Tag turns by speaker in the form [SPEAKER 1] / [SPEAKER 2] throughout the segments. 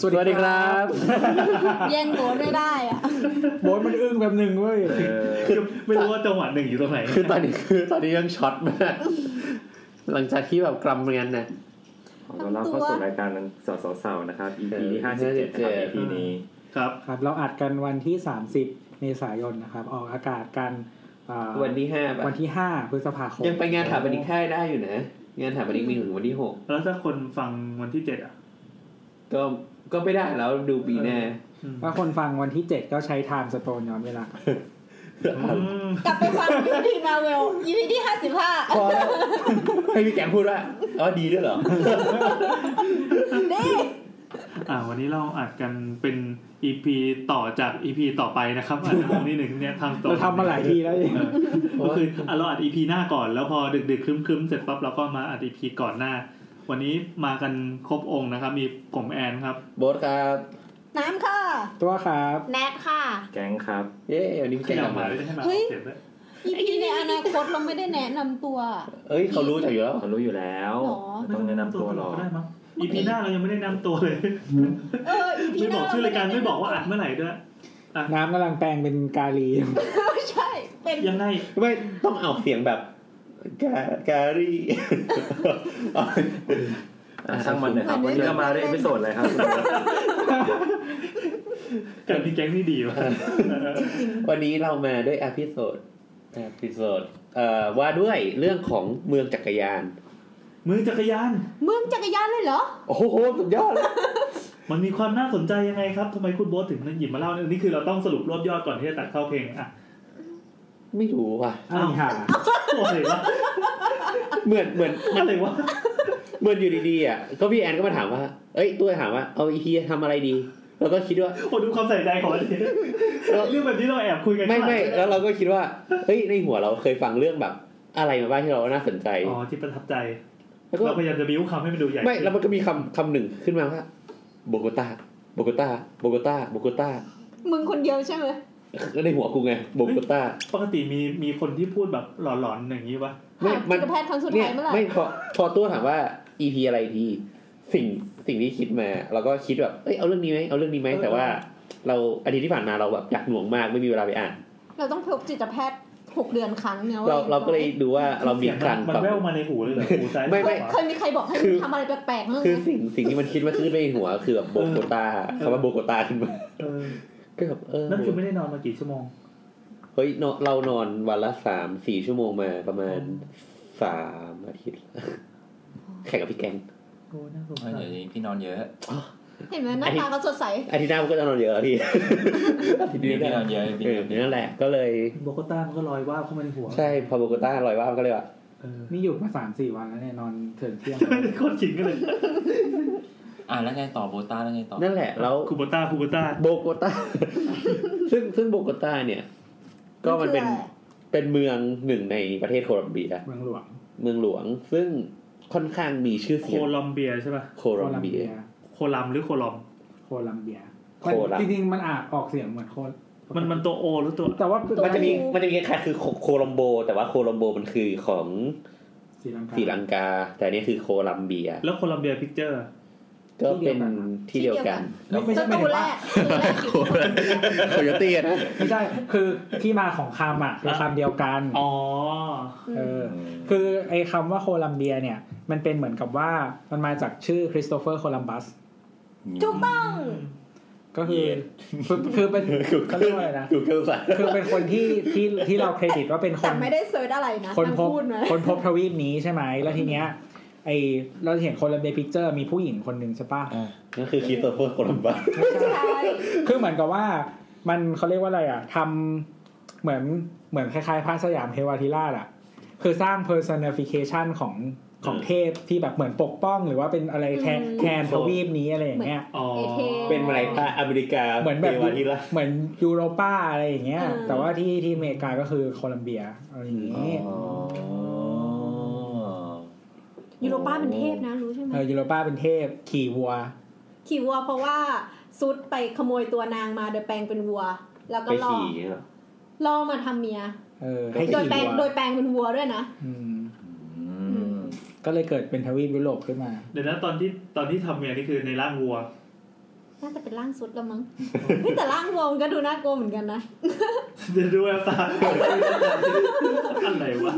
[SPEAKER 1] สวัสดีครับ
[SPEAKER 2] แย่งโบ๊ทไม่ได้อ่ะ
[SPEAKER 1] โบทมันอึ้งแบบหนึ่งเว้ย
[SPEAKER 3] เออ
[SPEAKER 4] คือไม่รู้ว่าจังหวะหนึ่งอยู่ตรงไหน
[SPEAKER 3] คือตอนนี้ คือตอนนี้ยังช็อตมาก หลังจากที่แบบกรำเรียนนะ
[SPEAKER 5] ขอต้อนรับเข้าสู่รายการสาวสาวๆๆนะครับ EP ที่ห้าสิบเจ็ดนะครับ EP นี้
[SPEAKER 4] ครับ
[SPEAKER 1] ครับ เราอัดกันวันที่ 30 เมษายนนะครับ ออกอากาศกันอ่า
[SPEAKER 3] วันที่ห้า
[SPEAKER 1] วันที่ 5 พฤษภาคม
[SPEAKER 3] ยังไปงานถาปนิกได้ได้อยู่นะ งานถาปนิกมีถึงวันที่หก
[SPEAKER 4] แล้วถ้าคนฟังวันที่เจ็ดอ่ะ
[SPEAKER 3] ก็ก็ไม่ได้แล้วดูปีหน้า
[SPEAKER 4] อืม
[SPEAKER 1] ถ้าคนฟังวันที่ 7 ก็ใช้ไทม์สโตนย้อนเวลา
[SPEAKER 4] อืม
[SPEAKER 2] กลับไปฟังยูพีมาเวลยูพีที่ห้าสิบห้า
[SPEAKER 3] พอแล้ว ให้พี่แกงพูดว่าอ๋อดีด้วยเหรอ
[SPEAKER 2] นี่
[SPEAKER 4] อ่า วันนี้เราอัดกันเป็น EP ต่อจาก EP ต่อไปนะครับอัดชั่วโมงนี้หนึ่งเนี่ยทางต่อ
[SPEAKER 1] เราทำมาหลายทีแล้ว
[SPEAKER 4] เออก็คืออ่ะเราอัด EP หน้าก่อน แล้วพอดึกๆครึ้มๆเสร็จปั๊บเราก็มาอัด EP ก่อนหน้า วันนี้มากันครบองค์นะครับ มีผมแอนครับ
[SPEAKER 3] โบ๊ทครับ
[SPEAKER 2] น้ำค่ะ
[SPEAKER 1] ตัวครับ
[SPEAKER 6] แนทค่ะ
[SPEAKER 5] แก๊งครับ
[SPEAKER 3] เย้วันนี้พี่
[SPEAKER 4] ข
[SPEAKER 3] แกงก
[SPEAKER 4] ยับ
[SPEAKER 3] ลับ
[SPEAKER 4] มา
[SPEAKER 3] มา
[SPEAKER 4] ด้วยใช่ไหม
[SPEAKER 2] เฮ้ย
[SPEAKER 4] เสียงด้วย
[SPEAKER 2] ยูพีในอนาคตเราไม่ได้แนะนำตัว
[SPEAKER 3] เอ้ยเขารู้จักอยู่แล้ว
[SPEAKER 5] เขารู้อยู่แล้ว
[SPEAKER 2] หรอ
[SPEAKER 5] ไม่ต้องแนะนำตัวหรอก
[SPEAKER 4] ได้มั้ง EP หน้าเรายังไม่ได้แนะนำตัวเลย
[SPEAKER 2] เออยูพี
[SPEAKER 4] ไม่บอกชื่อรายการไม่บอกว่าอัดเมื่อไหร่ด้วย
[SPEAKER 1] น้ำกำลังแปลงเป็นกาลี
[SPEAKER 2] ไม่ใช่ เป็น
[SPEAKER 4] ยังไง
[SPEAKER 3] ไม่ต้องเอาเสียงแบบกาการี่
[SPEAKER 5] อ่ะช่างมันเลยครับ วันนี้เรามาได้เอพิโซดอะไรครับ
[SPEAKER 4] การมีแก๊งนี่ดีว่ะ
[SPEAKER 3] วันนี้เรามาด้วยอพิโซดอพิโซดเอ่อว่าด้วยเรื่องของเมืองจักรยาน
[SPEAKER 4] มือจักรยาน
[SPEAKER 2] เมืองจักรยานเลยเหรอ
[SPEAKER 3] โอ้โหสุดยอดเลย
[SPEAKER 4] มันมีความน่าสนใจยังไงครับทำไมคุณโบ๊ทถึงหยิบมาเล่าเนี่ยนี่คือเราต้องสรุปรวบยอดก่อนที่จะตัดเข้าเพลงอ่ะ
[SPEAKER 3] ไม่รู้ว่ะ
[SPEAKER 1] อ้าวค่ะ
[SPEAKER 4] โอ้ยวะ
[SPEAKER 3] เหมือนเหมือนเหมือน
[SPEAKER 4] อะไรวะ
[SPEAKER 3] เหมือนอยู่ดีๆอ่ะก็พี่แอนก็มาถามว่า เอ้ยตัวถามว่าเอาไอีเฮียทำอะไรดี เราก็คิดว่า
[SPEAKER 4] โอ้ดูความใส่ใจของมันดิ
[SPEAKER 3] เรา
[SPEAKER 4] เรื่องแบบนี้เราแอบคุยกัน
[SPEAKER 3] ไม่
[SPEAKER 4] ข้างหลั
[SPEAKER 3] ไม่
[SPEAKER 4] ง
[SPEAKER 3] แล้วเราก็คิดว่าเฮ้ยในหัวเราเคยฟังเรื่องแบบ อะไรมาบ้างที่เราน่าสนใจ
[SPEAKER 4] อ๋อที่ประทับใจ
[SPEAKER 3] แล้วก็
[SPEAKER 4] เราพยายามจะบิ้วคำให้มันดูใหญ่
[SPEAKER 3] ไม่แล้วมันก็มีคำคำหนึ่งขึ้นมาว่าโบโกตาโบโกตาโบโกตาโบโกตา
[SPEAKER 2] มึงคนเดียวใช่ไหม
[SPEAKER 3] ก็ในหัวกูไงโบโกตา
[SPEAKER 4] ปกติมีมีคนที่พูดแบบหลอนๆอย่างนี้ปะ
[SPEAKER 3] ไม่
[SPEAKER 2] หา
[SPEAKER 3] มัน
[SPEAKER 2] จิตแพทย์ครั้งสุด
[SPEAKER 3] เนี่ย
[SPEAKER 2] ท้ายเมื่อไหร่
[SPEAKER 3] ไม่พอพอตัวถามว่า EP อะไรดีสิ่งสิ่งที่คิดมาเราก็คิดแบบเอ้ยเอาเรื่องนี้ไหมเอาเรื่องนี้ไหมแต่ว่า เราอาทิตย์ที่ผ่านมาเราแบบอยากหน่วงมากไม่มีเวลาไปอ่าน
[SPEAKER 2] เราต้องพบจิตแพทย์หกเดือนครั้งเนี่ยว้
[SPEAKER 3] เราเราก็เลยดูว่าเรามี
[SPEAKER 4] สียง
[SPEAKER 3] การ
[SPEAKER 4] มัน
[SPEAKER 3] ปรับ
[SPEAKER 4] แว่วมาในหูเลยเหรอหูซ้าย
[SPEAKER 3] ไม่ไม่
[SPEAKER 2] เคยเคยมีใครบอกให้
[SPEAKER 3] คือ
[SPEAKER 2] มึงทำอะไรแปลกๆมั้างไห
[SPEAKER 3] คือ
[SPEAKER 2] ม
[SPEAKER 3] สิ่งสิ่งที่มันคิดว่าขึ้นไปในหัวคือแบบโบโกตาคำว่าโบโกตาขึ้นมา
[SPEAKER 4] เออ
[SPEAKER 3] ก็แบบเออ
[SPEAKER 4] นั่นคือไม่ได้นอนมากี่ชั่วโมง
[SPEAKER 3] เฮ้ยเนอะเรานอนวันละสามสี่ชั่วโมงมาประมาณสามอาทิตย์ละแข่งกับพี่แกง
[SPEAKER 4] โอ้น่าสงสาร
[SPEAKER 5] เดี๋ยวนี้พี่นอนเยอะ
[SPEAKER 2] เห็นไหมหน้า
[SPEAKER 3] อันนี้
[SPEAKER 2] ตาเขาสดใส
[SPEAKER 3] อาทิตย์หน้ามันก็จะนอนเยอะแล้วพี่อาทิตย์นี้ก็เออนั่นแหละก็เลย
[SPEAKER 4] โบโกต้ามันก็ลอยว่าบเข้ามาในหัว
[SPEAKER 3] ใช่พอโบโกตาลอยว่ามันก็เลยว่า
[SPEAKER 4] เออ
[SPEAKER 1] นี่อยู่มาสามสี่วันแล้วเนี่ยนอนเถิงเที่ยง
[SPEAKER 4] ไม่ได้โคตรขิงกันเลย
[SPEAKER 7] อ่ะแล้วไงต่อโบต้าแล้วไงต่อ
[SPEAKER 3] นั่นแหละ แล้ว
[SPEAKER 4] คูโบต้าคูโบต้า
[SPEAKER 3] โบโกตา ซึ่งซึ่งโบโกตาเนี่ย ก็มันเป็น
[SPEAKER 2] มันคืออะไร
[SPEAKER 3] เป็นเมืองหนึ่งในประเทศโคลอมเบีย
[SPEAKER 1] เมืองหลวง
[SPEAKER 3] เมืองหลวง ซึ่งค่อนข้างมีชื่อ
[SPEAKER 4] โค
[SPEAKER 3] เสียง
[SPEAKER 4] ลอมเบียใช่ป่ะ
[SPEAKER 3] โคลอมเบีย
[SPEAKER 4] โคลัมหรือโคลอม
[SPEAKER 1] โคลัมเบีย
[SPEAKER 3] โคลัม
[SPEAKER 1] จริงๆมันอ่านออกเสียงเหมือนโคล
[SPEAKER 4] มันมันตัวโอหรือตัว
[SPEAKER 1] แต่ว่า
[SPEAKER 3] มันจะมีมันจะมีคล้ายๆคือโคลอมโบ แต่ว่าโคลอมโบมันคือของ
[SPEAKER 1] สีลังกา
[SPEAKER 3] ศรีลังกา แต่อันนี่คือโคลัมเบีย
[SPEAKER 4] แล้วโคลัมเบียพิกเจอร์
[SPEAKER 3] ก็เป็นที่เดียวกัน
[SPEAKER 1] ไม่ไม่
[SPEAKER 2] ส
[SPEAKER 1] ใช่ไม่
[SPEAKER 2] ตู
[SPEAKER 1] ถึง
[SPEAKER 2] แร
[SPEAKER 1] ว่าก
[SPEAKER 2] สตู
[SPEAKER 3] โค
[SPEAKER 2] แรก
[SPEAKER 3] ลัมโคโยตี้นะ
[SPEAKER 1] ไม่ใช่คือที่มาของคำอ่ะคือคำเดียวกัน
[SPEAKER 4] อ๋อ
[SPEAKER 1] เออคือไอ้คำว่าโคลัมเบียเนี่ย มันเป็นเหมือนกับว่ามันมาจากชื่อคริสโตเฟอร์โคลัมบัส
[SPEAKER 2] ถูกต้อง
[SPEAKER 1] ก็คือ
[SPEAKER 7] เย็น
[SPEAKER 1] คือคือเป็นเขาเรียกว่าอะไรนะ
[SPEAKER 3] กูเกิลสัน
[SPEAKER 1] คือเป็นคนที่ที่ที่เราเครดิตว่าเป็นค
[SPEAKER 2] แต่
[SPEAKER 1] น
[SPEAKER 2] ไม่ได้เซิร์ชอะไรนะ
[SPEAKER 1] คน
[SPEAKER 2] นาง
[SPEAKER 1] พบ
[SPEAKER 2] พูดนะ
[SPEAKER 1] คนพบทวีปนี้ใช่ไหม แล้วทีเนี้ยไอเราเห็นโคลัมเบียพิกเจอร์มีผู้หญิงคนหนึ่งใช่ปะ
[SPEAKER 7] อ่ะ
[SPEAKER 3] นั่นคือคริสโตเฟอร์โคลัมบัส
[SPEAKER 1] ไม่ใช่
[SPEAKER 2] ใช่
[SPEAKER 1] คือเหมือนกับว่ามันเขาเรียกว่าอะไรอ่ะทำเหมือนเหมือนคล้ายๆพระสยามเทวาธิราชอ่ะ คือสร้าง personification ของของเทพที่แบบเหมือนปกป้อง หรือว่าเป็นอะไรแทน
[SPEAKER 2] อืม
[SPEAKER 1] แทนทวีปนี้อะไรอย่างเงี้ย
[SPEAKER 4] อ๋อ
[SPEAKER 2] เอเท
[SPEAKER 3] เป็นอะไรตาอเมริกา
[SPEAKER 1] เหมือนแบบ
[SPEAKER 3] ทวาธิราช
[SPEAKER 1] เหมือนยูโรป้าอะไรอย่างเงี้ย
[SPEAKER 2] อ่า
[SPEAKER 1] แต่ว่าที่ที่อเมริกาก็คือโคลัมเบียอะไรอย่าง
[SPEAKER 7] อ๋อ
[SPEAKER 1] งี้
[SPEAKER 2] ยูโรป้าเป็นเทพนะรู้ใช่ไหม
[SPEAKER 1] เออยูโรป้าเป็นเทพขี่วัว
[SPEAKER 2] ขี่วัวเพราะว่าซุดไปขโมยตัวนางมาโดยแปลงเป็นวัว แล้วก็
[SPEAKER 3] ไป
[SPEAKER 2] ล่อ
[SPEAKER 3] ขี่เหรอ
[SPEAKER 2] ล่อมาทำเมีย
[SPEAKER 1] เออให้
[SPEAKER 2] โดย
[SPEAKER 1] ขี่
[SPEAKER 2] แปลง
[SPEAKER 1] วัว
[SPEAKER 2] โดยแปลงเป็นวัวด้วยนะ
[SPEAKER 1] อืม
[SPEAKER 7] อืม
[SPEAKER 1] ก็เลยเกิดเป็นทวีปยุโรปขึ้นมา
[SPEAKER 4] เดี๋ยวนะตอนที่ตอนที่ทำเมียนี่คือในร่างวัว
[SPEAKER 2] ใช่ น่าจะเป็นร่างสุดละมั้ง เฮ้ยแต่ร่างวงก็ดูน่ากลัวเหมือนกันนะ
[SPEAKER 4] เดี๋ยวดูแววตาอะไรวะ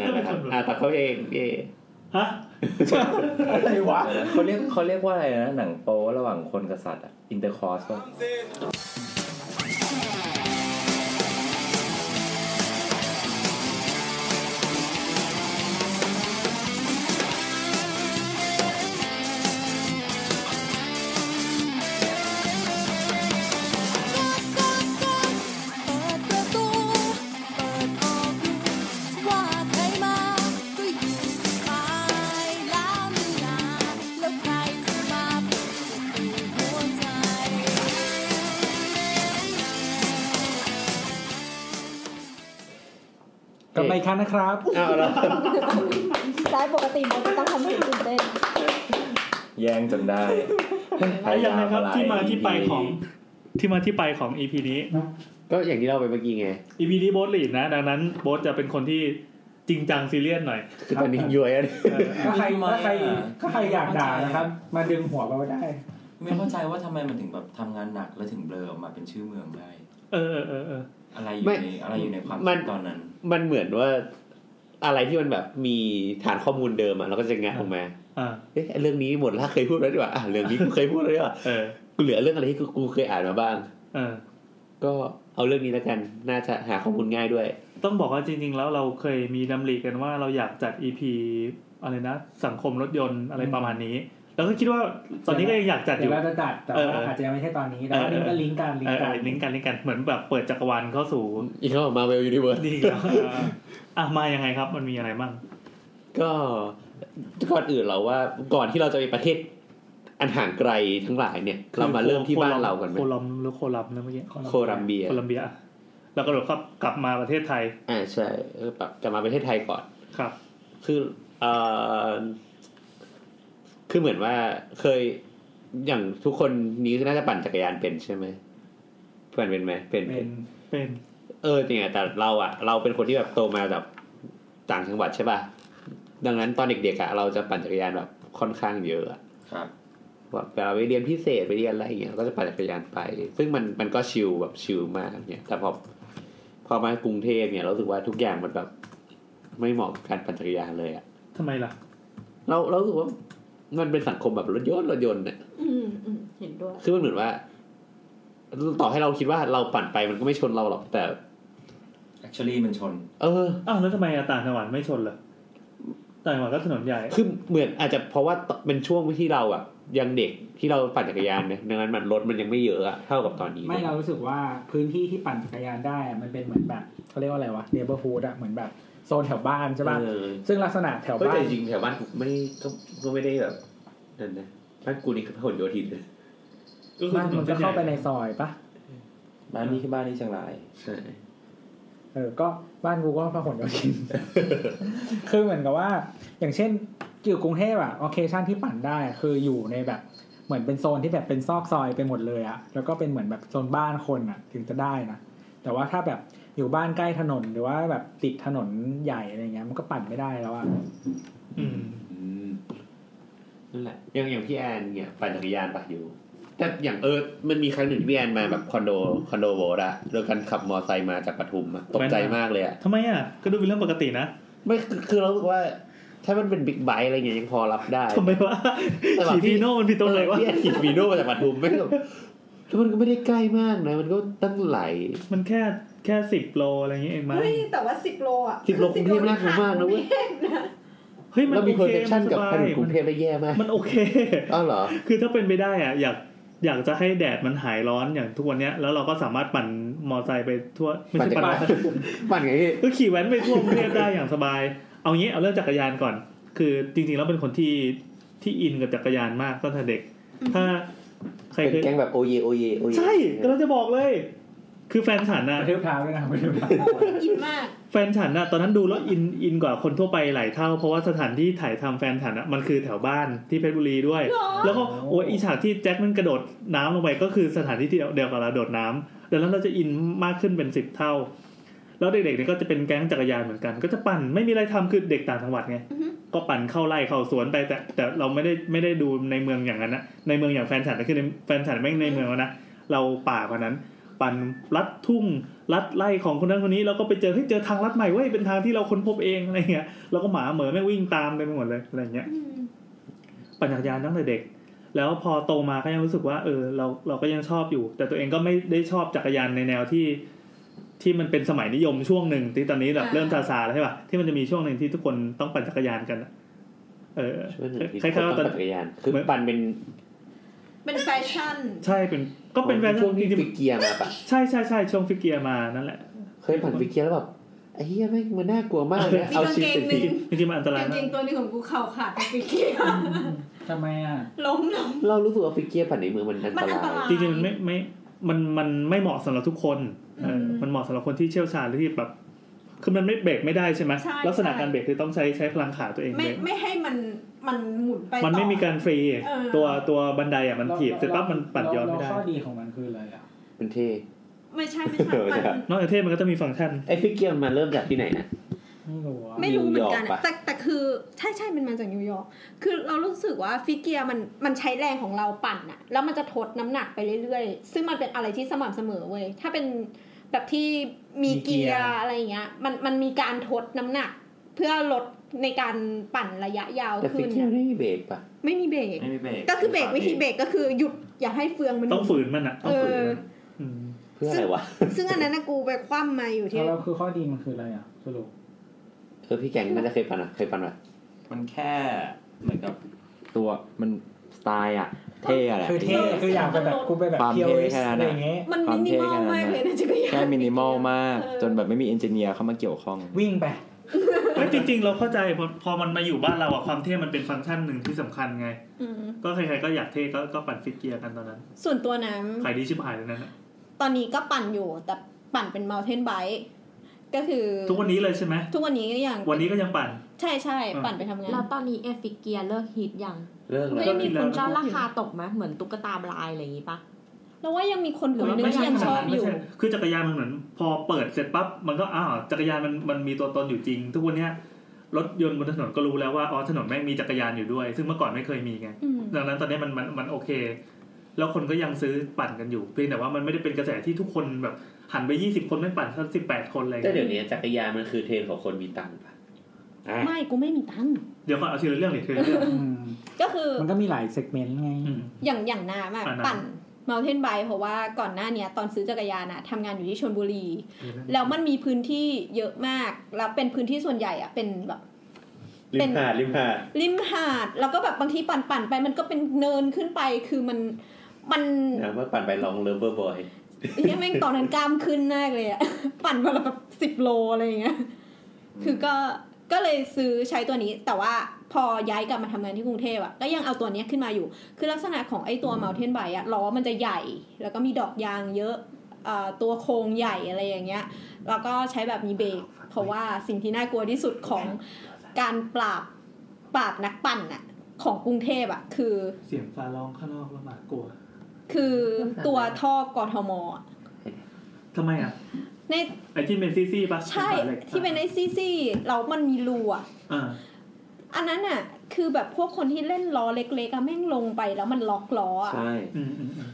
[SPEAKER 3] นั่นแหละครับอ่าตัดเขาเองเย่
[SPEAKER 4] ฮะ
[SPEAKER 1] อะไรวะ
[SPEAKER 7] เขาเรียกเขาเรียกว่าอะไรนะหนังโป๊ระหว่างคนกับสัตว์อะอินเตอร์คอร์สป่ะ
[SPEAKER 1] กลับมาอีกครั้งนะครับ
[SPEAKER 3] อ้าวแล้ว
[SPEAKER 2] ได้ปกติมันจะต้องทำให้ตื่นเต้น
[SPEAKER 7] แย่งจนได้พ
[SPEAKER 4] แล้ว
[SPEAKER 7] ยา
[SPEAKER 4] ยังไงครับ
[SPEAKER 7] หล
[SPEAKER 4] ที่มาที่ไปของที่มาที่ไปของ EP นี้
[SPEAKER 3] ก็อย่างที่เราไปเมื่อกี้ไง
[SPEAKER 4] EP นี้โบสลีดนะ ดังนั้นโบสจะเป็นคนที่จริงจังซีเรียสหน่อย
[SPEAKER 3] คือตอนนี้ย้วยอันนี้
[SPEAKER 1] ถ้าใครถ้าใครถ้าใครอยากด่านะครับ มาดึงหัวเราได้
[SPEAKER 7] ไม่เข้าใจว่าทำไมมันถึงแบบทำงานหนักแล้วถึงเบลอออกมาเป็นชื่อเมืองได้
[SPEAKER 4] เออเออเออเออ
[SPEAKER 7] อะไรอยู่ในอะไรอยู่ในความคิดตอนนั้น
[SPEAKER 3] มันเหมือนว่าอะไรที่มันแบบมีฐานข้อมูลเดิมอ่ะเราก็จะงัดออกมา
[SPEAKER 4] อ่า
[SPEAKER 3] เอ๊ะเรื่องนี้หมดละเคยพูดแล้วดีกว่าอ่ะเรื่องนี้กูเคยพูดแล้วดีกว่า
[SPEAKER 4] เออ
[SPEAKER 3] กูเหลือเรื่องอะไรที่กูเคยอ่านมาบ้าง
[SPEAKER 4] เออ
[SPEAKER 3] ก็เอาเรื่องนี้แล้วกัน น่าจะหาข้อมูลง่ายด้วย
[SPEAKER 4] ต้องบอกว่าจริง ๆ แล้วเราเคยมีดำริกันว่าเราอยากจัด EP อะไรนะ สังคมรถยนต์อะไรประมาณนี้ แล้วก็คิดว่าตอนนี้ก็ยังอยากจัดอ
[SPEAKER 1] เดี๋ยว
[SPEAKER 4] ยู่
[SPEAKER 1] เราจะจัดแต่
[SPEAKER 4] เอ
[SPEAKER 1] ว่า
[SPEAKER 4] อ
[SPEAKER 1] อาจจะยังไม่ใช่ตอนนี้แต่ว่านี่ก็ลิงก์กันลิ
[SPEAKER 4] เอง อ
[SPEAKER 1] ก์
[SPEAKER 4] เอ
[SPEAKER 1] กัน
[SPEAKER 4] อลิงก์กันลิงก์กันเหมือนแบบเปิดจักรวาลเข้าสู่
[SPEAKER 3] อีกแล้วมาเวลยูนิเวิร์ส
[SPEAKER 4] นี่อีกแล้วอ่ะอ่ะ มายังไงครับมันมีอะไรบ้าง
[SPEAKER 3] ก็ก่อนอื่นเราว่าก่อนที่เราจะไปประเทศ อันห่างไกลทั้งหลายเนี่ย เรามาเริ่มที่บ้านเรากันไหม
[SPEAKER 4] โคลอมหรือโคลัมนะเมื่อกี้
[SPEAKER 3] โคลัมเบีย
[SPEAKER 4] โคลัมเบียอ่ะแล้วก็เดี๋ยวครับกลับมาประเทศไทย
[SPEAKER 3] อ่าใช่เออปรับกลับมาประเทศไทยก่อน
[SPEAKER 4] ครับ
[SPEAKER 3] คือเอ่อคือเหมือนว่าเคยอย่างทุกคนนี้น่าจะปั่นจักรยานเป็นใช่ไหมปั่นเป็นไหมเป็น
[SPEAKER 1] เป็น
[SPEAKER 4] เป็น
[SPEAKER 3] เออจริงอะแต่เราอะเราเป็นคนที่แบบโตมาแบบต่างจังหวัดใช่ป่ะดังนั้นตอนเด็กๆอะเราจะปั่นจักรยานแบบค่อนข้างเยอะอะ
[SPEAKER 7] ครับ
[SPEAKER 3] แบบเวลาไปเรียนพิเศษไปเรียนอะไรอย่างเงี้ยเราก็จะปั่นจักรยานไป ซึ่งมันมันก็ชิลแบบชิลมากเนี่ยแต่พอพอมากรุงเทพเนี่ยเรารู้สึกว่าทุกอย่างมันแบบ ไม่เหมาะกับการปั่นจักรยานเลยอะ
[SPEAKER 4] ทำไมล่ะ
[SPEAKER 3] เราเรารู้สึกว่ามันเป็นสังคมแบบรถยนต์รถยนต์เนี่ย
[SPEAKER 2] อืมอืมเห็นด้วย
[SPEAKER 3] คือมันเหมือนว่า ต่อให้เราคิดว่าเราปั่นไปมันก็ไม่ชนเราหรอกแต่
[SPEAKER 7] actually มันชน
[SPEAKER 3] เออ
[SPEAKER 4] อ้าวแล้วทำไมอ่ะต่างจังหวัดไม่ชนเหรอต่างจังหวัดก็ถนนใหญ่
[SPEAKER 3] คือเหมือนอาจจะเพราะว่าเป็นช่วงที่เราอะยังเด็กที่เราปั่นจักรยานเนี่ยดังนั้นมันรถมันยังไม่เยอะอะเท่ากับตอนนี้
[SPEAKER 1] ไม่เรารู้สึกว่าพื้นที่ที่ปั่นจักรยานได้อะมันเป็นเหมือนแบบเขาเรียกว่าอะไรวะเนเบอร์ฮูดอะเหมือนแบบโซนแถวบ้านใช่ป่ะ
[SPEAKER 3] เออ
[SPEAKER 1] ซึ่งลักษณะแถว
[SPEAKER 3] เฮ้ย
[SPEAKER 1] บ้า
[SPEAKER 3] แต่
[SPEAKER 1] น
[SPEAKER 3] จริงๆแถวบ้านกูไม่ก็ก็ไม่ได้แบบนั่นนะบ้านกูนี่คือพหลโยธินเลย
[SPEAKER 4] ก็คือ
[SPEAKER 1] บ้าน
[SPEAKER 4] ถน
[SPEAKER 1] มัน น
[SPEAKER 4] เส้
[SPEAKER 1] ก็
[SPEAKER 4] นใหญ่
[SPEAKER 1] เข้าไปในซอยปะ
[SPEAKER 7] บ้านนี้คือบ้านที่เชียงราย
[SPEAKER 3] ใช่
[SPEAKER 1] เออก็บ้านกูก็พหลโย ธิน คือเหมือนกับว่า อย่างเช่นอยู่กรุงเทพอะโอเคชั่นที่ปั่นได้อะคืออยู่ในแบบเหมือนเป็นโซนที่แบบเป็นซอกซอยไปหมดเลยอะแล้วก็เป็นเหมือนแบบโซนบ้านคนอะถึงจะได้นะแต่ว่าถ้าแบบอยู่บ้านใกล้ถนนหรือว่าแบบติดถนนใหญ่อะไรเงี้ยมันก็ปั่นไม่ได้แล้วอะ
[SPEAKER 4] อืม
[SPEAKER 3] นั่นแหละอย่างอย่างพี่แอนเนี่ยปั่นจักรยานปะอยู่ แต่อย่างเออมันมีครั้งหนึ่งที่พี่แอนมาแบบคอนโดคอนโดโบดอะแล้วกันขับมอไซค์มาจากปทุมอะตกใจมากเลยอะ
[SPEAKER 4] ทำไมอ่ะ ก็ดูเป็นเรื่องปกตินะ
[SPEAKER 3] ไม่คือคือเรารู้สึกว่า ถ้ามันเป็นบิ๊กไบค์อะไรเงี้ยยังพอรับได้
[SPEAKER 4] ทำไมวะ
[SPEAKER 3] แต่แบบ
[SPEAKER 4] ขี่ฟีโน่มันผิดตรงไหนวะ
[SPEAKER 3] เออพี่แอนขี่ฟีโน่มาจากปทุมไม่แบบแล้วมันก็ไม่ได้ใกล้มากนะ มันก็ตั้งไหล
[SPEAKER 4] มันแค่แค่สิบโลอะไรอย่างเงี้ยเองมั้ง
[SPEAKER 2] เฮ้ย แต่ว่าสิบโลอ่ะ
[SPEAKER 3] 10โลกรุงเทพน่ากลัวมากนะเว้ย
[SPEAKER 4] เฮ้ยมัน
[SPEAKER 3] แล้วมี
[SPEAKER 4] โอ
[SPEAKER 3] เพอร์
[SPEAKER 4] เค
[SPEAKER 3] เซพชัน
[SPEAKER 4] มั
[SPEAKER 3] กับ
[SPEAKER 4] สา
[SPEAKER 3] ถ
[SPEAKER 4] ย
[SPEAKER 3] นนกรุงเทพได้แย่มาก
[SPEAKER 4] มันโอเค
[SPEAKER 3] อ้าวเหรอ
[SPEAKER 4] คือถ้าเป็นไปได้อ่ะ อยากอยากจะให้แดดมันหายร้อนอย่างทุกวันเนี้ย แล้วเราก็สามารถปั่นมอไซค์ไปทั่วไม่ใช่
[SPEAKER 3] ปั่นจักร
[SPEAKER 4] ปั่
[SPEAKER 3] ยาน
[SPEAKER 4] น
[SPEAKER 3] ปั่นไงพี่
[SPEAKER 4] ก็ขี่แว้นไปทั่วกรุงเทพได้อย่างสบาย เอางี้เอาเรื่องจักรยานก่อน คือจริงๆแล้วเป็นคนที่ที่อินกับจักรยานมากตั้งแต่เด็ก ถ้าใคร
[SPEAKER 3] เป็น
[SPEAKER 4] เคย
[SPEAKER 3] แก๊งแบบโอเยโอเยโอเย
[SPEAKER 4] ใช่ก็เราจะบอกเลย คือแฟนฉันนะ
[SPEAKER 1] กระทืบ เท้าด้วยนะกระทืบเท้า
[SPEAKER 2] อินมาก
[SPEAKER 4] แฟนฉันน่ะตอนนั้นดูแล้วอินอินกว่าคนทั่วไปหลายเท่า เพราะว่าสถานที่ถ่ายทำแฟนฉันน่ะมันคือแถวบ้านที่เพชรบุรีด้วย
[SPEAKER 2] หรอ
[SPEAKER 4] แล้วก็โอ้ยอีฉากที่แจ็คมันกระโดดน้ำลงไปก็คือสถานที่ที่เดียวกับเราโดดน้ำดังนั้นเราจะอินมากขึ้นเป็นสิบเท่า แล้วเด็กๆเนี่ยก็จะเป็นแก๊งจักรยานเหมือนกัน ก็จะปั่นไม่มีอะไรทำคือเด็กต่างจังหวัดไง
[SPEAKER 2] อือฮึ
[SPEAKER 4] ก็ปั่นเข้าไร่เข้าสวนไปแต่แต่เราไม่ได้ไม่ได้ดูในเมืองอย่างนั้นนะในเมืองอย่างแฟนฉันนะคือในแฟนฉันไม่งในเมืองแล้วนะเราป่ากว่านั้น ปั่นลัดทุ่งลัดไล่ของคนนั้นคนนี้แล้วก็ไปเจอเฮ้ยเจอทางลัดใหม่เว้ยเป็นทางที่เราค้นพบเองอะไรเงี้ยแล้วก็หมาเหมือไม่งวิ่งตามไปหมดเลยอะไรเงี้ย
[SPEAKER 2] อืม
[SPEAKER 4] ปั่นจักรยานตั้งแต่เด็ก แล้วพอโตมาก็ยังรู้สึกว่า เออ เราเราก็ยังชอบอยู่ แต่ตัวเองก็ไม่ได้ชอบจักรยานในแนวที่ ที่มันเป็นสมัยนิยมช่วงหนึ่งที่ตอนนี้แบบเริ่มซาซาแล้วใช่ป่ะที่มันจะมีช่วงหนึ่งที่ทุกคนต้องปั่นจักรยานกันอะเออ
[SPEAKER 3] ช่วงหนึ่งที่
[SPEAKER 4] คล้ายๆ
[SPEAKER 3] ต้อ
[SPEAKER 4] ว่าง ตอ
[SPEAKER 3] ปั่
[SPEAKER 4] น
[SPEAKER 3] นจักรยาน คือ
[SPEAKER 4] เหมือน
[SPEAKER 3] ปั่นเป็น
[SPEAKER 2] เป็นแฟชั่น
[SPEAKER 4] ใช่เป็นก็เป็นแฟ
[SPEAKER 3] ช่
[SPEAKER 4] ชั่
[SPEAKER 3] วน งที่
[SPEAKER 4] จริง
[SPEAKER 3] ฟิกเกียร์มาปะ
[SPEAKER 4] ๆใช่ใช่ใช่ช่วงฟิกเกียร์มานั่นแหละ
[SPEAKER 3] เคยปั่นฟิกเกียร์แล้วแบบไอ้เหี้ยแม่งมันน่ากลัวมากเลย
[SPEAKER 2] มี
[SPEAKER 3] เอา
[SPEAKER 2] กาง
[SPEAKER 3] ชี
[SPEAKER 2] เก
[SPEAKER 3] วิต
[SPEAKER 2] งห
[SPEAKER 3] เป็น
[SPEAKER 2] นึ่ง
[SPEAKER 3] ที่
[SPEAKER 4] จริงๆมันอันตราย
[SPEAKER 2] กาง
[SPEAKER 4] มา
[SPEAKER 2] เก
[SPEAKER 4] ก
[SPEAKER 2] งตัวหนึงของกูเข่าขาดไปฟิกเกียร์
[SPEAKER 1] ทำไมอ่ะ
[SPEAKER 2] ล้มลง
[SPEAKER 3] เรารู้สึกว่าฟิกเกียร์ปั่นในเมืองมันอันต
[SPEAKER 2] มันอัน
[SPEAKER 3] ราร
[SPEAKER 2] ตาย ย
[SPEAKER 4] จริงๆมันไม่ไม่มันมันไม่เหมาะสำหรับทุกคนเอออ
[SPEAKER 2] ม
[SPEAKER 4] มันเหมาะสำหรับคนที่เชี่ยวชาญหรือที่แบบคือมันไม่เบรกไม่ได้ใช่ไหม
[SPEAKER 2] ใช่
[SPEAKER 4] ลักษณะ
[SPEAKER 2] ใช่
[SPEAKER 4] การเบรกคือต้องใช้ใช้พลังขาตัวเอง
[SPEAKER 2] ไม่
[SPEAKER 4] เบรก
[SPEAKER 2] ไม่ให้มันมันหมุนไป
[SPEAKER 4] มันไม่
[SPEAKER 2] ต่อ
[SPEAKER 4] มีการฟรี
[SPEAKER 2] เออ
[SPEAKER 4] ตัวตัวบันไดอ่ะมันถีบ
[SPEAKER 1] เรา
[SPEAKER 4] เสร็จปั๊บมันปัดย้อนไม่ได้
[SPEAKER 1] เราข้อดีของมันคืออะไรอ่ะ
[SPEAKER 3] เป็นเท่
[SPEAKER 2] ไม่ใช่ไม่ใช่มัน
[SPEAKER 4] นอกจากเทพมันก็จะมีฟังก์ชัน
[SPEAKER 3] ไอ้ฟิกเกียร์มันเริ่มจากที่ไหนนะ
[SPEAKER 1] ไม่รู้อ่ะ
[SPEAKER 2] ไม่รู้เหมือนกัน
[SPEAKER 3] นิวยอร์กปะ
[SPEAKER 2] แต่แต่คือใช่ใช่มันมาจากนิวยอร์กคือเรารู้สึกว่าฟิกเกียร์มันมันใช้แรงของเราปั่นอะแล้วมันจะทดน้ำหนักไปเรื่อยๆ ซึ่งมันเป็นอะไรที่สม่ำเสมอเว้ยถ้าเป็นแบบที่มีเกียร์อะไรอย่างเงี้ยมันมันมีการทดน้ำหนัก เพื่อลดในการปั่นระยะยาว
[SPEAKER 3] แต่ฟิ
[SPEAKER 2] ขึ้
[SPEAKER 3] ก
[SPEAKER 2] น
[SPEAKER 3] เกียร์ไม่มีเบรกปะ
[SPEAKER 2] ไม่มีเบรก
[SPEAKER 7] ไม่มีเบรก
[SPEAKER 2] ก็คือเบรกวิธีเบรกก็คือหยุดอย่าให้เฟืองมัน
[SPEAKER 4] ต้องฝืนมันอ่ะ ต้องฝืน
[SPEAKER 2] เออ
[SPEAKER 4] มันม
[SPEAKER 3] เพื่ออะไรวะ
[SPEAKER 2] ซึ่งอันนั้นนะกูไปคว่ำมาอยู่ที่
[SPEAKER 1] แล้วคือข้อดีมันคืออะไรอ่ะสรุป
[SPEAKER 3] เออพี่แกงมันจะเคยปั่นอ่ะเคยปั่นปะ
[SPEAKER 7] มันแค่เหมือนกับ
[SPEAKER 3] ตัวมันสไตล์อ่ะ เท่อะแหละ
[SPEAKER 1] คือเท่คืออยากไปแบบกูไปแบบ
[SPEAKER 6] ความ
[SPEAKER 1] เพียว
[SPEAKER 6] เท่
[SPEAKER 1] ริส
[SPEAKER 6] ขนาดนั้นอะ
[SPEAKER 1] อะไรอย่างเงี้ย
[SPEAKER 2] มันมินิมอลมากเลยนะจักรยาน
[SPEAKER 6] แค่มินิมอลมากจนแบบไม่มีเอนจิเนียร์เข้ามาเกี่ยวข้อง
[SPEAKER 1] วิ่งไป
[SPEAKER 4] เฮ้ยจริง ๆ เราเข้าใจพอพอมันมาอยู่บ้านเราอ่ะความเท่มันเป็นฟังก์ชันหนึ่งที่สำคัญไง
[SPEAKER 2] อืม
[SPEAKER 4] ก็ใครๆก็อยากเท่ก็ก็ปั่นฟิกเกียร์กันตอนนั้น
[SPEAKER 2] ส่วนตัวน้ำ
[SPEAKER 4] ขายดีชิบหายเลยนั่นอะ
[SPEAKER 2] ตอนนี้ก็ปั่นอยู่แต่ปั่นเป็น mountain bike ก็คือ
[SPEAKER 4] ทุกวันนี้เลยใช่ไหม
[SPEAKER 2] ทุกวันนี้ก็ยัง
[SPEAKER 4] วันนี้ก็ยังปั่น
[SPEAKER 2] ใช่ใช่
[SPEAKER 4] อ่า
[SPEAKER 2] ปั่นไปทำงา
[SPEAKER 8] แล้ว
[SPEAKER 2] น
[SPEAKER 8] ตอนนี้เอฟิกเกียเลิกฮิตยัง
[SPEAKER 3] เลิกแล้
[SPEAKER 8] ไม่
[SPEAKER 3] ว
[SPEAKER 8] มี
[SPEAKER 4] แล้
[SPEAKER 8] คุ
[SPEAKER 4] ว
[SPEAKER 8] ณจ้าราคาตกไหมเหมือนตุ๊กตาลายอะไรอย่างงี้ปะ
[SPEAKER 2] แล้วว่ายังมีคนกลุ่มหนึง
[SPEAKER 4] ไม่
[SPEAKER 2] ที่ยัง
[SPEAKER 4] ข
[SPEAKER 2] ช
[SPEAKER 4] นาด
[SPEAKER 2] อบ
[SPEAKER 4] นั้น
[SPEAKER 2] อยู่
[SPEAKER 4] ไม่ใช่คือจักรยานมันเหมือน พอเปิดเสร็จปั๊บมันก็อ้าวจักรยานมันมันมีตัวตนอยู่จริง ทุกวันเนี้ยรถยนต์บนถนนก็รู้แล้วว่าอ๋อถนนแม่งมีจักรยานอยู่ด้วย ซึ่งเมื่อก่อนไม่เคยมีไง
[SPEAKER 2] อืม
[SPEAKER 4] ดังนั้นตอนนี้มันมันมันโอเค แล้วคนก็ยังซื้อปั่นกันอยู่เพียงแต่ว่ามันไม่ได้เป็นกระแสที่ทุกคนแบบหันไปยี่สิบคนไม่ปั่นสักสิบแปดคนอะไร
[SPEAKER 3] แต่
[SPEAKER 4] เงี้ย
[SPEAKER 3] เดี๋ยวนี้จักรยานมันคือเทรนด์ของคนมีตังค์ปะอ่ะ
[SPEAKER 2] ไม่กูไม่มีตังค์
[SPEAKER 4] เดี๋ยวก่อนเอาทีละเรื่องหรือทีละเรื่อง
[SPEAKER 1] อืม
[SPEAKER 2] ก็คือ
[SPEAKER 1] มันก็มีหลายเซกเมนต์ไง
[SPEAKER 2] อย่างอย่างน้ำอะ
[SPEAKER 4] อ่าน้ำ
[SPEAKER 2] ปั่น mountain bike เพราะว่าก่อนหน้าเนี้ยตอนซื้อจักรยานอะทำงานอยู่ที่ชลบุรี แล้วมันมีพื้นที่เยอะมาก แล้วเป็นพื้นที่ส่วนใหญ่อะเป็นแบบ
[SPEAKER 3] ริ
[SPEAKER 2] เป็
[SPEAKER 3] ม
[SPEAKER 2] น
[SPEAKER 3] หาดริมหาด
[SPEAKER 2] ริมหาด แล้วก็แบบบางทีปั่นปั่นๆไป มันก็เป็นเนินขึ้นไปคือมันมัน
[SPEAKER 3] นะเมื่อปั่นไปลองเลิฟเวอร์บอย
[SPEAKER 2] เฮียแม่งตอนนั้นกล้ามขึ้นมากเลยอะ ปั่นมาละแบบสิบโลอะไรอย่างเงี้ย คือก็ก็เลยซื้อใช้ตัวนี้ แต่ว่าพอย้ายกลับมาทำงานที่กรุงเทพอะก็ยังเอาตัวเนี้ยขึ้นมาอยู่ คือลักษณะของไอ้ตัว mountain bike อะล้อมันจะใหญ่ แล้วก็มีดอกยางเยอะเอ่อตัวโครงใหญ่อะไรอย่างเงี้ย แล้วก็ใช้แบบมีเบรกเพราะว่าสิ่งที่น่ากลัวที่สุดของการปราบปราบนักปั่นอะของกรุงเทพอะคือ
[SPEAKER 4] เสียงฟ้าร้องข้างนอกละหมากลัว
[SPEAKER 2] คือตัวท่อกทมอะ
[SPEAKER 4] ทำไมอ่ะ
[SPEAKER 2] ใน
[SPEAKER 4] ไอ้ที่เป็นซี่ซี่ๆปะ
[SPEAKER 2] ใช่ที่เป็นไอซีซีแล้วมันมีรูอ่ะ
[SPEAKER 4] อ่า
[SPEAKER 2] อันนั้นอ่ะ คือแบบพวกคนที่เล่นล้อเล็กๆอะแม่งลงไปแล้วมันล็อกล้ออะ
[SPEAKER 3] ใช่
[SPEAKER 4] อืมอืมอืม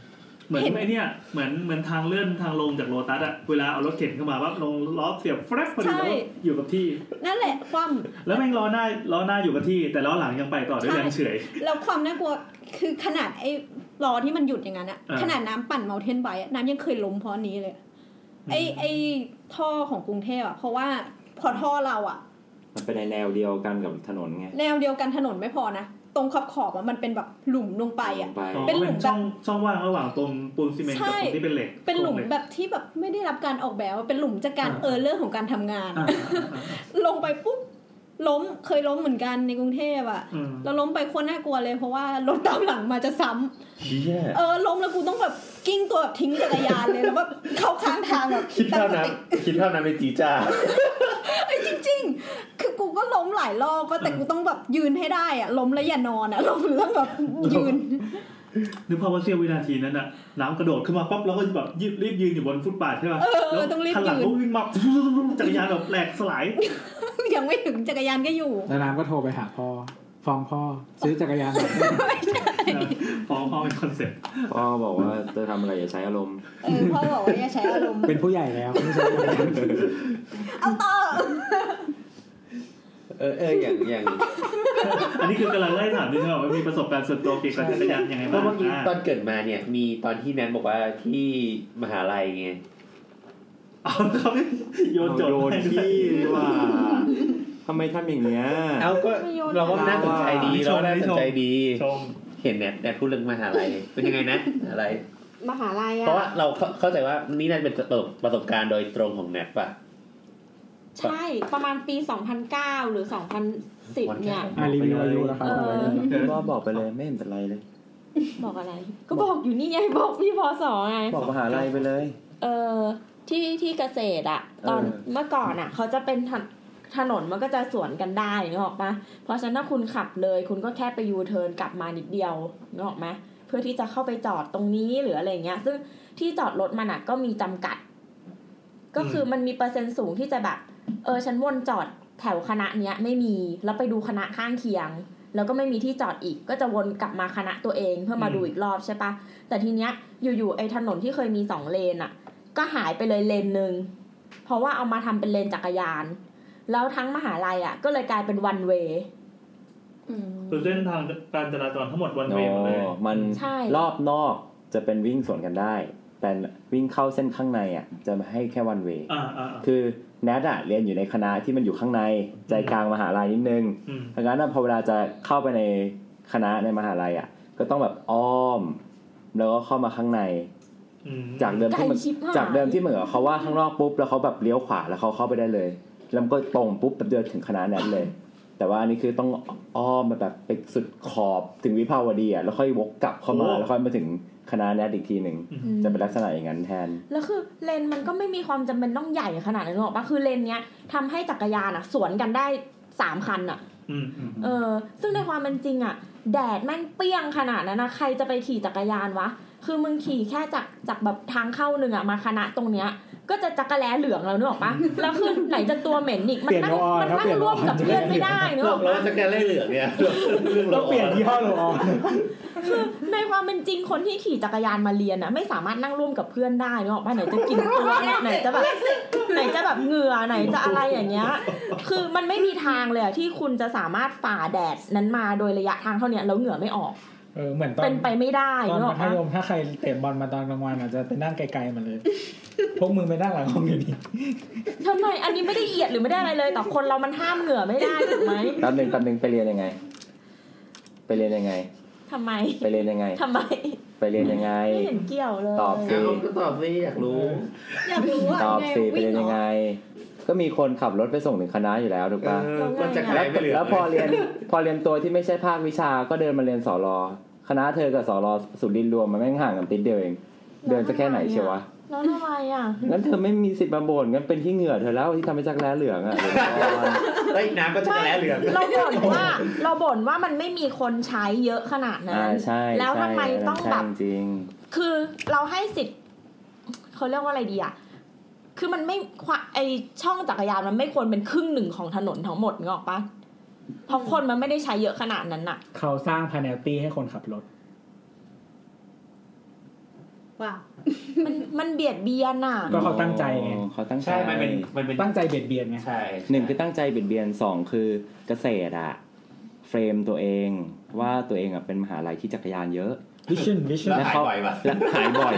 [SPEAKER 4] เหมือน
[SPEAKER 2] เห็น
[SPEAKER 4] ไอ้เนี่ยเหมือนเหมือนทางเลื่อนทางลงจากโลตัสอะเวลาเอารถเข็นเข้ามาปั๊บลงล้อเสียบแฟลชพอดีแล้วอยู่กับที่
[SPEAKER 2] นั่นแหละความ
[SPEAKER 4] แล้วแม่งล้อหน้าล้อหน้าอยู่กับที่ แต่ล้อหลังยังไปต่อด้วย
[SPEAKER 2] ใช่
[SPEAKER 4] แรงเฉอย
[SPEAKER 2] แล้วความน่ากลัวคือขนาดไอ้ล้อที่มันหยุดอย่างนั้นอะ
[SPEAKER 4] อ่า
[SPEAKER 2] ขนาดน้ำปั่นเมาเทนไบน้ำยังเคยล้มเพราะอันนี้เลย ไอ้ไอ้ท่อของกรุงเทพอะเพราะว่าพอท่อเราอะ
[SPEAKER 5] มันเป็นในแนวเดียวกันกับถนนไง
[SPEAKER 2] แนวเดียวกันถนนไม่พอนะตรงขอบขอบๆอะมันเป็นแบบหลุมลงไปอะ
[SPEAKER 5] ไป
[SPEAKER 4] อ๋อ
[SPEAKER 2] เป็นหลุม
[SPEAKER 4] เป็นช่องช่องว่างระหว่างตรงปูนซีเมนต์กับ
[SPEAKER 2] ใช่
[SPEAKER 4] ตรงที่เป็นเหล็ก
[SPEAKER 2] เป็นหลุม
[SPEAKER 4] โครงก
[SPEAKER 2] แบบที่แบบไม่ได้รับการออกแบบว่าเป็นหลุมจากการ
[SPEAKER 4] อ่า
[SPEAKER 2] เออร์เลอร์ของการทำงาน
[SPEAKER 4] อ่าอ่าอ่า
[SPEAKER 2] ลงไปปุ๊บล้มเคยล้มเหมือนกันในกรุงเทพอะ
[SPEAKER 4] อืม
[SPEAKER 2] เราล้มไปคนน่ากลัวเลยเพราะว่ารถตามหลังมาจะซ้ำ
[SPEAKER 3] เชี่ย
[SPEAKER 2] เออล้มแล้วกูต้องแบบกิ้งตัวแบบทิ้งจักรยานเลยแล้วแบบเข้าข้างทางแบบ
[SPEAKER 3] คิด
[SPEAKER 2] ตั้
[SPEAKER 3] เท่าง
[SPEAKER 2] ส
[SPEAKER 3] นั้น
[SPEAKER 2] ติ
[SPEAKER 3] คิดเท่านั้นเป็นจีจ้า
[SPEAKER 2] เอ้ยจริง ๆ คือกูก็ล้มหลายรอบว่าแต่กูต้องแบบยืนให้ได้อะล้มแล้วอย่านอนอะล้มแล้วแบบยืน
[SPEAKER 4] นึกภาพว่าเสี้ยววินาทีนั้นอะน้ำกระโดดขึ้นมาปั๊บแล้วก็แบบยิบรีบยืนอยู่บนฟุตบาทใช่ป่ะ
[SPEAKER 2] เออเอ
[SPEAKER 4] แล้
[SPEAKER 2] อ
[SPEAKER 4] ว
[SPEAKER 2] ต้องรีบ
[SPEAKER 4] คันหลัง
[SPEAKER 2] ยืน
[SPEAKER 4] ก็วิ่งมาจักรยานแบบแหลกสลาย
[SPEAKER 2] ยังไม่ถึงจักรยานก็อยู่
[SPEAKER 1] แล้วน้ำก็โทรไปหาพ่อฟ้องพ่อ ซื้อจักรยาน หน่อย
[SPEAKER 4] ฟ้องพ่อเป็นคอนเซ็ปต์
[SPEAKER 5] พ่อบอกว่าจะทำอะไรอย่าใช้อารมณ์
[SPEAKER 2] เออพ่อบอกว่าอย่าใช้อารมณ์
[SPEAKER 1] เป็นผู้ใหญ่แล้วไม่ใช่เด็ก
[SPEAKER 2] เอาต่อ
[SPEAKER 3] เออเอออย่างอย่าง
[SPEAKER 4] อันนี้คือกำลังไล่ถามด้วยว่ามีประสบการณ์ส่วนตัวเกี่ยวกับจักรยานยังไง
[SPEAKER 3] เพ
[SPEAKER 4] บ้า
[SPEAKER 3] ราะ
[SPEAKER 4] ง
[SPEAKER 3] เมื่อกี้
[SPEAKER 4] อ่ะ
[SPEAKER 3] ตอนเกิดมาเนี่ย มีตอนที่แนนบอกว่าที่มหาลัยไง
[SPEAKER 4] เอาเขาไม่โยนโจทย์
[SPEAKER 5] โยน
[SPEAKER 4] ให้ด้วย
[SPEAKER 5] ที่ว่าทำไมทำอย่างเงี้ย
[SPEAKER 3] เอาก็เราว่าน่าสนใจดี
[SPEAKER 4] ไม่โยน
[SPEAKER 3] เราว่า
[SPEAKER 4] นะ
[SPEAKER 3] น่าสนใจดี
[SPEAKER 4] ชม
[SPEAKER 3] เห็นแนนแนนพูดเรื่องมหาลัยเป็นยังไงนะมหาลัย
[SPEAKER 8] มหาลัย
[SPEAKER 3] เพ
[SPEAKER 8] อะ
[SPEAKER 3] ราะว่าเราเข้าเข้าใจว่านี่น่าจะเป็นประสบการณ์โดยตรงของแนทป่ะ
[SPEAKER 8] ใช่ประมาณปี 2009 หรือ 2010 เนี่ย
[SPEAKER 1] อ่ะรีวิวอายุแล้วครับ
[SPEAKER 8] เออ
[SPEAKER 5] ก็บอกไปเลยไม่เห็นเป็นไรเลย
[SPEAKER 8] บอกอะไร ก็บอกอยู่นี่ไง บอกพี่พอสองไง
[SPEAKER 5] บอกมหาลัยไปเลย
[SPEAKER 8] เออที่ที่เกษตรอะตอน
[SPEAKER 5] เออ
[SPEAKER 8] เมื่อก่อนอะเขาจะเป็นถนถนนมันก็จะสวนกันได้นึกออกปะเพราะฉะนั้นถ้าคุณขับเลย คุณก็แค่ไปยูเทิร์นกลับมานิดเดียวนึกออกไหมเพื่อที่จะเข้าไปจอดตรงนี้หรืออะไรเงี้ย ซึ่งที่จอดรถมันอะก็มีจำกัด ก็คือมันมีเปอร์เซ็นต์สูงที่จะแบบ เออฉันวนจอดแถวคณะเนี้ยไม่มีแล้วไปดูคณะข้างเคียง แล้วก็ไม่มีที่จอดอีก ก็จะวนกลับมาคณะตัวเองเพื่อมาดูอีกรอบใช่ปะแต่ทีเนี้ยอยู่ๆไอ้ถนนที่เคยมีสองเลนอะ ก็หายไปเลยเลนหนึ่ง เพราะว่าเอามาทำเป็นเลนจักรยาน แล้วทั้งมหาลัยอ่ะ ก็เลยกลายเป็นวันเว
[SPEAKER 2] อืม
[SPEAKER 4] คือเส้นทางการจราจรทั้งหมดวันเวย์หมดเลย
[SPEAKER 5] อ๋อมัน
[SPEAKER 8] ใช่
[SPEAKER 5] รอบนอกจะเป็นวิ่งสวนกันได้ แต่วิ่งเข้าเส้นข้างในอ่ะจะให้แค่วันเว
[SPEAKER 4] อ่าอ่าอ่า
[SPEAKER 5] คือแนทอะเรียนอยู่ในคณะที่มันอยู่ข้างในใจกลางมหาลัยนิดนึง
[SPEAKER 4] อืม
[SPEAKER 5] ดังนั้นอะพอเวลาจะเข้าไปในคณะในมหาลัยอ่ะ ก็ต้องแบบอ้อม แล้วก็เข้ามาข้างใน
[SPEAKER 4] อืม
[SPEAKER 5] จากเดิมที่มัน
[SPEAKER 8] ไกลชิบหาย
[SPEAKER 5] จากเดิมที่เหมือนกับเขาว่าข้างนอกปุ๊บแล้วเขาแบบเลี้ยวขวาแล้วเขาเข้าไปได้เลยแล้วมันก็ตรงปุ๊บแบบเดินถึงคณะแนทเลย แต่ว่าอันนี้คือต้องอ้อมมาแบบไปสุดขอบถึงวิภาวดีอ่ะแล้วค่อยวกกลับเข้ามาแล้วค่อยมาถึงคณะแนทอีกทีหนึ่งจะเป็นลักษณะอย่างนั้นแทน
[SPEAKER 8] แล้วคือเลนมันก็ไม่มีความจำเป็นต้องใหญ่ขนาดนั้นหรอกปะคือเลนเนี้ยทำให้จักรยานอ่ะ สวนกันได้สามคันอ่ะ
[SPEAKER 4] อืมอืม
[SPEAKER 8] เออ ซึ่งในความเป็นจริงอ่ะ แดดแม่งเปรี้ยงขนาดนั้นนะใครจะไปขี่จักรยานวะ คือมึงขี่แค่จากจากแบบทางเข้าหนึ่งอ่ะมาคณะตรงเนี้ย ก็จะจักรแลเหลืองแล้วนึกออกปะแล้วคือไหนจะตัวเหม็นอีกมัน
[SPEAKER 1] เปลี่ยน
[SPEAKER 8] นั่
[SPEAKER 1] โล
[SPEAKER 8] ง
[SPEAKER 1] ออ
[SPEAKER 8] มัน
[SPEAKER 1] ถ้า
[SPEAKER 8] นั่
[SPEAKER 1] เปลี่
[SPEAKER 8] ง
[SPEAKER 1] ยนโล
[SPEAKER 8] ร่ว
[SPEAKER 1] ออน
[SPEAKER 8] มกับเพื่อนไม่ได้นึกออก
[SPEAKER 3] เรา
[SPEAKER 8] ปะ
[SPEAKER 3] จะแก้เล่เหลืองเนี่ยเรื่อง
[SPEAKER 1] ต้
[SPEAKER 3] เรา
[SPEAKER 1] องเปลี่ยนยี่ห้อโลออน
[SPEAKER 8] คือในความเป็นจริงคนที่ขี่จักรยานมาเรียนน่ะไม่สามารถนั่งร่วมกับเพื่อนได้เนกออกปะไหนจะกินตัวเนี่ยไหนจะแบบไหนจะแบบเหงื่อไหนจะอะไรอย่างเงี้ย คือมันไม่มีทางเลยอะที่คุณจะสามารถฝ่าแดดนั้นมาโดยระยะทางเท่าเนี้ยแล้วเหงื่อไม่ออก
[SPEAKER 1] เออเหมือนตอ
[SPEAKER 8] เป็น นไปไม่ได้
[SPEAKER 1] ตอน
[SPEAKER 8] เนกอ
[SPEAKER 1] มั
[SPEAKER 8] อก
[SPEAKER 1] ธ
[SPEAKER 8] ปะ
[SPEAKER 1] ยมถ้าใครเตะบอลมาตอนกลางวันอาจจะไปนั่งไกลๆมาเลย พวกมึงไปนั่งหลังห้องเดี๋ยวนี้
[SPEAKER 8] ทำไมอันนี้ไม่ได้เอียดหรือไม่ได้อะไรเลย แต่คนเรามันห้ามเหงื่อไม่ได้ถูกไหม
[SPEAKER 5] แป๊บหนึ่งแป๊บหนึ่งไปเรียนยังไง ไปเรียนยังไง
[SPEAKER 8] ทำไม
[SPEAKER 5] ไปเรียนยังไง
[SPEAKER 8] ทำไม
[SPEAKER 5] ไปเรียนยังไง
[SPEAKER 8] ไม่เห็นเกี่ยวเลย
[SPEAKER 5] ตอบสิ
[SPEAKER 3] ก็ตอบสิอยากรู้
[SPEAKER 2] อยากรู้ว่า
[SPEAKER 5] ตอบ
[SPEAKER 2] ไง
[SPEAKER 5] สิไป
[SPEAKER 2] วิ่
[SPEAKER 5] เรียน
[SPEAKER 2] หร
[SPEAKER 5] ยัง
[SPEAKER 2] อ
[SPEAKER 5] ไง ก็มีคนขับรถไปส่งถึงคณะอยู่แล้วถูกปะ
[SPEAKER 3] ก็
[SPEAKER 8] แล้วไง
[SPEAKER 3] จักร
[SPEAKER 8] อะ
[SPEAKER 3] ยาน
[SPEAKER 5] แล้ว
[SPEAKER 3] ไม่เหลือ
[SPEAKER 5] แล้วพอเรียนพอเรียนตัวที่ไม่ใช่ภาควิชาก็เดินมาเรียนสอรอคณะเธอกับสอรอสุดดินรวมมันแม่งห่างกันติดเดียวเอง เดินจะแค่ไหนเชียววะ
[SPEAKER 8] แล้วทำไมอ่ะ
[SPEAKER 5] งั้นเธอไม่มีสิทธิ์มาบ่นงั้นเป็นที่เหงื่อเธอแล้วที่ทำให้จักรแร้เหลือง อ่ะ
[SPEAKER 3] เฮ้ยน้ำก็จักรแล้เหลือง
[SPEAKER 8] เราบ่นว่าเราบ่นว่ามันไม่มีคนใช้เยอะขนาดนั้
[SPEAKER 5] อ่าน ใช่
[SPEAKER 8] แล้ว
[SPEAKER 5] ใช่
[SPEAKER 8] ทำไมต้องแบบ
[SPEAKER 5] ใช่จริง
[SPEAKER 8] คือเราให้สิทธิ์เขาเรียกว่าอะไรดีอะคือมันไม่ควะไอช่องจักรยานมันไม่ควรเป็นครึ่งหนึ่งของถนนทั้งหมดงออกปะเพราะคนมันไม่ได้ใช้เยอะขนาดนั้นน่ะ
[SPEAKER 1] เขาสร้างพาเนลตี้ให้คนขับรถ
[SPEAKER 2] ว้าว
[SPEAKER 8] มันมันเบียดเบียนน่ะ
[SPEAKER 1] ก็เขาตั้งใจไง
[SPEAKER 5] เขาตั้งใจ
[SPEAKER 3] ใช่มันเป็นมันเป็น
[SPEAKER 1] ตั้งใจเบียดเบียนไง
[SPEAKER 3] ใช่
[SPEAKER 5] หนึ่งคือตั้งใจเบียดเบียนสองคือเกษตรอะเฟรมตัวเองว่าตัวเองอะเป็นมหาลัยที่จักรยานเยอะ
[SPEAKER 1] วิชั่นวิชั่น
[SPEAKER 3] แล้วหายบ่อยป่ะ
[SPEAKER 5] และหายบ่อย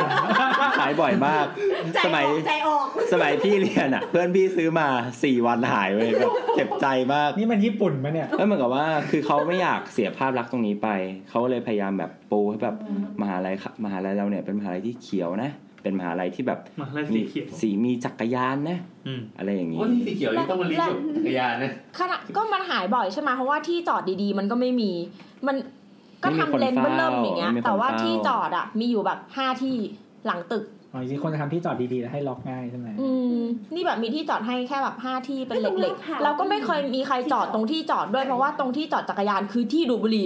[SPEAKER 5] หายบ่อยมาก
[SPEAKER 2] ใจ
[SPEAKER 5] ส
[SPEAKER 2] อ
[SPEAKER 5] มัย
[SPEAKER 2] อกใจออก
[SPEAKER 5] สมัยพี่เรียนอ่ะ เพื่อนพี่ซื้อมาสี่วันหายเว้ยแบบเจ็บใจมาก
[SPEAKER 1] นี่มันญี่ปุ่นมะเนี่ย
[SPEAKER 5] แล้วเหมือนกับว่าคือเขาไม่อยากเสียภาพลักษณ์ตรงนี้ไป เขาเลยพยายามแบบปูให้แบบมหาลัยค่ะมหาลัยเราเนี่ยเป็นมหาลัยที่เขียวนะ เป็นมหาลัยที่แบบ
[SPEAKER 4] มาไล่
[SPEAKER 5] มี
[SPEAKER 4] สีเขียว
[SPEAKER 5] สีมีจักรยานนะ
[SPEAKER 4] อืม
[SPEAKER 5] อะไรอย่างนี้
[SPEAKER 3] โอ้ที่สีเขียวนี่ต้องมาลิ้นจักรยานนะ
[SPEAKER 8] ขนาดก็มันหายบ่อยใช่ไหมเพราะว่าที่จอดดีๆ มันก็ไม่มี มันก็ทำเลนเบิ่มเริ่มอย่างเงี้ย แต่ว่าที่จอดอะมีอยู่แบบห้าที่หลังตึก
[SPEAKER 1] อ๋อจริงๆคนจะทำที่จอดดีๆแล้วให้ล็อกง่ายใช่ไหม
[SPEAKER 8] อืมนี่แบบมีที่จอดให้แค่แบบห้าที่เป็นเหล็กๆ เราก็ไม่เคยมีใครจอดตรงที่จอดด้วยเพราะว่าตรงที่จอดจักรยานคือที่ดูดบุหรี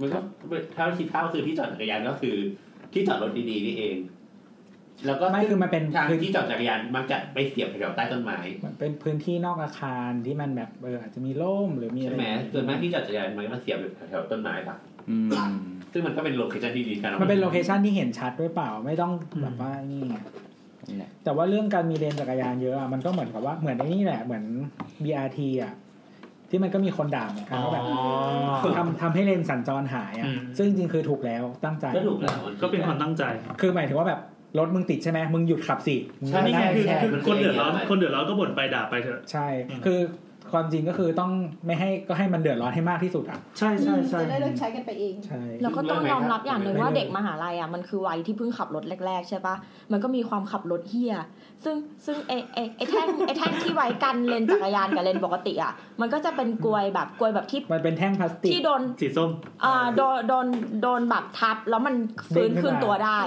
[SPEAKER 3] มันก็ถ้าคิดเท่าคือที่จอดจักรยานก็คือ ที่จอดรถดีๆนี่เอง แล้วก็
[SPEAKER 1] ไม่คือมันเป็น
[SPEAKER 3] ทาง
[SPEAKER 1] พื้น
[SPEAKER 3] ที่จอดจักรยานมักจะไปเสียบแถวใต้ต้นไม้
[SPEAKER 1] มันเป็นพื้นที่นอกอาคารที่มันแบบเอออาจจะมีร่มหรือมีอะ
[SPEAKER 3] ใช่
[SPEAKER 1] ไร
[SPEAKER 3] ไหมส่วนมากที่จอดจักรยานมักจะเสียบแถวๆต้นไม้ปะ
[SPEAKER 6] อืม
[SPEAKER 3] ซึ่งมันก็เป็นโลเคชั่นที่ดีกัน
[SPEAKER 1] มันเป็นโลเคชันที่เห็นชัดด้วยเปล่าไม่ต้องแบบว่านี่ไง
[SPEAKER 6] นั่นแหละ
[SPEAKER 1] แต่ว่าเรื่องการมีเลนจักรยานเยอะอะมันก็เหมือนกับว่าเหมือนไอ้นี่แหละเหมือน BRT อ่ะที่มันก็มีคนด่าเหมือนกันว่าแบบ
[SPEAKER 4] อ๋อ
[SPEAKER 1] ทำทำให้เลนสัญจรหาย
[SPEAKER 4] อื
[SPEAKER 1] อ่ะ
[SPEAKER 4] ม
[SPEAKER 1] ซึ่งจริงๆคือถูกแล้วตั้งใจ
[SPEAKER 3] ก็ถูกแล้ว
[SPEAKER 4] ก็เป็นความตั้งใจ
[SPEAKER 1] คือหมายถึงว่าแบบรถมึงติดใช่ไหมมึงหยุดขับสิ
[SPEAKER 3] ใช่
[SPEAKER 1] มึ
[SPEAKER 3] นี่
[SPEAKER 1] ง
[SPEAKER 3] ไง
[SPEAKER 1] นั่ง
[SPEAKER 3] คือ
[SPEAKER 1] แช่
[SPEAKER 3] คือ
[SPEAKER 4] คนเดือดร้อนคนเดือดร้อนก็บ่นไปด่าไปเถอะ
[SPEAKER 1] ใช่
[SPEAKER 4] อืม
[SPEAKER 1] คือความจริงก็คือต้องไม่ให้ก็ให้มันเดือดร้อนให้มากที่สุดอ่ะ
[SPEAKER 4] ใช่ใช่ใช่
[SPEAKER 2] จะได้เลิกใช้กันไปเอง
[SPEAKER 1] ใช่
[SPEAKER 8] เราก็ต้องยอมรับอย่างหนึ่งว่าเด็กมหาลัยอ่ะมันคือวัยที่เพิ่งขับรถแรกๆใช่ปะมันก็มีความขับรถเฮียซึ่งซึ่งไอไอไอแท่งไอแท่งที่ไว้กันเลนจักรยานกับเลนปกติอ่ะมันก็จะเป็นกลวยแบบกลวยแบบที่
[SPEAKER 1] มันเป็นแท่งพลาสติก
[SPEAKER 8] ที่โดน
[SPEAKER 4] สีส้ม
[SPEAKER 8] อ่าโดนโดนโดนแบบทับแล้วมันฟื้น
[SPEAKER 1] เด้งขึ้
[SPEAKER 8] ขึ้
[SPEAKER 1] น
[SPEAKER 8] น
[SPEAKER 1] มา
[SPEAKER 8] ตัวได้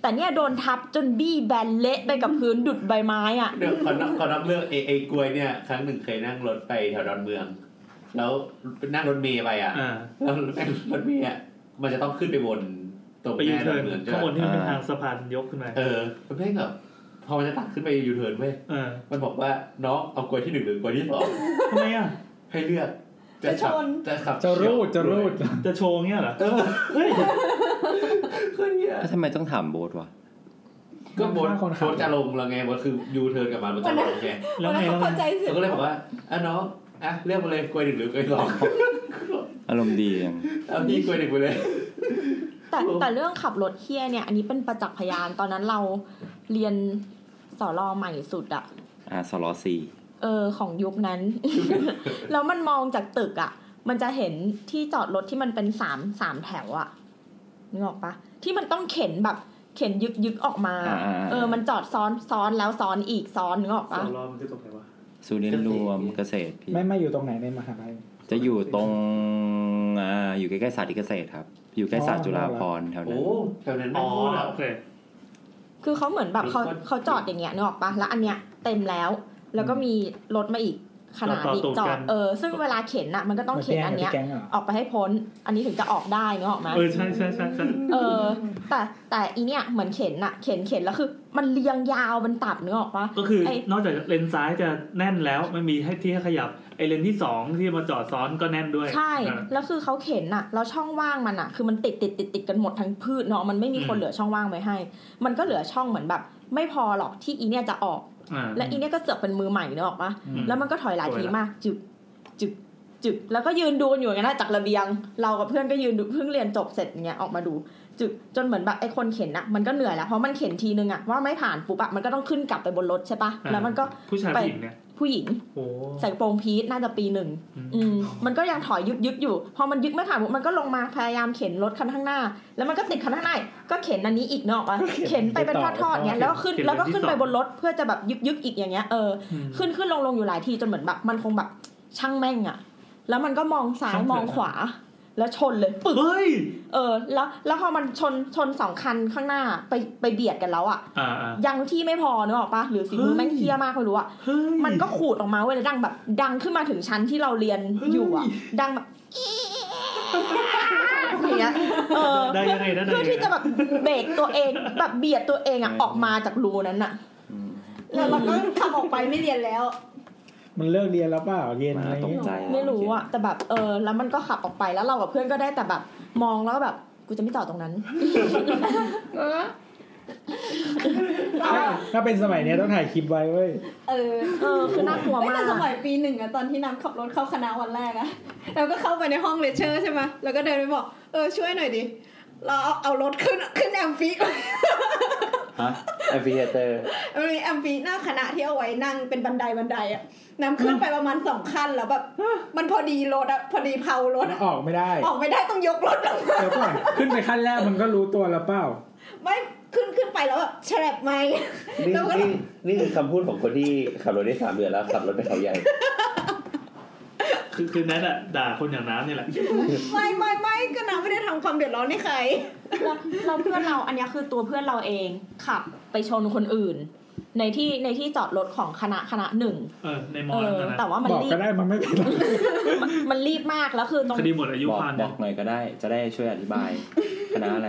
[SPEAKER 8] แต่เนี่ยโดนทับจนบี้แบนเละไปกับพื้นดุดใบไม้อ่ะ
[SPEAKER 3] เดี๋ยวขอนับขอนับเรื่องเอไอกลวยเนี่ย ครั้งหนึ่งเคยนั่งรถไปแถวดอนเมือง แล้วนั่งรถเมย์ไปอ่ะ
[SPEAKER 4] อ่า
[SPEAKER 3] แล้วแม่งรถเมล์อ่ะมันจะต้องขึ้นไปบนตรง
[SPEAKER 4] ไป
[SPEAKER 3] ห
[SPEAKER 4] ยู
[SPEAKER 3] น้าดอ
[SPEAKER 4] เทิ
[SPEAKER 3] น
[SPEAKER 4] ร์น
[SPEAKER 3] เมืองใช่
[SPEAKER 4] ข้างบ
[SPEAKER 3] ปะ
[SPEAKER 4] นที่มันเป็นทางสะพานยกขึ้นมา
[SPEAKER 3] เออมันแม่งแบบพอมันจะตัดขึ้นไปยูเทิร์นเว้ย
[SPEAKER 4] เออ
[SPEAKER 3] มันบอกว่าน้องเอากลวยที่หนึ่งหรือกลวยที่สอง
[SPEAKER 4] ทำไมอ่ะ
[SPEAKER 3] ให้เลือก
[SPEAKER 2] จะช
[SPEAKER 3] ขับ
[SPEAKER 2] น
[SPEAKER 3] จะขับ
[SPEAKER 1] จะรูดจะรูด
[SPEAKER 4] จะโชว์เงี้ยเหรอ
[SPEAKER 3] เออ
[SPEAKER 4] เฮ้ย
[SPEAKER 3] ก็เนี่ย
[SPEAKER 6] แล้วทำไมต้องถามโบสวะ
[SPEAKER 3] ก็บน
[SPEAKER 1] ข้างคน
[SPEAKER 3] บ
[SPEAKER 1] ขับ
[SPEAKER 3] นจะลงแล้วไงบนคือยูเทิร์นกลับมาบนจะลงไง
[SPEAKER 4] แล้วไง
[SPEAKER 2] เขา
[SPEAKER 4] แล้วไง
[SPEAKER 2] เข้าใจเสร็จ
[SPEAKER 3] เราก็เลยบอกว่าอ่ะน้องอ่ะเลือกมาเลยกลวยหนึ่งหรือกลวยสอง
[SPEAKER 6] อารมณ์ดีจัง
[SPEAKER 3] เอาพี่กลวยหนึ่งไปเลย
[SPEAKER 8] แต่
[SPEAKER 3] โอ้
[SPEAKER 8] แต่เรื่องขับรถเฮี้ยเนี่ยอันนี้เป็นประจักษ์พยานตอนนั้นเราเรียนสอรอใหม่สุดอะ
[SPEAKER 6] อ่าสลอซี
[SPEAKER 8] เออของยุคนั้น แล้วมันมองจากตึกอะ่ะ มันจะเห็นที่จอดรถที่มันเป็นสามสามแถวอะ่ะนึกออกปะที่มันต้องเข็นแบบเข็นยึกยึกๆออกมา เออ มันจอดซ้อนซ้อนแล้วซ้อนอีกซ้อนนึกออก
[SPEAKER 4] ส
[SPEAKER 8] ปะ
[SPEAKER 4] อรอมันคือตรงไหนวะ
[SPEAKER 6] สุรินทร์รวมเกษตรพี่
[SPEAKER 1] ไม่ไม่อยู่ตรงไหนในมหาลัย
[SPEAKER 6] จะอยู่ตรงอ่าอยู่ใกล้ๆศาสตร์เกษตรครับ อยู่ใกล้ศาสตร์จุฬาภรณ์แถว
[SPEAKER 3] โอ้
[SPEAKER 6] นั้น
[SPEAKER 3] แถวนั้น
[SPEAKER 4] อ๋
[SPEAKER 3] ไม่
[SPEAKER 4] อ
[SPEAKER 3] พูดอ่ะ
[SPEAKER 4] โอเค
[SPEAKER 8] คือเขาเหมือนแบบเขาเขาจอดอย่างเงี้ยนึกออกปะแล้วอันเนี้ยเต็มแล้ว แล้วก็มีรถมาอีกขนาดอีก
[SPEAKER 4] จอดต่อตูด
[SPEAKER 8] จอ
[SPEAKER 4] กั
[SPEAKER 8] ด
[SPEAKER 4] น
[SPEAKER 8] เออซึ่งเวลาเข็นอ่ะมันก็ต้องเข็นอันเนี้ย
[SPEAKER 1] เหมือนพี่แกงเหรอ
[SPEAKER 8] ออกไปให้พ้น อันนี้ถึงจะออกได้นึกออกไหม
[SPEAKER 4] เออใช่ใช่ใช่ใช่
[SPEAKER 8] เออแต่แต่อีเนี่ยเหมือนเข็นอะเข็นเข็นแล้วคือ มันเรียงยาวเป็นตับเนื้อออกปะ
[SPEAKER 4] ก็คือ
[SPEAKER 8] ไอ้
[SPEAKER 4] นอกจากเลนซ้ายจะแน่นแล้วไม่มีให้ที่ให้ขยับไอเลนที่สองที่มาจอดซ้อนก็แน่นด้วย
[SPEAKER 8] ใช่
[SPEAKER 4] อ่ะ
[SPEAKER 8] แล้วคือเขาเข็นอะแล้วช่องว่างมันอะคือมันติดติดติดติดกันหมดทั้งพืชเนาะมันไม่มีคนเหลือช่องว่างไว้ให้ มันก็เหลือช่องเหมือนแบบ ไม่พอหรอกที่อีเนี่ยจะออก
[SPEAKER 4] อ่า
[SPEAKER 8] และอีเนี่ยก็เสือกเป็นมือใหม่เนื้อออกปะ
[SPEAKER 4] อืม
[SPEAKER 8] แล้วมันก็ถอยหลายทีมากจึบจึบจึบแล้วก็ยืนดูกันอยู่อย่างนั้นอะจากระเบียง เรากับเพื่อนก็ยืนดูเพิ่งเรียนจบเสร็จอย่างเงี้ยออกมาดูจึบจนเหมือนแบบไอ้คนเข็นอะมันก็เหนื่อยแล้วเพราะมันเข็นทีนึงอะว่าไม่ผ่านปุ๊บอะมันก็ต้องขึ้นกลับไปบนรถใช่ปะแล้วมันก็
[SPEAKER 4] ผู้ชาย
[SPEAKER 8] ไป
[SPEAKER 4] ผู้หญิงเนี่ย
[SPEAKER 8] ผู้หญิง
[SPEAKER 4] โอ้
[SPEAKER 8] ใส่กระโปรงพีทน่าจะปีหนึ่งอืมมันก็ยังถอยยึกยึกอยู่ พอมันยึกไม่ผ่านปุ๊บมันก็ลงมาพยายามเข็นรถคันข้างหน้า แล้วมันก็ติดคันข้างหน้าอีกก็เข็นอันนี้อีกเนาะปะเข็นไปเป็นทอดๆเนี้ยแล้วก็ขึ้นแล้วก็ขึ้นไปบนรถเพื่อจะแบบยึกยึกอีกอย่างเงี้ยเออ
[SPEAKER 4] อืม
[SPEAKER 8] ขึ้นขึ้นลงลงอยู่หลายทีจนเหมือนแบบมันคงแบบช่างแม่งอะแล้วมันก็มองซ้าย
[SPEAKER 4] ช่างเถอะ
[SPEAKER 8] มองขวา แล้วชนเลยปึก
[SPEAKER 4] เฮ้ย
[SPEAKER 8] เออ แล้วแล้วพอมันชนชนสองคันข้างหน้าไปไปเบียดกันแล้วอะ
[SPEAKER 4] อ่าอ่า
[SPEAKER 8] ยังที่ไม่พอเนกอะปะหรือฝีมือ
[SPEAKER 4] เฮ้ย
[SPEAKER 8] แม่งเฮี้ยมากไม่รู้อะ
[SPEAKER 4] เฮ้ย
[SPEAKER 8] มันก็ขูดออกมาเว้ยแล้วดังแบบ ดังขึ้นมาถึงชั้นที่เราเรียน
[SPEAKER 4] เฮ้ย
[SPEAKER 8] อยู่อะดังแบบ อย่างเงี้ยเออ
[SPEAKER 4] ได้
[SPEAKER 8] เพื่อ
[SPEAKER 4] ยังไงนะได้
[SPEAKER 8] เพื่อ
[SPEAKER 4] ยังไง
[SPEAKER 8] ที่จะ
[SPEAKER 4] นะ
[SPEAKER 8] แบบเบรกตัวเองแบบเบียดตัวเองอะออกมาจากรูนั้นอะ
[SPEAKER 2] แล้วเราก็ขับออกไปไม่เรียนแล้ว
[SPEAKER 1] มันเลิกเรียนแล้วเปล่าเรียน
[SPEAKER 6] มา
[SPEAKER 1] อะไร
[SPEAKER 6] ตก
[SPEAKER 1] เงี้ย
[SPEAKER 6] ใจ
[SPEAKER 8] ไม่รู้อะแต่แบบเออ แล้วมันก็ขับออกไปแล้วเรากับเพื่อนก็ได้แต่แบบมองแล้วก็แบบกูจะไม่จอดตรงนั้น
[SPEAKER 1] ถ้าเป็นสมัยเนี้ยต้องถ่ายคลิปไว้เว้ย
[SPEAKER 2] เออ
[SPEAKER 8] เออคือน่ากลัว
[SPEAKER 2] เอ้ย
[SPEAKER 8] มา
[SPEAKER 2] แต่
[SPEAKER 8] ก
[SPEAKER 2] สมัยปีหนึ่งอะตอนที่น้ำขับรถเข้าคณะวันแรกอะเราก็เข้าไปในห้องเลคเชอร์ใช่ไหมแล้วก็เดินไปบอก เออช่วยหน่อยดิ เราเอาเอารถขึ้นขึ้นแอมฟี
[SPEAKER 3] ฮะแอปพลิเคเตอร์
[SPEAKER 2] มันมีแอมฟีหน้าคณะที่เอาไว้นั่งเป็นบันไดบันไดอะน้ำขึ้นไปประมาณสองขั้นแล้วแบบมันพอดีรถอะพอดีเพรารถอะ
[SPEAKER 1] ออกไม่ได้
[SPEAKER 2] ออกไม่ได้ต้องยกรถลงมา
[SPEAKER 1] เดี๋ยวก่อนขึ้นไปขั้นแรกมันก็รู้ตัวแล้วเปล่า
[SPEAKER 2] ไม่ขึ้นขึ้นไปแล้วแบบแฉลบไหม
[SPEAKER 3] นี่
[SPEAKER 2] เราก็
[SPEAKER 3] นี่นี่คือคำพูดของคนที่ขับรถได้สามเดือนแล้วขับรถไปเขาใหญ่
[SPEAKER 4] คือคือแนทอะด่าคนอย่างน้ำ นี่แหละ
[SPEAKER 2] ไม่ไม่ไม่ก็น้ำไม่ได้ทำความเดือดร้อนให้ใคร
[SPEAKER 8] เราเพื่อนเราอันเนี้ยคือตัวเพื่อนเราเองขับไปชนคนอื่น ในที่ในที่จอดรถของคณะคณะหนึ่ง
[SPEAKER 4] เออในม
[SPEAKER 8] เอ
[SPEAKER 4] อญ
[SPEAKER 8] อ
[SPEAKER 4] นะนะ
[SPEAKER 8] แต่ว่ามัน
[SPEAKER 1] บอก
[SPEAKER 8] รี
[SPEAKER 1] ก็
[SPEAKER 8] บ
[SPEAKER 1] ได้มันไม่เป็นไร
[SPEAKER 8] มันมันรีบมากแล้วคือตรง
[SPEAKER 4] คดีหมดอายุ
[SPEAKER 7] บอก
[SPEAKER 4] ความ
[SPEAKER 7] บอกหน่อยก็ได้ จะได้ช่วยอธิ บาย คณะอะไร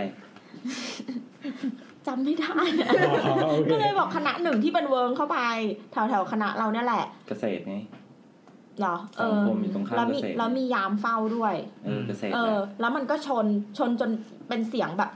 [SPEAKER 8] จำไม่ได้
[SPEAKER 1] อ๋อโอเค
[SPEAKER 8] ก็เลยบอกคณะหนึ่งที่เป็นเวิร์งเข้าไปแถวแถวๆคณะเราเนี่ยแหละ
[SPEAKER 7] เกษตรไง
[SPEAKER 8] เหรอ เออ
[SPEAKER 7] สังคมอยู่ตรงข้าม
[SPEAKER 8] แล้วมี
[SPEAKER 7] เกษตร
[SPEAKER 8] แล้วมียามเฝ้าด้วย
[SPEAKER 7] เออเกษตร
[SPEAKER 8] เอ
[SPEAKER 7] แห
[SPEAKER 8] อ
[SPEAKER 7] ละ
[SPEAKER 8] แล้วมันก็ชนชนจนเป็นเสียงแบบ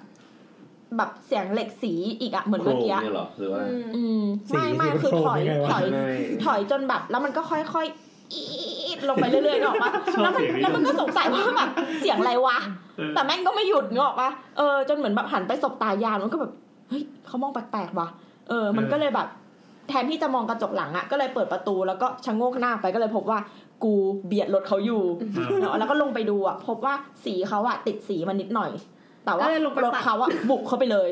[SPEAKER 8] แบบเสียงเหล็กสีอีกอะเหมือน
[SPEAKER 3] โคร
[SPEAKER 8] เมื่อง กี้
[SPEAKER 3] เนี่ยเหรอหรือว่า
[SPEAKER 8] อืม
[SPEAKER 1] สี
[SPEAKER 8] ไม่ไม่
[SPEAKER 1] สีมัน
[SPEAKER 8] คือ
[SPEAKER 1] โครง
[SPEAKER 8] ถอย
[SPEAKER 1] ยังไงวะ
[SPEAKER 8] ถอย
[SPEAKER 3] ไม่
[SPEAKER 8] ถอยจนแบบ แล้วมันก็ค่อยๆอีดลงไปเรื่อยๆเนกออกปะแล้วมันแล้วมันก็สงสัยว่าแบบเสียงอะไรวะ
[SPEAKER 4] เออ
[SPEAKER 8] แต่แม่งก็ไม่หยุดเนกออกปะเออจนเหมือนแบบหันไปสบตายามมันก็แบบเฮ้ยเขามองแปลกๆว่ะเออ มันก็เลยแบบ แทนที่จะมองกระจกหลังอะก็เลยเปิดประตูแล้วก็ชะโงกหน้าไปก็เลยพบว่ากูเบียดรถเขาอยู่ เนาะแล้วก็ลงไปดูอ่ะ พบว่าสีเขาอ่ะติดสีมันนิดหน่อย แต่ว่า
[SPEAKER 2] ก็เลยลงไปปัด
[SPEAKER 8] รถเขาอ่ะบุกเข้าไปเลย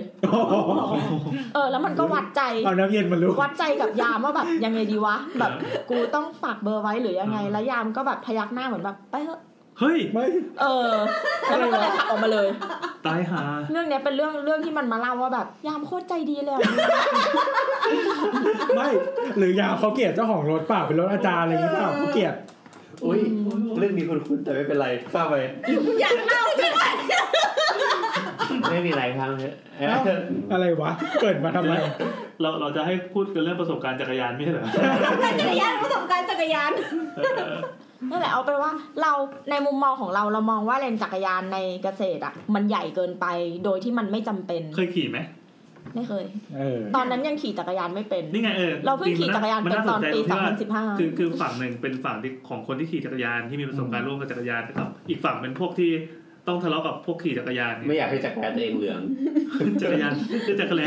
[SPEAKER 8] เออ แล้วมันก็วัดใจ
[SPEAKER 1] เอาน้ำเย็นมาลูก
[SPEAKER 8] วัดใจกับยามว่าแบบยังไงดีวะ แบบกูต้องฝากเบอร์ไว้หรือยังไง แล้วยามก็แบบพยักหน้าเหมือนแบบไปเถอะ
[SPEAKER 4] เฮ้ย
[SPEAKER 1] ไม่
[SPEAKER 8] เออ แล้วมันก็เลยขับออกมาเลย
[SPEAKER 4] ตายห า
[SPEAKER 8] เรื่องเนี้ยเป็นเรื่องเรื่องที่มันมาเล่าว่าแบบยามโคตรใจดีเลยอะ
[SPEAKER 1] ไม่หรือยาเขาเกลียดเจ้าของรถเปล่าเป็นรถอาจารย์อะไรอย่างงี้เปล่าเขาเกลียด
[SPEAKER 3] อุ้ยเรื่องนี้คุ้นๆแต่ไม่เป็นไรทราบไป
[SPEAKER 2] อยากเล่าจัง เลย
[SPEAKER 3] ไม่มีอะไรครับเถอะเอ้า
[SPEAKER 1] เอ้าอะไรวะเกิดมาทำไม
[SPEAKER 4] เราเราจะให้พูดกันเรื่องประสบการณ์จักรยานไม่ใช่เหรอ
[SPEAKER 2] การจักรยานประสบการณ์จักรยาน
[SPEAKER 4] เออ
[SPEAKER 8] นั่นแหละเอาเป็นว่าเราในมุมมองของเราเรามองว่าเลนจักรยานในเกษตรอ่ะมันใหญ่เกินไปโดยที่มันไม่จำเป็น
[SPEAKER 4] เคยขี่ไหม
[SPEAKER 8] ไม่เคย
[SPEAKER 1] เออ
[SPEAKER 8] ตอนนั้นยังขี่จักรยานไม่เป็น
[SPEAKER 4] นี่ไงเออ
[SPEAKER 8] เราเพิ่งขี่จักรยาน
[SPEAKER 4] มั
[SPEAKER 8] เป็นตอนปี
[SPEAKER 4] าสใจตรงที่ว่า
[SPEAKER 8] 2015
[SPEAKER 4] คือคือฝั่งหนึ่งเป็นฝั่งที่ของคนที่ขี่จักรยานที่มีประสบการณ์ร่วมกับจักรยานนะครับอีกฝั่งเป็นพวกที่ต้องทะเลาะกับพวกขี่จักรยาน
[SPEAKER 3] ไม่อยากให้จักรยานตัวเองเหลือง
[SPEAKER 4] จักรยานคือจักรแล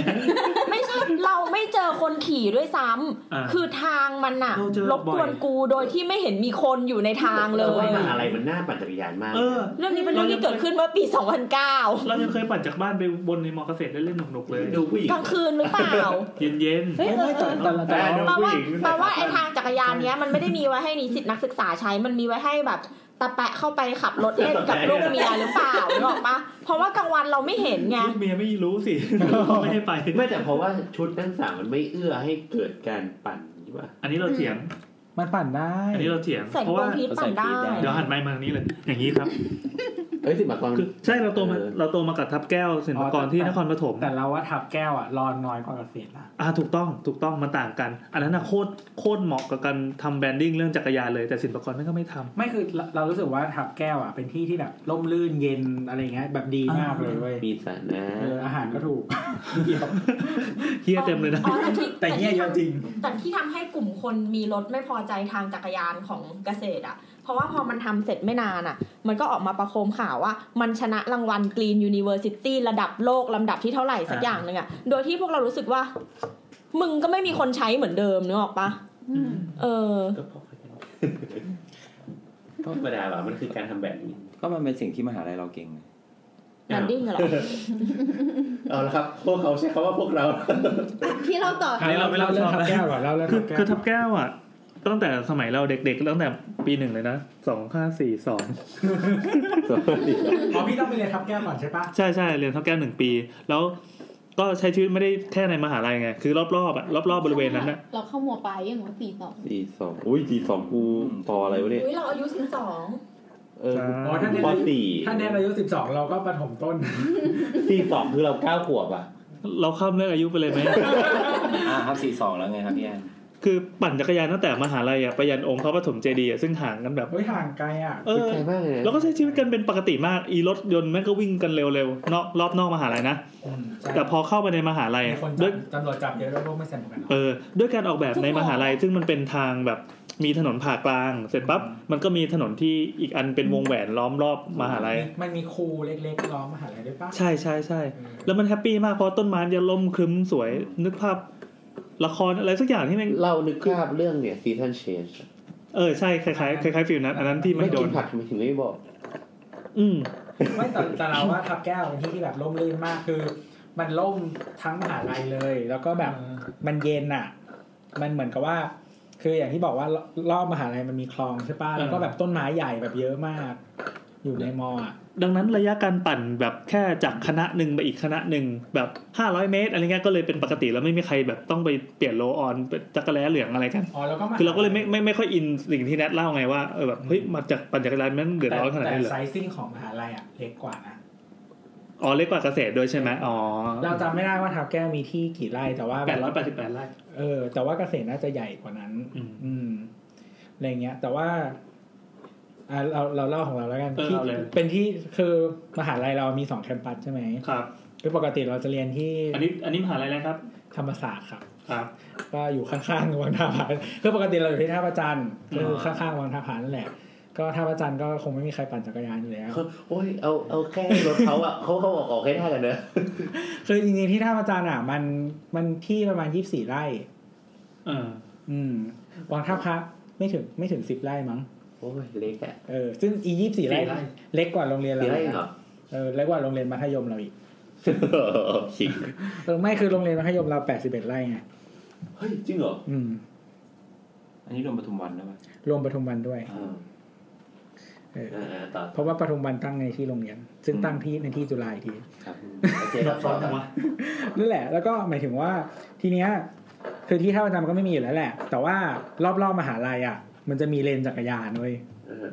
[SPEAKER 8] ไม่ใช่ เราไม่เจอคนขี่ด้วยซ้ำ
[SPEAKER 4] อ่า
[SPEAKER 8] คือทางมันอะ
[SPEAKER 4] เราเจอ
[SPEAKER 8] รบกวน
[SPEAKER 4] บ่อย
[SPEAKER 8] กูโดยที่ไม่เห็นมีคนอยู่ในทางเล
[SPEAKER 3] เราว่าย มหาอะไรมันน่าปั่นจักรยานมาก
[SPEAKER 4] เออ
[SPEAKER 8] เรื่องนี้เป็นเรื่องที่เกิดขึ้นเมื่อปี 2009
[SPEAKER 4] เรายังเคยปั่นจากบ้านไปบนในมอเกษตรเล่นๆหนุกๆเลย
[SPEAKER 3] ดูผู้หญิง
[SPEAKER 8] กลางคืนหรือเปล่า
[SPEAKER 4] เย็น
[SPEAKER 2] เฮ้ยเออเออ
[SPEAKER 1] ตอนตอน
[SPEAKER 3] แปล
[SPEAKER 1] เรา
[SPEAKER 3] ดูผู้
[SPEAKER 8] แปลว่า
[SPEAKER 3] หญิง
[SPEAKER 8] แปลว่าไอ้ทางจักรยานเนี้ยมันไม่ได้มีไว้ให้นิสิตนักศึกษาใช้ มันมีไว้ให้แบบตะแปะเข้าไปขับรถเล่นกับลูกเมียหรือเปล่าหรอกปะเพราะว่ากลางวันเราไม่เห็นไง
[SPEAKER 4] ๆลูกเมียไม่รู้สิ ไม่ให้ไป
[SPEAKER 3] ไม่แต่เพราะว่าชุดนักศึกษามันไม่เอื้อให้เกิดการปั่นใช่ป่ะ
[SPEAKER 4] อันนี้เราเถียง
[SPEAKER 1] มันปั่นได้
[SPEAKER 4] อันนี้เราเถียง
[SPEAKER 8] ใส่
[SPEAKER 4] เพราะ
[SPEAKER 8] กร
[SPEAKER 4] ว่า
[SPEAKER 8] งพีชปั่นได้
[SPEAKER 4] เดี๋ยวหันไมค์มาทางนี้เลย อย่างนี้ครับ
[SPEAKER 3] เอ้ยสิมากร
[SPEAKER 4] คือใช่เราโตมา
[SPEAKER 3] เออ
[SPEAKER 4] เราโตมากับทับแก้วศิลปากรที่นครปฐม
[SPEAKER 1] แต่เราว่าทับแก้วอ่ะรอนน้อยกว่าเกษตรนะ
[SPEAKER 4] อ่าถูกต้องถูกต้องมันต่างกัน อันนั้นนะโคตรโคตรเหมาะกับการทำแบรนดิ้งเรื่องจักรยานเลยแต่ศิลปากรไม่งก็ไม่ทำ
[SPEAKER 1] ไม่คือเราเรารู้สึกว่าทับแก้วอ่ะเป็นที่ที่แบบร่มรื่นเย็นอะไรเงี้ยแบบดีมากเลยเว้ย
[SPEAKER 3] มีสานะ
[SPEAKER 1] เอออาหารก็ถูก
[SPEAKER 4] เฮียเต็มเลยนะ
[SPEAKER 8] อ๋อแต่ที่
[SPEAKER 1] แต่เงี้ยเยอะจริง
[SPEAKER 8] แต่ที่ทำให้กลุ่มคนมีรถไม่พอใจทางจักรยานของเกษตรอ่ะ เพราะว่าพอมันทำเสร็จไม่นานอ่ะ มันก็ออกมาประโคมข่าวว่า มันชนะรางวัล Green University ระดับโลกลำดับที่เท่าไหร่สักอย่างหนึ่งอ่ะ โดยที่พวกเรารู้สึกว่า มึงก็ไม่มีคนใช้เหมือนเดิมนึกออกปะเออ
[SPEAKER 3] ก็พอกันธรรมดาหรอมันคือการทำแบบนี้
[SPEAKER 7] ก็มันเป็นสิ่งที่มหาลัยเราเก่งไง
[SPEAKER 8] แบรนดิ้งเหรอ
[SPEAKER 3] เอาละครับ พวกเขาใช้คำว่าพวกเรา
[SPEAKER 2] พี่เล่าต่อ
[SPEAKER 4] อันนี้เราไม่รับผิดชอบ
[SPEAKER 1] เรื่องทับ
[SPEAKER 4] นะ
[SPEAKER 1] แก้วก่อนเราเรื่อง
[SPEAKER 4] คื
[SPEAKER 1] ทั
[SPEAKER 4] อบ
[SPEAKER 1] แก้
[SPEAKER 4] คื
[SPEAKER 1] ว
[SPEAKER 4] อทับแก้วอ่ะตั้งแต่สมัยเราเด็กๆตั้งแต่ปีหนึ่งเลยนะสองห้าสี่สอง
[SPEAKER 1] อ๋อพี่ต้องไปเรียนทับแก้วก่อนใช่ปะ
[SPEAKER 4] ใช่ใช่เรียนเท่าแก้วหนึ่งปี แล้วก็ใช้ชีวิตไม่ได้แค่ในมหาลัยไง คือรอบๆอ่ะรอบๆบริเวณนั้นอ่ะ
[SPEAKER 9] เราเข้ามัวไปยังว่าสี่สอง
[SPEAKER 3] สี่สองอุ้ยสี่สองกูต่ออะไรวะเนี่ย
[SPEAKER 8] อุ้ยเราอายุสิบสอง
[SPEAKER 3] เออ
[SPEAKER 1] อ๋อถ้าแนน
[SPEAKER 3] ป
[SPEAKER 1] อายุ
[SPEAKER 3] สี่
[SPEAKER 1] ถ้าแนนอายุสิบสองเราก็ประถมต้น
[SPEAKER 3] สี่สองคือเราเก้าขวบอ่ะ
[SPEAKER 4] เราข้ามเรื่องอายุไปเลยไหม
[SPEAKER 7] อ่าครับสี่สองแล้วไงครับพี่แอน
[SPEAKER 4] คือปั่นจักรยานตั้งแต่มหาลัยอ่ะไปยันองค์พระปฐมเจดีย์อ่ะซึ่งห่างกันแบบ
[SPEAKER 1] เฮ้ยห่างไกลอ่ะ
[SPEAKER 4] เออ
[SPEAKER 3] ไกลมากเลยนะ
[SPEAKER 4] แล้วก็ใช้ชีวิตกันเป็นปกติมากอีรถยนต์แม่งก็วิ่งกันเร็วๆนอกรอบนอกมหาลัยนะ แต่พอเข้าไปในมหาลัย
[SPEAKER 1] มี
[SPEAKER 4] อ่ะ
[SPEAKER 1] คน
[SPEAKER 4] ด้วย
[SPEAKER 1] จับตำรวจจับเยอะแล้วพวกไม่ใส่หมวกกันน็อก
[SPEAKER 4] เออด้วยการออกแบบในมหาลัยซึ่งมันเป็นทางแบบมีถนนผ่ากลาง เสร็จปั๊บมันก็มีถนนที่อีกอันเป็นวงแหวนล้อมรอบมหาลัย
[SPEAKER 1] มันมีครูเล็กๆล้อมมหาลัยด้วยปะ
[SPEAKER 4] ใช่ใช่ใช่แล้วมันแฮปปี้มากเพราะต้นไม้จะล่มครึ้มสวยนึกภาพ ละครอะไรสักอย่างที่แมัน
[SPEAKER 3] เรานึกภาพเรื่องเนี่ยซีซันเชน
[SPEAKER 4] เออใช่คล้ายคล้ายๆคล้ายๆฟิลนั้นอันนั้นที่มั
[SPEAKER 3] ไม่
[SPEAKER 4] นโด
[SPEAKER 3] กิ
[SPEAKER 4] น
[SPEAKER 3] นผักมันถึงไม่บอก
[SPEAKER 4] อืม
[SPEAKER 1] ไม่แต่แต่เราว่าทับแก้วเป็นที่ที่แบบร่มรื่นมากคือ มันร่มทั้งมหาลัยเลย แล้วก็แบบมันเย็นอ่ะ มันเหมือนกับว่า คืออย่างที่บอกว่ารรอบมหาลัยมันมีคลองใช่ปะแล้วก็แบบต้นไม้ใหญ่แบบเยอะมาก อยู่ในมออ่ะ
[SPEAKER 4] ดังนั้นระยะการปั่นแบบแค่จากคณะหนึ่งไปอีกคณะหนึ่งแบบ 500 เมตรอะไรเงี้ยก็เลยเป็นปกติแล้วไม่มีใครแบบต้องไปเปลี่ยนโลออนเป็นจักรแล้เหลืองอะไรกัน
[SPEAKER 1] อ๋อแล้วก็มา
[SPEAKER 4] คือเราก็เลยไม่ไม่ไม่ค่อยอินสิ่งที่แนทเล่าไงว่าเออแบบเฮ้ยมาจากปั่นจักรยานมันเดือด
[SPEAKER 1] แต่
[SPEAKER 4] ร้อนขนาด
[SPEAKER 1] แต่
[SPEAKER 4] นี้เหรอ
[SPEAKER 1] ไซซิ่งของมหาลัยอ่ะเล็กกว่านะ
[SPEAKER 4] อ๋อเล็กกว่าเกษตรด้วยใช่ไหมอ๋อ
[SPEAKER 1] เราจำไม่ได้ว่าทับแก้วมีที่กี่ไร่แต่ว่า
[SPEAKER 4] แปดร้อยแปดสิบแปดไร่
[SPEAKER 1] เออ แต่ว่าเกษตรน่าจะใหญ่กว่านั้น
[SPEAKER 4] อืม
[SPEAKER 1] อืมอะไรเงี้ย แต่ว่าอ่ะเราเราเล่าของเราแล้วกัน
[SPEAKER 4] เออ
[SPEAKER 1] ที่
[SPEAKER 4] เอาเลย
[SPEAKER 1] เป็นที่คือมหาลัยเรามีสองแคมปัสใช่ไหม
[SPEAKER 4] ครับ
[SPEAKER 1] คือปกติเราจะเรียนที่
[SPEAKER 4] อันนี้อันนี้มหาลัยอะไรครับ
[SPEAKER 1] ธรรมศาสตร์ครับ
[SPEAKER 4] ครับ
[SPEAKER 1] ก็อยู่ข้างๆวังท่าพระคือปกติเราอยู่ที่ท่าประจันทร์ก็คือ
[SPEAKER 4] อ่า
[SPEAKER 1] ข้างๆวังท่าพระนั่นแหละ ก็ท่าประจันทร์ก็คงไม่มีใครปั่นจักรยานอยู่แล้ว
[SPEAKER 3] โอ้ยเอาเอาแค่รถเขาอะเขาเขาออกออกแค่ท่ากันเนอะ
[SPEAKER 1] คือจริงๆที่ท่าประจันทร์อ่ะ มันมันที่ประมาณยี่สิบสี่ไร่
[SPEAKER 4] เออ
[SPEAKER 1] อืมวังท่าพระไม่ถึงไม่ถึงสิบไร่มั้ง
[SPEAKER 3] โอ้ยเล็กอะ
[SPEAKER 1] เออ ซึ่งอียี่สิบสี่ไร่เล็กกว่าโรงเรียนเรา
[SPEAKER 3] สี่ไร่
[SPEAKER 1] นะ
[SPEAKER 3] เห รอ
[SPEAKER 1] เออเล็กกว่าโรงเรียนมัธยมเราอีก
[SPEAKER 3] จริง
[SPEAKER 1] เออไม่คือโรงเรียนมัธยมเราแปดสิบเอ็ดไร่ไง
[SPEAKER 3] เฮ้ยจริงเหรอ
[SPEAKER 1] อืม
[SPEAKER 7] อันนี้รวมปทุมวันด้วยปะ
[SPEAKER 1] รวมปทุมวันด้วย
[SPEAKER 7] อ่า
[SPEAKER 1] เออ
[SPEAKER 3] อ่าๆต่อ
[SPEAKER 1] เพราะว่าปทุมวันตั้งในที่โรงเรียน ซึ่งตั้งที่ในที่จุฬาอีกที
[SPEAKER 7] ครับ
[SPEAKER 3] โอเคครับต่อครับ
[SPEAKER 1] นั่นแหละ แล้วก็หมายถึงว่าทีเนี้ยคือที่ท่าประจำก็ไม่มีอยู่แล้วแหละ แต่ว่ารอบๆมหาลัยอ่ะ มันจะมีเลนจักรยานเว้ย
[SPEAKER 3] เออ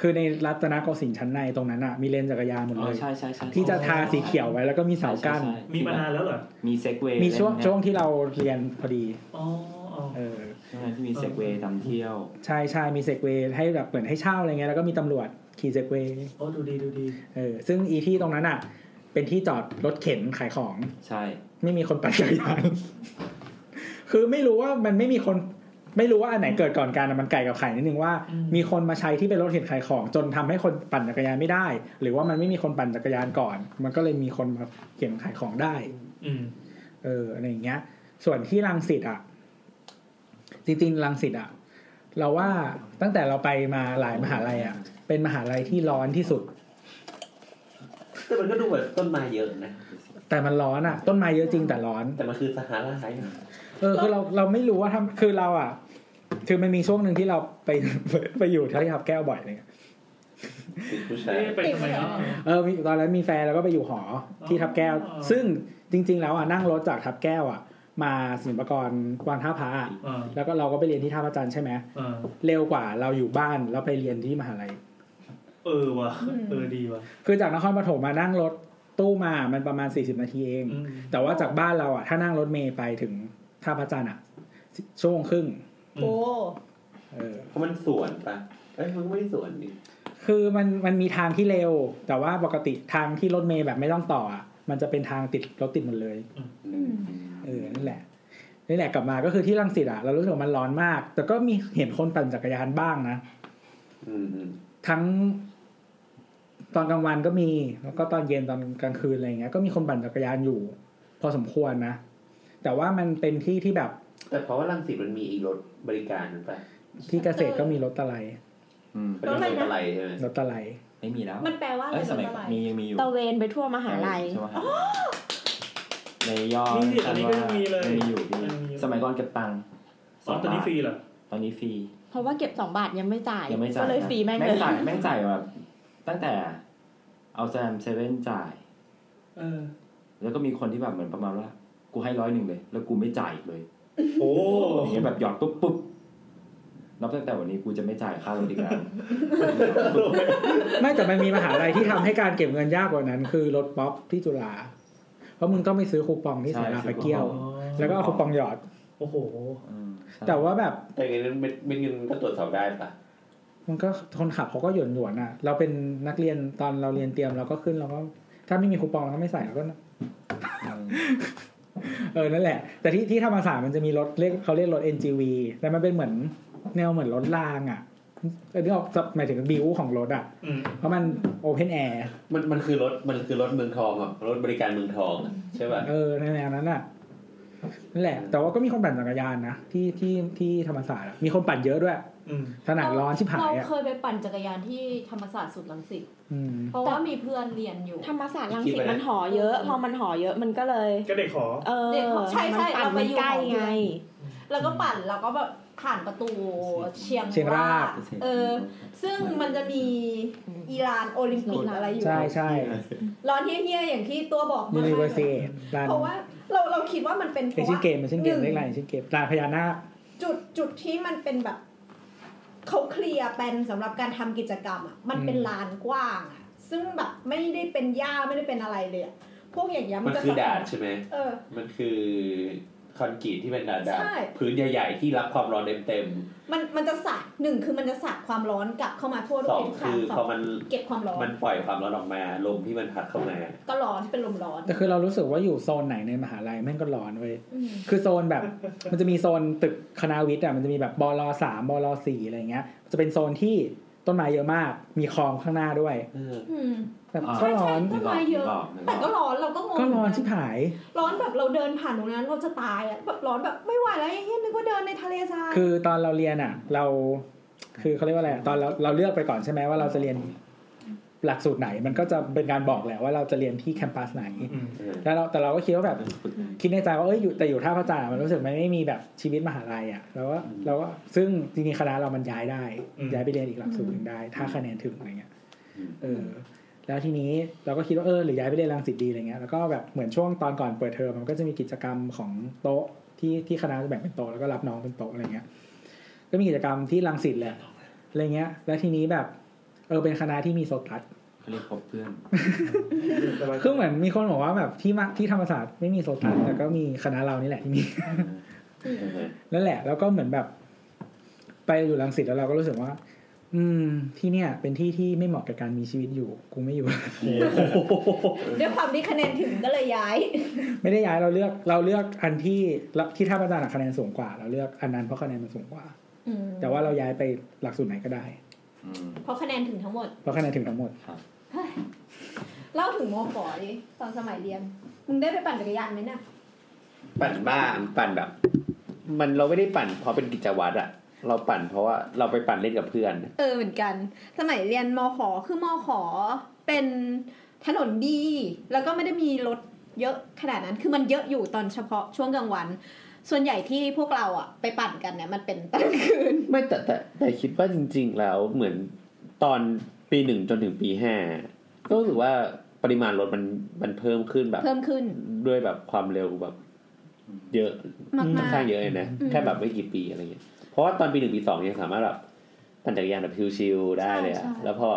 [SPEAKER 1] คือในรัตนโกสินทร์ชั้นในตรงนั้นอ่ะมีเลนจักรยานหมด
[SPEAKER 7] อ๋
[SPEAKER 1] เล
[SPEAKER 7] อย ใช่ใช่ใช่
[SPEAKER 1] ที่จะทาสีเขียวไว้แล้วก็มีเสากั้น
[SPEAKER 7] ใช่ใช่ใช่
[SPEAKER 4] มีมานานแล้วเหรอ
[SPEAKER 7] มีเซกเว
[SPEAKER 1] มีช่วงช่วงที่เราเรียนพอดี
[SPEAKER 4] อ๋ออ๋อ
[SPEAKER 1] เออ
[SPEAKER 7] ใช่ไหมที่มีเซกเวย์ตามเที่ยว
[SPEAKER 1] ใช่ใช่มีเซกเวย์ให้แบบเหมือนให้เช่าอะไรเงี้ยแล้วก็มีตำรวจขี่เซกเวย์
[SPEAKER 4] โอ้ดูดีดูดี
[SPEAKER 1] เออซึ่งอีที่ตรงนั้นอ่ะ เป็นที่จอดรถเข็นขายของ
[SPEAKER 7] ใช่
[SPEAKER 1] ไม่มีคนปั่นจักรยาน คือไม่รู้ว่ามันไม่มีคน ไม่รู้ว่าอันไหนเกิดก่อนกันอะมันไก่กับไข่นิดนึงว่า มีคนมาใช้ที่เป็นรถเข็นขายของ จนทำให้คนปั่นจักรยานไม่ได้ หรือว่ามันไม่มีคนปั่นจักรยานก่อน มันก็เลยมีคนมาเข็นขายของได้
[SPEAKER 4] อืม
[SPEAKER 1] เอออะไรอย่างเงี้ย ส่วนที่รังสิตอ่ะ จริงๆรังสิตอ่ะ เราว่าตั้งแต่เราไปมาหลายมหาลัยอ่ะ เป็นมหาลัยที่ร้อนที่สุด
[SPEAKER 3] แต่มันก็ดูเหมือนต้นไม้เยอะนะ
[SPEAKER 1] แต่มันร้อนอ่ะ ต้นไม้เยอะจริงแต่ร้อน
[SPEAKER 3] แต่มันคือสหาราไซน์
[SPEAKER 1] เออคือเราเราไม่รู้ว่าทำคือเราอ่ะ คือมันมีช่วงหนึ่งที่เราไป ไปอยู่ที่ทับแก้วบ่อยอะไรเลย
[SPEAKER 3] ติดผู้ชาย
[SPEAKER 4] เอ๊ะไปทำไมเนาะ
[SPEAKER 1] เออมีตอนนั้นมีแฟนแล้วก็ไปอยู่หอที่ทับแก้ว
[SPEAKER 4] อ๋อ
[SPEAKER 1] ซึ่งจริง ๆ แล้วอ่ะนั่งรถจากทับแก้วอ่ะ มาสินปกรวางท่าพระอะ
[SPEAKER 4] อ่า
[SPEAKER 1] แล้วก็เราก็ไปเรียนที่ท่าพระจันทร์ใช่ไหม
[SPEAKER 4] อ่า
[SPEAKER 1] เร็วกว่าเราอยู่บ้านแล้วไปเรียนที่มหาลัย
[SPEAKER 4] เออว่ะเออดีว่ะ
[SPEAKER 1] คือจากนครปฐมมานั่งรถตู้มามันประมาณ 40 นาทีเอง
[SPEAKER 4] อืม
[SPEAKER 1] แต่ว่าจากบ้านเราอ่ะถ้านั่งรถเมย์ไปถึงท่าพระจันทร์อ่ะชั่วโมงครึ่ง
[SPEAKER 2] โอ้
[SPEAKER 1] เออ
[SPEAKER 3] เพราะมันสวนปะเอ้ยมันก็ไม่ได้สวนนี่
[SPEAKER 1] คือมันมันมีทางที่เร็ว แต่ว่าปกติทางที่รถเมย์แบบไม่ต้องต่ออ่ะมันจะเป็นทางติดรถติดหมดเลยเออนั่นแหละนี่แหละกลับมาก็คือที่รังสิตอ่ะเรารู้สึกว่ามันร้อนมาก แต่ก็มีเห็นคนปั่นจักรยานบ้างนะ
[SPEAKER 3] อืมอืม
[SPEAKER 1] ทั้ง ตอนกลางวันก็มี แล้วก็ตอนเย็นตอนกลางคืนอะไรอย่างเงี้ยก็มีคนปั่นจักรยานอยู่ พอสมควรนะแต่ว่ามันเป็นที่ที่แบบ
[SPEAKER 3] แต่เพราะว่ารังสิตมันมีอีกรถบริการหรือเปล่า
[SPEAKER 1] ที่เกษตรก็มีรถตะไล
[SPEAKER 7] อืม
[SPEAKER 3] เป็นรถอะไรใช่ไหม
[SPEAKER 1] รถตะไล
[SPEAKER 7] ไม่มีแล้ว
[SPEAKER 8] มันแปลว่าอะไร
[SPEAKER 7] เอ้ยสมัย
[SPEAKER 8] ตะไล
[SPEAKER 7] มียังมีอยู่
[SPEAKER 8] ตะเวนไปทั่วมหาลัย
[SPEAKER 7] ใช่ ไหมในย่อ
[SPEAKER 4] นี่ตอนนี้ก็ยังมีเลย
[SPEAKER 7] มีอยู่พี่
[SPEAKER 4] ยังมี
[SPEAKER 7] สมัยก่อนเก็บตังค์
[SPEAKER 4] อ๋อตอนนี้ฟรีเหรอ
[SPEAKER 7] ตอนนี้ฟรี
[SPEAKER 8] เพราะว่าเก็บสองบาทยังไม่จ่าย
[SPEAKER 7] ยังไม่จ่าย
[SPEAKER 8] ก็เลยฟรีแม่งเลย
[SPEAKER 7] จ่ายแม่งจ่ายแบบตั้งแต่เอาแซมเซเว่นจ่าย
[SPEAKER 4] เออ
[SPEAKER 7] แล้วก็มีคนที่แบบเหมือนประมาณว่า กูให้ร้อยหนึ่งเลย แล้วกูไม่จ่ายอีกเลย
[SPEAKER 4] โอ้
[SPEAKER 7] อย่างเงี้ยแบบหยอดปุ๊บปุ๊บนับตั้งแต่วันนี้กูจะไม่จ่ายค่ารถอีกแล้ว
[SPEAKER 1] ไม่แต่มันมีมหาลัยที่ทำให้การเก็บเงินยากกว่านั้น คือรถป๊อปที่จุฬาเพราะมึงต้องไปซื้อคูปองที่สาราไปเกี้ยว แล้วก็เอาคูปองหยอด
[SPEAKER 4] โอ้โห
[SPEAKER 7] อืมใช่
[SPEAKER 1] แต่ว่าแบบ
[SPEAKER 3] แต่เงินนเป็นเป็นเงินก็ตรวจสอบได้ปะ
[SPEAKER 1] มันก็คนขับเขาก็หย่อนหย่วนๆอ่ะ เราเป็นนักเรียนตอนเราเรียนเตรียมเราก็ขึ้นเราก็ถ้าไม่มีคูปองเราก็ไม่ใส่เราก็ เออนั่นแหละ แต่ที่ที่ธรรมศาสตร์มันจะมีรถเรียกเขาเรียกรถ NGV แต่มันเป็นเหมือนแนวเหมือนรถรางอ่ะเออนี่ออกหมายถึงบิวของรถอ่ะ
[SPEAKER 4] อืม
[SPEAKER 1] เพราะมันโอเพนแอร์
[SPEAKER 3] มันมันคือรถมันคือรถเมืองทองอะรถบริการเมืองทองอะใช่ปะ
[SPEAKER 1] เออในแนวนั้นอ่ะนั่นแหละ แต่ว่าก็มีคนปั่นจักรยานนะที่ที่ที่ธรรมศาสตร์อะมีคนปั่นเยอะด้วย
[SPEAKER 4] อืม
[SPEAKER 1] สนามร้อนชิบหาย
[SPEAKER 9] เรา
[SPEAKER 1] อ่ะ
[SPEAKER 9] เคยไปปั่นจักรยานที่ธรรมศาสตร์สุดลังสิต
[SPEAKER 1] อืม
[SPEAKER 9] เพราะว่ามีเพื่อนเรียนอยู่
[SPEAKER 8] ธรรมศาสตร์รัง
[SPEAKER 3] คิด
[SPEAKER 8] สิ
[SPEAKER 3] ไป
[SPEAKER 8] ต
[SPEAKER 3] แล้ว
[SPEAKER 8] มันหอเยอะ พอมันหอเยอะมันก็เลย
[SPEAKER 4] ก็เด็กขอ
[SPEAKER 8] เออ
[SPEAKER 9] เด็กหอใช่ใช่
[SPEAKER 8] มันปั่น
[SPEAKER 9] เราไป
[SPEAKER 8] มัน
[SPEAKER 9] อยู่
[SPEAKER 8] ใกล้
[SPEAKER 9] หอเพื่อน
[SPEAKER 8] ไง
[SPEAKER 2] แล้วก็ปั่นแล้วก็แบบผ่านประตูเชียง
[SPEAKER 1] เชียงราก
[SPEAKER 2] เออ ซึ่งมันจะมีอีลานโอลิมปิกอะไรอยู่
[SPEAKER 1] ใช่ใช่
[SPEAKER 2] ร้อนเฮี้ยๆอย่างที่ตัวบอก
[SPEAKER 1] ยู
[SPEAKER 2] มา
[SPEAKER 1] นิเวอร์ซิตลาน
[SPEAKER 2] เพราะว่าเราเราคิดว่ามันเป็นเพ
[SPEAKER 1] เอ
[SPEAKER 2] ราะ
[SPEAKER 1] เชีย
[SPEAKER 2] ว่าน
[SPEAKER 1] เกมมันเช่นเกมเรียกอะไรเอเชียนเกมลานพญานาค
[SPEAKER 2] จุดจุดที่มันเป็นแบบเขาเคลียร์เป็นสำหรับการทำกิจกรรมอ่ะมันเป็น
[SPEAKER 1] อืม
[SPEAKER 2] ลานกว้างอ่ะซึ่งแบบไม่ได้เป็นหญ้าไม่ได้เป็นอะไรเลยอะพวกอย่างเงี้ยมั
[SPEAKER 3] มัน น
[SPEAKER 2] จะ
[SPEAKER 3] คือ
[SPEAKER 2] สำหรั
[SPEAKER 3] ดา
[SPEAKER 2] บ
[SPEAKER 3] ดใช่ไหม
[SPEAKER 2] เออ
[SPEAKER 3] มันคือคอนกรีตที่เป็นดาดดาด
[SPEAKER 2] ใช่
[SPEAKER 3] พื้นใหญ่ๆที่รับความร้อนเต็ม
[SPEAKER 2] มันมันจะสาดหนึ่งคือมันจะสาดความร้อนกลับเข้ามาทั่วโล
[SPEAKER 3] ๆสอก ง
[SPEAKER 2] ทุกค
[SPEAKER 3] คื
[SPEAKER 2] รั้ง
[SPEAKER 3] อ
[SPEAKER 2] ส
[SPEAKER 3] พ
[SPEAKER 2] อ
[SPEAKER 3] อง มัน
[SPEAKER 2] เก็บความร้อน
[SPEAKER 3] มันปล่อยความร้อนออกมาลมที่มันพัดเข้ามา
[SPEAKER 2] ก็ร้อนเป็นลมร้อน
[SPEAKER 1] แต่คือเรารู้สึกว่าอยู่โซนไหนในมหาลัยแม่งก็ร้อนเว้ย
[SPEAKER 2] อืม
[SPEAKER 1] คือโซนแบบ มันจะมีโซนตึกคณะวิทย์อ่ะมันจะมีแบบบลสามบลสี่อะไรเงี้ย จะเป็นโซนที่ต้นไม้เยอะมาก มีคลองข้างหน้าด้วย
[SPEAKER 3] เออ
[SPEAKER 2] อืม
[SPEAKER 1] แบบ
[SPEAKER 10] อ่า
[SPEAKER 1] ก็ร้อน
[SPEAKER 2] ต้นไม้เยอะ แต่ก็ร้อนเราก็งง
[SPEAKER 1] ก็ร้อนชิบ
[SPEAKER 2] เหมืกั
[SPEAKER 1] หาย
[SPEAKER 2] ร้อนแบบเราเดินผ่านตรงนั้นเราจะตายอ่ะแบบร้อนแบบไม่ไหวแล้วไอ้เหี้ยนึกว่าเดินในทะเลทราย
[SPEAKER 1] คือตอนเราเรียนอ่ะ เรา คือเขาเรียกว่าอะไรอ่ะตอนเราเราเลือกไปก่อนใช่ไหมว่าเราจะเรียนหลักสูตรไหน มันก็จะเป็นการบอกแหละว่าเราจะเรียนที่แคมปัสไหน
[SPEAKER 4] อืม
[SPEAKER 3] เออ
[SPEAKER 1] แล้วเราแต่เราก็คิดว่าแบบ คิดในใจว่าเอ้ยอยู่แต่อยู่ท่าพระจันทร์อะมันรู้สึกมันไม่มีแบบชีวิตมหาลัยอ่ะแล้วก็แล้วก็ซึ่งจริงๆคณะเรามันย้ายได้ ย้ายไปเรียนอีกหลักสูตรหนึ่งได้ ถ้าคะแนนถึงอะไรเงี้ยเออ แล้วทีนี้เราก็คิดว่าเออหรือย้ายไปเรียนรังสิตดีอะไรเงี้ยแล้วก็แบบเหมือนช่วงตอนก่อนเปิดเทอมมันก็จะมีกิจกรรมของโต๊ะที่ที่คณะจะแบ่งเป็นโต๊ะแล้วก็รับน้องเป็นโต๊ะอะไรเงี้ย ก็มีกิจกรรมที่รังสิตแหละอะไรเงี้ย แล้วทีนี้แบบเออเป็นคณะที่มีโซตัส
[SPEAKER 10] เขาเรียกพบเพื่อน
[SPEAKER 1] คือเหมือนมีคนบอกว่าแบบที่มาที่ธรรมศาสตร์ไม่มีโซตัสแต่ก็มีคณะเรานี่แหละที่มี นั่นแหละ แล้วก็เหมือนแบบ ไปอยู่รังสิตแล้วเราก็รู้สึกว่า อืม ที่เนี่ย เป็นที่ที่ไม่เหมาะกับการมีชีวิตอยู่ กูไม่อยู่
[SPEAKER 2] ด้วยความที่คะแนนถึงก็เลยย้าย
[SPEAKER 1] ไม่ได้ย้ายเราเลือก เราเลือกอันที่ละที่ท่าพระจันทร์อะคะแนนสูงกว่า เราเลือกอันนั้นเพราะคะแนนมันสูงกว่า
[SPEAKER 2] อืม
[SPEAKER 1] แต่ว่าเราย้ายไปหลักสูตรไหนก็ได้
[SPEAKER 2] เพราะคะแนนถึงทั้งหมด
[SPEAKER 1] เพราะคะแนนถึงทั้งหมด
[SPEAKER 2] เล่าถึงโมขอดิตอนสมัยเรียนมึงได้ไปปั่นจักรยานไหมน่ะ
[SPEAKER 3] ปั่นบ้างปั่นแบบ มันเราไม่ได้ปั่นเพราะเป็นกิจวัตรอะเราปั่นเพราะว่าเราไปปั่นเล่นกับเพื่อน
[SPEAKER 2] เออเหมือนกัน สมัยเรียนมขอคือมขอเป็นถนนดี แล้วก็ไม่ได้มีรถเยอะขนาดนั้นคือมันเยอะอยู่ตอนเฉพาะช่วงกลางวัน ส่วนใหญ่ที่พวกเราอะไปปั่นกันเนี่ยมันเป็น ตอนกลางคืน
[SPEAKER 3] ไม่แต่แต่แต่คิดว่าจริง ๆ แล้วเหมือนตอนปีหนึ่งจนถึงปีห้าก็รู้สึกว่าปริมาณรถมันมันเพิ่มขึ้นแบบ
[SPEAKER 2] เพิ่มขึ้น
[SPEAKER 3] ด้วยแบบความเร็วแบบ เยอะ
[SPEAKER 2] มา
[SPEAKER 3] ค่อน
[SPEAKER 2] ก
[SPEAKER 3] ข้างเยอะเลยนะ
[SPEAKER 2] อืม
[SPEAKER 3] แค่แบบไม่กี่ปีอะไรเงี้ยเพราะว่าตอนปีหนึ่งปีสองยังสามารถแบบปั่นจักรยานแบบชิวๆได้เลยอะแล้วพอ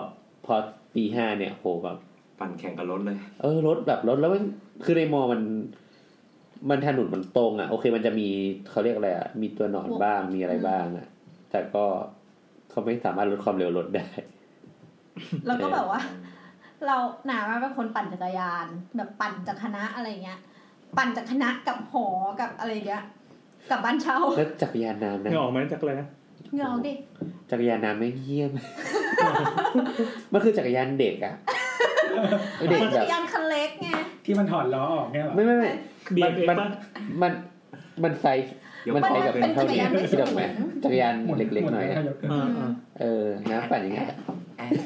[SPEAKER 3] พอปีห้าเนี่ยโหแบบ
[SPEAKER 5] ปั่นแข่งกับรถเลย
[SPEAKER 3] เออรถแบบรถแล้วมันคือในมอมัน มันถนนมันตรงอะ่ะ โอเค มันจะมีเขาเรียกอะไรอะ่ะมีตัวหนอนบ้างมีอะไรบ้างอะ่ะ แต่ก็เขาไม่สามารถลดความเร็วรถได้
[SPEAKER 2] ๆแล้วก็แบบว่า เราหนามาเป็นคนปั่นจักรยาน แบบปั่นจากคณะอะไรเงี้ย ปั่นจากคณะกับหอกับอะไรเงี้ยกับบ้านเช่า
[SPEAKER 3] แล้วจักรยานน้ำนะ
[SPEAKER 4] ไม่ออกไหมจากอะไรนะ
[SPEAKER 2] เหงาดิ
[SPEAKER 3] จักรยานน้ำไม่เยี่ยม มันคือจักรยานเด็กอะ่ะเด็ก
[SPEAKER 2] ปั่น
[SPEAKER 3] แบ
[SPEAKER 2] จัก
[SPEAKER 3] บ
[SPEAKER 2] รยานคันเล็กไง
[SPEAKER 1] ที่มันถอดล้อออกเนี่ยหรอ
[SPEAKER 3] ไม่ไม่ไม่
[SPEAKER 4] เบียเอ็ก
[SPEAKER 3] มัน
[SPEAKER 4] ป่ะ
[SPEAKER 3] มันมันไซส์มันไซส์แบบ
[SPEAKER 2] เป็นจั
[SPEAKER 3] เท่าก
[SPEAKER 2] ร
[SPEAKER 3] นี้
[SPEAKER 2] ยานไม่
[SPEAKER 3] ที่
[SPEAKER 2] สู
[SPEAKER 3] ดอก
[SPEAKER 2] ง
[SPEAKER 3] ไหมจักรยานเล็กๆหน่อย
[SPEAKER 1] มด
[SPEAKER 3] อะ
[SPEAKER 1] แล้ว
[SPEAKER 4] อ่าอ่า
[SPEAKER 3] เออน้ำปั่นอย่างเงี้ย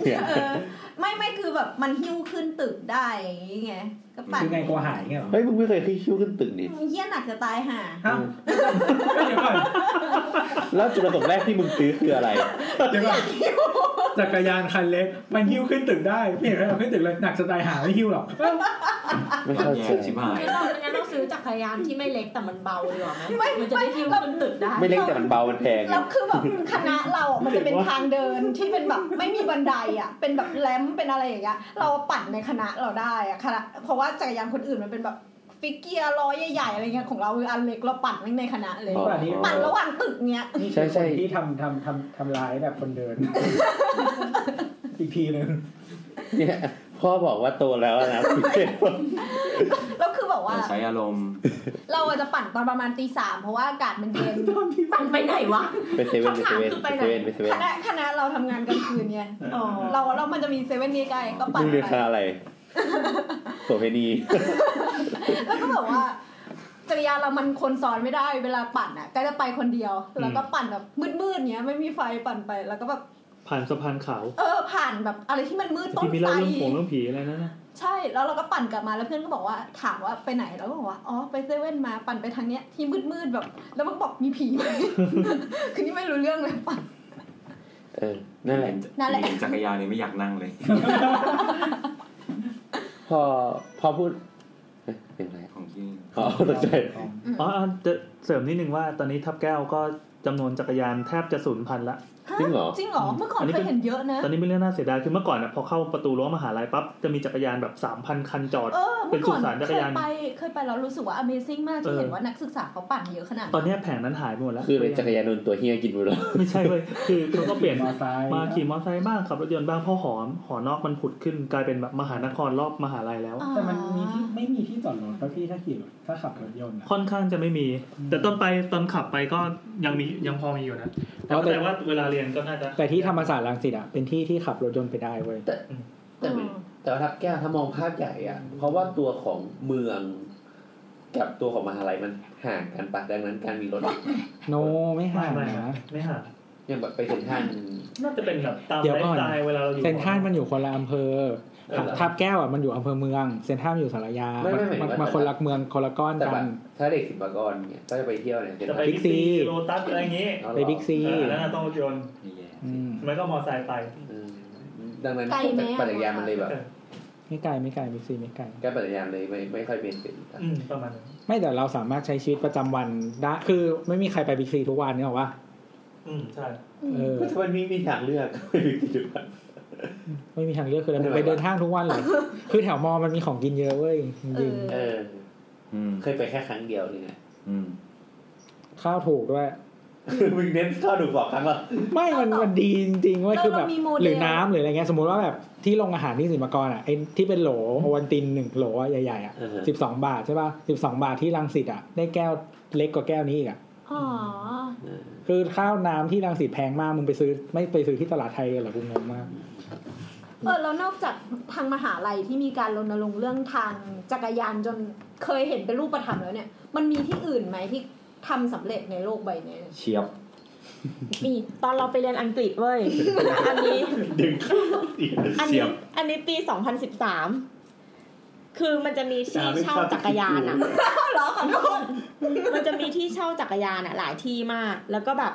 [SPEAKER 2] เออ ไม่ไม่คือแบบมันหิ้วขึ้นตึกได้อย่างงี้ไงก็ปั่น
[SPEAKER 1] คือไงกลัวหายเงี้ยเหรอ
[SPEAKER 3] เฮ้ยมึงไม่เคยขึ้นคิ้วขึ้นตึกนี่
[SPEAKER 2] เยี่ยหนักจะตายห่า
[SPEAKER 1] อ้าวเดี๋ยวก่อน
[SPEAKER 3] แล้วจุดประสงค์แรกที่มึงซื้อคืออะไร
[SPEAKER 1] เดี๋ยวก่อนจักรยานคันเล็ก มันหิ้วขึ้นตึกได้ไม่เห็นไหมมันขึ้นตึกเลยหนักสไตล์หาไม่หิ้วหรอก
[SPEAKER 3] ไม่เข้าใจ
[SPEAKER 5] แย่ชิบหาย
[SPEAKER 8] งั้นเรางั้นเราซื้อจักรยานที่ไม่เล็กแต่มันเบาดีกว่าไหมมันจะได้หิ้วขึ้นตึกได้
[SPEAKER 3] ไม่เล็กแต่มันเบา มันแพง
[SPEAKER 2] แล้วคือแบบคณะเราอ่ะมันจะเป็นทางเดินที่เป็นแบบไม่มีบันไดอ่ะเป็นแบบแรมป์เป็นอะไรอย่างเงี้ยเราปั่นในคณะเราได้อ่ะคณะเพราะว่าจักรยานคนอื่นมันเป็นแบบฟิกเกียร์ล้อใหญ่ๆอะไรเงี้ยของเราคืออันเล็กเราปั่นไม่ในคณะเลย
[SPEAKER 1] แบบนี้
[SPEAKER 2] ปั่นระหว่างตึกเนี้ย
[SPEAKER 1] นี่คือคนที่ทำทำทำทำร้ายแบบคนเดิน อีกทีหนึ่ง
[SPEAKER 3] เนี่ยพ่อบอกว่าโตแล้วนะ
[SPEAKER 2] แล้วคือแบบว่า
[SPEAKER 5] ใช้อารมณ์
[SPEAKER 2] เราอาจจะปั่นตอนประมาณตีสามเพราะว่าอากาศมันเย็น
[SPEAKER 8] ปั่นไปไหนวะ
[SPEAKER 3] ไปเซเว่นไปเซเว่นไปเซเว่นไปเซเว่
[SPEAKER 2] คน ณะคณะเราทำงานกลางคืนไง
[SPEAKER 4] อ๋อ
[SPEAKER 2] เราเรามันจะมีเซเว่นนี่ใกล้ก็ปั่
[SPEAKER 3] มึง
[SPEAKER 2] นไป
[SPEAKER 3] เรียนคณะอะไรโสเภ ณี
[SPEAKER 2] แล้วก็แบบว่าจักรยานเรามันคนซ้อนไม่ได้เวลาปั่นอ่ะ ก็จะไปคนเดียว แล้วก็ปั่นแบบมืดๆเงี้ยไม่มีไฟปั่นไป แล้วก็แบบ
[SPEAKER 4] ผ่านสะพานขาว
[SPEAKER 9] เออผ่านแบบอะไรที่มันมืดต้น
[SPEAKER 4] ที่มีเล่า
[SPEAKER 9] ไทร
[SPEAKER 4] เรื่องผงเรื่องผีอะไรนั่นนะ
[SPEAKER 9] ใช่แล้วเราก็ปั่นกลับมาแล้วเพื่อนก็บอกว่าถามว่าไปไหนเราก็บอกว่าอ๋อไปเซเว่นมาปั่นไปทางเนี้ยที่มืดมืดๆแบบ แล้วมันบอกมีผีไหม คือนี่ไม่รู้เรื่องเลยปั่น
[SPEAKER 3] เออนั่นแหละ
[SPEAKER 9] นั่นแหละ
[SPEAKER 5] เห็จักรยานนี่ไม่อยากนั่งเลย
[SPEAKER 3] พอพอพูดเอ๊ะเป็นไร
[SPEAKER 5] ของที่
[SPEAKER 3] อ๋อตกใจ
[SPEAKER 4] อ๋ออ่ะจะเสริมนิดนึงว่าตอนนี้ทับแก้วก็จำนวนจักรยานแทบจะสูญพันธุ์ละ
[SPEAKER 3] จริงเหรอ
[SPEAKER 9] จริงเหรอเมื่อก่อน
[SPEAKER 4] อันนี้
[SPEAKER 9] เค
[SPEAKER 4] เป็
[SPEAKER 9] ย
[SPEAKER 4] น
[SPEAKER 9] เห็นเยอะนะ
[SPEAKER 4] ตอนนี้เป็นเรื่องน่าเสียดายคือเมื่อก่อนอะพอเข้าประตูรั้วมหาลัยปั๊บจะมีจักรยานแบบสามพันคันจอด
[SPEAKER 9] เออ
[SPEAKER 4] เป็
[SPEAKER 9] เมื่อ
[SPEAKER 4] นสุ
[SPEAKER 9] ก่อน
[SPEAKER 4] สานจัก
[SPEAKER 9] เค
[SPEAKER 4] ร
[SPEAKER 9] ย
[SPEAKER 4] ยาน
[SPEAKER 9] ไปเคยไปแล้วรู้สึกว่า Amazing มากที่เห็นว่านักศึกษาเขาปั่นเยอะขนาด
[SPEAKER 4] ตอนเนี้ยแผงนั้นหายไปหมดแล้ว
[SPEAKER 3] คือเลยจักรยานยนต์ตัวเฮียกินไปแล้ว
[SPEAKER 4] ไม่ใช่เลยคือเขาก็เปลี่ยน
[SPEAKER 1] มอไซค์
[SPEAKER 4] มาขี่มอเตอร์ไซค์บ้างขับรถยนต์บ้างเพ่อหอมหอนอกมันผุดขึ้นกลายเป็นแบบมหานครรอบมหาลัยแล้ว
[SPEAKER 9] อ๋อ
[SPEAKER 1] แต่มันมีที่ไม่มีที่จอดรถป่ะพี่ถ้าขี่รถถ้าขับรถยนต์อะ
[SPEAKER 4] ค่อนข้างจะไม่มี แต่ตอนไปตอนขับไปก็ยังมียังพอมีอยู่นะแต่
[SPEAKER 1] อ๋อแต่
[SPEAKER 4] แต่ว่าเวลาเรียนก็น่าจะ
[SPEAKER 1] แต่ที่ธรรมศาสตร์รังสิตอ่ะเป็นที่ที่ขับรถยนต์ไปได้เว้ย
[SPEAKER 3] แต่ไม่แต่ว่าทับแก้วถ้ามองภาพใหญ่อะเพราะว่าตัวของเมือง กับตัวของมหาลัยมันห่างกันปะดังนั้นการมีรถ
[SPEAKER 1] โนไม่ห่าง
[SPEAKER 4] ไม่
[SPEAKER 1] นะ
[SPEAKER 4] ไม่หา
[SPEAKER 3] อย่างแบบไปเซ็นทรัล
[SPEAKER 4] น่าจะเป็นแบบตาม
[SPEAKER 1] เดี๋
[SPEAKER 4] ไล
[SPEAKER 1] ยวก่อ
[SPEAKER 4] ฟ์
[SPEAKER 1] น
[SPEAKER 4] สไตล์เวลาเราอยู่
[SPEAKER 1] เซนทรันมันอยู่คนละอำเภอ
[SPEAKER 3] เออเหรอ
[SPEAKER 1] ทับแก้วอ่ะมันอยู่อำเภอเมือง เซนทรันมันอยู่สารยา
[SPEAKER 3] ไม่ไม่หมายถึง
[SPEAKER 1] มัน
[SPEAKER 3] ว่า
[SPEAKER 1] มาคนละเมืองคนละก้อน
[SPEAKER 3] แต่แบ
[SPEAKER 1] กับ น
[SPEAKER 3] ถ้าเด็กศิลปากรเนี่ยก็จะไปเที่ยวเนี่ยเซ็นท
[SPEAKER 4] จะ
[SPEAKER 3] รัล
[SPEAKER 4] ไป
[SPEAKER 1] บิ๊ก
[SPEAKER 4] บิ๊ก
[SPEAKER 1] ซี
[SPEAKER 4] ซีโลตัสอะไรอย่างงี้
[SPEAKER 1] ไปบิ๊กซี
[SPEAKER 4] เออนั่นนะต้องรถยนต์
[SPEAKER 5] ไม่แย่
[SPEAKER 1] อืม
[SPEAKER 4] ไม่ก็มอไซค์ไป
[SPEAKER 3] อืมดังนั้น
[SPEAKER 2] ไกลไหมอะ
[SPEAKER 3] ปั่นจักรยานมันเลยแบบ
[SPEAKER 1] ไม่ไกลไม่ไกลบิ๊กซีไม่ไกล
[SPEAKER 3] การปั่นจักรยานเลยไม่ไม่ค่อยเป็นเป็น
[SPEAKER 4] อืมประมาณนั้น
[SPEAKER 1] ไม่แต่เราสามารถใช้ชีวิตประจำวันได้คือไม่มีใครไปบิ๊กซีทุกวันเนี่ยหรอกว่า
[SPEAKER 4] อืมใช่
[SPEAKER 1] เออ
[SPEAKER 3] ก็จะมันมีมีทางเลือก ไปบิ๊กซีด้วย
[SPEAKER 1] ไม่มีทางเลือกคืออะไร
[SPEAKER 3] ไม่ไหว
[SPEAKER 1] ไปเดินห้างทุกวันเลย คือแถวมอมันมีของกินเยอะเว้ยจ
[SPEAKER 2] เอ
[SPEAKER 1] ริง
[SPEAKER 2] อ
[SPEAKER 3] เออ
[SPEAKER 6] อืม
[SPEAKER 3] เคยไปแค่ครั้งเดียวเลยนะ
[SPEAKER 6] อืม
[SPEAKER 1] ๆข้าวถูกด้วย
[SPEAKER 3] มึง เน้นข้าวดูกบอกครั้งละ
[SPEAKER 1] ไม่มันมันดีจริงๆเว่า
[SPEAKER 2] เรา
[SPEAKER 1] คือแบบ
[SPEAKER 2] เรามีโมเดล
[SPEAKER 1] หรือน้ำหรืออะไรเงี้ยสมมติว่าแบบที่โรงอาหารที่สิมากรอ่ะไอ้ที่เป็นโหลโอวันตินหนึ่งโหลอะใหญ่ๆอ่ะ
[SPEAKER 3] เออ
[SPEAKER 1] สิบสองบาทใช่ป่ะสิบสองบาทที่รังสิตอ่ะได้แก้วเล็กกว่าแก้วนี้อีกอ่ะ
[SPEAKER 2] อ๋อ
[SPEAKER 3] เออ
[SPEAKER 1] คือข้าวน้ำที่รังสิตแพงมากมึงไปซื้อไม่ไปซื้อที่ตลาดไทยกันเหรอกูงงมาก
[SPEAKER 9] เออแล้วนอกจากทางมหาลัยที่มีการรณรงค์เรื่องทางจักรยานจนเคยเห็นเป็นรูปธรรมแล้วเนี่ย มันมีที่อื่นไหมที่ทำสำเร็จในโลกใบนี้
[SPEAKER 6] เชียบ
[SPEAKER 8] นี่ตอนเราไปเรียนอังกฤษเว้ย อันนี้
[SPEAKER 3] ดึงเข้าอีก
[SPEAKER 8] อัน
[SPEAKER 3] เสี
[SPEAKER 8] นี้
[SPEAKER 3] ยบ
[SPEAKER 8] อันนี้ปี 2013 คือมันจะมีที่เช่าจักรยานอ่ะ
[SPEAKER 9] เหรอขอโทษ
[SPEAKER 8] มันจะมีที่เช่าจักรยานอ่ะหลายที่มาก แล้วก็แบบ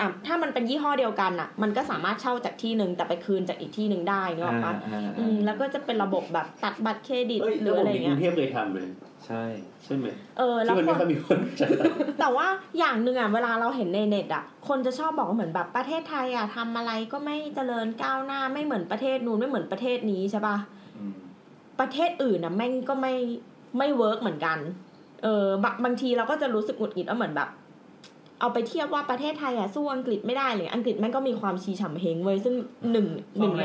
[SPEAKER 8] สามถ้ามันเป็นยี่ห้อเดียวกันอ่ะ มันก็สามารถเช่าจากที่หนึ่งแต่ไปคืนจากอีกที่หนึ่งได้เนกออกปะ
[SPEAKER 7] อ่า
[SPEAKER 8] อืมแล้วก็จะเป็นระบบแบบตัดบัตรเครดิต
[SPEAKER 3] เอ้ย
[SPEAKER 8] ห
[SPEAKER 3] ห
[SPEAKER 8] รื
[SPEAKER 3] รือ ออะ
[SPEAKER 8] อะ
[SPEAKER 3] ไร ไรเงี้
[SPEAKER 8] เงี้
[SPEAKER 3] ยก
[SPEAKER 8] ย
[SPEAKER 3] รุงเทพเลยทำเลย
[SPEAKER 7] ใช่
[SPEAKER 3] ใช่ไหม
[SPEAKER 8] เออแล้
[SPEAKER 3] ที่
[SPEAKER 8] ว
[SPEAKER 3] มัน
[SPEAKER 8] ค
[SPEAKER 3] ไม่
[SPEAKER 8] น
[SPEAKER 3] ค่อยมีคนใช่
[SPEAKER 8] แต่ว่าอย่างหนึ่งอ่ะเวลาเราเห็นในเน็ตอ่ะ คนจะชอบบอกว่าเหมือนแบบประเทศไทยอ่ะทำอะไรก็ไม่เจริญก้าวหน้าไม่เหมือนประเทศนู้นไม่เหมือนประเทศนี้ใช่ปะ
[SPEAKER 5] อืม
[SPEAKER 8] ประเทศอื่นอ่ะแม่งก็ไม่ไม่เวิร์กเหมือนกัน เออบะบางทีเราก็จะรู้สึกหงุดหงิดว่าเหมือนแบบ เอาไปเทียบว่าประเทศไทยอ่ะสู้อังกฤษไม่ได้หรืออังกฤษแม่งก็มีความชีฉ่ำเฮงเว้ยซึ่งหนึ่งหนึ่งใน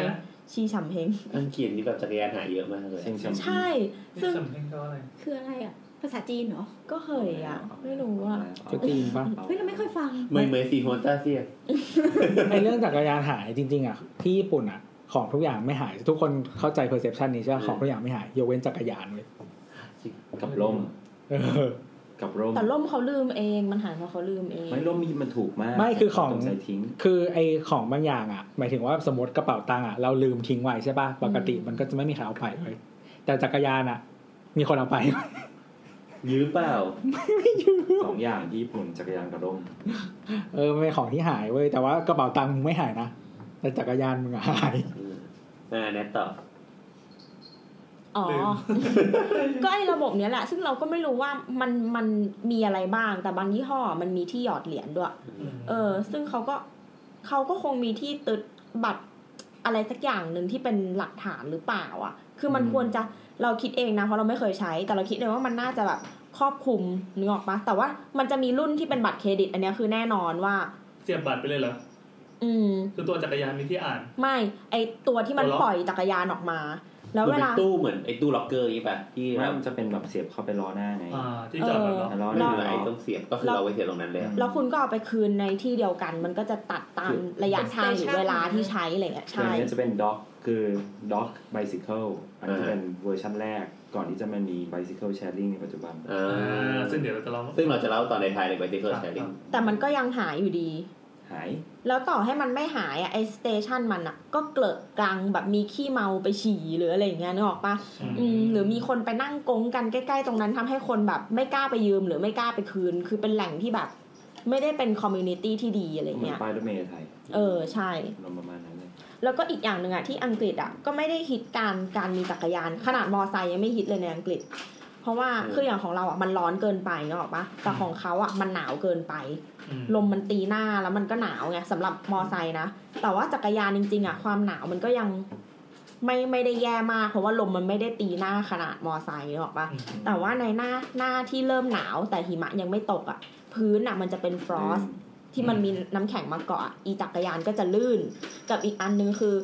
[SPEAKER 8] ชีฉ่ำเฮง
[SPEAKER 3] อังกฤษนี่แบบจักรยานหายเยอะมากเลย
[SPEAKER 5] เชียงแชมป์
[SPEAKER 8] ใช่ซึ่ง
[SPEAKER 4] สำเพ็งก็อะไร
[SPEAKER 2] คืออะไรอ่ะ ภาษาจีนเหรอ
[SPEAKER 8] ก็เคยอ่ะ ไม่รู้อ่ะ
[SPEAKER 1] จะจีนปะ
[SPEAKER 2] เฮ้ยเราไม่เคยฟัง
[SPEAKER 3] เหมยเหมยซีโฮนต้าเซียน
[SPEAKER 1] ในเรื่องจักรยานหายจริงๆอ่ะที่ญี่ปุ่นอ่ะของทุกอย่างไม่หายทุกคนเข้าใจเพอร์เซพชันนี้ใช่ป่ะของทุกอย่างไม่หายยกเว้นจักรยานเลย
[SPEAKER 6] กับร่ม
[SPEAKER 1] เออ
[SPEAKER 5] กับร่ม
[SPEAKER 8] แต่ล่มเขาลืมเองมันหายเพราะเขาลืมเอง
[SPEAKER 5] ไม่ร่มมีมันถูกมาก
[SPEAKER 1] ไม่คือของ
[SPEAKER 5] ต้ใช้ทิ้ง
[SPEAKER 1] คือไอของบางอย่างอ่ะ หมายถึงว่าสมมติกระเป๋าตังค์อ่ะเราลืมทิ้งไว้ใช่ป่ะปกติมันก็จะไม่มีใครเอาไปเลยแต่จักรยานอ่ะ มีคนเอาไป
[SPEAKER 3] ยืมเปล่า
[SPEAKER 5] สองอย่างที่ญี่ปุ่นจักรยานกับร่ม
[SPEAKER 1] เออมันเป็นของที่หายเว้ยแต่ว่ากระเป๋าตังค์มึงไม่หายนะแต่จักรยานมึงอะหาย
[SPEAKER 3] อืมอ่าแนทต่อ
[SPEAKER 8] อ๋อ
[SPEAKER 4] ลืม
[SPEAKER 8] ก็ไอ้ระบบเนี้ยแหละ ซึ่งเราก็ไม่รู้ว่ามันมันมีอะไรบ้าง แต่บางยี่ห้อมันมีที่หยอดเหรียญด้วย เออ ซึ่งเขาก็เขาก็คงมีที่ติดบัตรอะไรสักอย่างหนึ่งที่เป็นหลักฐานหรือเปล่า อ่ะ คือมันควรจะเราคิดเองนะเพราะเราไม่เคยใช้ แต่เราคิดเองว่ามันน่าจะแบบครอบคลุมนึกออกปะแต่ว่ามันจะมีรุ่นที่เป็นบัตรเครดิต อันเนี้ยคือแน่นอนว่า
[SPEAKER 4] เสียบบัตรไปเลยเหรอ
[SPEAKER 8] อืม
[SPEAKER 4] คือตัวจักรยานมีที่อ่าน
[SPEAKER 8] ไม่ ไอตัวที่มัน
[SPEAKER 4] หัวเราะ
[SPEAKER 8] ปล่อยจักรยานออกมา แล้ว
[SPEAKER 3] ดู
[SPEAKER 8] เว
[SPEAKER 3] เป็น
[SPEAKER 8] ลา
[SPEAKER 3] ตู้เหมือนไอ้ตู้ล็อกเกอร์นี่ป่ะที่
[SPEAKER 5] ไม่
[SPEAKER 3] เรา
[SPEAKER 5] มันจะเป็นแบบเสียบเข้าไปล้อหน้าไง
[SPEAKER 4] อ่า ที่จอดรถเหรอ
[SPEAKER 5] เออ
[SPEAKER 3] ล้อหนึ่งไอ้ต้องเสียบก็คือ
[SPEAKER 8] เรา
[SPEAKER 3] เราไว้เสียบตรงนั้นเลย
[SPEAKER 8] แล้วคุณก็เอาไปคืนในที่เดียวกัน มันก็จะตัดตามระยะทางหรือเวลาที่ใช้อะไรเงี้ย
[SPEAKER 5] ตัว
[SPEAKER 8] ใช่
[SPEAKER 5] นี้จะเป็นด็อกคือด็อกไบซิเคิลอันนี้จะเป็นเวอร์ชันแรกก่อนที่จะมามีไบซิเคิลแชร์ลิงในปัจจุบัน
[SPEAKER 3] อ่า
[SPEAKER 4] อ่า
[SPEAKER 3] ซึ่
[SPEAKER 4] ซึ่ง
[SPEAKER 3] ง
[SPEAKER 4] เดี๋ยวเราจะลอง
[SPEAKER 3] ซึ่งเราจะเล่าตอนในไทยในไบติเคิลแชร์ลิง
[SPEAKER 8] แต่มันก็ยังหายอยู่ดี
[SPEAKER 5] ห หาย
[SPEAKER 8] แล้วต่อให้มันไม่หายอะไอสเตชันมันอะก็เกลอะกลังแบบมีขี้เมาไปฉี่หรืออะไรอย่างเงี้ยนึกออกปะอืมหรือมีคนไปนั่งกงกันใกล้ๆตรงนั้นทำให้คนแบบไม่กล้าไปยืมหรือไม่กล้าไปคืน คือเป็นแหล่งที่แบบ ไม่ได้เป็นคอมมูนิตี้ที่ดีอะไร
[SPEAKER 5] เหมือน
[SPEAKER 8] เงี้ย
[SPEAKER 5] ป้ายรถเมล์ไทย
[SPEAKER 8] เออใช่
[SPEAKER 5] ลมณ์ประมาณนั้นเลย
[SPEAKER 8] แล้วก็อีกอย่างหนึ่งอะที่อังกฤษอะก็ไม่ได้ฮิตการการมีจักรยาน ขนาดมอไซค์ยังไม่ฮิตเลยในอังกฤษ เพราะว่า
[SPEAKER 5] เออ
[SPEAKER 8] คืออย่างของเราอะมันร้อนเกินไปเนกอะปะแต่ของเขาอะมันหนาวเกินไป
[SPEAKER 4] อืม
[SPEAKER 8] ลมมันตีหน้าแล้วมันก็หนาวไงสำหรับมอไซค์นะ แต่ว่าจักรยานจริงๆอะความหนาวมันก็ยังไม่ไม่ได้แย่มาก เพราะว่าลมมันไม่ได้ตีหน้าขนาดมอไซค์เนกอะปะแต่ว่าในหน้าหน้าที่เริ่มหนาวแต่หิมะยังไม่ตกอะพื้นอะมันจะเป็นฟรอส ที่มันมีน้ำแข็งมาเกาะอะอีจักรยานก็จะลื่น กับอีกอันนึงคือ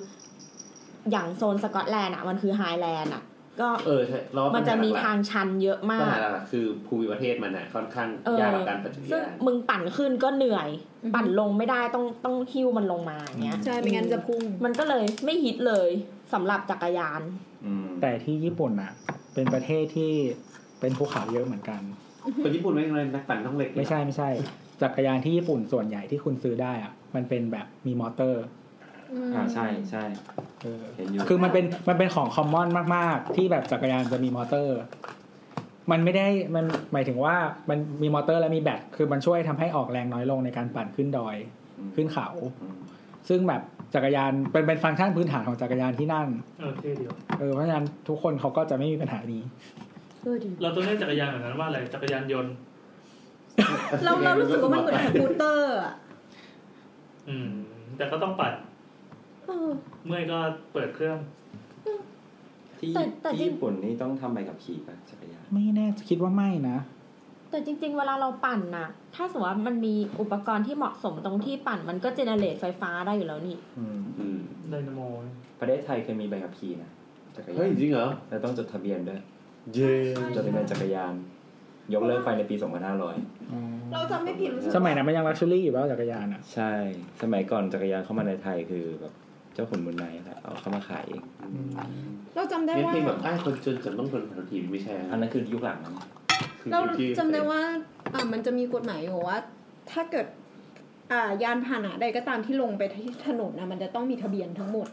[SPEAKER 8] อย่างโซนสกอตแลนด์อ่ะ มันคือไฮแลนด์อ่ะ ก็
[SPEAKER 3] เออใช่เราว่า
[SPEAKER 8] มันจะมี
[SPEAKER 3] ปัญห
[SPEAKER 8] ทางชันเยอะมา
[SPEAKER 3] หลักๆปัญ
[SPEAKER 8] ก
[SPEAKER 3] หาหลักๆคือภูมิประเทศมันอ่ะค่อนข้าง
[SPEAKER 8] เออ
[SPEAKER 3] ยากกับการปั่นจักร
[SPEAKER 8] ซึ่ง
[SPEAKER 3] ยาน
[SPEAKER 8] มึงปั่นขึ้นก็เหนื่อย
[SPEAKER 2] อืม
[SPEAKER 8] ปั่นลงไม่ได้ต้องต้องหิ้วมันลงมาอย่างเงี้ย
[SPEAKER 2] ใช่ไม่งั้นจะพุ่ง
[SPEAKER 8] มันก็เลยไม่ฮิตเลยสำหรับจักรยาน
[SPEAKER 5] อืม
[SPEAKER 1] แต่ที่ญี่ปุ่นอ่ะ เป็นประเทศที่เป็นภูเขาเยอะเหมือนกัน
[SPEAKER 3] คนญี่ปุ่นไม่เลยนักปั่นต้องเล็ก
[SPEAKER 1] ไม่ใช่ไม่ใช่ จักรยานที่ญี่ปุ่นส่วนใหญ่ที่คุณซื้อได้อ่ะ มันเป็นแบบมีมอเตอร์
[SPEAKER 5] อ่าใช่ใช่
[SPEAKER 1] เออ
[SPEAKER 5] เห็นอยู่
[SPEAKER 1] คือมันเป็นมันเป็นของคอมมอนมาก ๆ ที่แบบจักรยานจะมีมอเตอร์ มันไม่ได้มันหมายถึงว่ามันมีมอเตอร์และมีแบตคือมันช่วยทำให้ออกแรงน้อยลงในการปั่นขึ้นดอย
[SPEAKER 5] อืม
[SPEAKER 1] ขึ้นเขา
[SPEAKER 5] อืม
[SPEAKER 1] ซึ่งแบบจักรยานเป็นเป็นฟังก์ชันพื้นฐานของจักรยานที่นั่น
[SPEAKER 4] เออเท่เดียว
[SPEAKER 1] เออเพราะฉะนั้นทุกคนเขาก็จะไม่มีปัญหานี้
[SPEAKER 4] เราต้องเรียกจักรยานแบบนั้นว่าอะไรจักรยานยนต์
[SPEAKER 2] เราเรารู้สึกว่ามันเหมือนสกูตเตอร์อะ
[SPEAKER 4] อืม แต่ก็ต้องปั่น
[SPEAKER 2] เออ
[SPEAKER 4] เมื่อยก็เปิดเครื่อง
[SPEAKER 5] ที่
[SPEAKER 8] แต่แต่จริง
[SPEAKER 5] ที่ญี่ปุ่นนี่ต้องทำใบขับขี่ป่ะจักรยาน
[SPEAKER 1] ไม่แน่คิดว่าไม่นะ
[SPEAKER 8] แต่จริง ๆ เวลาเราปั่นน่ะ ถ้าสมมติว่ามันมีอุปกรณ์ที่เหมาะสมตรงที่ปั่น มันก็เจเนเรตไฟฟ้าได้อยู่แล้วนี่
[SPEAKER 5] อืม
[SPEAKER 3] อืม
[SPEAKER 4] ไดนาโม
[SPEAKER 5] ประเทศไทยเคยมีใบขับขี่นะจักรยา
[SPEAKER 3] เฮ้ย
[SPEAKER 5] น
[SPEAKER 3] จริงเหรอ
[SPEAKER 5] แล้วต้องจดทะเบียนด้วย
[SPEAKER 3] เย้
[SPEAKER 5] จดทะเบียนจักรยาน ยกเลิกไปในปี
[SPEAKER 9] เราจำไม่ผิดรู้สึก
[SPEAKER 1] สมัยนั้นมันยังลักชัวรี่อยู่ป่ะจักรยานอ่ะ
[SPEAKER 5] 2500 ใช่ สมัยก่อนจักรยานเข้ามาในไทยคือแบบเจ้าขุนบุญนายแหละเอาเข้ามาขายเอง
[SPEAKER 9] เราจำได้
[SPEAKER 3] งั้น
[SPEAKER 9] ว่า
[SPEAKER 3] เพลงแบบอ้ายคนจนจะต้องทนทนทีไม่ใช่
[SPEAKER 5] อันนั้นคือยุคหลังนะ
[SPEAKER 2] เราจำได้ว่าอ่ามันจะมีกฎหมายอยู่ว่า ถ้าเกิด อ่ายานพาหนะใดก็ตามที่ลงไปที่ถนนนะมันจะต้องมีทะเบียนทั้งหมด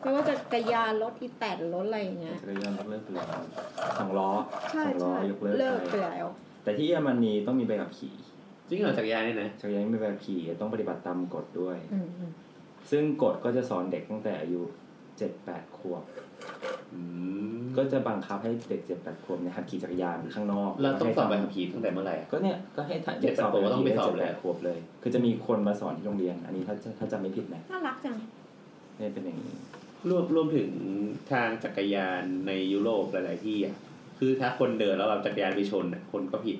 [SPEAKER 2] ไม่ว่าจะกรยานรถอีแตนรถอะไรอย่างเงี้ย
[SPEAKER 5] จักรยานยกเลิกไปแล้วสองล้อ
[SPEAKER 2] ใช่
[SPEAKER 5] สองล้อ
[SPEAKER 2] ใช่
[SPEAKER 5] ยกเลิก
[SPEAKER 2] เลิก
[SPEAKER 5] ไป
[SPEAKER 2] ไปแล้ว
[SPEAKER 5] แต่ที่เยอรมนีต้องมีใบขับขี่
[SPEAKER 3] จริงเหรอจักรยานเนี่ยนะ
[SPEAKER 5] จักรยานไม่มีใบขับขี่ต้องปฏิบัติตามกฎด้วย
[SPEAKER 2] อืมอืม
[SPEAKER 5] ซึ่งกฎก็จะสอนเด็กตั้งแต่อายุเจ็ดแปดขวบ
[SPEAKER 3] อืม
[SPEAKER 5] ก็จะบังคับให้เด็กเจ็ดแปดขวบเนี่ยหัดขี่จักรยานข้างนอก
[SPEAKER 3] เราต้องสอบใบ
[SPEAKER 5] ให้
[SPEAKER 3] ขับขี่ตั้งแต่เมื่อไหร่อะ
[SPEAKER 5] ก็เนี่ยก็ให้ถ่ายเด็ก
[SPEAKER 3] เจ็ดแปดขวบก็ต้องไปสอบ
[SPEAKER 5] เจ็ด
[SPEAKER 3] แล้
[SPEAKER 5] แป
[SPEAKER 3] ว
[SPEAKER 5] ดขวบเลย คือจะมีคนมาสอนที่โรงเรียน อันนี้ถ้าถ้าจำไม่ผิดนะ
[SPEAKER 2] น่ารักจัง
[SPEAKER 5] เนี่ยเป็นอย่างนี้
[SPEAKER 3] รวมรวมถึงทางจักรยานในยุโรปหลาย ๆ ที่อ่ะ คือถ้าคนเดินแล้วแบบจักรยานไปชนอ่ะ คนก็ผิด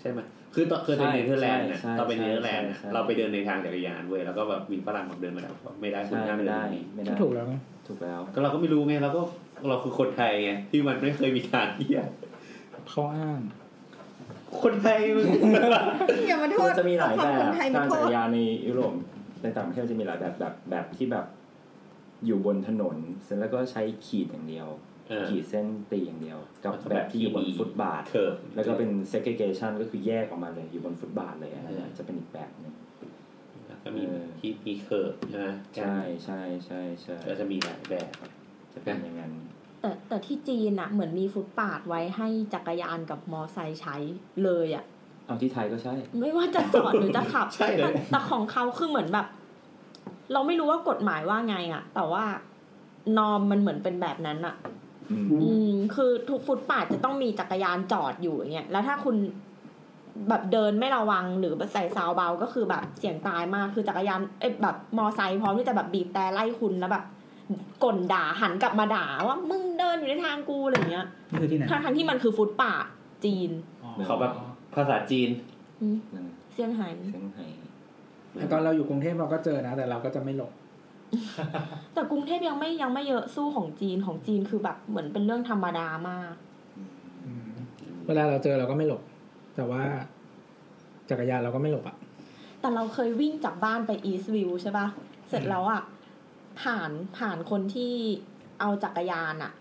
[SPEAKER 3] ใช่ไหมคือตอนเคยไป
[SPEAKER 5] ใช่
[SPEAKER 3] เนเธอร์แลนด์อ่ะ
[SPEAKER 5] ใช่
[SPEAKER 3] ตอนไปเนเธอร์แลนด์อ่ะ
[SPEAKER 5] ใช่ใช่
[SPEAKER 3] เราไปเดินในทางจักรยานเว้ยแล้วก็แบบวินฝรั่งแบบเดินมาแบบไม่ได้คุณ
[SPEAKER 5] ใช่
[SPEAKER 3] ห้าม
[SPEAKER 5] ไม่
[SPEAKER 3] เดิน
[SPEAKER 5] ได้
[SPEAKER 3] ตรงนี้
[SPEAKER 5] ไม่ได้
[SPEAKER 1] ถูกแล้วไง
[SPEAKER 5] ถูกแล้ว
[SPEAKER 3] ก็เราก็ไม่รู้ไงเราก็เราคือคนไทยไงที่มันไม่เคยมีทางเที่ย
[SPEAKER 1] เขาอ้าง
[SPEAKER 3] คนไทยมึง
[SPEAKER 2] อย่ามาโท
[SPEAKER 5] คือ
[SPEAKER 2] ษ
[SPEAKER 5] จะมีหลาย
[SPEAKER 2] เอาค
[SPEAKER 5] แบ
[SPEAKER 2] วมค
[SPEAKER 5] บ
[SPEAKER 2] นไท
[SPEAKER 5] กาม
[SPEAKER 2] ยารโท
[SPEAKER 5] จัก
[SPEAKER 2] ษ
[SPEAKER 5] รยานในยุโรปในต่างประเทศจะมีหลายแบบแบบแบบที่แบบ อยู่บนถนน เสร็จแล้วก็ใช้ขีดอย่างเดียว
[SPEAKER 3] เออ
[SPEAKER 5] ขีดเส้นตีอย่างเดียว กับแบบที่อยู่บนฟุตบาท
[SPEAKER 3] เถิบ
[SPEAKER 5] แล้วก็เป็น segregation ก็คือแยกออกมาเลยอยู่บนฟุตบาทเลยอะไรเนี่ย
[SPEAKER 3] เออ
[SPEAKER 5] จะเป็นอีกแบบหนึง
[SPEAKER 3] แล้วก็มี
[SPEAKER 5] เออ
[SPEAKER 3] ที่มีเคิร์บใช่ไหม
[SPEAKER 5] ใช่ใช่ใช่ใช่
[SPEAKER 3] ก็จะมีหลายแบบ
[SPEAKER 5] จะเป็นอย่างนั้น
[SPEAKER 8] แต่แต่ที่จีนอะเหมือนมีฟุตปาดไว้ให้จักรยานกับมอไซค์ใช้เลยอะ
[SPEAKER 5] เอาที่ไทยก็ใช่
[SPEAKER 8] ไม่ว่าจะจอดหรือจะขับ
[SPEAKER 3] ใช่เล
[SPEAKER 8] แต่
[SPEAKER 3] ย
[SPEAKER 8] แต่ของเขาคือเหมือนแบบ เราไม่รู้ว่ากฎหมายว่าไงอะแต่ว่านอมมันเหมือนเป็นแบบนั้นอะ
[SPEAKER 5] อืม
[SPEAKER 8] อืม คือทุกฟุตปาดจะต้องมีจักรยานจอดอยู่อย่างเงี้ยแล้วถ้าคุณแบบเดินไม่ระวังหรือใส่ซาวเบาก็คือแบบเสี่ยงตายมากคือจักรยานเอ้ยแบบมอไซค์พร้อมที่จะแบบบีบแต่ไล่คุณแล้วแบบก่นด่าหันกลับมาด่าว่ามึงเดินอยู่ในทางกูอะไรอย่างเงี้ย
[SPEAKER 1] นี่คือที่ไหน
[SPEAKER 8] ทั้งทั้งๆที่มันคือฟุตปาดจีน
[SPEAKER 3] เขาแบบภาษาจีน
[SPEAKER 8] อืม
[SPEAKER 5] นั่น
[SPEAKER 8] เซี่ยงไฮ้
[SPEAKER 5] เชียงไฮ้
[SPEAKER 1] แต่ตอนเราอยู่กรุงเทพเราก็เจอนะ แต่เราก็จะไม่หลบ
[SPEAKER 8] แต่กรุงเทพยังไม่ยังไม่เยอะสู้ของจีนของจีนคือแบบเหมือนเป็นเรื่องธรรมดามาก
[SPEAKER 1] อืมเวลาเราเจอเราก็ไม่หลบ แต่ว่า จักรยานเราก็ไม่หลบอ่ะ
[SPEAKER 8] แต่เราเคยวิ่งจากบ้านไปอีสต์วิวใช่ปะ่ะ เสร็จแล้วอะผ่านผ่านคนที่เอาจักรยานอะ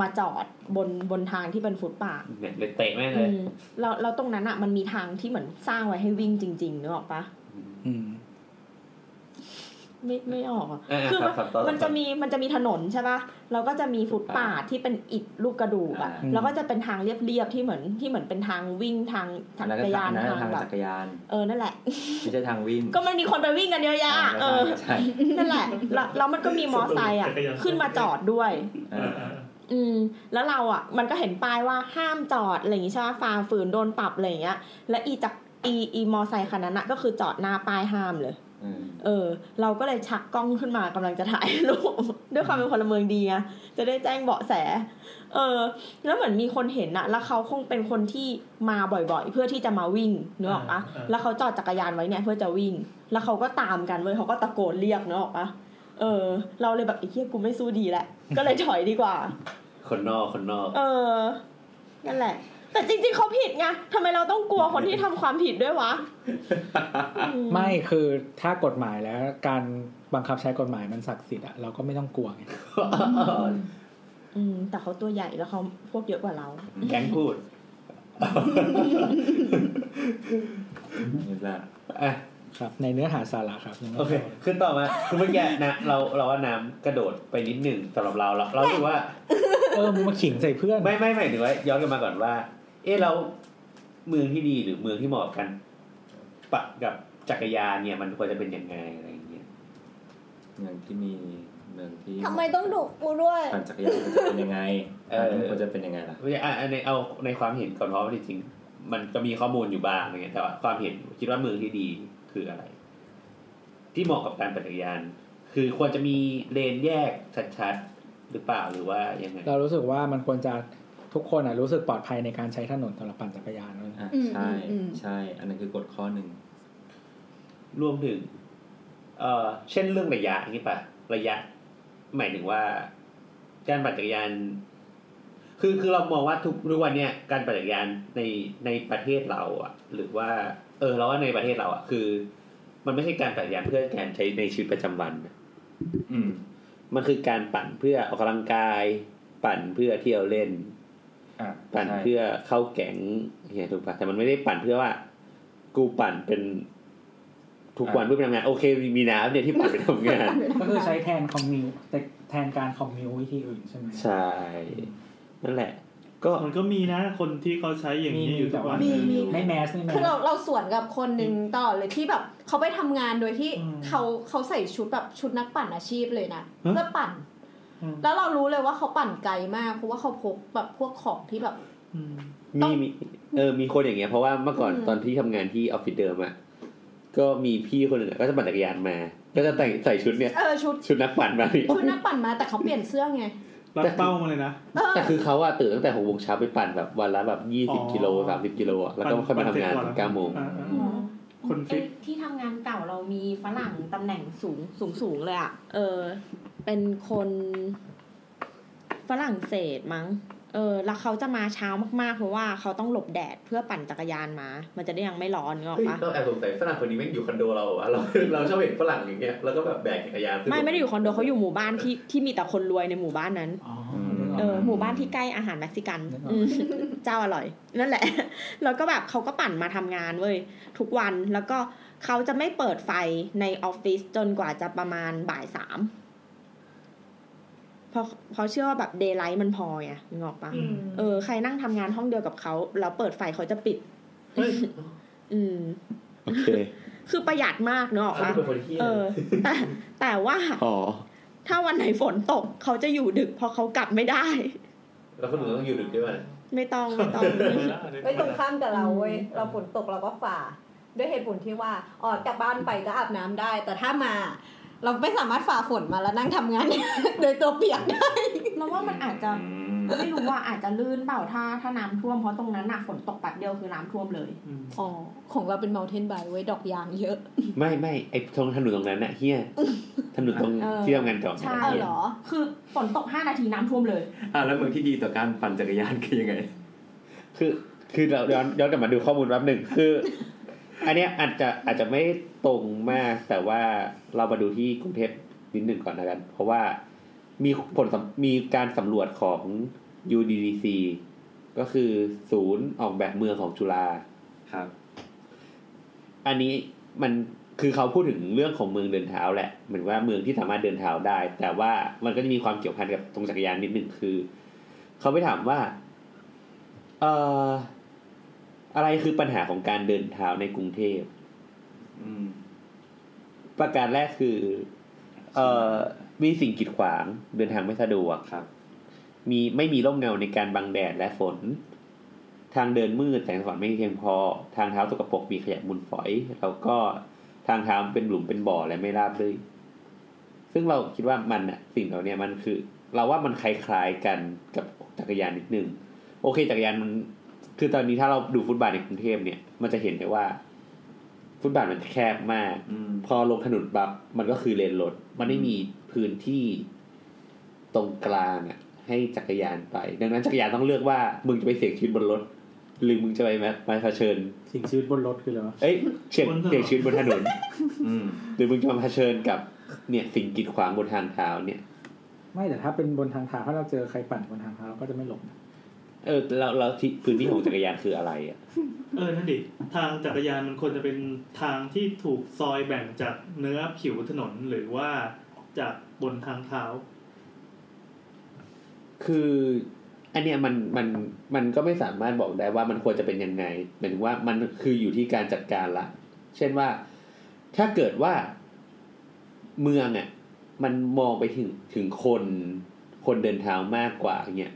[SPEAKER 8] มาจอดบนบนทางที่เป็นฟุตปาท
[SPEAKER 3] เนี่ยเลยเตะแม่ง
[SPEAKER 8] อื
[SPEAKER 3] เลย
[SPEAKER 8] มเราเราตรงนั้นอะมันมีทางที่เหมือนสร้างไว้ให้วิ่งจริงๆนึกออกปะ
[SPEAKER 1] อืม
[SPEAKER 8] ไม่ไม่ออกอะ
[SPEAKER 3] เออ
[SPEAKER 8] คือมัน
[SPEAKER 3] ครับครับต่อ
[SPEAKER 8] มันจะมีมันจะมีถนนใช่ปะเราก็จะมีฟุตปาทที่เป็นอิฐลูกกระดูกอะ
[SPEAKER 1] อ่า
[SPEAKER 8] แล้วก็จะเป็นทางเรียบๆที่เหมือนที่เหมือนเป็นทางวิ่งทางทาง
[SPEAKER 5] แล้วก็
[SPEAKER 8] จักรยาน
[SPEAKER 5] ทาง
[SPEAKER 8] ทาง
[SPEAKER 5] ทาง
[SPEAKER 8] แบบ
[SPEAKER 5] จักรยาน
[SPEAKER 8] เออนั่นแหละ
[SPEAKER 5] ไม่ใช่ทางวิ่ง
[SPEAKER 8] ก็มันมีคนไปวิ่งกันเยอะแยะอะเออ
[SPEAKER 5] ใช่
[SPEAKER 8] นั่นแหละแล้วแล้วมันก็มีมอไซค์อะ
[SPEAKER 4] จักรยาน
[SPEAKER 8] ขึ้นมาจอดด้วย
[SPEAKER 5] เออ
[SPEAKER 8] อืมแล้วเราอ่ะ มันก็เห็นป้ายว่าห้ามจอดอะไรอย่างงี้ใช่ป่ะฝ่าฝืนโดนปรับอะไรอย่างเงี้ย และอีจักอีอีมอไซคันนั้นอะก็คือจอดหน้าป้ายห้ามเลย
[SPEAKER 5] เออ
[SPEAKER 8] เออ เราก็เลยชักกล้องขึ้นมากำลังจะถ่ายรูป ด้วยความเป็นพลเมืองดีไงจะได้แจ้งเบาะแส เออ แล้วเหมือนมีคนเห็นอะแล้วเขาคงเป็นคนที่มาบ่อยๆ เพื่อที่จะมาวิ่งเนกออกปะ
[SPEAKER 4] อ่าอ่า
[SPEAKER 8] แล้วเขาจอดจักรยานไว้เนี่ยเพื่อจะวิ่ง แล้วเขาก็ตามกันเว้ยเขาก็ตะโกนเรียกเนกออกปะเออ เราเลยแบบไอ้เหี้ยกูไม่สู้ดีแหละ ก็เลยถอยดีกว่า
[SPEAKER 3] คนนอกคนนอก
[SPEAKER 8] เออ นั่นแหละ แต่จริงๆเขาผิดไงทำไมเราต้องกลัวคนที่ทำความผิดด้วยวะอื
[SPEAKER 1] ไม่คือถ้ากฎหมายแล้วการบังคับใช้กฎหมายมันศักดิ์สิทธิ์อะเราก็ไม่ต้องกลัวไง
[SPEAKER 8] อืม แต่เขาตัวใหญ่แล้วเขาพวกเยอะกว่าเรา
[SPEAKER 3] แก๊งพูด
[SPEAKER 5] นี่แหละ
[SPEAKER 3] อ่ะ
[SPEAKER 1] ครับ ในเนื้อหาสาระครับยังไม่
[SPEAKER 3] โอเค ขึ้นต่อมาคือเมื่อกี้นะเราเราว่าน้ำกระโดดไปนิดหนึ่งสำหรับเราเราเรารู้สึกว่า
[SPEAKER 1] เออมึงมาขิงใส่เพื่อน
[SPEAKER 3] ไม่ไม่ไม่หรือว่าย้อนกลับมาก่อนว่า เออเราเมืองที่ดีหรือเมืองที่เหมาะกับกันปะกับจักรยานเนี่ย มันควรจะเป็นยังไงอะไรอย่างเงี้ย
[SPEAKER 5] เมืองที่มีเมืองที่
[SPEAKER 9] ทำไมต้องดุกูด้วย
[SPEAKER 5] ปั่นจักรยานมันจะเป็นยังไงปั่นมันควรจะเป็นยังไงล่ะ
[SPEAKER 3] ไม่ใช่อ่ะอันในเอาในความเห็นก่อนเพราะว่าจริงๆมันก็มีข้อมูลอยู่บ้างอะไรเงี้ยแต่ว่าความเห็นคิดว่าเมืองที่ดีคืออะไร ที่เหมาะกับการปั่นจักรยาน คือควรจะมีเลนแยกชัดๆหรือเปล่าหรือว่ายังไง
[SPEAKER 1] เรารู้สึกว่ามันควรจะทุกคนอะรู้สึกปลอดภัยในการใช้ถนนสำหรับปั่นจักรยานเลย
[SPEAKER 5] อ่ะ
[SPEAKER 2] อืม
[SPEAKER 5] ใช่
[SPEAKER 2] อืม
[SPEAKER 5] ใช่ อันนั้นคือกฎข้อหนึ่ง
[SPEAKER 3] รวมถึง เออเช่นเรื่องระยะอย่างนี่ปะระยะ หมายถึงว่า การปั่นจักรยาน คือคือเรามองว่าทุกทุกวันเนี่ยการปั่นจักรยานในในประเทศเราอะหรือว่า เออเราว่าในประเทศเราอะคือ มันไม่ใช่การปั่นจักรยานเพื่อการใช้ในชีวิตประจำวันนะ
[SPEAKER 5] อืม
[SPEAKER 3] มันคือการปั่นเพื่อออกกำลังกาย ปั่นเพื่อเที่ยวเล่น
[SPEAKER 5] อ่ะ
[SPEAKER 3] ปั่น
[SPEAKER 5] ใช่
[SPEAKER 3] เพื่อเข้าแก๊งเฮียถูกปะแต่มันไม่ได้ปั่นเพื่อว่า กูปั่นเป็นทุกวันเพื่อไปทำงานโอเค มีน้ำเนี่ยที่ปั่นไปทำงาน
[SPEAKER 1] ก็คือใช้แทนคอมมิวแต่แทนการคอมมิววิธีอื่นใช่ไหม
[SPEAKER 3] ใช่ นั่นแหละ ก็
[SPEAKER 4] มันก็มีนะคนที่เขาใช้อย่างนี้อยู่ทุกวัน
[SPEAKER 1] มี
[SPEAKER 9] มี
[SPEAKER 1] ไม่แมสไม่แมส
[SPEAKER 9] คือเราเราสวนกับคนหนึ่งตลอดเลยที่แบบเขาไปทำงานโดยที่
[SPEAKER 4] อืม
[SPEAKER 9] เขาเขาใส่ชุดแบบชุดนักปั่นอาชีพเลยนะ
[SPEAKER 4] ฮะ
[SPEAKER 9] เพื่อปั่น
[SPEAKER 4] อืม
[SPEAKER 9] แล้วเรารู้เลยว่าเขาปั่นไกลมากเพราะว่าเขาพกแบบพวกของที่แบบ
[SPEAKER 4] อืม
[SPEAKER 3] มีมีเออมีคนอย่างเงี้ยเพราะว่าเมื่อก่อน
[SPEAKER 9] อืม
[SPEAKER 3] ตอนที่ทำงานที่ออฟฟิศเดิมอะก็มีพี่คนหนึ่งอะก็จะปั่นจักรยานมา ก็จะแต่งใส่ชุดเนี่ย
[SPEAKER 9] เออชุด
[SPEAKER 3] ชุดนักปั่นมาพี่
[SPEAKER 9] ชุดนักปั่นมาแต่เขาเปลี่ยนเสื้อไง
[SPEAKER 4] รัดเป้ามาเลยนะ
[SPEAKER 9] เออ
[SPEAKER 3] แต่คือเขาอะตื่นตั้งแต่หกโมงเช้าไปปั่นแบบวันละแบบยี่
[SPEAKER 4] อ๋
[SPEAKER 3] สิบ
[SPEAKER 4] อ
[SPEAKER 3] กิโลสามสิบกิโลอะแล้วก็ค่อยมาทำงาน
[SPEAKER 4] ปั่
[SPEAKER 3] ถึ
[SPEAKER 4] สร็จ
[SPEAKER 3] งเก้าโมง
[SPEAKER 4] อ่อ่า
[SPEAKER 8] อ๋อ
[SPEAKER 4] คนฟิต
[SPEAKER 8] เอ้ยที่ทำงานเก่าเรามีฝรั่งตำแหน่งสูงสูงสูงเลยอะเออ เป็นคนฝรั่งเศสมั้ง เออ แล้วเขาจะมาเช้ามากๆ เพราะว่าเขาต้องหลบแดดเพื่อปั่นจักรยานมา มันจะได้ยังไม่ร้อนงออก
[SPEAKER 3] เฮ้ย
[SPEAKER 8] ปะ
[SPEAKER 3] เราแอบสงสัยฝรั่งคนนี้ไม่งอยู่คอนโดเราเหรอวะเรา เราชอบเห็นฝรั่งอย่างเงี้ยแล้วก็แบบแบกจักรยานขึ้น
[SPEAKER 8] ไม่ไม่ได้อยู่คอนโดเขาอยู่หมู่บ้านที่ที่มีแต่คนรวยในหมู่บ้านนั้น เออหมู่บ้านที่ใกล้อาหารเม็กซิกัน
[SPEAKER 1] นึกออก
[SPEAKER 8] อืมเจ้าอร่อย นั่นแหละ แล้วก็แบบเขาก็ปั่นมาทำงานเว้ยทุกวันแล้วก็เขาจะไม่เปิดไฟในออฟฟิศจนกว่าจะประมาณบ่ายสามเพราะเพราะเชื่อว่าแบบเดย์ไลท์มันพอไงนึกออกปะ
[SPEAKER 4] อืม
[SPEAKER 8] เออใครนั่งทำงานห้องเดียวกับเขาแล้วเปิดไฟเขาจะปิด อืม
[SPEAKER 3] โอเค
[SPEAKER 8] คือประหยัดมากเนกอะ
[SPEAKER 3] เขา
[SPEAKER 8] ปะ
[SPEAKER 3] เป็นคนที่
[SPEAKER 8] เออ แต่แต่ว่า
[SPEAKER 3] อ๋อ
[SPEAKER 8] ถ้าวันไหนฝนตกเขาจะอยู่ดึกเพราะเขากลับไม่ได้
[SPEAKER 3] แล้วคนอื่นต้องอยู่ดึกด้วยป่ะ
[SPEAKER 8] ไม่ต้องไม่ต้อง
[SPEAKER 9] ไว้ตรงข้ามกับเราเว้ยเราฝนตกเราก็ฝ่า ด้วยเหตุผลที่ว่าออกจากบ้านไปก็อาบน้ำได้ แต่ถ้ามา เราไม่สามารถฝ่าฝนมาแล้วนั่งทำงาน โดยตัวเปียกได้
[SPEAKER 8] เราว่ามันอาจจะไม่รู้ว่าอาจจะลื่นเปล่าถ้าถ้าน้ำท่วมเพราะตรงนั้นน่ะฝนตกแปัดเดียวคือน้ำท่วมเลย
[SPEAKER 4] อืม
[SPEAKER 9] อ๋อของเราเป็น mountain bike เว้ยดอกยางเยอะ
[SPEAKER 3] ไม่ไม่ไอตรงถนนตรงนั้นน่ะเฮียถนนตรง
[SPEAKER 8] เออ
[SPEAKER 3] ที่ทำงานเก่า
[SPEAKER 8] ใช่
[SPEAKER 9] เออเหรอ
[SPEAKER 8] คือฝนตก 5 นาทีน้ำท่วมเลย
[SPEAKER 5] อ่ะแล้วเมืองที่ดีต่อการปั่นจักรยานคือยังไง
[SPEAKER 3] คือคือเราย้อนย้อนกลับมาดูข้อมูลแป๊บหนึ่งคือ อันเนี้ยอาจจะอาจจะไม่ตรงมากแต่ว่าเรามาดูที่กรุงเทพนิดหนึ่งก่อนละกัน เพราะว่า มีผลสำมีการสำรวจของ UDDC ก็คือศูนย์ออกแบบเมืองของจุฬา
[SPEAKER 5] ครับ
[SPEAKER 3] อันนี้มันคือเขาพูดถึงเรื่องของเมืองเดินเท้าแหละเหมือนว่าเมืองที่สามารถเดินเท้าได้ แต่ว่ามันก็จะมีความเกี่ยวพันกับตรงจักรยานนิดหนึ่งคือ เขาไปถามว่าเอ่ออะไรคือปัญหาของการเดินเท้าในกรุงเทพ
[SPEAKER 5] อืม
[SPEAKER 3] ประการแรกคือ เอ่อมีสิ่งกีดขวางเดินทางไม่สะดวก
[SPEAKER 5] ครับ
[SPEAKER 3] มีไม่มีร่มเงาในการบังแดดและฝน ทางเดินมืดแสงสว่างไม่เพียงพอ ทางเท้าสกปรกมีขยะมูลฝอย แล้วก็ทางเท้าเป็นหลุมเป็นบ่อและไม่ราบรื่นซึ่งเราคิดว่ามันอะสิ่งเหล่าเนี้ยมันคือ เราว่ามันคล้ายๆกันกับจักรยานนิดนึง โอเคจักรยานมันคือตอนนี้ถ้าเราดูฟุตบาทในกรุงเทพเนี่ย มันจะเห็นได้ว่า ฟุตบาทมันแคบมาก
[SPEAKER 5] อืม
[SPEAKER 3] พอลงถนนบับมันก็คือเลนรถมันไม่มีพื้นที่ตรงกลางอะให้จักรยานไป ดังนั้นจักรยานต้องเลือกว่า มึงจะไปเสี่ยงชีวิตบนรถ หรือมึงจะไปมามาเผชิญ
[SPEAKER 1] สิ่งชีวิตบนรถคืออะไรวะ
[SPEAKER 3] เอ้ยเสี่ยง
[SPEAKER 4] บนถนน
[SPEAKER 3] เสี่ยงชีวิตบนถนน
[SPEAKER 5] อืม
[SPEAKER 3] หรือมึงจะมาเผชิญกับเนี่ยสิ่งกีดขวางบนทางเท้าเนี่ย
[SPEAKER 1] ไม่แต่ถ้าเป็นบนทางเท้าถ้าเราเจอใครปั่นบนทางเท้าเราก็จะไม่หลง
[SPEAKER 3] เออเราเราที่พื้นที่ของจักรยานคืออะไรอ่ะ
[SPEAKER 4] เออนั่นดิทางจักรยานมันควรจะเป็นทางที่ถูกซอยแบ่งจากเนื้อผิวถนนหรือว่าจากบนทางเท้า
[SPEAKER 3] คืออันเนี้ยมันมันมันก็ไม่สามารถบอกได้ว่ามันควรจะเป็นยังไงหมายถึงว่ามันคืออยู่ที่การจัดการละ เช่นว่าถ้าเกิดว่าเมืองอ่ะมันมองไปถึงถึงคนคนเดินเท้ามากกว่าเนี่ย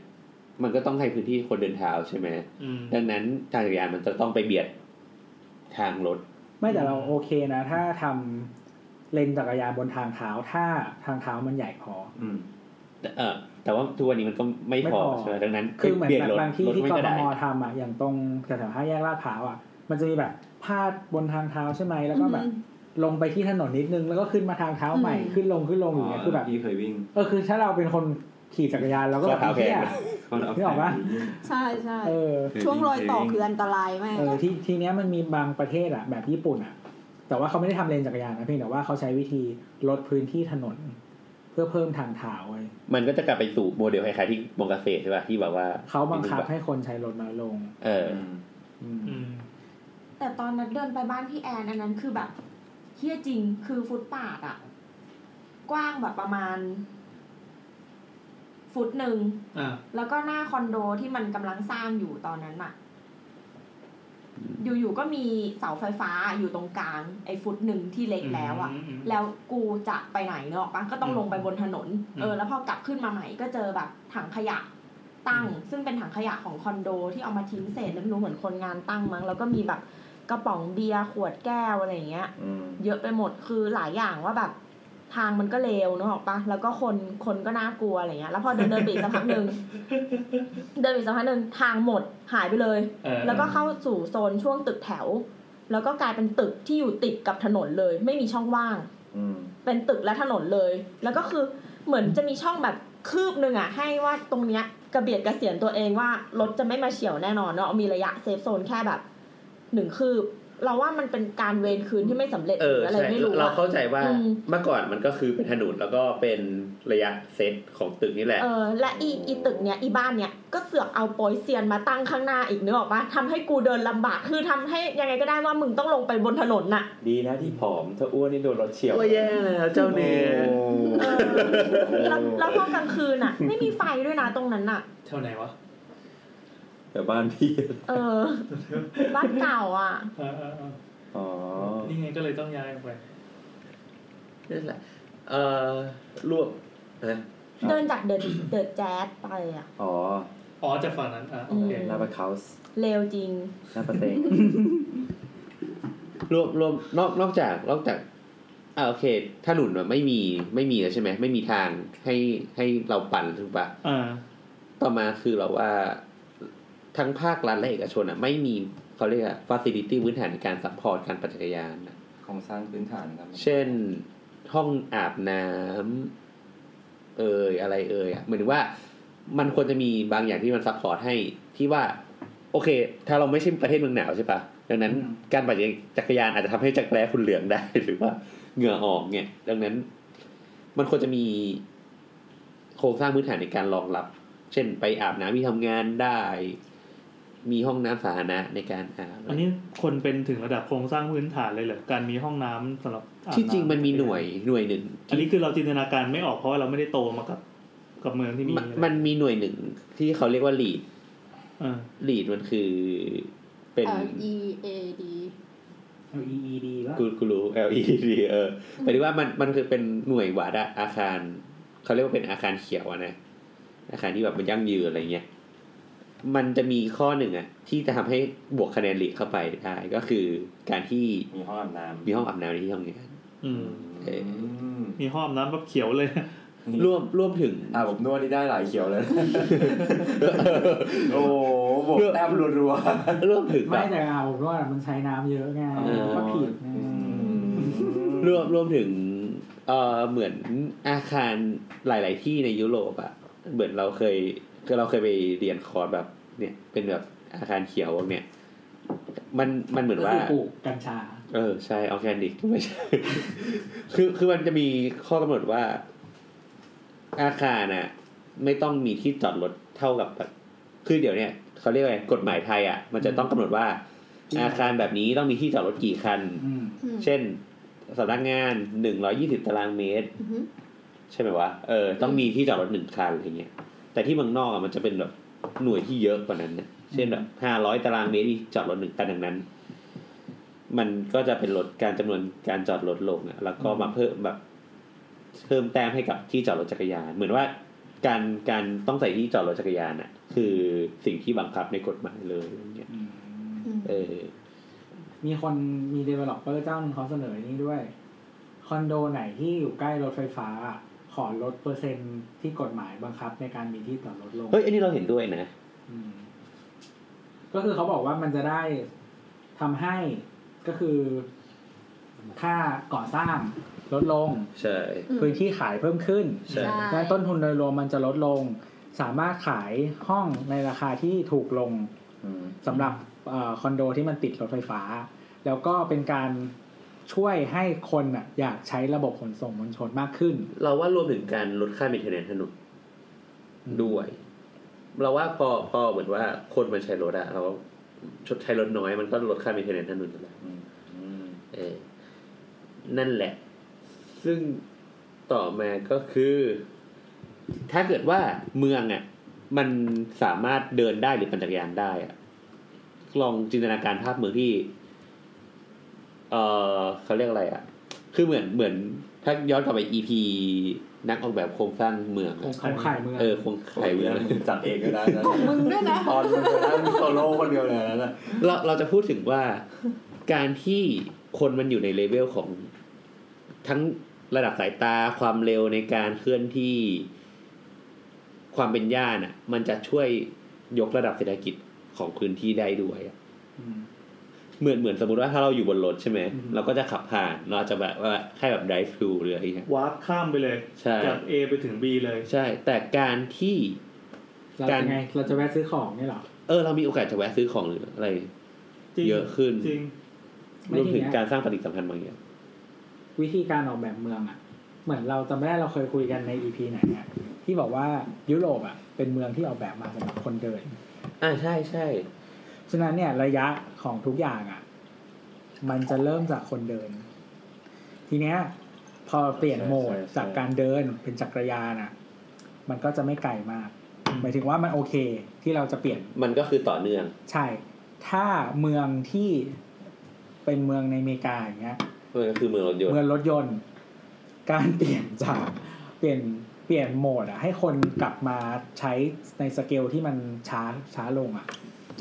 [SPEAKER 3] มันก็ต้องให้พื้นที่คนเดินเท้าใช่ไหม
[SPEAKER 4] อืม
[SPEAKER 3] ดังนั้นทางจักรยานมันจะต้องไปเบียดทางรถ
[SPEAKER 1] ไม่แต่เราโอเคนะ ถ้าทำเลนจักรยานบนทางเท้าถ้าทางเท้ามันใหญ่พอ
[SPEAKER 5] อืม
[SPEAKER 3] แต่เออแต่ว่าทุกวันนี้มันก็ไม่
[SPEAKER 1] ไม่
[SPEAKER 3] พ
[SPEAKER 1] พ
[SPEAKER 3] อ
[SPEAKER 1] อ
[SPEAKER 3] ใช่ไหมดังนั้น
[SPEAKER 1] คือเหมือน
[SPEAKER 3] เบียด
[SPEAKER 1] แบบ
[SPEAKER 3] รถ
[SPEAKER 1] บางที่
[SPEAKER 3] รถ
[SPEAKER 1] ที่
[SPEAKER 3] ไม่
[SPEAKER 1] ก
[SPEAKER 3] ก็
[SPEAKER 1] ท
[SPEAKER 3] ได้
[SPEAKER 1] มทำอ่ะอย่างตรงแถวๆห้าแยกลาดพร้าวอ่ะ มันจะมีแบบพาดบนทางเท้าใช่ไหมแล้วก็แบบ
[SPEAKER 2] อืม
[SPEAKER 1] ลงไปที่ถนนนิดนึงแล้วก็ขึ้นมาทางเท้าใหม่
[SPEAKER 2] อืม
[SPEAKER 1] ขึ้นลงขึ้นลงอย่างเงี้ยคือแบบ
[SPEAKER 5] พี่เคยวิ่ง
[SPEAKER 1] เออคือถ้าเราเป็นคนขี่จักรยานเราก็
[SPEAKER 3] ข้
[SPEAKER 1] แบ
[SPEAKER 3] อบ เท้าแพ
[SPEAKER 1] เฮี
[SPEAKER 3] ง
[SPEAKER 1] ย
[SPEAKER 5] เขาเรา
[SPEAKER 1] นึกออกปะ
[SPEAKER 2] ใช่ใช่
[SPEAKER 1] เออ
[SPEAKER 2] ช่วงรอยต่อคืออันตรายมาก
[SPEAKER 1] เออที่ทีเนี้ยมันมีบางประเทศอะแบบญี่ปุ่นอะแต่ว่าเขาไม่ได้ทำเลนจักรยานนะเพียงแต่ว่าเขาใช้วิธีลดพื้นที่ถนน เพื่อเพิ่มทางเท้าไว้
[SPEAKER 3] มันก็จะกลับไปสู่โมเดลคล้ายๆที่มงกาเฟ่ใช่ป่ะที่แบบว่า
[SPEAKER 1] เขาบังคับให้คนใช้รถน้อยลง
[SPEAKER 3] เออ
[SPEAKER 1] อืม
[SPEAKER 4] อืม
[SPEAKER 8] แต่ตอนนั้นเดินไปบ้านพี่แอนอันนั้นคือแบบเฮี้ยจริงคือฟุตปาดอะกว้างแบบประมาณ ฟุตหนึ่ง
[SPEAKER 4] อ่า
[SPEAKER 8] แล้วก็หน้าคอนโดที่มันกำลังสร้างอยู่ตอนนั้นอะอยู่ๆก็มีเสาไฟฟ้าอยู่ตรงกลาง ไอ้ฟุตหนึ่งที่เล็กแล้วอะ
[SPEAKER 4] อืมอืม
[SPEAKER 8] แล้วกูจะไปไหนเนาะปะก็ต้อง
[SPEAKER 4] อืม
[SPEAKER 8] ลงไปบนถนน เอออ
[SPEAKER 4] ม
[SPEAKER 8] แล้วพอกลับขึ้นมาใหม่ก็เจอแบบถังขยะตั้ง ซึ่งเป็นถังขยะของคอนโดที่เอามาทิ้งเศษแล้วไม่รู้เหมือนคนงานตั้งมั้งแล้วก็มีแบบกระป๋องเบียร์ขวดแก้วอะไรอย่างเงี้ย
[SPEAKER 5] อืม
[SPEAKER 8] เยอะไปหมดคือหลายอย่างว่าแบบ ทางมันก็เลวเนกอะปะแล้วก็คนคนก็น่ากลัวอะไรเงี้ย แล้วพอเดินเดินไปอีกสักพักห นึ่งเดินไปอีกสักพักหนึ่งทางหมดหายไปเลย
[SPEAKER 4] เออ
[SPEAKER 8] แล้วก็เข้าสู่โซนช่วงตึกแถว แล้วก็กลายเป็นตึกที่อยู่ติดกับถนนเลย ไม่มีช่องว่าง
[SPEAKER 5] อืม
[SPEAKER 8] เป็นตึกและถนนเลย แล้วก็คือเหมือนจะมีช่องแบบคืบหนึ่งอะให้ว่าตรงเนี้ยกระเบียดกระเสียนตัวเองว่ารถจะไม่มาเฉียวแน่นอนเนาะมีระยะเซฟโซนแค่แบบหนึ่งคืบ เราว่ามันเป็นการเวรคืนที่ไม่สำเร็จ
[SPEAKER 3] เอ
[SPEAKER 8] ห
[SPEAKER 3] อ
[SPEAKER 8] รืออะไร
[SPEAKER 3] ใช่
[SPEAKER 8] ไม่รู้
[SPEAKER 3] เรา
[SPEAKER 8] อะ
[SPEAKER 3] เข้าใจว่า
[SPEAKER 8] อืม
[SPEAKER 3] เมื่อก่อนมันก็คือเป็นถนนแล้วก็เป็นระยะเซตของตึกนี่แหละ
[SPEAKER 8] เออและอีอีตึกเนี้ยอีบ้านเนี้ยก็เสือกเอาโปยเซียนมาตั้งข้างหน้าอีกเนื้อออกปะทำให้กูเดินลำบากคือทำให้ยังไงก็ได้ว่ามึงต้องลงไปบนถนนน่ะ
[SPEAKER 6] ดีนะที่ผอมถ้าอ้วนนี่โดนรถเฉียว
[SPEAKER 3] ก็แย่แล้วเจ้าเนื้อ
[SPEAKER 8] แล้วแล้วพอกลางคืนน่ะ ไม่มีไฟด้วยนะตรงนั้นน่ะ
[SPEAKER 4] เท่าไหนวะ
[SPEAKER 6] แต่บ้านพี่
[SPEAKER 8] เออบ้านเก่าอ่ะ
[SPEAKER 4] เออเออเออ
[SPEAKER 6] อ๋อ
[SPEAKER 4] นี่ไงก็เลยต้องย้ายออกไป
[SPEAKER 3] นั่นแหละเออรวบนะ
[SPEAKER 8] เดินจากเดินเดินแจ๊สไปอ่ะ
[SPEAKER 6] อ๋อ
[SPEAKER 4] อ๋อจากฝั่งนั้นอ่ะโอเค
[SPEAKER 8] อืม
[SPEAKER 6] ลาบะเคาส์
[SPEAKER 8] เร็วจริง
[SPEAKER 6] ลาบะเตง
[SPEAKER 3] รวบรวมนอกนอกจากนอกจากอ่าโอเคถนนมันไม่มีไม่มีแล้วใช่ไหมไม่มีทางให้ให้เราปั่นถูกปะ
[SPEAKER 4] อ่า
[SPEAKER 3] ต่อมาคือเราว่าทั้งภาครัฐและเอกชนอ่ะ ไม่มีเขาเรียกฟาซิลิตี้พื้นฐานในการซัพพอร์ตการปั่นจักรยานอะ
[SPEAKER 5] ของสร้างพื้นฐานครับ
[SPEAKER 3] เช่นห้องอาบน้ำเอ่ยอะไรเอ่ยอ่ะเหมือนว่ามันควรจะมีบางอย่างที่มันซัพพอร์ตให้ที่ว่า โอเค ถ้าเราไม่ใช่ประเทศเมืองหนาวใช่ปะดังนั้นการปั่นจักรยานอาจจะทำให้จักรแร้คุณเหลืองได้ หรือว่าเหงื่อออกเนี่ย ดังนั้น มันควรจะมี ครงสร้างพื้นฐานในการรองรับ เช่นไปอาบน้ำที่ทำงานได้ มีห้องน้ำสาธารณะในการอาบ
[SPEAKER 4] อันนี้คนเป็นถึงระดับโครงสร้างพื้นฐานเลยเหรอการมีห้องน้ำสำหรับอาบ
[SPEAKER 3] ที่จริง
[SPEAKER 4] ำ
[SPEAKER 3] มันมีหน่วยหน่วยหนึ่ง
[SPEAKER 4] อัน
[SPEAKER 3] ที่
[SPEAKER 4] นี้คือเราจินตนาการไม่ออกเพราะว่าเราไม่ได้โตมากับ กับเมืองที่มี
[SPEAKER 3] มันมันมีหน่วยหนึ่งที่เขาเรียกว่าลีด
[SPEAKER 4] อ่า
[SPEAKER 3] ลีดมันคือเป็น
[SPEAKER 2] L E A D
[SPEAKER 1] เอา EED ป่ะ
[SPEAKER 3] กูกูรู้ L E D เออหมายถึงว่ามันมันคือเป็นหน่วยวัดอะอาคาร เขาเรียกว่าเป็นอาคารเขียวอะนะ อาคารที่แบบมันยั่งยืนอะไรเงี้ย มันจะมีข้อหนึ่งอะที่จะทำให้บวกคะแนนลีดเข้าไปได้ก็คือการที่
[SPEAKER 5] มีห้องอาบน้
[SPEAKER 3] มีห้องอาบน้ำในที่ทำงาน
[SPEAKER 4] อืม
[SPEAKER 5] ำ
[SPEAKER 3] เอ่อ
[SPEAKER 5] อืม
[SPEAKER 4] มีห้องอาบน้ำแบบเขียวเลย
[SPEAKER 3] ร่วมร่วมถึง
[SPEAKER 5] อ่าผมนวดนี่ได้หลายเขียวเลย โอ้โหบอกแต้มรัว
[SPEAKER 3] ร่วมถึงแบ
[SPEAKER 1] ไม่
[SPEAKER 3] บ
[SPEAKER 1] แต่อาผมว่ามันใช้น้ำเยอะไง
[SPEAKER 3] เออ
[SPEAKER 1] ก็ผิดไง
[SPEAKER 5] ๆอืม
[SPEAKER 3] รวมรวมถึงเอ่อเหมือนอาคารหลาย ๆ ที่ในยุโรปอะเหมือนเราเคยคือเราเคยไปเรียนคอร์สแบบ เนี่ย เป็นแบบอาคารเขียวเนี่ย มันมันเหมือน
[SPEAKER 1] ก็
[SPEAKER 3] ว่า
[SPEAKER 1] คือปลูกกัญชา
[SPEAKER 3] เออใช่ออร์แกนิกไม่ใช่ คือคือมันจะมีข้อกำหนดว่า อาคารน่ะ ไม่ต้องมีที่จอดรถเท่ากับแบบคือเดี๋ยวเนี่ยเขาเรียกว่าไงกฎหมายไทยอ่ะ มันจะต้องกำหนดว่า
[SPEAKER 1] อืม
[SPEAKER 3] อาคารแบบนี้ต้องมีที่จอดรถกี่คัน
[SPEAKER 1] อืม
[SPEAKER 2] อืม
[SPEAKER 3] เช่นสำนักงานหนึ่งร้อยี่สิบตารางเมตร
[SPEAKER 2] อือฮึ
[SPEAKER 3] ใช่ไหมวะเออต้องมีที่จอดรถหนึ่งคันอะไรเงี้ยแต่ที่เมืองนอกอะมันจะเป็นแบบหน่วยที่เยอะกว่านั้นเนี่ยเช่นแบบห้าร้อยตารางเมตรมีจอดรถหนึ่งคันดังนั้น มันก็จะเป็นลดการจำนวนการจอดรถลงอะแล้วก็มาเพิ่มแบบ เพิ่มแต้มให้กับที่จอดรถจักรยาน เหมือนว่าการการต้องใส่ที่จอดรถจักรยานอะคือสิ่งที่บังคับในกฎหมายเลยอะไรเงี้ย
[SPEAKER 1] อืม
[SPEAKER 2] อืม
[SPEAKER 3] เออ
[SPEAKER 1] มีคนมี developer เจ้าหนึ่งเขาเสนอนี่ด้วย คอนโดไหนที่อยู่ใกล้รถไฟฟ้า ขอลดเปอร์เซ็นต์ที่กฎหมายบังคับในการมีที่จอดรถลง
[SPEAKER 3] เฮ้ยอันนี้เราเห็นด้วยนะ
[SPEAKER 1] อืมก็คือเขาบอกว่ามันจะได้ทำให้ก็คือ ค่าก่อสร้างลดลง
[SPEAKER 3] ใช่
[SPEAKER 1] พื้นที่ขายเพิ่มขึ้น
[SPEAKER 3] ใช่
[SPEAKER 1] และต้นทุนโดยรวมมันจะลดลง สามารถขายห้องในราคาที่ถูกลง
[SPEAKER 5] อืม
[SPEAKER 1] สำหรับเออคอนโดที่มันติดรถไฟฟ้า แล้วก็เป็นการช่วยให้คนน่ะอยากใช้ระบบขนส่งมวลชนมากขึ้น
[SPEAKER 3] เราว่ารวมถึงการลดค่าเมนเทนแนนถนน ด้วย เราว่าพอพอเหมือนว่าคนมันใช้รถอะเราชดใช้รถน้อยมันก็ลดค่ามีเทนแนนถนนนั่นแหละ
[SPEAKER 5] อืมอืม
[SPEAKER 3] เออนั่นแหละ ซึ่งต่อมาก็คือ ถ้าเกิดว่าเมืองอะมันสามารถเดินได้หรือปั่นจักรยานได้อะลองจินตนาการภาพเมืองที่ เออเขาเรียกอะไรอะคือเหมือนเหมือน ถ้าย้อนกลับไป EP นักออกแบบโครงสร้างเมืองอะ
[SPEAKER 1] ของขายเมือง
[SPEAKER 3] เออโครง
[SPEAKER 5] ใคร
[SPEAKER 3] ขาย
[SPEAKER 5] เว
[SPEAKER 3] เมือง
[SPEAKER 5] ลามึงจัดเองก็ได้นะ
[SPEAKER 2] ของมึงด้วยนะ
[SPEAKER 5] ตอนมึงจะนั่งโซโล่คนเดียวเลยนะน่ะ
[SPEAKER 3] เราเราจะพูดถึงว่าการที่คนมันอยู่ในเลเวลของทั้งระดับสายตาความเร็วในการเคลื่อนที่ความเป็นย่านอ่ะ มันจะช่วยยกระดับเศรษฐกิจของพื้นที่ได้ด้วยอะ
[SPEAKER 1] อืม
[SPEAKER 3] เหมือนเหมือนสมมติว่าถ้าเราอยู่บนรถใช่ไหม
[SPEAKER 1] อืม
[SPEAKER 3] เราก็จะขับผ่านเราจะแบบว่าแค่แบบ drive through หรืออะไรอย่างเงี้ย
[SPEAKER 4] วาร์ปข้ามไปเลย
[SPEAKER 3] ใช่
[SPEAKER 4] จาก A ไปถึง B เลย
[SPEAKER 3] ใช่ แต่การที่
[SPEAKER 1] เรา
[SPEAKER 3] การ
[SPEAKER 1] จะไง เราจะแวะซื้อของเนี่ยเหรอ
[SPEAKER 3] เออเรามีโอกาสจะแวะซื้อของหรืออะไร
[SPEAKER 4] จริง
[SPEAKER 3] เยอะขึ้น
[SPEAKER 4] จริง
[SPEAKER 1] ไม่
[SPEAKER 3] รวมถึง
[SPEAKER 1] ถึงนะ
[SPEAKER 3] การสร้างปฏิสัมพันธ์บางอย่าง
[SPEAKER 1] วิธีการออกแบบเมืองอะเหมือนเราจำไม่ได้เราเคยคุยกันใน EP ไหนอะที่บอกว่ายุโรปอะเป็นเมืองที่ออกแบบมาสำหรับคนเดิน
[SPEAKER 3] อ่าใช่ใช่
[SPEAKER 1] ฉะนั้นเนี่ยระยะของทุกอย่างอะ่ะ มันจะเริ่มจากคนเดิน ทีเนี้ย พอเปลี่ยนโหมดจากการเดินเป็นจักรยานอะ่ะ มันก็จะไม่ไกลมากหมายถึงว่ามันโอเคที่เราจะเปลี่ยน
[SPEAKER 3] มันก็คือต่อเนื่อง
[SPEAKER 1] ใช่ ถ้าเมืองที่เป็นเมืองในอเมริกาอย่างเงี้ย
[SPEAKER 3] มันก็คือเมืองรถยนต์
[SPEAKER 1] เมืองรถยนต์ การเปลี่ยนจากเปลี่ยนเปลี่ยนโหมดอะให้คนกลับมาใช้ในสเกลที่มันช้าช้าลงอะ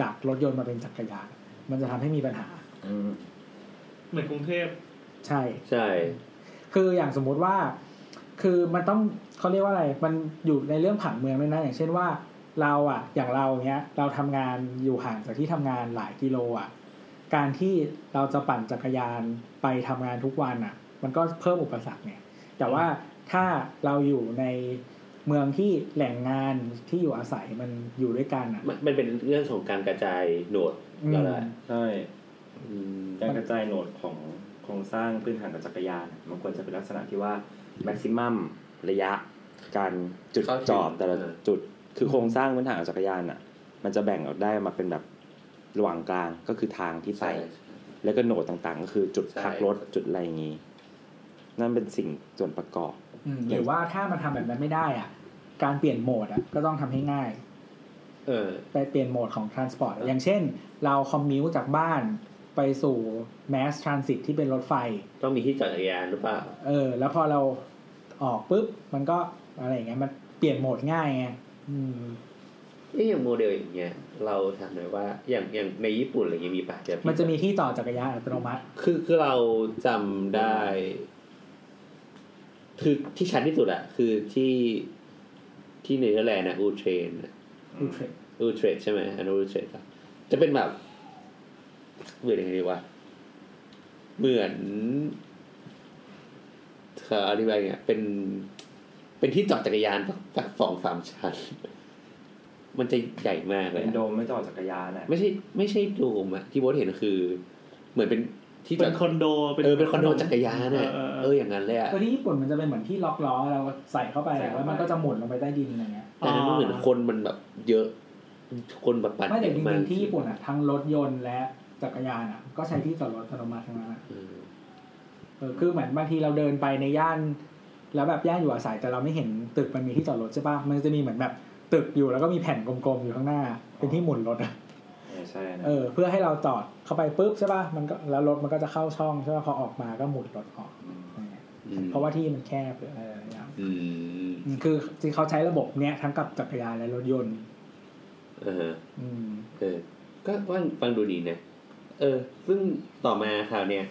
[SPEAKER 1] จากรถยนต์มาเป็นจักรยานมันจะทำให้มีปัญหา
[SPEAKER 5] อืม
[SPEAKER 4] เหมือนกรุงเทพ
[SPEAKER 1] ใช่
[SPEAKER 3] ใช่
[SPEAKER 1] คืออย่างสมมุติว่า คือมันต้องเขาเรียกว่าอะไร มันอยู่ในเรื่องผังเมืองด้วยนะ อย่างเช่นว่า เราอะอย่างเราเนี้ย เราทำงานอยู่ห่างจากที่ทำงานหลายกิโลอะการที่เราจะปั่นจักรยานไปทำงานทุกวันอะมันก็เพิ่มอุปสรรคเนี่ย แต่ว่าถ้าเราอยู่ในเมืองที่แหล่งงานที่อยู่อาศัยมันอยู่ด้วยกันอะ
[SPEAKER 3] มันมันเป็นเรื่องของการกระจายโหนด
[SPEAKER 1] อืม
[SPEAKER 3] แล้วแหละ
[SPEAKER 5] ใช่
[SPEAKER 3] อืม
[SPEAKER 5] การกระจายโหนดของโครงสร้างพื้นฐานกับจักรยาน มันควรจะเป็นลักษณะที่ว่าแม็กซิมัมระยะ การจุด
[SPEAKER 3] เข้าถึง
[SPEAKER 5] จอดแต่ละ
[SPEAKER 3] เออ
[SPEAKER 5] จุดคือโครงสร้างพื้นฐานของจักรยานอ่ะ มันจะแบ่งออกได้มาเป็นแบบระหว่างกลางก็คือทางที่ไป
[SPEAKER 3] ใช่
[SPEAKER 5] แล้วก็โหนดต่างๆ ก็คือจุด
[SPEAKER 3] ใช่
[SPEAKER 5] พักรถจุดอะไรอย่างนี้ นั่นเป็นสิ่งส่วนประกอบ
[SPEAKER 1] อืมหรือว่าถ้ามันทำแบบนั้นไม่ได้อ่ะ การเปลี่ยนโหมดอ่ะก็ต้องทำให้ง่าย
[SPEAKER 3] เออ
[SPEAKER 1] ไปเปลี่ยนโหมดของ transport อย่างเช่น เราคอมมิวจากบ้านไปสู่ mass transit ที่เป็นรถไฟ
[SPEAKER 3] ต้องมีที่จอดจักรยานหรือเปล่า
[SPEAKER 1] เออ แล้วพอเราออกปุ๊บ มันก็อะไรอย่างเงี้ยมันเปลี่ยนโหมดง่ายไงอืม
[SPEAKER 3] นี่อย่างโมเดลอย่างเงี้ยเราถามหน่อยว่าอย่างอย่างในญี่ปุ่นอะไรเงี้ยมีป่ะเดี๋ยวพี่
[SPEAKER 1] มันจะมีที่ต่อจักรยานอัตโนมัติ
[SPEAKER 3] คือคือเราจำได้ คือที่ชัดที่สุดอะคือที่ที่เนเธอร์แลนด์นะอูเทรนอูเทรนใช่ไหมอันอูเทรนจะเป็นแบบเหมือนยังไงดีวะเหมือนเธออธิบายไงเป็น เป็นที่จอดจักรยานสักสองสามชั้น มันจะใหญ่มากเลย
[SPEAKER 5] เป็น
[SPEAKER 3] อะ
[SPEAKER 5] โดมไม่ต่อจักรยานอ่ะ
[SPEAKER 3] ไม่ใช่ไม่ใช่โดมอะที่โบทเห็นคือ เหมือนเป็นที่จ
[SPEAKER 4] เป็นคอนโด
[SPEAKER 3] เออเป็นคอนโดจักรยาน
[SPEAKER 4] เอ
[SPEAKER 3] อะ
[SPEAKER 4] อเออเอ
[SPEAKER 3] เอ
[SPEAKER 4] อ
[SPEAKER 3] ออย่างนั้นเลยอะ
[SPEAKER 1] ตัวที่ญี่ปุ่นมันจะเป็นเหมือนที่ล็อกล้อเราใส่เข้าไป
[SPEAKER 5] ใส่เข้าไป
[SPEAKER 1] แล้วมันก็จะหมุนลงไปใต้ดินอะไรเงี้ย
[SPEAKER 3] แต่อันนั้นมันเหมือนคนมันแบบเยอะ คนแบบปั่น
[SPEAKER 1] ไม่แต่จ
[SPEAKER 3] เยอะมาก
[SPEAKER 1] ริงๆที่ญี่ปุ่นอ่ะทั้งรถยนต์และจักรยานอ่ะ ก็ใช้ที่จอดรถอัตโนมัติทั้งนั้นอะ
[SPEAKER 3] เออ
[SPEAKER 1] เออคือเหมือนบางทีเราเดินไปในย่าน แล้วแบบย่านอยู่อาศัยแต่เราไม่เห็นตึกมันมีที่จอดรถใช่ป่ะมันจะมีเหมือนแบบตึกอยู่แล้วก็มีแผ่นกลมๆอยู่ข้างหน้า เป็นที่หมุนรถอะ
[SPEAKER 5] เออใช่นะ
[SPEAKER 1] เออเพื่อให้เราจอดเข้าไปปุ๊บใช่ป่ะมันก็แล้วรถมันก็จะเข้าช่องใช่ป่ะพอออกมาก็หมุนรถออก
[SPEAKER 5] ม
[SPEAKER 1] อะไรเงี้ย
[SPEAKER 3] อืม
[SPEAKER 1] เพราะว่าที่มันแคบหรืออะไรอย่างเงี้ย
[SPEAKER 3] อืม
[SPEAKER 1] อืมคือจริงเขาใช้ระบบเนี้ยทั้งกับจักรยานและรถยนต์
[SPEAKER 3] เออ
[SPEAKER 1] อืม
[SPEAKER 3] เออ ก็ว่าฟังดูดีนะเออ ซึ่งต่อมาคราวเนี้ย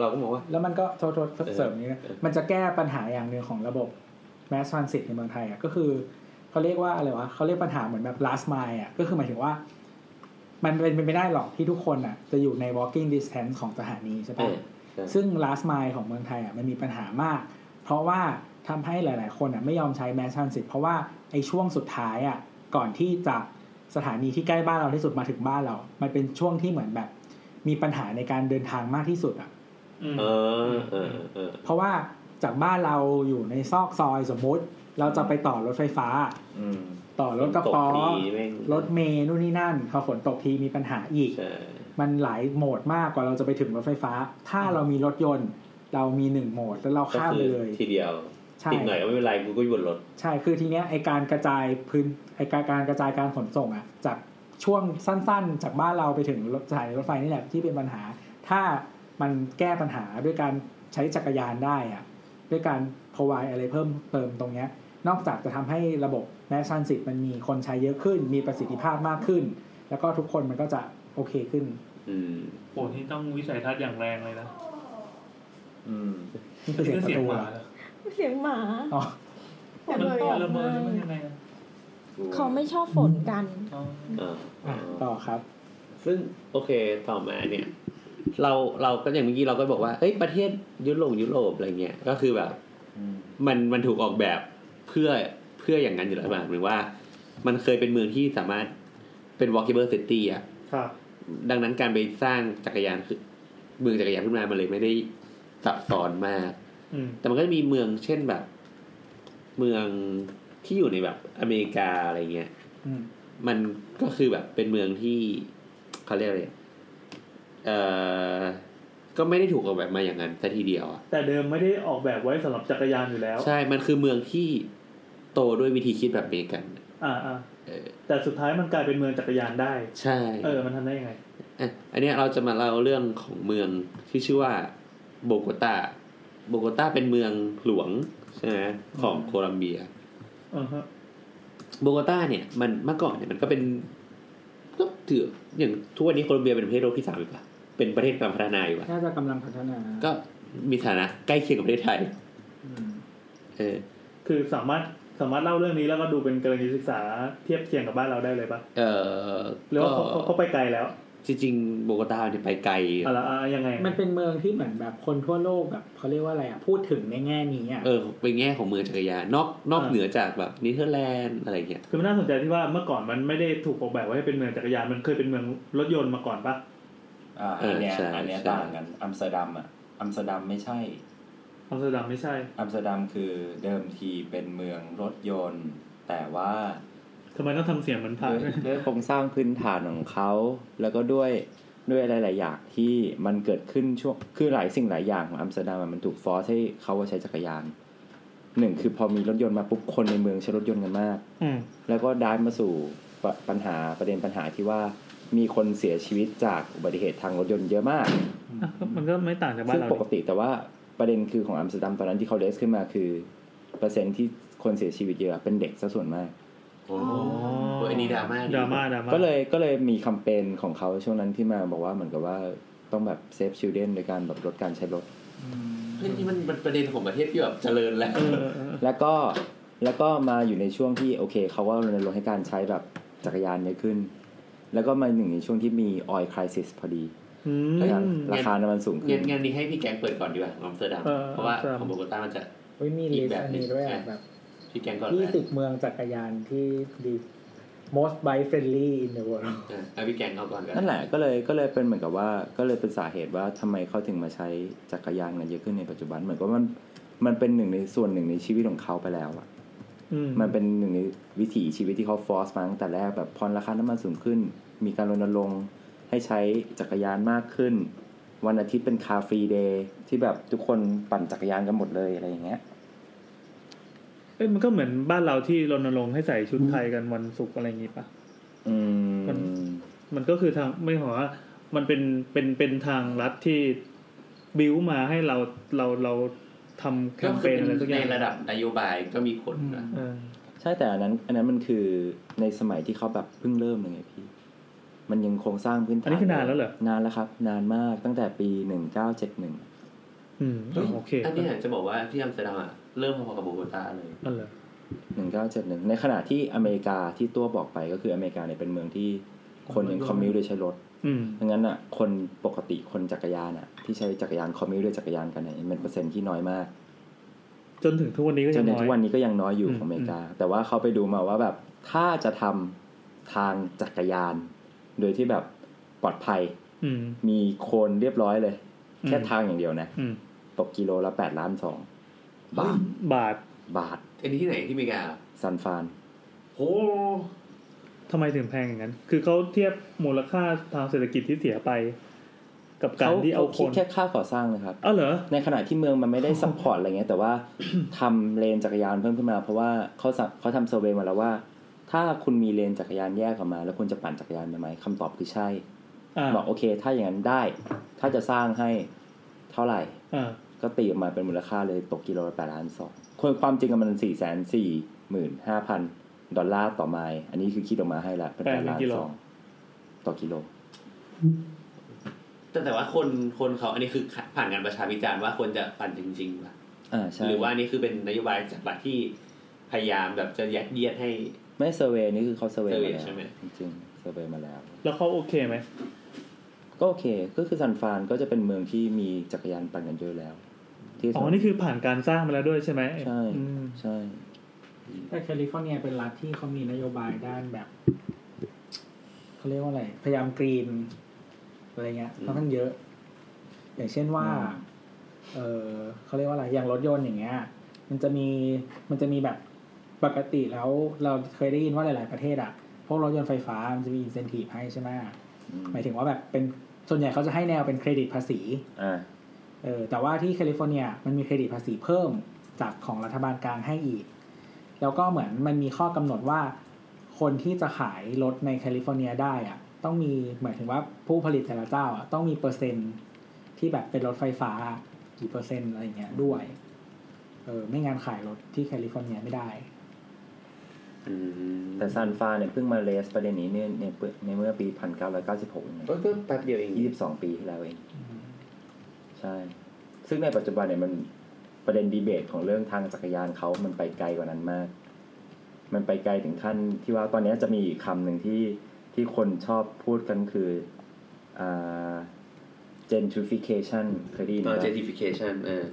[SPEAKER 3] เราก็มองว่า
[SPEAKER 1] แล้วมันก็โทษโทษ
[SPEAKER 3] เออ
[SPEAKER 1] เสริมนี้นะ
[SPEAKER 3] เออ
[SPEAKER 1] มันจะแก้ปัญหาอย่างหนึ่งของระบบ mass transit ในเมืองไทยอ่ะก็คือเขาเรียกว่าอะไรวะเขาเรียกปัญหาเหมือนแบบ last mile อ่ะก็คือหมายถึงว่า มันเป็นไปไม่ได้หรอกที่ทุกคนอ่ะ จะอยู่ใน walking distance ของสถานีใช่
[SPEAKER 3] เอ
[SPEAKER 1] ปะ
[SPEAKER 3] อใช่
[SPEAKER 1] ซึ่ง last mile ของเมืองไทยอ่ะมันมีปัญหามาก เพราะว่าทำให้หลาย ๆ คนอ่ะไม่ยอมใช้ mass transit เพราะว่าไอ้ช่วงสุดท้ายอ่ะก่อนที่จะสถานีที่ใกล้บ้านเราที่สุดมาถึงบ้านเรา มันเป็นช่วงที่เหมือนแบบ มีปัญหาในการเดินทางมากที่สุดอ่ะ
[SPEAKER 4] ม
[SPEAKER 3] เออเออเออ
[SPEAKER 1] เพราะว่าจากบ้านเราอยู่ในซอกซอยสมมุติ เราจะไปต่อรถไฟฟ้า
[SPEAKER 5] อืม
[SPEAKER 1] ต่อรถกระป๋อ
[SPEAKER 3] ตกดีแม่ง
[SPEAKER 1] รถเมล์นู่นนี่นั่นพอฝนตกทีมีปัญหาอีก
[SPEAKER 3] ใช่
[SPEAKER 1] มันหลายโหมดมากกว่าเราจะไปถึงรถไฟฟ้า ถ้าเรามีรถยนต์ เรามีหนึ่งโหมดแล้วเรา
[SPEAKER 3] ก็
[SPEAKER 1] ข้าม
[SPEAKER 3] คือ
[SPEAKER 1] ไปเลย
[SPEAKER 3] ทีเดียว
[SPEAKER 1] ใช่
[SPEAKER 3] ติดหน่อยก็ไม่เป็นไรกูก็อยู่บนรถ
[SPEAKER 1] ใช่คือทีเนี้ยไอการกระจายพื้นไอการการกระจายการขนส่งอะจากช่วงสั้นๆ จากบ้านเราไปถึงรถสถานีรถไฟนี่แหละที่เป็นปัญหา ถ้ามันแก้ปัญหาด้วยการใช้จักรยานได้อะ ด้วยการ provide อะไรเพิ่มเติมตรงเนี้ย นอกจากจะทำให้ระบบ mass transit มันมีคนใช้เยอะขึ้น มีประสิทธิภาพมากขึ้น แล้วก็ทุกคนมันก็จะโอเคขึ้น
[SPEAKER 3] อืม
[SPEAKER 4] โอ้นี่ต้องวิสัยทัศน์อย่างแรงเลยนะ
[SPEAKER 5] อืม
[SPEAKER 1] นี่คือเสียงประตูเหรอ
[SPEAKER 8] เสียงหมา
[SPEAKER 1] อ๋อ
[SPEAKER 4] มันตกระเบิดมันยังไงอะ
[SPEAKER 5] กลัว
[SPEAKER 8] เขาไม่ชอบฝนกัน
[SPEAKER 4] อ๋อ
[SPEAKER 3] อ่า
[SPEAKER 1] อ่ะต่อครับ
[SPEAKER 3] ซึ่งโอเคต่อมาเนี่ย เราเราก็อย่างเมื่อกี้เราก็บอกว่าเอ้ยประเทศยุโรปยุโรปอะไรเงี้ยก็คือแบบ
[SPEAKER 5] อืม
[SPEAKER 3] มันมันถูกออกแบบเพื่อเพื่ออย่างนั้นอยู่แล้วหมายถึงว่า มันเคยเป็นเมืองที่สามารถเป็น walkable city อ่ะ
[SPEAKER 4] ครับ
[SPEAKER 3] ดังนั้นการไปสร้างจักรยานคือเมืองจักรยานขึ้นมามันเลยไม่ได้ซับซ้อนมาก
[SPEAKER 4] อืม
[SPEAKER 3] แต่มันก็จะมีเมืองเช่นแบบ เมืองที่อยู่ในแบบอเมริกาอะไรเงี้ย
[SPEAKER 1] อืม
[SPEAKER 3] มันก็คือแบบเป็นเมืองที่เขาเรียกอะไรอะเอ่อ ก็ไม่ได้ถูกออกแบบมาอย่างนั้นแต่ทีเดียวอะ
[SPEAKER 4] แต่เดิมไม่ได้ออกแบบไว้สำหรับจักรยานอยู่แล้ว
[SPEAKER 3] ใช่ มันคือเมืองที่โตด้วยวิธีคิดแบบอเมริกัน
[SPEAKER 4] อ่าอ่า
[SPEAKER 3] เออ
[SPEAKER 4] แต่สุดท้ายมันกลายเป็นเมืองจักรยานได้
[SPEAKER 3] ใช่
[SPEAKER 4] เออมันทำได้ยังไง
[SPEAKER 3] อ่ะอันเนี้ยเราจะมาเล่าเรื่องของเมืองที่ชื่อว่าโบโกตา โบโกตาเป็นเมืองหลวงใช่ไหมของโคลัมเบีย
[SPEAKER 4] อือฮะ
[SPEAKER 3] โบโกตาเนี่ยมันเมื่อก่อนเนี่ยมันก็เป็นก็ถืออย่างทุกวันนี้โคลัมเบียเป็นประเทศโลกที่สามอีกปะเป็นประเทศกำลังพัฒนาอยู่ปะ
[SPEAKER 1] น่าจะกำลังพัฒนา
[SPEAKER 3] ก็มีฐานะใกล้เคียงกับประเทศไทย
[SPEAKER 1] อืม
[SPEAKER 3] เออ
[SPEAKER 4] คือสามารถสามารถเล่าเรื่องนี้แล้วก็ดูเป็นกรณีศึกษาเทียบเคียงกับบ้านเราได้เลยปะ
[SPEAKER 3] เออ
[SPEAKER 4] หรือว่าเขา
[SPEAKER 3] ก็
[SPEAKER 4] เขาเขาไปไกลแล้ว
[SPEAKER 3] จริงๆโบโกตาเนี่ยไปไกล
[SPEAKER 4] อะไรอ่ะยังไง
[SPEAKER 1] มันเป็นเมืองที่เหมือนแบบคนทั่วโลกแบบเขาเรียกว่าอะไรอ่ะ พูดถึงในแง่นี้อ่ะ
[SPEAKER 3] เออเป็นแง่ของเมืองจักรยานนอกนอกเหนือจากแบบเนเธอร์แลนด์อะไรเงี้ย
[SPEAKER 4] คือมันน่าสนใจที่ว่าเมื่อก่อนมันไม่ได้ถูกออกแบบไว้ให้เป็นเมืองจักรยานมันเคยเป็นเมืองรถยนต์มาก่อนปะ
[SPEAKER 7] อ่า
[SPEAKER 3] เอ
[SPEAKER 7] อั
[SPEAKER 3] อน
[SPEAKER 7] เนี้ย
[SPEAKER 3] ใช่
[SPEAKER 7] อันเนี้ย
[SPEAKER 3] ใช่
[SPEAKER 7] ต่างกันอัมสเตอร์ดัมอ่ะอัมสเตอร์ดัมไม่ใช่
[SPEAKER 4] อัมสเตอร์ดัมไม่ใช่
[SPEAKER 11] อัมสเตอร์ดัมคือเดิมทีเป็นเมืองรถยนต์ แต่ว่า
[SPEAKER 4] ทำไมต้องทำเสียงเหมือนผ่าน
[SPEAKER 5] ด้วยด้วยโครงสร้างพื้นฐานของเขาแล้วก็ด้วยด้วยหลาย ๆ อย่างที่มันเกิดขึ้นช่วงคือหลายสิ่งหลายอย่างของอัมสเตอร์ดัมอะมันถูกฟอร์สให้เขาว่าใช้จักรยานหนึ่งคือพอมีรถยนต์มาปุ๊บคนในเมืองใช้รถยนต์กันมาก
[SPEAKER 4] อืม
[SPEAKER 5] แล้วก็ได้มาสู่ปะปัญหาประเด็นปัญหาที่ว่ามีคนเสียชีวิตจากอุบัติเหตุทางรถยนต์เยอะมาก
[SPEAKER 4] อ่ะก็มันก็ไม่ต่างจากบ้า
[SPEAKER 5] ซึ่
[SPEAKER 4] น
[SPEAKER 5] ง
[SPEAKER 4] เรา
[SPEAKER 5] ปกติแต่ว่าประเด็นคือของอัมสเตอร์ดัมตอนนั้นที่เขาเลสขึ้นมาคือเปอร์เซ็นต์ที่คนเสียชีวิตเยอะเป็นเด็กซะส่วนมาก
[SPEAKER 3] โอ้โหอันนี้ดราม่า
[SPEAKER 4] ดราม่าดราม่า
[SPEAKER 5] ก็เลยก็เลยมีแคมเปญของเขาช่วงนั้นที่มาบอกว่าเหมือนกับว่าต้องแบบเซฟชิลเดนโดยการแบบลดการใช้รถ
[SPEAKER 3] นี่นี่มันมันประเด็นของประเทศที่แบบเจริญแล้ว
[SPEAKER 4] เออเออ
[SPEAKER 5] แล้วก็แล้วก็มาอยู่ในช่วงที่โอเคเขาก็รณรงค์ให้การใช้แบบจักรยานเยอะขึ้น แล้วก็มาหนึ่งในช่วงที่มีออยล์คริสิสพอดี
[SPEAKER 4] อืม
[SPEAKER 5] ราคาราคาน้ำมันสูงขึ้
[SPEAKER 3] งาน นงานนี้ให้พี่แกงเปิดก่อนดีกว่าของอัมสเตอร์ดัม
[SPEAKER 4] เออ
[SPEAKER 3] เพราะว่า
[SPEAKER 4] อัมสเตอร์ดัม
[SPEAKER 3] ของโบโกต้ามันจะ
[SPEAKER 1] เฮ้ยมี
[SPEAKER 3] อี
[SPEAKER 1] ลิ
[SPEAKER 3] ก
[SPEAKER 1] ส
[SPEAKER 3] แบบ
[SPEAKER 1] ต์อัน
[SPEAKER 3] หนึ่ง
[SPEAKER 1] นี้ด้วย
[SPEAKER 3] ใช่
[SPEAKER 1] อะแบบ
[SPEAKER 3] พี่แกงก่อน
[SPEAKER 1] ยี่
[SPEAKER 3] นะ
[SPEAKER 1] สิบเมืองจักรยานที่ดี most bike friendly in the world
[SPEAKER 3] เออเอาพี่แกงเอาก่อนกัน
[SPEAKER 5] นั่นแหละก็เลยก็เลยเป็นเหมือนกับว่าก็เลยเป็นสาเหตุว่าทำไมเขาถึงมาใช้จักรยานกันเยอะขึ้นในปัจจุบันเหมือนกับมันมันเป็นหนึ่งในส่วนหนึ่งในชีวิตของเขาไปแล้วอะ
[SPEAKER 4] อืม
[SPEAKER 5] มันเป็นหนึ่งในวิถีชีวิตที่เขาฟอร์สมาตั้งแต่แรกแบบพอราคาน้ำมันสูงขึ้น มีการรณรงค์ให้ใช้จักรยานมากขึ้น วันอาทิตย์เป็นคาฟรีเดย์ที่แบบทุกคนปั่นจักรยานกันหมดเลยอะไรอย่างเงี้ย
[SPEAKER 4] เอ้ยมันก็เหมือนบ้านเราที่รณรงค์ให้ใส่ชุดไทยกันวันศุกร์อะไรอย่างงี้ปะ
[SPEAKER 5] อืม
[SPEAKER 4] มัน มันก็คือทางไม่หอว่ามันเป็นเป็นเป็นทางรัฐที่บิวมาให้เราเราเราทำแค
[SPEAKER 3] ก็
[SPEAKER 4] มเป
[SPEAKER 3] คือ
[SPEAKER 4] ญอะไรสักอ
[SPEAKER 3] ใน
[SPEAKER 4] ย่าง
[SPEAKER 3] ระดับนโยบายก็มีผลนะ
[SPEAKER 4] เออ
[SPEAKER 5] ใช่แต่อันนั้น อันนั้นมันคือในสมัยที่เขาแบบเพิ่งเริ่มเลยไงพี่ มันยังโครงสร้างพื้น
[SPEAKER 4] อั
[SPEAKER 5] ฐาน
[SPEAKER 4] นนี้คือนานแล้วเหรอ
[SPEAKER 5] นานแล้วครับ นานมากตั้งแต่ปีหนึ่งเก้าเจ็ดหนึ่ง
[SPEAKER 4] อืมอ๋อโอเค
[SPEAKER 3] อันเนี้ยจะบอกว่าที่อัมสเตอร์ดัมอะเริ่มพอๆกับโบโกต้าเลย
[SPEAKER 4] นั่นเหรอ
[SPEAKER 5] หนึ่งเก้าเจ็ดหนึ่งในขณะที่อเมริกาที่ตัวบอกไปก็คืออเมริกาเนี่ยเป็นเมืองที่คนยังคอมมิวโดยใช้รถ
[SPEAKER 4] อืม
[SPEAKER 5] ดังนั้นอ่ะคนปกติคนจักรยานอ่ะ ที่ใช้จักรยานคอมมิวด้วยจักรยานกันเนี่ยเป็นเปอร์เซ็นต์ที่น้อยมาก
[SPEAKER 4] จนถึงทุกวันนี้ก็
[SPEAKER 5] จ
[SPEAKER 4] ยั
[SPEAKER 5] น
[SPEAKER 4] ง
[SPEAKER 5] ใน
[SPEAKER 4] น้อ
[SPEAKER 5] ทุ
[SPEAKER 4] ย
[SPEAKER 5] กวันนี้ก็ยังน้อยอยู่
[SPEAKER 4] อืม
[SPEAKER 5] ของอเมริกา แต่ว่าเขาไปดูมาว่าแบบถ้าจะทำทางจักรยาน โดยที่แบบปลอดภัย
[SPEAKER 4] อืม
[SPEAKER 5] มีโคนเรียบร้อยเลย
[SPEAKER 4] อืม
[SPEAKER 5] แค่ทางอย่างเดียวนะ
[SPEAKER 4] อืม
[SPEAKER 5] ตกกิโลละแปดล้านสองบาท
[SPEAKER 4] บาท
[SPEAKER 5] บาท
[SPEAKER 3] อันนี้ที่ไหนที่อเมริกา
[SPEAKER 5] ซันฟราน
[SPEAKER 3] โอ้
[SPEAKER 4] ทำไมถึงแพงอย่างนั้น คือเขาเทียบมูลค่าทางเศรษฐกิจที่เสียไป กับการที่เอาค
[SPEAKER 5] คิด
[SPEAKER 4] น
[SPEAKER 5] แค่ค่าก่อสร้างนะครับ
[SPEAKER 4] เอ้าเหรอ
[SPEAKER 5] ในขณะที่เมืองมันไม่ได้ซัพพอร์ตอะไรเงี้ยแต่ว่า ทำเลนจักรยานเพิ่มขึ้นมา เพราะว่าเขาสัเขาทำเซอร์เวย์มาแล้วว่า ถ้าคุณมีเลนจักรยานแยกออกมา แล้วคุณจะปั่นจักรยานไปไหมคำตอบคือใช่
[SPEAKER 4] อ่า
[SPEAKER 5] บอกโอเค ถ้าอย่างนั้นได้ ถ้าจะสร้างให้เท่าไหร่
[SPEAKER 4] อ่า
[SPEAKER 5] ก็ตีออกมาเป็นมูลค่าเลยตกกิโลละแปดล้านสองคนความจริงอะมันสี่แสนสี่หมื่นห้าพันดอลลาร์ต่อไมล์อันนี้คือคิดออกมาให้ละเป็นแปดล้านสองต่อกิโล
[SPEAKER 3] แต่แต่ว่าคนคนเขาอันนี้คือผ่านการประชาพิจารณ์ว่าคนจะปั่นจริงๆป่ะ
[SPEAKER 5] อ่าใช่
[SPEAKER 3] หรือว่าอันนี่คือเป็นนโยบายจากรัฐที่พยายามแบบจะยัดเยียดให้
[SPEAKER 5] ไม่เซอร์เวย์นี่คือเขาเซอร์เวย์มา
[SPEAKER 3] survey
[SPEAKER 5] แล้ว
[SPEAKER 3] ใช่ไหม
[SPEAKER 5] จริงๆเซอร์เวย์มาแล้ว
[SPEAKER 4] แล้วเขาโอเคไหม
[SPEAKER 5] ก็โอเค ก็คือซันฟรานก็จะเป็นเมืองที่มีจักรยานปั่นกันเยอะแล้ว ที่
[SPEAKER 4] อ๋อ
[SPEAKER 5] สำ
[SPEAKER 4] นี่คือผ่านการสร้างมาแล้วด้วยใช่ไหม
[SPEAKER 5] ใช่
[SPEAKER 4] อืม
[SPEAKER 5] ใช่
[SPEAKER 1] แต่แคลิฟอร์เนียเป็นรัฐที่เขามีนโยบายด้านแบบเขาเรียกว่าอะไร พยายามกรีน อะไรเงี้ยค่อนข้างเยอะ อย่างเช่นว่า เออเขาเรียกว่าอะไร อย่างรถยนต์อย่างเงี้ย มันจะมี มันจะมีแบบปกติแล้ว เราเคยได้ยินว่าหลาย ๆ ประเทศอะพวกรถยนต์ไฟฟ้ามันจะมีอินเซนティブให้ใช่ไหม
[SPEAKER 5] อืม
[SPEAKER 1] หมายถึงว่าแบบเป็น ส่วนใหญ่เขาจะให้แนวเป็นเครดิตภาษี
[SPEAKER 5] อ่า
[SPEAKER 1] เออแต่ว่าที่แคลิฟอร์เนียมันมีเครดิตภาษีเพิ่มจากของรัฐบาลกลางให้อีก แล้วก็เหมือนมันมีข้อกำหนดว่า คนที่จะขายรถในแคลิฟอร์เนียได้อะต้องมีหมายถึงว่าผู้ผลิตแต่ละเจ้าอะต้องมีเปอร์เซ็นต์ที่แบบเป็นรถไฟฟ้ากี่เปอร์เซ็นต์อะไรอย่างเงี้ยด้วยเออไม่งานขายรถที่แคลิฟอร์เนียไม่ได้
[SPEAKER 5] แต่ซันฟรานเนี่ยเพิ่งมาเลสประเด็นนี้เนี่ยในเมื่อในเมื่อปี 1996เองนะ
[SPEAKER 3] ก็ก็แป๊บเดียวเอง
[SPEAKER 5] 22 ปีที่แล้วเอง ใช่ ซึ่งในปัจจุบันเนี่ยมันประเด็นดีเบตของเรื่องทางจักรยานเขามันไปไกลกว่านั้นมาก มันไปไกลถึงขั้นที่ว่าตอนนี้จะมีอีกคำหนึ่งที่ที่คนชอบพูดกันคืออ่า gentrification เคยได้ยินไห
[SPEAKER 3] เอ
[SPEAKER 5] ม
[SPEAKER 3] อ
[SPEAKER 5] ครับ
[SPEAKER 3] justification เออ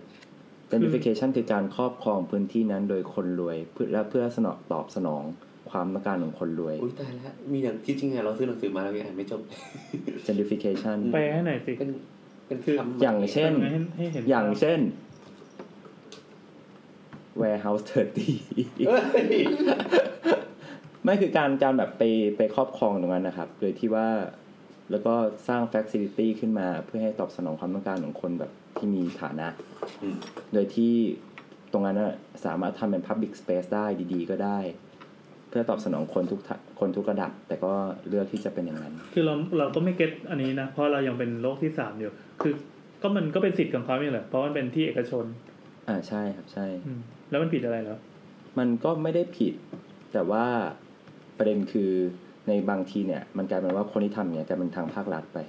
[SPEAKER 5] gentrification คือการครอบครองพื้นที่นั้นโดยคนรวยเพื่อและเพื่อสนองตอบสนองความต้องการของคนรวย
[SPEAKER 3] อุ้ยตายแล้วมีอย่างที่จริงอะเราซื้อหนังสือมาแล้วยังอ่านไม่จบ
[SPEAKER 5] gentrification
[SPEAKER 3] อืม
[SPEAKER 4] แปลให้หน่อยสิ
[SPEAKER 3] เป็นเป็นคำ
[SPEAKER 5] อย่างเช่น
[SPEAKER 4] ให้ให้เห็น
[SPEAKER 5] อย่างเช่น warehouse 30 ไม่คือการการแบบไปไปครอบครองตรงนั้นนะครับ โดยที่ว่าแล้วก็สร้าง facility ขึ้นมาเพื่อให้ตอบสนองความต้องการของคนแบบที่มีฐานะ
[SPEAKER 3] อืม
[SPEAKER 5] โดยที่ตรงนั้นน่ะสามารถทำเป็น public space ได้ดีๆ ก็ได้ เพื่อตอบสนองคนทุกทะคนทุกระดับ แต่ก็เลือกที่จะเป็นอย่างนั้น
[SPEAKER 4] คือเราเราก็ไม่เก็ตอันนี้นะ เพราะเรายังเป็นโลกที่สามอยู่ คือก็มันก็เป็นสิทธิ์ของเขาเนี่ยแหละเพราะมันเป็นที่เอกชน
[SPEAKER 5] อ่าใช่ครับใช่
[SPEAKER 4] อืมแล้วมันผิดอะไรเหรอ
[SPEAKER 5] มันก็ไม่ได้ผิด แต่ว่าประเด็นคือในบางทีเนี่ย มันกลายเป็นว่าคนที่ทำเนี่ยกลายเป็นทางภาครัฐไป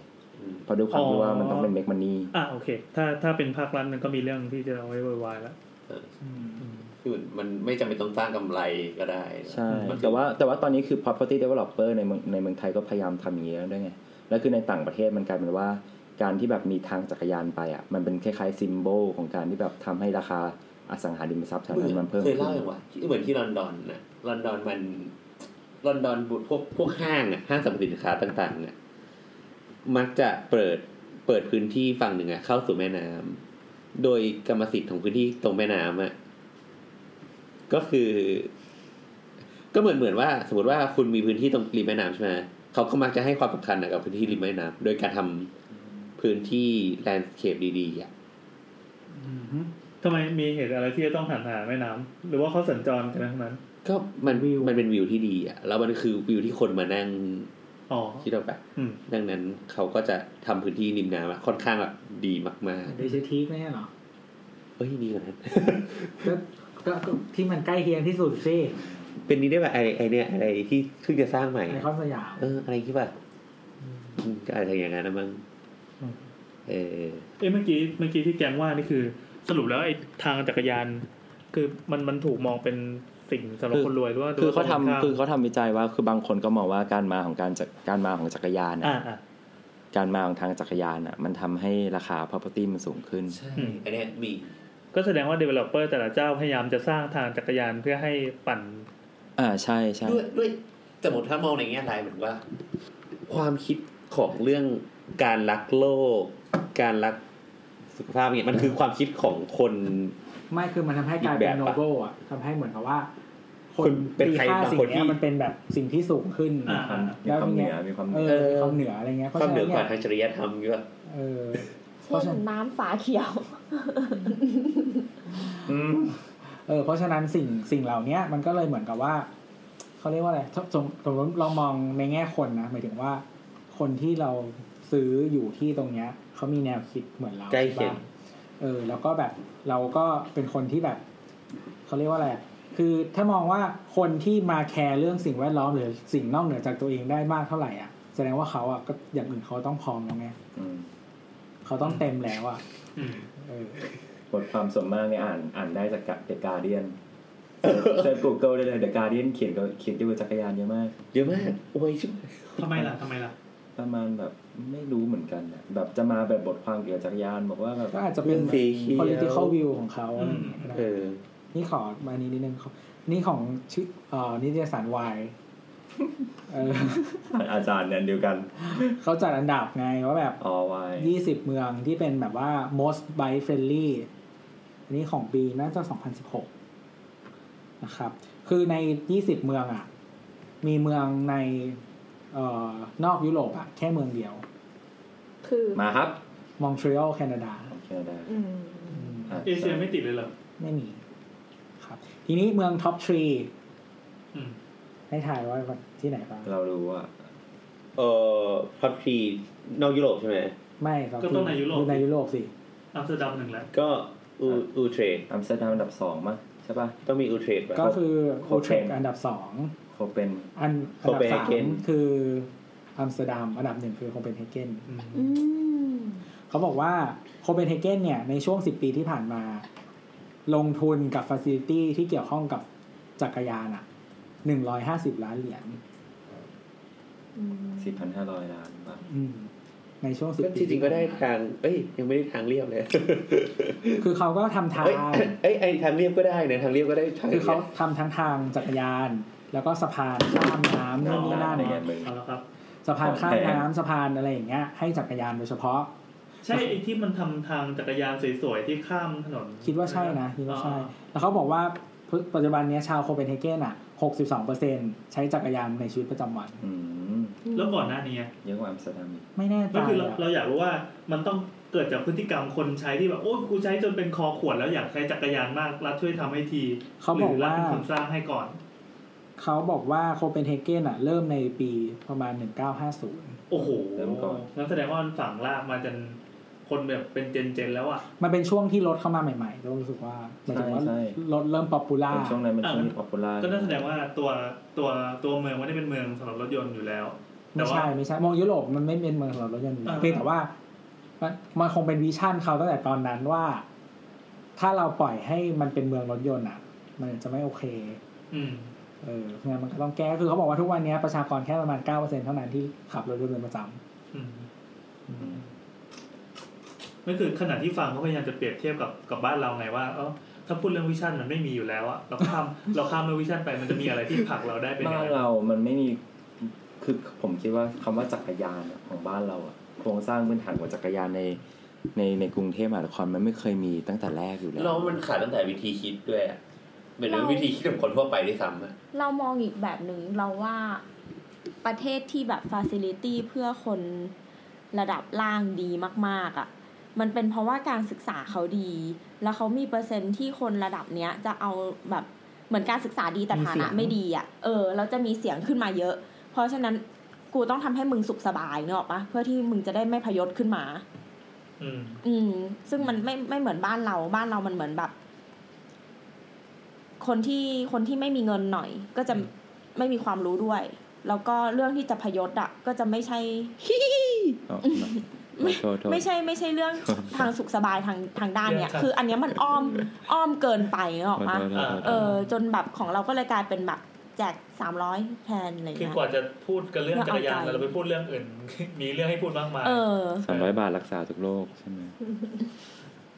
[SPEAKER 3] อืม
[SPEAKER 5] เพราะด้วยความที่ว่ามันต้องเป็นเมกมันนี่
[SPEAKER 4] อ่ะโอเค ถ้าถ้าเป็นภาครัฐมันก็มีเรื่องที่จะเอาไว้โวยวายแล้ว
[SPEAKER 3] คือมันไม่จำเป็นต้องสร้างกำไรก็ได้นะ
[SPEAKER 5] ใช่
[SPEAKER 3] มันคือ
[SPEAKER 5] แต่ว่าแต่ว่าตอนนี้คือ property developer ในเมืองในเมืองไทยก็พยายามทำอย่างนี้แล้วด้วยไงแล้วคือในต่างประเทศมันกลายเป็นว่า การที่แบบมีทางจักรยานไปอ่ะมันเป็นคล้ายๆซิมโบลของการที่แบบทำให้ราคาอสังหาริมทรัพย์แถวนั้นมันเพิ่ม
[SPEAKER 3] เคย
[SPEAKER 5] ขึ้น
[SPEAKER 3] เล่าอย่างว่าเหมือนที่ลอนดอนนะลอนดอนมันลอนดอนบุพวกพวกห้างอะห้างสรรพสินค้าต่างๆเนี่ยมักจะเปิดเปิดพื้นที่ฝั่งหนึ่งอะเข้าสู่แม่น้ำโดยกรรมสิทธิ์ของพื้นที่ตรงแม่น้ำอะก็คือ ก็เหมือนเหมือนว่า สมมติว่าคุณมีพื้นที่ตรงริมแม่น้ำใช่ไหมเขาก็มักจะให้ความสำคัญอะกับพื้นที่ริมแม่น้ำโดยการทำพื้นที่แลนด์สเคปดีๆอะ
[SPEAKER 4] ทำไมมีเหตุอะไรที่จะต้องหันหาแม่น้ำหรือว่าเขาสัญจรกันทั้งนั้น
[SPEAKER 3] ก็มันมันเป็นวิวที่ดีอ่ะ แล้วมันคือวิวที่คนมานั่ง
[SPEAKER 4] อ๋อ
[SPEAKER 3] คิดเอาแบบ
[SPEAKER 4] อืม
[SPEAKER 3] ดังนั้นเขาก็จะทำพื้นที่ริมน้ำอะค่อนข้างแบบดีมาก
[SPEAKER 1] ดิจิทีฟไม่ใช่เหรอ
[SPEAKER 3] ๆเฮ้ยดีกว่านั้น
[SPEAKER 1] ก็ก็ก็ที่มันใกล้เคียงที่สุดสิ
[SPEAKER 3] เป็นนี้ได้แบบไอไอเนี่ยอะไรที่เพิ่งจะสร้างใหม่
[SPEAKER 1] ไอ
[SPEAKER 3] อะ
[SPEAKER 1] คอนสยาม
[SPEAKER 3] เอออะไรที่แบบอืมก็อะไรอย่างนั้นนะมั้ง
[SPEAKER 4] อืม
[SPEAKER 3] เออ
[SPEAKER 4] เอ้ยเมื่อกี้เมื่อกี้ที่แกงว่านี่คือ สรุปแล้วไอ้ทางจักรยาน คือมันมันถูกมองเป็นสิ่งสำหรับคนรวยหรือว่า
[SPEAKER 5] คือเขาทำ
[SPEAKER 4] หรืว่
[SPEAKER 5] คือเขาทำวิจัยว่าคือบางคนก็มองว่าการมาของการจักการมาของจักรยานอะ
[SPEAKER 4] อ่าอ่า
[SPEAKER 5] การมาของทางจักรยานอ่ะมันทำให้ราคา property มันสูงขึ้น
[SPEAKER 3] ใช่
[SPEAKER 4] อืม
[SPEAKER 3] อันเนี้ยมี
[SPEAKER 4] ก็แสดงว่า developer แต่ละเจ้าพยายามจะสร้างทางจักรยานเพื่อให้ปั่น
[SPEAKER 5] อ่าใช่ใช่
[SPEAKER 3] ด้วยด้วยสมมติถ้ามองในแง่ร้ายเหมือนว่า ความคิดของเรื่องการรักโลก การรักสุขภาพเนี่ยมันคือความคิดของคน
[SPEAKER 1] ไม่คือมันทำให้กลายเป็
[SPEAKER 3] อี
[SPEAKER 1] น
[SPEAKER 3] กแบบปะ
[SPEAKER 1] โนเวลอ่ะทำให้เหมือนกับว่า คน
[SPEAKER 3] คุณเป็น
[SPEAKER 1] ตี
[SPEAKER 3] ใคร
[SPEAKER 1] ค่า
[SPEAKER 3] บาง
[SPEAKER 1] สิ่ง
[SPEAKER 3] คนที่
[SPEAKER 1] เนี้ยมันเป็นแบบสิ่งที่สูงขึ้น
[SPEAKER 4] อ่า
[SPEAKER 5] มีความเหนือมีความเห
[SPEAKER 1] เอ
[SPEAKER 5] นือ
[SPEAKER 1] อมีความเหนืออะไรเงี้ยเพ
[SPEAKER 3] ควา
[SPEAKER 1] ราะ
[SPEAKER 3] ม
[SPEAKER 1] ฉะ
[SPEAKER 3] เหนือน ก
[SPEAKER 1] นั้
[SPEAKER 3] ว่าย
[SPEAKER 1] เนี่
[SPEAKER 3] ทางจริยธรรมเยอะ
[SPEAKER 1] เออ เพ
[SPEAKER 8] เช่
[SPEAKER 1] ราะ
[SPEAKER 8] น
[SPEAKER 1] ฉะนั้น
[SPEAKER 8] น้ำฝาเขียว
[SPEAKER 1] เออเพราะฉะนั้นสิ่งสิ่งเหล่าเนี้ยมันก็เลยเหมือนกับว่าเขาเรียกว่าอะไรถ้าสมสมมติลองมองในแง่คนนะหมายถึงว่า คนที่เราซื้ออยู่ที่ตรงเนี้ยเขามีแนวคิดเหมือนเรา
[SPEAKER 3] ใกล้เคียง
[SPEAKER 1] บ้าเออ แล้วก็แบบเราก็เป็นคนที่แบบเขาเรียกว่าอะไรคือถ้ามองว่าคนที่มาแคร์เรื่องสิ่งแวดล้อมหรือสิ่งนอกเหนือจากตัวเองได้มากเท่าไหร่อ่ะแสดงว่าเขาอ่ะก็อย่างอื่นเขาต้องพร้อมแล้วไง
[SPEAKER 5] อืม
[SPEAKER 1] เขาต้องเต็มแล้วอ่ะเออบ
[SPEAKER 5] ทความส่วนมากเนี่ยอ่านอ่านได้จากเดอะการเดียนเซิร์ช Google ได้เลยเดอะการเดียนเขียนก็เขียนเกี่ยวกับจักรยานเยอะมาก
[SPEAKER 3] เยอะมากโอ้ยชิบหาย
[SPEAKER 4] ทำไมล่ะทำไมล่ะ
[SPEAKER 5] ประมาณแบบไม่รู้เหมือนกันอะแบบจะมาแบบบทความเกี่ยวกับจักรยานบอกว่าแบบ
[SPEAKER 1] ก็อาจจะเป็
[SPEAKER 3] เรื่อน งสีเขียว
[SPEAKER 1] political view ของเขาอะไรอย่างเงี้ยก็ได้
[SPEAKER 3] เออ
[SPEAKER 1] นี่ขอมานี้นิดนึงครับนี่ของชื่อเอ่อนิตยสารวาย เออ
[SPEAKER 5] อาจารย์เนี่ยเดียวกัน
[SPEAKER 1] เขาจัดอันดับไงว่าแบบ
[SPEAKER 5] อวาย
[SPEAKER 1] 20 เมืองที่เป็นแบบว่า most bike friendly อันนี้ของปีน่าจะ 2016 นะครับ คือใน 20 เมืองอ่ะ มีเมืองในเอ่อนอกยุโรปอ่ะ แค่เมืองเดียว
[SPEAKER 8] คือ
[SPEAKER 5] มาครับ
[SPEAKER 1] มอนทรีออลแคนาดา
[SPEAKER 5] โอเคได้
[SPEAKER 8] อืม
[SPEAKER 5] อ่ะ
[SPEAKER 4] เอเชียไม่ติดเลยเหรอ
[SPEAKER 1] ไม่มี ครับ ทีนี้เมืองท็อปทรี
[SPEAKER 4] อืม
[SPEAKER 1] ให้ถ่ายว่าที่ไหนบ้าง
[SPEAKER 5] เรารู้ว่า
[SPEAKER 3] เอ่อพับทีนอกยุโรปใช่ไหม
[SPEAKER 1] ไม่ครับ
[SPEAKER 4] ก็ต้องในยุโรป
[SPEAKER 1] ในยุโรปสิ
[SPEAKER 4] อัมสเตอร์ดัมหนึ่งแหละ
[SPEAKER 3] ก็อูอูเทรด
[SPEAKER 5] อัมสเตอร์ดัมอันดับสองมั้ยใช่ป่ะ
[SPEAKER 3] ต้องมีอูเทรดป่ะ
[SPEAKER 1] ก็คือ
[SPEAKER 5] โค
[SPEAKER 1] โค
[SPEAKER 5] เปน
[SPEAKER 1] เทกอันดับสอง
[SPEAKER 5] โคเปน
[SPEAKER 1] อันอันดับสา
[SPEAKER 3] โคเปนเฮเก
[SPEAKER 1] ม
[SPEAKER 3] น
[SPEAKER 1] คืออัมสเตอร์ดัมอันดับหนึ่งคือโคเปนเฮเกน
[SPEAKER 8] อืม
[SPEAKER 1] เขาบอกว่าโคเปนเฮเกนเนี่ยในช่วงสิบปีที่ผ่านมา ลงทุนกับฟ a ซิลิตี้ที่เกี่ยวข้องกับจักรยานอ่ะหนึ่งร้อยห้าสิบล้านเหรียญ
[SPEAKER 8] อืม
[SPEAKER 5] สี่พันห้าร้อยล้านบาท
[SPEAKER 1] อืมในช่วงสิบ
[SPEAKER 3] ก็
[SPEAKER 1] ปี
[SPEAKER 3] จริงๆก็ได้ทาง เอ้ย ยังไม่ได้ทางเรียบ เลย
[SPEAKER 1] คือเขาก็ทำทาง
[SPEAKER 3] เอ้ยเอ้ยไอทางเรียบก็ได้นะทางเรียบก็ได้ทาง
[SPEAKER 1] คือเขา
[SPEAKER 3] เรียบ
[SPEAKER 1] ทำทั้งทางจักรยาน แล้วก็สะพานข้ามน้ำนู่นนี่นั่น
[SPEAKER 5] ในเงินมึง
[SPEAKER 4] เอาละครับ
[SPEAKER 1] สะพานข้าม
[SPEAKER 5] ของแพง
[SPEAKER 1] น้ำสะพานอะไรอย่างเงี้ยให้จักรยานโดยเฉพาะ
[SPEAKER 4] ใช่ไอ้ที่มันทำทางจักรยานสวยๆที่ข้ามถนน
[SPEAKER 1] คิดว่าใช่นะคิดว่าใช่
[SPEAKER 4] อ๋อ
[SPEAKER 1] แล้วเขาบอกว่าปัจจุบันเนี้ยชาวโคเปนเฮเกนอ่ะ 62%ใช้จักรยานในชีวิตประจำวัน
[SPEAKER 5] อืม
[SPEAKER 4] แล้วก่อนหน้านี้อะ
[SPEAKER 5] เยอะกว่าอัมสเตอร์ดัมอีก
[SPEAKER 1] ไม่แน่ใจ
[SPEAKER 4] ก็คือเรา
[SPEAKER 1] อะ
[SPEAKER 4] เราอยากรู้ว่ามันต้องเกิดจากพฤติกรรมคนใช้ที่แบบโอ้ยกูใช้จนเป็นคอขวดแล้วอยากใช้จักรยานมากรัฐช่วยทำให้ที
[SPEAKER 1] เขา
[SPEAKER 4] ห
[SPEAKER 1] บอ
[SPEAKER 4] รื
[SPEAKER 1] ก
[SPEAKER 4] รัฐ
[SPEAKER 1] ว่า
[SPEAKER 4] เป็นคนสร้างให้ก่อน
[SPEAKER 1] เขาบอกว่าโคเปนเฮเกนอ่ะ เริ่มในปีประมาณ 1950
[SPEAKER 4] โอ้โห
[SPEAKER 5] เริ่มก่อน
[SPEAKER 4] งั้นแสดงว่ามันฝังลากมาจนคนแบบเป็นเจนเจนๆแล้วอ่ะ
[SPEAKER 1] มันเป็นช่วงที่รถเข้ามาใหม่ๆก็รู้สึกว่าหมายถึงว่า
[SPEAKER 5] ใช่ใช่
[SPEAKER 1] รถเริ่มป๊อปปูล่า
[SPEAKER 5] เป็นช่วงนั้นเป็นช่วงที่ป๊อปปูล่า
[SPEAKER 4] ก็นั่นแสดงว่าตัวตัวตัวเมืองไม่ได้เป็นเมืองสำหรับรถยนต์อยู่แล้ว แต่
[SPEAKER 1] ไม่
[SPEAKER 4] ว่า
[SPEAKER 1] ใช่ไม่ใช่มองยุโรปมันไม่เป็นเมืองสำหรับรถยนต์อยู่แล้ว
[SPEAKER 4] อ่า
[SPEAKER 1] เพียงแต่ว่ามันมันคงเป็นวิชั่นเขาตั้งแต่ตอนนั้นว่า ถ้าเราปล่อยให้มันเป็นเมืองรถยนต์อ่ะ มันจะไม่โอเค
[SPEAKER 4] อืม
[SPEAKER 1] เอองั้นมันก็ต้องแก้คือเขาบอกว่าทุกวันนี้ประชากรแค่ประมาณเก้าเปอร์เซ็นเท่านั้นที่ขับรถยนต์เป็นประจ
[SPEAKER 4] อืม
[SPEAKER 1] ำ
[SPEAKER 4] นั่นคือขณะที่ฟังเขาพยายามจะเปรียบเทียบกับกับบ้านเราไงว่าเออถ้าพูดเรื่องวิชั่นมันไม่มีอยู่แล้วอะเราข้าม เราข้ามเรื่องวิชั่นไปมันจะมีอะไรที่ผลักเราได้เป็นยัง
[SPEAKER 5] บ้าน
[SPEAKER 4] ไง
[SPEAKER 5] เรามันไม่มีคือผมคิดว่าคำว่าจักรยานอะของบ้านเราอะโครงสร้างพื้นฐานของจักรยานในในในกรุงเทพมหานครมันไม่เคยมีตั้งแต่แรกอยู่แล้ว
[SPEAKER 3] เรามันขาดตั้งแต่วิธีคิดด้วยอะเป็นเรื่องวิธีคิดของคนทั่วไปด้วยซ้ำอะ
[SPEAKER 8] เรามองอีกแบบหนึ่งเราว่าประเทศที่แบบฟาซิลิตี้เพื่อคนระดับล่างดีมาก ๆอะ่ะมันเป็นเพราะว่าการศึกษาเขาดี แล้วเขามีเปอร์เซ็นต์ที่คนระดับเนี้ยจะเอาแบบเหมือนการศึกษาดีแต่ฐานะไม่ดีอะ่ะเออเราจะมีเสียงขึ้นมาเยอะ เพราะฉะนั้นกูต้องทำให้มึงสุขสบายเนกอะปะเพื่อที่มึงจะได้ไม่พยศขึ้นมา
[SPEAKER 4] อืม
[SPEAKER 8] อืม ซึ่งมันไม่ไม่เหมือนบ้านเรา บ้านเรามันเหมือนแบบ คนที่คนที่ไม่มีเงินหน่อย ก็จะไม่มีความรู้ด้วย แล้วก็เรื่องที่จะพยศอ่ะ ก็จะไม่ใช่
[SPEAKER 5] อ๋อไม่โทษโทษ
[SPEAKER 8] ไม่ใช่ไม่ใช่เรื่อง ทางสุขสบายทางทางด้านเนี้ย
[SPEAKER 4] เรื่อง
[SPEAKER 8] คือ อันเนี้ยมันอ้อมอ้อมเกินไปเนกออกปะ
[SPEAKER 5] ขอโทษขอโทษ
[SPEAKER 8] เออ จนแบบของเราก็เลยกลายเป็นแบบแจกสามร้อยแทนอะไร
[SPEAKER 4] คือ
[SPEAKER 8] เงี้ย
[SPEAKER 4] กว่าจะพูดกันเรื่องจักรยาน
[SPEAKER 8] เอาใจ
[SPEAKER 4] เราไปพูดเรื่องอื่น มีเรื่องให้พูดมากมาย
[SPEAKER 8] เออ
[SPEAKER 5] สามร้อยบาทรักษาทุกโรคใช่ไหม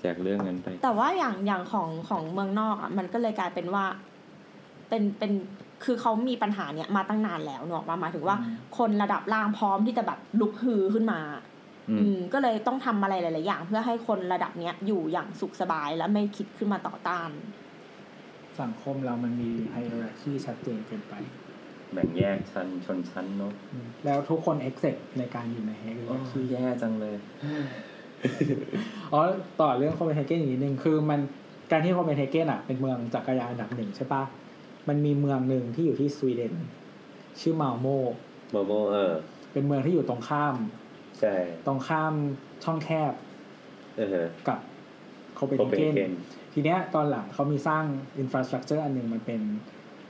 [SPEAKER 5] แจกเรื่องนั้นไป
[SPEAKER 8] แต่ว่าอย่างอย่างของของเมืองนอกอ่ะมันก็เลยกลายเป็นว่า เป็นเป็นคือเขามีปัญหาเนี้ยมาตั้งนานแล้วเนอะมาหมายถึงว่า คนระดับล่างพร้อมที่จะแบบลุกฮือขึ้นมา
[SPEAKER 5] อืม
[SPEAKER 8] อืม ก็เลยต้องทำอะไรหลาย ๆ อย่าง เพื่อให้คนระดับเนี้ยอยู่อย่างสุขสบายและไม่คิดขึ้นมาต่อต้าน
[SPEAKER 1] สังคมเรามันมีไฮรักีชัดเจนเกินไป
[SPEAKER 5] แบ่งแยกชั้นชนชั้นเนาะ
[SPEAKER 1] อืมแล้วทุกคนเอ็กเซปในการอยู่ในไฮ
[SPEAKER 5] โอ้
[SPEAKER 1] รักี
[SPEAKER 5] แย่จังเลย
[SPEAKER 1] อ๋อต่อเรื่องโคเปนเฮเกนอีกนิดนึงคือมันการที่โคเปนเฮเกนอ่ะเป็นเมืองจักรยานอันดับหนึ่งใช่ปะมันมีเมืองหนึ่งที่อยู่ที่สวีเดนชื่อมาโม
[SPEAKER 3] มาโมเออ
[SPEAKER 1] เป็นเมืองที่อยู่ตรงข้าม
[SPEAKER 3] ใช่
[SPEAKER 1] ตรงข้ามช่องแคบ
[SPEAKER 3] เออ
[SPEAKER 1] กับโคเปน
[SPEAKER 3] โค
[SPEAKER 1] เฮ
[SPEAKER 3] เปน
[SPEAKER 1] เก
[SPEAKER 3] เฮเก
[SPEAKER 1] น
[SPEAKER 3] น
[SPEAKER 1] ทีเนี้ยตอนหลังเขามีสร้างอินฟราสตรักเจอร์อันหนึ่งมันเป็น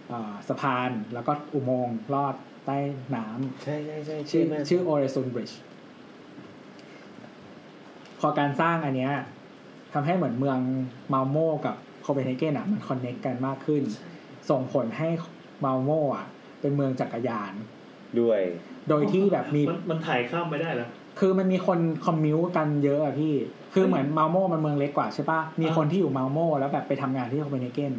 [SPEAKER 1] เอ่อสะพานแล้วก็อุโมงค์ลอดใต้น้
[SPEAKER 3] ใช่ใช่ใช่
[SPEAKER 1] ำชื่อชื่อโอเรซ n นบริดจ์พอการสร้างอันเนี้ยทำให้เหมือนเมืองมาโมกับโคเปนเฮเกนอ่ะมันคอนเน็กกันมากขึ้น ส่งผลให้มาโมอ่ะ เป็นเมืองจักรยาน
[SPEAKER 3] ด้วย
[SPEAKER 1] โดยที่แบบมี
[SPEAKER 4] มันมันถ่ายข้ามไปได้เหรอ
[SPEAKER 1] คือมันมีคนคอมมิวกันเยอะอะพี่ คือเหมือนมาโมมันเมืองเล็กกว่าใช่ปะมี
[SPEAKER 4] อ่า
[SPEAKER 1] คนที่อยู่มาโมแล้วแบบไปทำงานที่โคเปนเฮเกน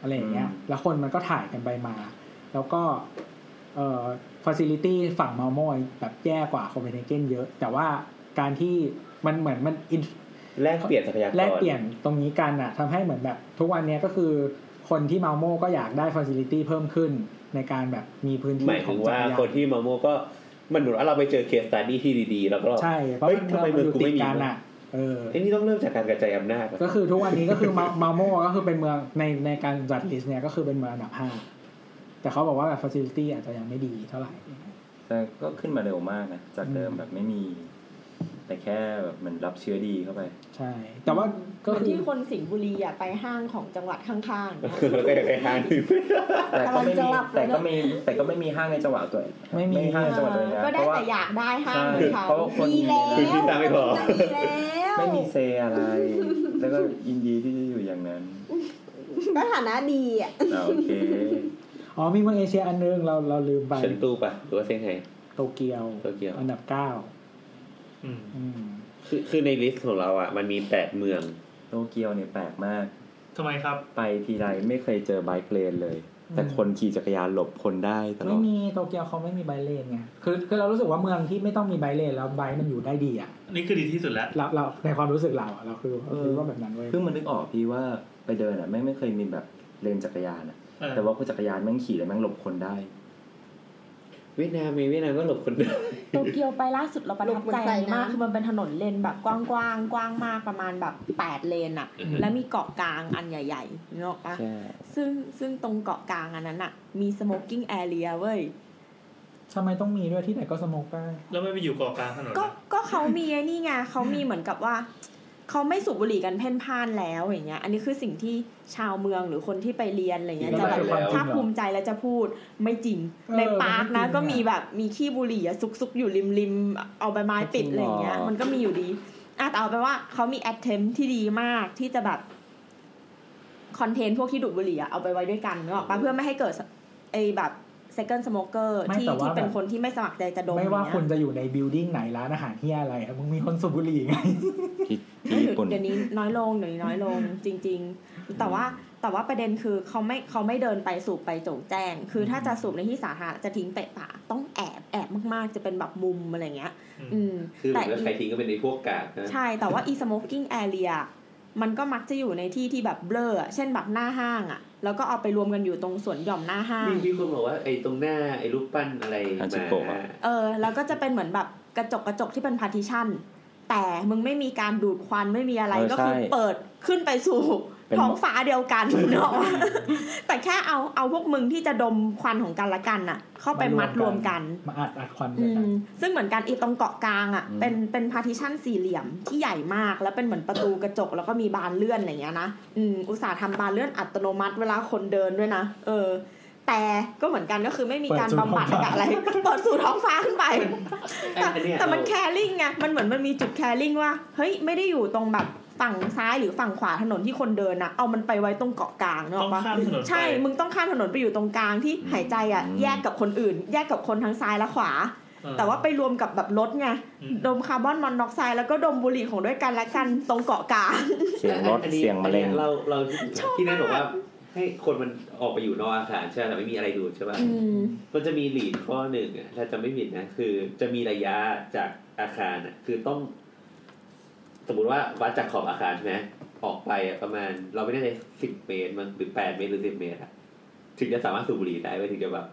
[SPEAKER 1] อะไรอย่างเงี้ย แล้วคนมันก็ถ่ายกันไปมา แล้วก็ เอ่อฟัซิลิตี้ฝั่งมาโมแบบแย่กว่าโคเปนเฮเกนเยอะ แต่ว่าการที่มันเหมือนมัน in-
[SPEAKER 3] แลกเปลี่ยนทรัพยากร
[SPEAKER 1] แลกเปลี่ยนตรงนี้กันอะทำให้เหมือนแบบ ทุกวันเนี้ยก็คือคนที่มาโมก็อยากได้ฟัซิลิตี้เพิ่มขึ้นในการแบบมีพื้น
[SPEAKER 3] หมา
[SPEAKER 1] ที่
[SPEAKER 3] ย
[SPEAKER 1] ข
[SPEAKER 3] ถึ
[SPEAKER 1] อง
[SPEAKER 3] ง
[SPEAKER 1] จั
[SPEAKER 3] ว่าก
[SPEAKER 1] รยาน
[SPEAKER 3] คนที่มาโมก็มันเหมือนว่าเราไปเจอเคสตัดดี้ที่ดีๆ แล้วก็
[SPEAKER 1] ใช่เพราะ
[SPEAKER 3] เฮ้ย
[SPEAKER 1] มัน
[SPEAKER 3] ทำไม
[SPEAKER 1] มั
[SPEAKER 3] เมื
[SPEAKER 1] น
[SPEAKER 3] อง
[SPEAKER 1] อยู่
[SPEAKER 3] กู
[SPEAKER 1] ติด
[SPEAKER 3] ไม่มี
[SPEAKER 1] กัน
[SPEAKER 3] วะ
[SPEAKER 1] อะเออ
[SPEAKER 3] ไอ้นี่ต้องเริ่มจากการกระจายอำนาจ อะ
[SPEAKER 1] ก็คือทุกวันนี้ก็คือมา มาโมก็คือเป็นเมืองในในการจัดลิสต์เนี่ยก็คือเป็นเมืองอันดับห้าแต่เขาบอกว่าแบบฟ a ซิลิตี้อาจจะยังไม่ดีเท่าไหร่
[SPEAKER 5] แต่ก็ขึ้นมาเร็วมากนะจากเดิมแบบไม่มี แต่แค่แบบมันรับเชื้อดีเข้าไป
[SPEAKER 1] ใช่ แต่ว่าก็
[SPEAKER 8] เหมือน
[SPEAKER 1] คือ
[SPEAKER 8] ที่คนสิงห์บุรีอ่ะไปห้างของจังหวัดข้างๆเนี่ย
[SPEAKER 3] แล้วก็อยากไปหาหนึ่ง
[SPEAKER 5] แต่ก็ไม่
[SPEAKER 8] กำ
[SPEAKER 5] มี
[SPEAKER 8] ลังจะหลับแล้ว
[SPEAKER 5] แต่
[SPEAKER 8] นะ
[SPEAKER 5] ก็ไม่แต่ก็ไม่มีห้างในจังหวัดตัวเอง
[SPEAKER 1] ไม่มี
[SPEAKER 5] ไม่มีห้างในจังหวัดตัวเองนะ
[SPEAKER 8] ก็
[SPEAKER 5] เพ
[SPEAKER 8] ได้
[SPEAKER 5] ราะว่า
[SPEAKER 8] แต่อยากได้ห้างเหมือ
[SPEAKER 5] ใช่
[SPEAKER 8] นเขา
[SPEAKER 5] เพราะว่าคน
[SPEAKER 8] มีแล้ว
[SPEAKER 3] คือที่ตามไม่พอ
[SPEAKER 5] ไม่มีเซอะไร แล้วก็ยินดีที่จะอยู่อย่างนั้น
[SPEAKER 9] ก็ฐานะดีอ่ะ
[SPEAKER 5] อ่าโอเค
[SPEAKER 1] อ๋อมีเมืองเอเชียอันนึงเราเราลืมไป
[SPEAKER 3] เฉิน ตูปะหรือว่าเซี่ยงไฮ้
[SPEAKER 1] โตเกียว
[SPEAKER 3] โตเกียว
[SPEAKER 1] อันดับเก้า
[SPEAKER 4] อืม
[SPEAKER 1] อืม
[SPEAKER 3] คือคือในลิสต์ของเราอ่ะมันมีแปดเมือง
[SPEAKER 5] โตเกียวเนี่ยแปลกมาก
[SPEAKER 4] ทำไมครับ
[SPEAKER 5] ไปทีไรไม่เคยเจอไบค์เลนเลย แต่คนขี่จักรยานหลบคนได้ตล
[SPEAKER 1] ไม่
[SPEAKER 5] อด
[SPEAKER 1] มีโตเกียวเขาไม่มีไบเลนไงคือคือเรารู้สึกว่าเมืองที่ไม่ต้องมีไบเลนแล้วไบค์มันอยู่ได้ดีอ่ะ
[SPEAKER 4] นี่คือดีที่สุดแล้ว
[SPEAKER 1] เราเราในความรู้สึกเราอะเราคือเราคิดว่าแบบนั้นเว้ย
[SPEAKER 5] เพิ่งมันนึกออกพี่ว่าไปเดินอ่ะแม่งไม่เคยมีแบบเลนจักรยานอ่ะ
[SPEAKER 4] เออ
[SPEAKER 5] แต่ว่าคนจักรยานแม่งขี่แล้วแม่งหลบคนได้
[SPEAKER 3] เวียดนามเองเวียดนามก็หลบคนเดิน
[SPEAKER 8] โตเกียวไปล่าสุดเราประทับใจอันนี้มาก คือมันเป็นถนนเลนแบบกว้างๆกว้างมากประมาณแบบแปดเลนอะ
[SPEAKER 3] อือฮึ
[SPEAKER 8] แล้วมีเกาะกลางอันใหญ่ๆนึกออกปะ
[SPEAKER 5] ใช่
[SPEAKER 8] ซึ่งซึ่งตรงเกาะกลางอันนั้นอะมีสโมกกิ้งแอเรียเว้ย
[SPEAKER 1] ทำไมต้องมีด้วยที่ไหนก็สโมกได้
[SPEAKER 4] แล้วไม่ไปอยู่เกาะกลางถนน
[SPEAKER 8] ก็ก็เขามีไอ้นี่ไงเขามีเหมือนกับว่า เขาไม่สูบบุหรี่กันเพ่นพ่านแล้วอย่างเงี้ย อันนี้คือสิ่งที่ชาวเมืองหรือคนที่ไปเรียนอะไรเงี้ยจะแบบ
[SPEAKER 3] ไม่ได้แล้ว
[SPEAKER 8] ภาคภูมิใจแล้วจะพูดไม่จริง ในปาร์คนะก็มีแบบมีขี้บุหรี่อะซุกๆ อยู่ริมๆ เอาใบไม้ปิดอะไรอย่างเงี้ย มันก็มีอยู่ดีอ่ะแต่เอาไปนว่าเขามีแอดเทมที่ดีมากที่จะแบบคอนเทนต์พวกที่ดูดบุหรี่อะเอาไปไว้ด้วยกันเนาะเพื่อไม่ให้เกิดไอ้แบบ second smoker ที่ที่เป็นคนที่ไม่สมัครใจจะดม
[SPEAKER 1] ไม่ว่า
[SPEAKER 8] อย่งเงี้ย
[SPEAKER 1] คุณจะอยู่ในบิลดิ่งไหนร้านอาหารที่อะไรอะมึงมีคนสูบบุหรี่ไง
[SPEAKER 5] ที่
[SPEAKER 8] เอ้
[SPEAKER 5] ที่
[SPEAKER 8] ย
[SPEAKER 5] ญี่ปุ่น
[SPEAKER 8] เดี๋ยวนี้น้อยลงเดี๋ยวนี้น้อยลงจริง ๆ แต่ว่าแต่ว่าประเด็นคือเขาไม่เขาไม่เดินไปสูบไปโจงแจ้ง คือถ้าจะสูบในที่สาธารณะจะทิ้งเตะปากต้องแอบแอบมากๆ จะเป็นแบบมุมอะไรเงี้ย อืม
[SPEAKER 3] คือ
[SPEAKER 8] แต่
[SPEAKER 3] แล้
[SPEAKER 8] อี
[SPEAKER 3] วใครทิ้งก็เป็นในพวกกาดนะ
[SPEAKER 8] ใช่แต่ว่า e-smoking area มันก็มักจะอยู่ในที่ที่แบบเบลออะเช่นแบบหน้าห้างอ่ะ แล้วก็เอาไปรวมกันอยู่ตรงสวนหย่อมหน้าห้าง
[SPEAKER 3] มีมีคนบอกว่าไอ้ตรงหน้าไอ้รูปปั้นอะไร
[SPEAKER 5] ฮาจิโกะอะ
[SPEAKER 8] เออแล้วก็จะเป็นเหมือนแบบกระจกกระจกที่เป็นพาร์ติชันแต่มึงไม่มีการดูดควันไม่มีอะไร
[SPEAKER 5] เออ
[SPEAKER 8] ก็คือ
[SPEAKER 5] ใช่
[SPEAKER 8] เปิดขึ้นไปสู่
[SPEAKER 5] เป็น
[SPEAKER 8] ท้องฟ้าเดียว กัน เนาะแต่แค่เอาเอาพวกมึงที่จะดมควันของกันและกันน่ะ เข้าไปมัดรวมกัน
[SPEAKER 1] มาอัดอัดควัน
[SPEAKER 8] อื
[SPEAKER 1] ด้วยกัน
[SPEAKER 8] มซึ่งเหมือนกันอีตรงเกาะกลางอ่ะ
[SPEAKER 5] อืม
[SPEAKER 8] เป็นเป็นพาร์ติชันสี่เหลี่ยมที่ใหญ่มากแล้วเป็นเหมือนประตูกระจกแล้วก็มีบานเลื่อนอะไรอย่างเงี้ยนะอืมอุตส่าห์ทำบานเลื่อนอัตโนมัติเวลาคนเดินด้วยนะเออ แต่ก็เหมือนกันก็คือไม่มีการบำบัดกับอะไร เปิดสู่ท้องฟ้าขึ้นไป
[SPEAKER 3] อั
[SPEAKER 8] แต่
[SPEAKER 3] อัเย
[SPEAKER 8] แต่มัน
[SPEAKER 3] เรา
[SPEAKER 8] แคริ่งไง มันเหมือนมันมีจุดแคริ่งว่า เฮ้ย ไม่ได้อยู่ตรงแบบฝั่งซ้ายหรือฝั่งขวาถนนที่คนเดินนะเอามันไปไว้ตรงเกาะกลางเนก
[SPEAKER 4] ต้
[SPEAKER 8] อ
[SPEAKER 4] อง
[SPEAKER 8] กปะ
[SPEAKER 4] ข้ามถนนไป
[SPEAKER 8] ใช่ มึงต้องข้ามถนนไปอยู่ตรงกลางที่หายใจอ่ะ
[SPEAKER 5] อืม
[SPEAKER 8] แยกกับคนอื่น แยกกับคนทั้งซ้ายและขวา
[SPEAKER 4] เออ
[SPEAKER 8] แต่ว่าไปรวมกับแบบรถไง
[SPEAKER 4] อืม
[SPEAKER 8] ดมคาร์บอนมอนอกไซด์แล้วก็ดมบุหรี่ของด้วยกันและกันตรงเกาะกลาง
[SPEAKER 5] เสียงรถ
[SPEAKER 3] อันนี้
[SPEAKER 5] เสียงมะเร็ง
[SPEAKER 3] อันนี้เราเราที่นั่นบอกว่า ให้คนมันออกไปอยู่นอกอาคารใช่ไหมแต่ไม่มีอะไรดูดใช่ป่ะ
[SPEAKER 8] อืม
[SPEAKER 3] มันจะมีหลีดข้อหนึ่งอะถ้าจะไม่ผิดนะ คือจะมีระยะจากอาคารอะคือต้อง สมมติว่าวัดจากขอบอาคารใช่ไหมออกไปอะประมาณ เราไม่ได้เลยสิบเมตรมั้งหรือแปดเมตรหรือสิบเมตรอะถึงจะสามารถสูบบุหรี่ได้ไว้ยถึงจะแบบ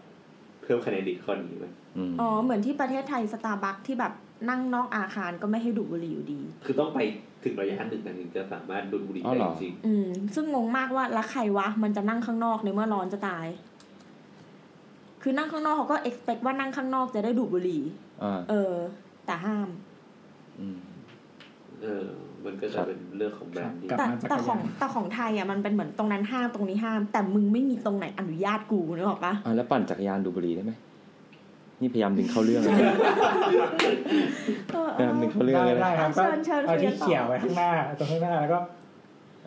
[SPEAKER 3] เพิ่มคะแนนหลีดข้อนี้ไหม
[SPEAKER 5] อืม
[SPEAKER 8] อ๋อ เหมือนที่ประเทศไทยสตาร์บัคที่แบบนั่งนอกอาคารก็ไม่ให้ดูดบุหรี่อยู่ดี
[SPEAKER 3] คือต้องไปถึงระยะหนึ่งนะถึงจะสามารถดูดบุหรี่
[SPEAKER 5] อ๋อเหร
[SPEAKER 3] ได้
[SPEAKER 5] อ
[SPEAKER 3] จริง
[SPEAKER 8] อืม ซึ่งงงมากว่าและใครวะ มันจะนั่งข้างนอกในเมื่อร้อนจะตาย คือนั่งข้างนอกเขาก็ expect ว่านั่งข้างนอกจะได้ดูดบุหรี่
[SPEAKER 5] อ่า
[SPEAKER 8] เออ แต่ห้าม
[SPEAKER 5] อืม
[SPEAKER 3] เออ มันก็จะเป็นเรื่องของแบรนด์ที่
[SPEAKER 8] แต่
[SPEAKER 1] มาจักรยาน
[SPEAKER 8] แต่ของแต่ของไทยอ่ะมันเป็นเหมือนตรงนั้นห้ามตรงนี้ห้าม แต่มึงไม่มีตรงไหนอนุญาตกูนึกออกปะ
[SPEAKER 5] อ่ะแล้วปั่นจักรยานดูดบุหรี่ได้ไหมนี่พยายามดึงเข้าเรื่องเลย
[SPEAKER 8] เออเอย
[SPEAKER 5] พายา
[SPEAKER 8] อ
[SPEAKER 5] มดึงเข้าเรื่อง
[SPEAKER 1] ได้
[SPEAKER 5] เลย
[SPEAKER 1] ได้
[SPEAKER 5] นะครับ
[SPEAKER 8] เชิญเชิญ
[SPEAKER 1] ก็เอาที่
[SPEAKER 8] คุยกันต่อ
[SPEAKER 1] เขียวไว้ข้างหน้าตรงข้างหน้าแล้วก็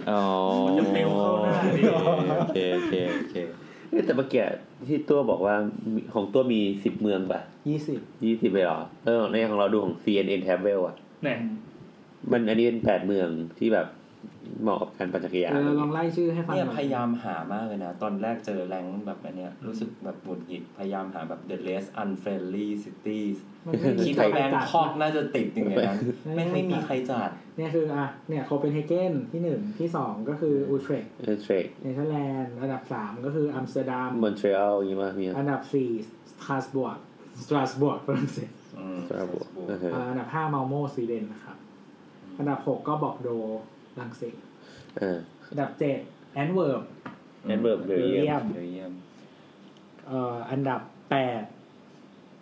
[SPEAKER 5] อ๋อ
[SPEAKER 4] มันจะเปลวเข้าหน้าดิ
[SPEAKER 5] โอเคโอเคโอเค
[SPEAKER 3] เอ้ยแต่เมื่อกี้ที่ตัวบอกว่ามีของตัวมีสิบเมืองป่ะ
[SPEAKER 1] ยี่สิบ
[SPEAKER 3] ยี่สิบเลยเหรอ เออในของเราดูของ CNN Travel อ่ะ
[SPEAKER 4] เนี่ย
[SPEAKER 3] มันอันนี้เป็นแปดเมืองที่แบบเหมาะกับการปั่นจักรยาน
[SPEAKER 1] เออลองไล่ชื่อให้ฟัง
[SPEAKER 5] เนี่ย
[SPEAKER 1] หน่
[SPEAKER 5] พ
[SPEAKER 1] อย
[SPEAKER 5] ยายามหามากเลยนะ ตอนแรกเจอแรงแบบอันเนี้ยรู้สึกแบบหงุดหงิดพยายามหาแบบ the less unfriendly cities
[SPEAKER 1] มันไม่มี
[SPEAKER 5] คิด
[SPEAKER 1] ใคร
[SPEAKER 5] ว่าแบง
[SPEAKER 1] จัด
[SPEAKER 5] คอกน่าจะติดอย่างไงนั้นแม่งไม่มีใครจัด
[SPEAKER 1] เนี่ยคืออ่ะเนี่ยโคเปนเฮเกนที่หนึ่งที่สองก็คืออูเทรค
[SPEAKER 3] เออเทรก
[SPEAKER 1] เนเธอร์แลนด์อันดับสามก็คืออัมสเตอร์ดัม
[SPEAKER 3] มอนทรีออลอย่างงี้ป่ะมี
[SPEAKER 1] อันดับสี่คาสบวกสตราสบวกฝรั่งเศส
[SPEAKER 5] อืม
[SPEAKER 3] สระบุเออ
[SPEAKER 1] อ่าอันดับห้ามาโมสวีเดนนะครับอันดับหกก็บอกโดลังสิต
[SPEAKER 3] เออ
[SPEAKER 1] อันดับเจ็ดแอนเวิร์ม
[SPEAKER 3] แอนเบิร์กเบลเยียม
[SPEAKER 5] เบลเยียม
[SPEAKER 1] เอ่ออันดับแปด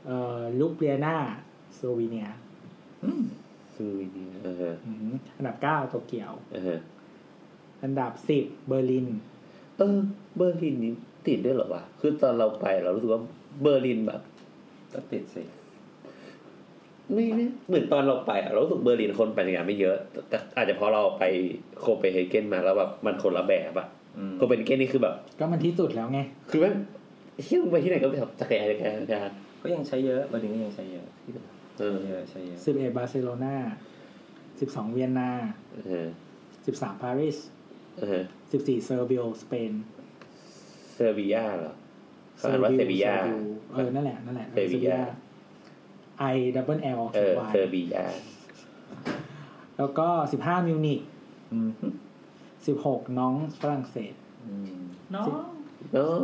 [SPEAKER 1] เอ่อลูเบียนาสโลวีเนีย
[SPEAKER 3] สวีเนียเออ
[SPEAKER 1] อืมอันดับเก้าโตเกียว
[SPEAKER 3] เออ
[SPEAKER 1] อันดับสิบเบอร์ลิน
[SPEAKER 3] เออเบอร์ลินนี่ติดด้วยเหรอวะคือตอนเราไปเรารู้สึกว่าเบอร์ลินแบบ
[SPEAKER 5] ก็ติดสิ
[SPEAKER 3] ไม่ไม่เหมือนตอนเราไปอะเรารู้สึกเบอร์ลินคนปั่นจักรยานไม่เยอะแต่แต่อาจจะเพราะเราไปโคเปนเฮเกนมาแล้วแบบมันคนละแบบอะ
[SPEAKER 5] อืม
[SPEAKER 3] โคเปนเกนนี่คือแบบ
[SPEAKER 1] ก็มันที่สุดแล้วไง
[SPEAKER 3] คือแม่งเที่ยวไปที่ไหนก็ไปขับจักรยานจักรยานจักรยาน
[SPEAKER 5] ก็ยังใช้เยอะวันนี้ก็ยังใช้เยอะ
[SPEAKER 3] เออ
[SPEAKER 5] ใช้เยอะใช้เยอะ
[SPEAKER 1] สิบเอ็ดบาร์เซโลนาสิบสองเวียนนา
[SPEAKER 3] เออ
[SPEAKER 1] สิบสามปารีส
[SPEAKER 3] เออ
[SPEAKER 1] สิบสี่เซอร์เบียสเปน
[SPEAKER 3] เซอร์เบียเหรอเขาอ่านว่าเซอร์เบีย
[SPEAKER 1] เออนั่นแหละนั่นแหละ
[SPEAKER 3] เซอร์เบีย
[SPEAKER 1] I double L
[SPEAKER 3] เออ
[SPEAKER 1] Y
[SPEAKER 3] เซอร์เบีย
[SPEAKER 1] แล้วก็สิบห้ามิวนิก
[SPEAKER 5] อืม
[SPEAKER 1] สิบหกน้องฝรั่งเศส
[SPEAKER 5] อืม
[SPEAKER 4] น้อง
[SPEAKER 3] เนอะ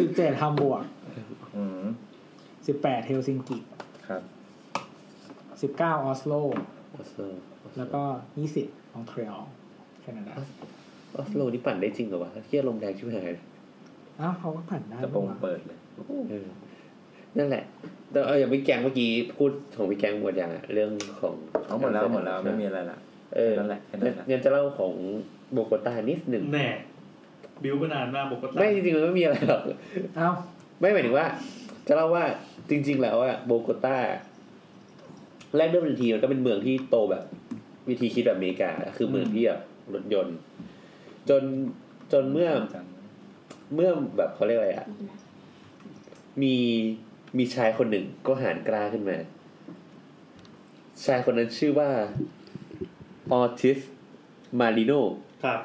[SPEAKER 1] สิบเจ็ดฮัมบวร์ก
[SPEAKER 5] อืม
[SPEAKER 1] สิบแปดเฮลซิงกิ
[SPEAKER 5] ครับ
[SPEAKER 1] สิบเก้าออสโล
[SPEAKER 3] ออสโล
[SPEAKER 1] แล้วก็ยี่สิบมองทรีออลแคนาดา
[SPEAKER 3] ออสโลนี่ปั่นได้จริงเหรอวะเที่ยลมแรงชิบหาย
[SPEAKER 1] อ้าวเขาก็ผ่านได้
[SPEAKER 5] กระโปรง
[SPEAKER 1] นี่หว่า
[SPEAKER 5] เปิดเลย
[SPEAKER 3] เออนั่นแหละแต่เอาอย่างพี่แกงเมื่อกี้พูดของพี่แกงหมดอย่างอะเรื่องของ
[SPEAKER 5] เอาหมดแล้วหมดแล้วไม่มีอะไรละ
[SPEAKER 3] เออ
[SPEAKER 5] นั่นแหละนั่นแหละ
[SPEAKER 3] งั้นจะเล่าของโบโกตานิดหนึ่ง
[SPEAKER 4] แหน่บิวมานานมากปกติ
[SPEAKER 3] ไม่จริงๆมันไม่มีอะไรหรอก
[SPEAKER 1] อ้าว
[SPEAKER 3] ไม่หมายถึงว่า จะเล่าว่าจริง ๆ แล้วอะโบโกตาแรกเริ่มทันทีมันก็เป็นเมืองที่โตแบบ วิธีคิดแบบอเมริกา คือเมืองที่แบบรถยนต์ จนจนเมื่อ
[SPEAKER 5] จัง
[SPEAKER 3] เมื่อแบบเขาเรียกอะไรอะมีมีชายคนหนึ่งก็หานกล้าขึ้นมา ชายคนนั้นชื่อว่าออทิสมาริโน
[SPEAKER 4] ครับ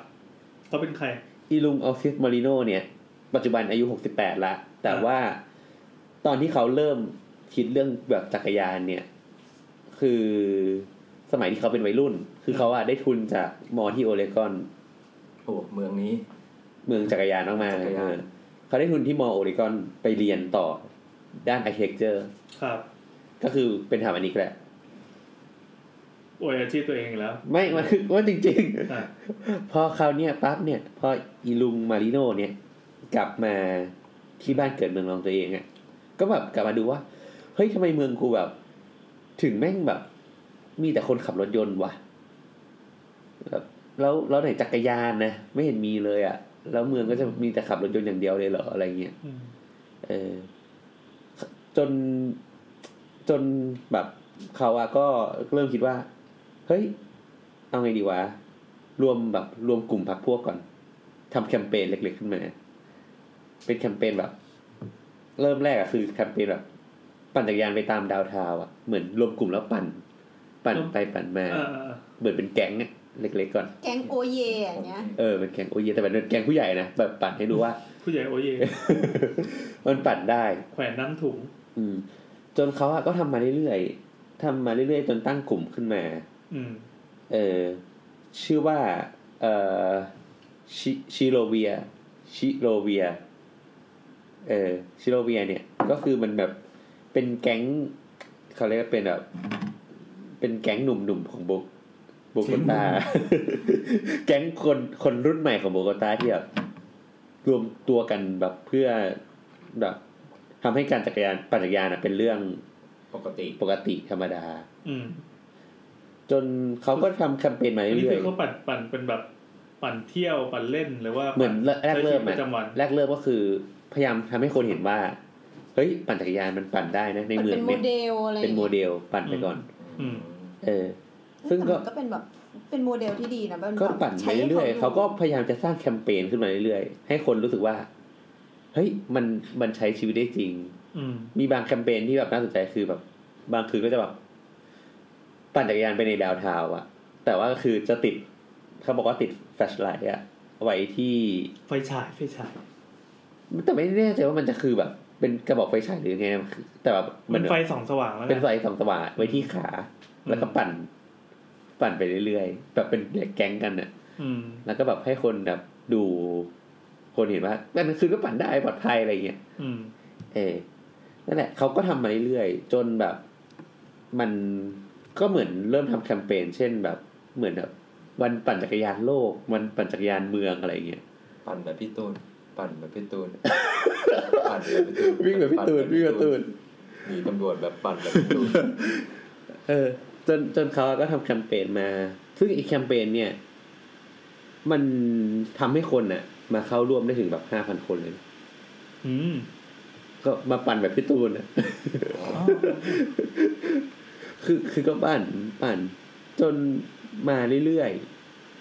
[SPEAKER 4] เขาเป็นใคร
[SPEAKER 3] อีลุงออฟฟิศมาริโนเนี่ย ปัจจุบันอายุหกสิบแปดละ แต่
[SPEAKER 4] ครับ
[SPEAKER 3] ว่าตอนที่เขาเริ่มคิดเรื่องแบบจักรยานเนี่ย คือสมัยที่เขาเป็นวัยรุ่น คือเขาอะได้ทุนจากมอที่โอเรกอน
[SPEAKER 5] โอ้เมืองนี้
[SPEAKER 3] เมืองจักรยานมากๆเล
[SPEAKER 5] จัก
[SPEAKER 3] ย
[SPEAKER 5] รยา
[SPEAKER 3] เออ
[SPEAKER 5] น
[SPEAKER 3] เขาได้ทุนที่มอโอเรกอนไปเรียนต่อด้านอาร์เคเจอร์
[SPEAKER 4] ครับ
[SPEAKER 3] ก็คือเป็นสถาปนิกแหละ
[SPEAKER 4] โอยอาชีพตัวเองอีกแล้ว
[SPEAKER 3] ไม่ มันคือ ว่าจริง ๆ
[SPEAKER 4] อ่ะ
[SPEAKER 3] พอคราวเนี้ยปั๊บเนี่ย พออีลุงมาริโนเนี่ย กลับมาที่บ้านเกิดเมืองรองตัวเองอะ่ะก็แบบกลับมาดูว่า เฮ้ยทำไมเมืองกูแบบ ถึงแม่งแบบ มีแต่คนขับรถยนต์วะแบบแล้วแล้วไหนจักรยานนะไม่เห็นมีเลยอะ่ะ แล้วเมืองก็จะมีแต่ขับรถยนต์อย่างเดียวเลยเหรออะไรเงี้ย
[SPEAKER 4] อืม
[SPEAKER 3] เออจนจนแบบเขาอะก็เริ่มคิดว่า เฮ้ย เอาไงดีวะ รวมแบบรวมกลุ่มพรรคพวกก่อนทำแคมเปญเล็กๆขึ้นมา เป็นแคมเปญแบบ เริ่มแรกอะคือแคมเปญแบบ ปั่นจักรยานไปตามดาวน์ทาวน์อะเหมือนรวมกลุ่มแล้วปั่น ปั่นไปปั่นมา
[SPEAKER 4] เออเออเออ
[SPEAKER 3] เหมือนเป็นแก๊งอะเล็กๆก่อน
[SPEAKER 9] แก๊งโอเยอย่างเงี้ย
[SPEAKER 3] เออเป็นแก๊งโอเยแต่เป็นแก๊งผู้ใหญ่นะแบบปั่นให้ดูว่า
[SPEAKER 4] ผู้ใหญ่โอเย
[SPEAKER 3] มันปั่นได้
[SPEAKER 4] แขวนน้ำถุง
[SPEAKER 3] อืมจนเขาอะก็ทำมาเรื่อยๆทำมาเรื่อยๆ จนตั้งกลุ่มขึ้นมา
[SPEAKER 4] อืม
[SPEAKER 3] เออชื่อว่า เออชิชิโรเวีย ชิโรเวีย เออชิโรเวียเนี่ย ก็คือมันแบบเป็นแก๊งเขาเรียกว่าเป็นแบบ เป็นแก๊งหนุ่มๆของโบโบโกตา แก๊งคนคนรุ่นใหม่ของโบโกตาที่แบบรวมตัวกันแบบเพื่อแบบทำให้การจักรยานปั่นจักรยานอะเป็นเรื่อง
[SPEAKER 5] ปกติ
[SPEAKER 3] ปกติธรรมดา
[SPEAKER 4] อืม
[SPEAKER 3] จนเขาก็ทำแคมเปญมา
[SPEAKER 4] อันนี้
[SPEAKER 3] เรื่
[SPEAKER 4] คื
[SPEAKER 3] อย
[SPEAKER 4] อ
[SPEAKER 3] ๆ
[SPEAKER 4] เขาปั่นปั่นเป็นแบบปั่นเที่ยวปั่นเล่นหรือว่า
[SPEAKER 3] เหมือนแรกเริ่ม
[SPEAKER 4] ใช้ชีวิตป
[SPEAKER 3] อะ
[SPEAKER 4] ระจำวัน
[SPEAKER 3] แรกเริ่มก็คือ พยายามทำให้คนเห็นว่า เฮ้ย ปั่นจักรยานมันปั่นได้นะ ใน
[SPEAKER 9] มัน
[SPEAKER 3] เมือ
[SPEAKER 9] เป็
[SPEAKER 3] ง
[SPEAKER 9] นโม
[SPEAKER 3] เนี่ย
[SPEAKER 9] เดลอะไร
[SPEAKER 3] เป็นโมเดลปั่นไปก่อน
[SPEAKER 4] อืม
[SPEAKER 3] เออ ซึ่งก็
[SPEAKER 9] แต่มันก็เป็นแบบเป็นโมเดลที่ดีนะมัน
[SPEAKER 3] ก็
[SPEAKER 9] แบบ
[SPEAKER 3] ปั่นไป
[SPEAKER 9] ใช้ให้
[SPEAKER 3] เรื่อยๆเขา
[SPEAKER 9] ดู
[SPEAKER 3] ก็พยายามจะสร้างแคมเปญขึ้นมาเรื่อยๆ ให้คนรู้สึกว่า เฮ้ยมันมันใช้ชีวิตได้จริง
[SPEAKER 4] อืม
[SPEAKER 3] มีบางแคมเปญที่แบบน่าสนใจคือแบบ บางคืนก็จะแบบปั่นจักรยานไปในดาวน์ทาวน์อะแต่ว่าก็คือจะติดเขาบอกว่าติดแฟลชไลท์อะไว้ที่
[SPEAKER 4] ไฟฉายไฟฉาย
[SPEAKER 3] แต่ไม่แน่ใจว่ามันจะคือแบบ เป็นกระบอกไฟฉายหรือไงนะแต่แบบมั
[SPEAKER 4] มัน นไฟส่องสว่างแล้ว
[SPEAKER 3] เป็น
[SPEAKER 4] นะ
[SPEAKER 3] ไฟสองสว่างไว้ที่ขา
[SPEAKER 4] อืม
[SPEAKER 3] แล้วก็ปั่น ปั่นไปเรื่อยๆแบบเป็นแก๊งกันน่ะ
[SPEAKER 4] อืม
[SPEAKER 3] แล้วก็แบบให้คนแบบดู คนเห็นว่านั่นคือก็ปั่นได้ปลอดภัยอะไรเงี้ย
[SPEAKER 4] อืม
[SPEAKER 3] เออนั่นแหละเขาก็ทำมาเรื่อยๆจนแบบ มันก็เหมือนเริ่มทำแคมเปญเช่นแบบ เหมือนแบบวันปั่นจักรยานโลกวันปั่นจักรยานเมืองอะไรเงี้ย
[SPEAKER 5] ปั่นแบบพี่ตูน ปั่นแบบพี่ ตูน ปั่นแบบพี่ตูน
[SPEAKER 3] วิ่งแบบพี่ตูนวิ่งแบบตูน
[SPEAKER 5] หนีตำรวจแบบปั่นแบบพี่ตูน
[SPEAKER 3] เออจนจนเขาก็ทำแคมเปญมา ซึ่งอีกแคมเปญเนี่ย มันทำให้คนน่ะ มาเข้าร่วมได้ถึงแบบห้าพันคนเลย
[SPEAKER 4] อืม
[SPEAKER 3] ก็มาปั่นแบบพี่ตูนน่ะ คือคือก็ปั่นปั่น จนมาเรื่อย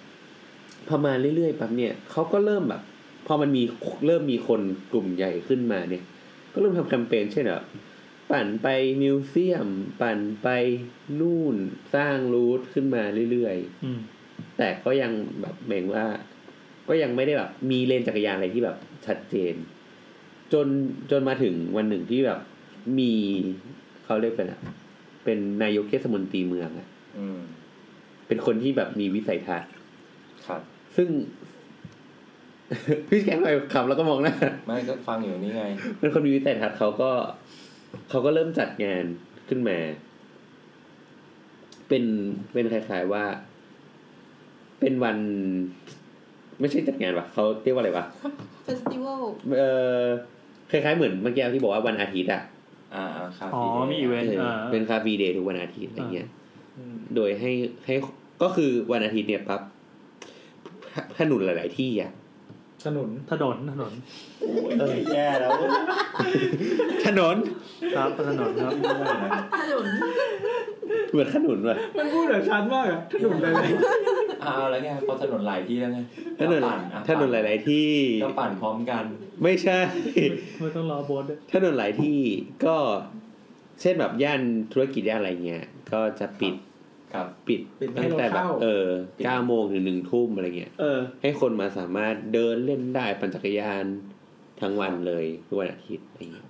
[SPEAKER 3] ๆ พอมาเรื่อยๆปั๊บเนี่ยเขาก็เริ่มแบบ พอมันมีเริ่มมีคนกลุ่มใหญ่ขึ้นมาเนี่ย ก็เริ่มทำแคมเปญเช่นแบบปั่นไปมิวเซียม ปั่นไปนู่นสร้างรูทขึ้นมาเรื่อยๆ
[SPEAKER 4] อืม
[SPEAKER 3] แต่ก็ยังแบบเหม่งว่า ก็ยังไม่ได้แบบ มีเลนจักรยานอะไรที่แบบชัดเจน จนจนมาถึงวันหนึ่งที่แบบมีเขาเรียกเป็นอะเป็นนายกเทศมนตรีเมืองอะ
[SPEAKER 5] อืม
[SPEAKER 3] เป็นคนที่แบบมีวิสัยทัศน์
[SPEAKER 5] ครับ
[SPEAKER 3] ซึ่ง พี่แก๊งไปขับแล้วก็มองหน้า
[SPEAKER 5] ไม่ก็ฟังอยู่นี่ไง
[SPEAKER 3] เป็นคนมีวิสัยทัศน์เขาก็เขาก็เริ่มจัดงานขึ้นมา เป็นเป็นคล้ายๆว่า เป็นวัน ไม่ใช่จัดงานวะเขาเรียกว่าอะไรวะ
[SPEAKER 2] เฟสติวัล
[SPEAKER 3] เออคล้ายๆเหมือนเมื่อกี้ที่บอกว่าวันอาทิตย์อะ
[SPEAKER 5] อ่าคาเฟ่
[SPEAKER 4] อ๋อมีอีเว
[SPEAKER 3] เอน
[SPEAKER 4] ต์
[SPEAKER 3] อ
[SPEAKER 4] อ่า
[SPEAKER 3] เป็นคาฟีเดย์ทุกวันอาทิตย์อะไรเงี้ยโดยให้ให้ก็คือวันอาทิตย์เนี่ยปั๊บขนุนหลาย ๆ ที่อะ
[SPEAKER 1] สนุน
[SPEAKER 4] ถนนถนน
[SPEAKER 5] แย่แล้ว
[SPEAKER 3] ถนน
[SPEAKER 4] ครับถนนครับ
[SPEAKER 3] เหมือนขนุนว่ะ
[SPEAKER 1] มันพูดแบบชัดมากอะถนนเลย
[SPEAKER 5] เอาแล้วไงพอถนนหลายที่แล้วไง
[SPEAKER 3] ถนน
[SPEAKER 5] ปั่อ่ะ
[SPEAKER 3] ถนนหลาย ๆ ที่
[SPEAKER 5] ก็ปั่นพร้อมกัน
[SPEAKER 3] ไม่ใช่
[SPEAKER 4] ไม่ต้องรอโบสด้วย
[SPEAKER 3] ถนนหลายที่ก็ เช่นแบบย่านธุรกิจย่านอะไรเงี้ย ก็จะปิด
[SPEAKER 5] ครับ
[SPEAKER 3] ปิด
[SPEAKER 1] ปิดไม่
[SPEAKER 3] ตั้ง
[SPEAKER 1] ให้เรา
[SPEAKER 3] แต่แบบ
[SPEAKER 1] เข้า
[SPEAKER 3] เออเก้าโมงถึงหนึ่งทุ่มอะไรเงี้ย
[SPEAKER 4] เออ
[SPEAKER 3] ให้คนมาสามารถเดินเล่นได้ปั่นจักรยานทั้งวันเลยทุกวันอาทิตย์อะไรเงี้ย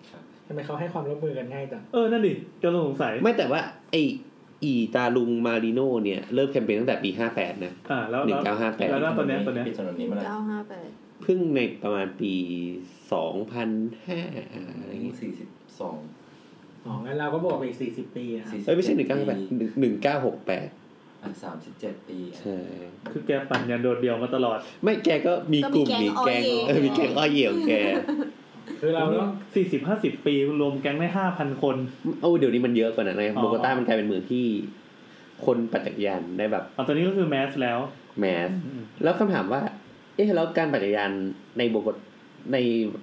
[SPEAKER 1] ทำไมเขาให้ความร่วมมือกันง่ายจัง
[SPEAKER 4] เออ นั่นดิกำลังสงสัย
[SPEAKER 3] ไม่แต่ว่า ไออีตาลุงมาริโน่เนี่ย เริ่มแคมเปญตั้งแต่ปีห้าแปดนะ
[SPEAKER 4] อ่า แล้ว
[SPEAKER 3] หนึ่ง
[SPEAKER 4] แล้ว
[SPEAKER 3] เก้าห้าแปด
[SPEAKER 4] แล้วตอนเนี้ยตอนเนี้ย
[SPEAKER 5] ปิดถนนนี้มาแล้ว
[SPEAKER 2] เก้าห้าแปด
[SPEAKER 3] เพิ่งในประมาณปีสองพันห้าอะไรเงี้ย
[SPEAKER 5] สี่สิบสอง
[SPEAKER 1] อ๋องั้นเราก็บวกไปอีกสี่สิบปีอะครับ
[SPEAKER 5] สี่สิบ
[SPEAKER 3] เอ้ยไม่ใช่หนึ่งเก้าแปดหนึ่งเก้าหกแปด
[SPEAKER 5] สามสิบเจ็ดปี
[SPEAKER 3] ใช่
[SPEAKER 4] คือแกปั่นยันโดดเดียวมาตลอด
[SPEAKER 3] ไม่แกก็มีกลุ่มมีแกงเออมีแกงอ้อยเหี่ยวแก
[SPEAKER 1] คือเราต้อง
[SPEAKER 4] สี่สิบห้าสิบปีรวมแก๊งได้ห้าพันคน
[SPEAKER 3] โอ้เดี๋ยวนี้มันเยอะกว่านั้นไง
[SPEAKER 4] อ๋อ
[SPEAKER 3] โบโกต้ามันกลายเป็นเมืองที่ คนปั่นจักรยานได้แบบ
[SPEAKER 4] เอาตอนนี้ก็คือแมสแล้ว
[SPEAKER 3] แมสแล้วคำถามว่า เอ๊ะแล้วการปั่นจักรยานในโบโกใน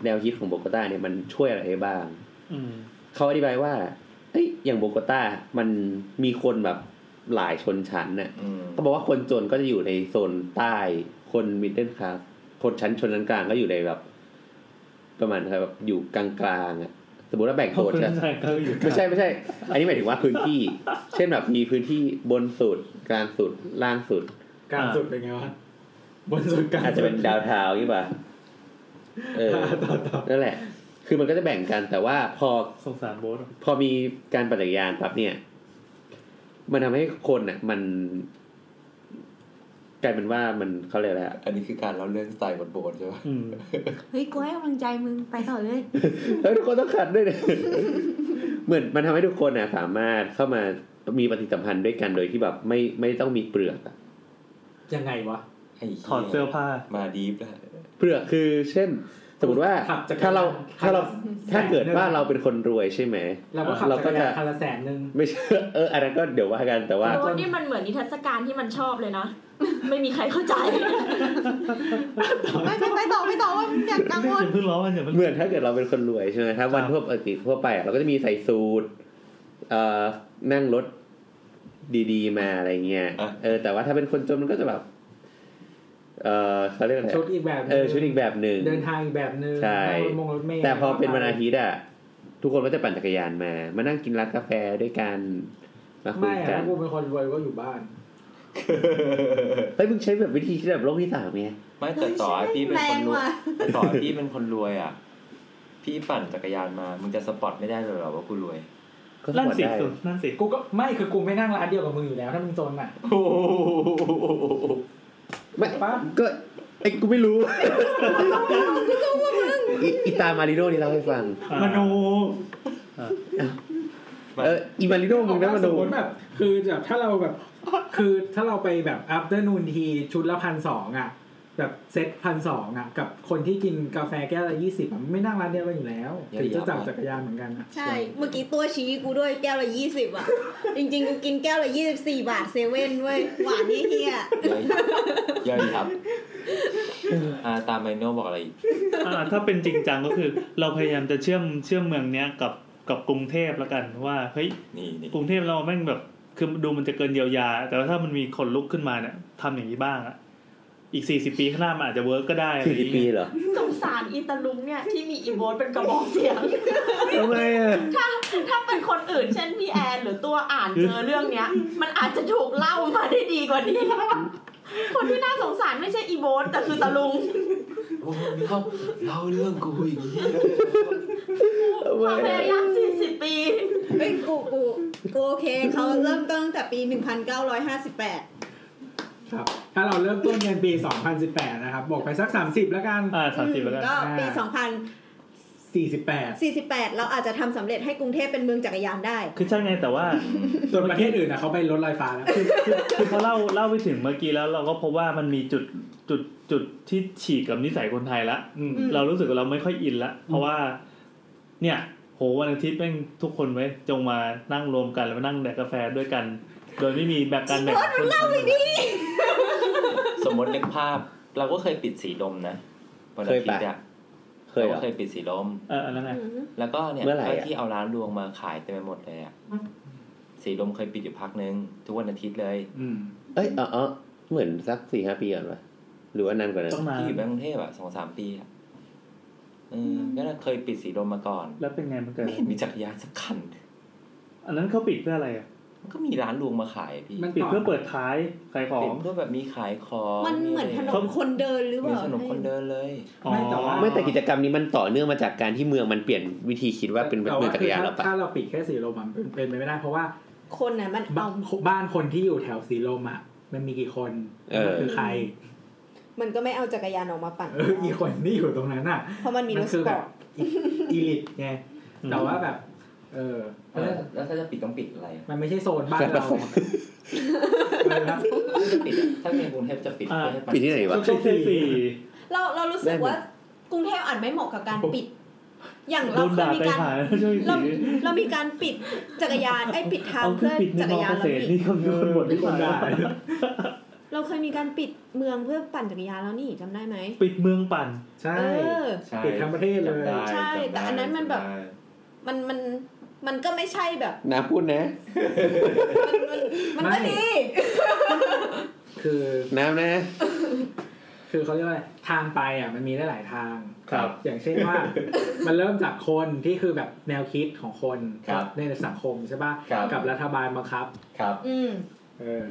[SPEAKER 3] แนวคิดของโบโกต้าเนี่ยมันช่วยอะไรได้บ้าง
[SPEAKER 4] อืม
[SPEAKER 3] เขาอธิบายว่า เอ้ยอย่างโบโกต้ามันมีคนแบบหลายชนชั้นน่ะ
[SPEAKER 5] อืม
[SPEAKER 3] เขาบอกว่าคนจนก็จะอยู่ในโซนใต้ คนมิดเดิลคลาสคนชั้นชนชั้นกลางก็อยู่ในแบบ ประมาณแบบอยู่กลางๆอ่ะสมมติว่าแบ่งโซนใช่ไหม
[SPEAKER 4] ใช่ก็อยู่
[SPEAKER 3] ไม่ใช่ไม่ใช่ อันนี้หมายถึงว่าพื้นที่ เช่นแบบมีพื้นที่บนสุดกลางสุดล่างสุด
[SPEAKER 1] กลางสุดเป็นไงวะบนสุดกลาง
[SPEAKER 3] อาจจะเป็นดาวเทาวน์นี่ป่ะเออ
[SPEAKER 1] ต่อต่อ
[SPEAKER 3] นั่นแหละ คือมันก็จะแบ่งกันแต่ว่าพอ
[SPEAKER 4] สงสารโบส
[SPEAKER 3] พอมีการปั่นจักรยานปั๊บเนี่ย มันทำให้คนอ่ะ มันกลายเป็นว่ามันเขาเรียกอะไรอะ
[SPEAKER 5] อันนี้คือการเล่าเรื่องสไตล์บทโบสถ์ใช่ไหม
[SPEAKER 4] อืม
[SPEAKER 2] เฮ้ยกูให้กำลังใจมึงไปต่อเลย
[SPEAKER 3] เฮ้ยทุกคนต้องขัดด้วยนะเหมือนมันทำให้ทุกคนอ่ะ สามารถเข้ามามีปฏิสัมพันธ์ด้วยกันโดยที่แบบไม่ไม่ต้องมีเปลือกอะ
[SPEAKER 1] ยังไงวะ
[SPEAKER 5] ไอ้หี้ย
[SPEAKER 4] ถอดเสื้อผ้า
[SPEAKER 5] มาดีฟแล้ว
[SPEAKER 3] เปลือกคือเช่น สมมติว่า
[SPEAKER 1] ขับจักรยาน
[SPEAKER 3] ถ้าเรา
[SPEAKER 1] คันละ
[SPEAKER 3] ถ้าเราถ้า
[SPEAKER 1] แสนหนึ่ง
[SPEAKER 3] เกิดว่าเราเป็นคนรวยใช่ไหม
[SPEAKER 1] เราก็ขับ
[SPEAKER 3] เราก็
[SPEAKER 1] จักรยาน
[SPEAKER 3] จะ
[SPEAKER 1] คันละแสนหนึ่ง
[SPEAKER 3] ไม่ใช่เอออันนั้นก็เดี๋ยวว่ากันแต่ว่า
[SPEAKER 8] โอ้นี่มันเหมือนนิทรรศการที่มันชอบเลย นะ ไม่มีใครเข้าใจ
[SPEAKER 9] ไม่ไม่ไม่ต่อไม่ต่อว่าอยากกังวล
[SPEAKER 4] อย่าเพิ่งร้องกันอย่าเพิ่ง
[SPEAKER 3] เหมือนถ้าเกิดเราเป็นคนรวยใช่ไหมถ้าวันทั่วปกติทั่วไปอะเราก็จะมีใส่สูทเอ่อนั่งรถดีๆ มาอะไรเงี้ยเออ แต่ว่าถ้าเป็นคนจนมันก็จะแบบ เออเขาเรียกอะไร
[SPEAKER 1] ชุดอีกแบบหนึ่ง
[SPEAKER 3] เออชุดอีกแบบหนึ่ง
[SPEAKER 1] เดินทางอีกแบบหนึ่ง
[SPEAKER 3] ใช่
[SPEAKER 1] นั่งรถมงรถเมล์
[SPEAKER 3] แต่พอเป็นวันอาทิตย์อะทุกคนก็จะปั่นจักรยานมา มานั่งกินร้านกาแฟด้วยกันมาคุ
[SPEAKER 1] ไม่
[SPEAKER 3] ย
[SPEAKER 1] อะ
[SPEAKER 3] กั
[SPEAKER 1] ถ้าน กูเป็นคนรวยก็อยู่บ้าน
[SPEAKER 3] เฮ้ยมึงใช้แบบวิธีคิดแบบโลกที่สามไง
[SPEAKER 5] ไม่แต่ต่อให้พี่เป็น
[SPEAKER 9] แร
[SPEAKER 5] ค
[SPEAKER 9] ง
[SPEAKER 5] นรวย
[SPEAKER 9] ว่ะ
[SPEAKER 5] แต่ต่อให้พี่เป็นคนรวยอ่ะ พี่ปั่นจักรยานมา มึงจะสปอตไม่ได้เลยเหรอว่ากูรวย
[SPEAKER 3] ก็
[SPEAKER 4] นั่น
[SPEAKER 3] สอน
[SPEAKER 4] สิ
[SPEAKER 3] ได้
[SPEAKER 4] สุดนั่นสิ
[SPEAKER 1] กูก็ไม่คือกูไม่นั่งร้านเดียวกับมึงอยู่แล้วถ้ามึงจนอ่ะ
[SPEAKER 3] ไม่
[SPEAKER 1] ปะ
[SPEAKER 3] ก็ไอ้กูไม่รู้อีอีตามาริโน่นี่เล่าให้ฟัง
[SPEAKER 4] มโน
[SPEAKER 3] เอออีมาริโน่มึงนะมา
[SPEAKER 1] ส
[SPEAKER 3] ดู
[SPEAKER 1] มมติแบบคือแบบถ้าเราแบบ คือถ้าเราไปแบบ afternoon tea ชุดละพันสองอ่ะ แบบเซ็ตพันสองอ่ะ กับคนที่กินกาแฟแก้วละยี่สิบไม่นั่งร้านเดียวกันอยู่แล้ว
[SPEAKER 5] อย่า
[SPEAKER 1] ถึงจะจับ
[SPEAKER 5] อย่า
[SPEAKER 1] จักรยานเหมือนกันอะ
[SPEAKER 2] ใช่ เมื่อกี้ตัวชี้กูด้วยแก้วละยี่สิบอ่ะ จริงๆ กูกินแก้วละยี่สิบสี่บาทเซเว่นเว้ย หวานเฮี้ย
[SPEAKER 5] ย่อยย่อยครับอ่าตามไมโน่บอกอะไรอีก
[SPEAKER 4] อ่าถ้าเป็นจริงจังก็คือ เราพยายามจะเชื่อมเชื่อมเมืองเนี้ยกับกับกรุงเทพแล้วกันว่าเฮ้ย
[SPEAKER 5] นี่นี่
[SPEAKER 4] กรุงเทพเราแม่งแบบคือดูมันจะเกินเยียวยา แต่ว่าถ้ามันมีคนลุกขึ้นมาเนี่ยทำอย่างนี้บ้างอะอีกสี่สิบปีข้างหน้ามันอาจจะเวิร์กก็ได้อะไร
[SPEAKER 3] สี่
[SPEAKER 4] อ
[SPEAKER 3] สิบ
[SPEAKER 4] ย่าง
[SPEAKER 3] ปี
[SPEAKER 4] เงี้ย
[SPEAKER 3] เหรอ
[SPEAKER 8] สงสารอีตาลุงเนี่ยที่มีอีโบสเป็นกระบอกเสียง
[SPEAKER 3] ทำไมอ่ะ
[SPEAKER 8] ถ้าถ้าเป็นคนอื่นเช่นพี่แอนหรือตัวอ่านเจอเรื่องเนี้ย มันอาจจะถูกเล่ามาได้ดีกว่านี้ คนที่น่าสงสาร านไม่ใช่อีโบนแต่คือตะลุง
[SPEAKER 7] โอ้โหเล่าเล่าเรื่องกูอย่างนี้
[SPEAKER 8] ความพยายามสี่สิบปี
[SPEAKER 2] เฮ้ยกูกูกูโอเคเขาเริ่มต้นตั้งแต่ปี 1958
[SPEAKER 1] ครับ ถ้าเราเริ่มต้นกันปี 2018 นะครับ บอกไปสัก 30 แล้วกัน
[SPEAKER 4] อ่าสามสิบแล้วกัน
[SPEAKER 2] ก็ปี
[SPEAKER 1] 48
[SPEAKER 2] 2048 เราอาจจะทำสำเร็จให้กรุงเทพเป็นเมืองจักรยานได้
[SPEAKER 4] คือใช่ไงแต่ว่า
[SPEAKER 1] ส่วนประเทศอื่นนะเขาไปลดรายฟ้าแล้ว
[SPEAKER 4] คือคือคือพอเล่าเล่าไปถึงเมื่อกี้แล้วเราก็พบว่ามันมีจุดจุดจุดที่ฉีกกับนิสัยคนไทยละ
[SPEAKER 1] อืม
[SPEAKER 4] เรารู้สึกว่าเราไม่ค่อยอินละเพราะว่า เนี่ย โหวันอาทิตย์แม่งทุกคนไว้ยจงมานั่งรวมกันแล้วมานั่งแดกกาแฟด้วยกัน โดยไม่มีแบบการแบ่งคนเล่าไปดิ
[SPEAKER 7] สมมตินึกภาพ เราก็เคยปิดสีลมนะวันอาทิตย์อะ
[SPEAKER 3] เคย
[SPEAKER 7] เรา
[SPEAKER 3] เหร
[SPEAKER 7] ก็
[SPEAKER 3] อ
[SPEAKER 7] เคยปิดสีลม
[SPEAKER 4] เออแล้วไง
[SPEAKER 7] แล้วก็เนี่ย
[SPEAKER 3] เมื่อไหร่
[SPEAKER 7] ก็
[SPEAKER 3] อะ
[SPEAKER 7] ที่เอาร้านรวงมาขายเต็มไปหมดเลยอะสีลมเคยปิดอยู่พักนึงทุกวันอาทิตย์เลย
[SPEAKER 1] อืม
[SPEAKER 3] เอ้ยเออเออเหมือนสักสี่ห้าปีก่อนปะหรือว่านานกว่านั้น
[SPEAKER 4] ต้องนาน
[SPEAKER 7] ที่อยู่ในกรุงเทพอะสองสามปีอะเออก็เคยปิดสีลมมาก่อน
[SPEAKER 4] แล้วเป็นไงมันเกิด
[SPEAKER 7] ไม่เห็นมีจักรยานสักคัน
[SPEAKER 4] อันนั้นเขาปิดเพื่ออะไรอ่ะ
[SPEAKER 7] มันก็มีร้านรวงมาขายอะพี่
[SPEAKER 1] มัน
[SPEAKER 4] ปิดเพื่อเปิดท้ายขายของ
[SPEAKER 7] ปิดเพื่อแบบมีขายของ
[SPEAKER 2] มันเหมือนถนนคนเดินหรือเป
[SPEAKER 7] มี
[SPEAKER 2] ล่า
[SPEAKER 7] ถนนคนเดินเลย
[SPEAKER 1] ไม่แต่ว่า
[SPEAKER 3] ไม่แต่กิจกรรมนี้มันต่อเนื่องมาจากการที่เมืองมันเปลี่ยนวิธีคิดว่าเป็นแบบเมืองจักรยาน
[SPEAKER 1] แต่
[SPEAKER 3] แล้ว
[SPEAKER 1] ว่คื
[SPEAKER 3] ปะ
[SPEAKER 1] ถ้าถ้าเราปิดแค่สีลมอะมันเป็นไปไม่ได้เพราะว่า
[SPEAKER 2] คนน่ะมัน
[SPEAKER 1] บ้า
[SPEAKER 2] เอา
[SPEAKER 1] นบ้านคนที่อยู่แถวสีลมอ่ะ มันมีกี่คน
[SPEAKER 3] เออ
[SPEAKER 1] คือใคร
[SPEAKER 2] มันก็ไม่เอาจักรยานออกมาปั่น
[SPEAKER 1] เอออีกคนที่อยู่ตรงนั้นอ่ะ
[SPEAKER 2] เพราะมันมีรถส
[SPEAKER 1] คือ
[SPEAKER 2] ป
[SPEAKER 1] แบ
[SPEAKER 2] อบ ร์ต
[SPEAKER 1] อีลิตไงแต่ว่าแบบ เออเพราะฉะนั้น
[SPEAKER 7] แล้วถ้าจะปิดต้องปิดอะไร
[SPEAKER 1] มันไม่ใช่โซนบ้านเราเออครับ
[SPEAKER 7] ปิดอะถ้าในกรุงเทพจะปิด
[SPEAKER 4] อ่า
[SPEAKER 7] ไม่ให้
[SPEAKER 3] ปิดที่ไหนวะ
[SPEAKER 4] ต้องเซสี่
[SPEAKER 2] เราเรารู้สึกว่ากรุงเทพอาจไม่เหมาะกับการปิด อย่าง
[SPEAKER 4] โด
[SPEAKER 2] เรา
[SPEAKER 4] น
[SPEAKER 2] เคย
[SPEAKER 4] ด่า
[SPEAKER 2] มี
[SPEAKER 4] ไป
[SPEAKER 2] การ
[SPEAKER 4] หายแล้วช่วย
[SPEAKER 2] เรา
[SPEAKER 4] สี
[SPEAKER 2] เรามีการปิดจักรยานไอ้ยปิดทาง
[SPEAKER 4] เอา
[SPEAKER 2] เพื่อ
[SPEAKER 4] ปิดใน
[SPEAKER 2] จั
[SPEAKER 4] ม
[SPEAKER 2] ก
[SPEAKER 4] อย
[SPEAKER 2] ราน
[SPEAKER 4] เก
[SPEAKER 2] เรา
[SPEAKER 4] ษตร
[SPEAKER 2] อี
[SPEAKER 4] นี่
[SPEAKER 2] ก
[SPEAKER 4] เขามีคนบ่น
[SPEAKER 1] มี
[SPEAKER 4] ที่
[SPEAKER 1] คนด่า
[SPEAKER 2] เราเคยมีการปิดเมืองเพื่อปั่นจักรยานแล้วนี่จำได้ไหม
[SPEAKER 4] ปิดเมืองปั่น
[SPEAKER 1] ใช่
[SPEAKER 2] เออ
[SPEAKER 7] ใช่
[SPEAKER 1] ปิดทั้งประเทศเลย
[SPEAKER 7] จำได้
[SPEAKER 2] ใช่แต่อันนั้นมันแบบ
[SPEAKER 7] จำได้
[SPEAKER 2] มันมันมันก็ไม่ใช่แบบ
[SPEAKER 3] นะพูดนะ
[SPEAKER 2] มันก็ดี
[SPEAKER 1] คือ
[SPEAKER 3] น้ำนะ
[SPEAKER 1] คือเขาเรียกว่าอะไรทางไปอ่ะมันมีได้หลายทาง
[SPEAKER 4] ครับ
[SPEAKER 1] อย่างเช่นว่า มันเริ่มจากคนที่คือแบบแนวคิดของคน
[SPEAKER 7] ครับ
[SPEAKER 1] ในสังคมใช่ป่ะ
[SPEAKER 7] ครับ
[SPEAKER 1] กับรัฐบาลบังคับ
[SPEAKER 7] ครับ
[SPEAKER 2] อืม
[SPEAKER 1] เออ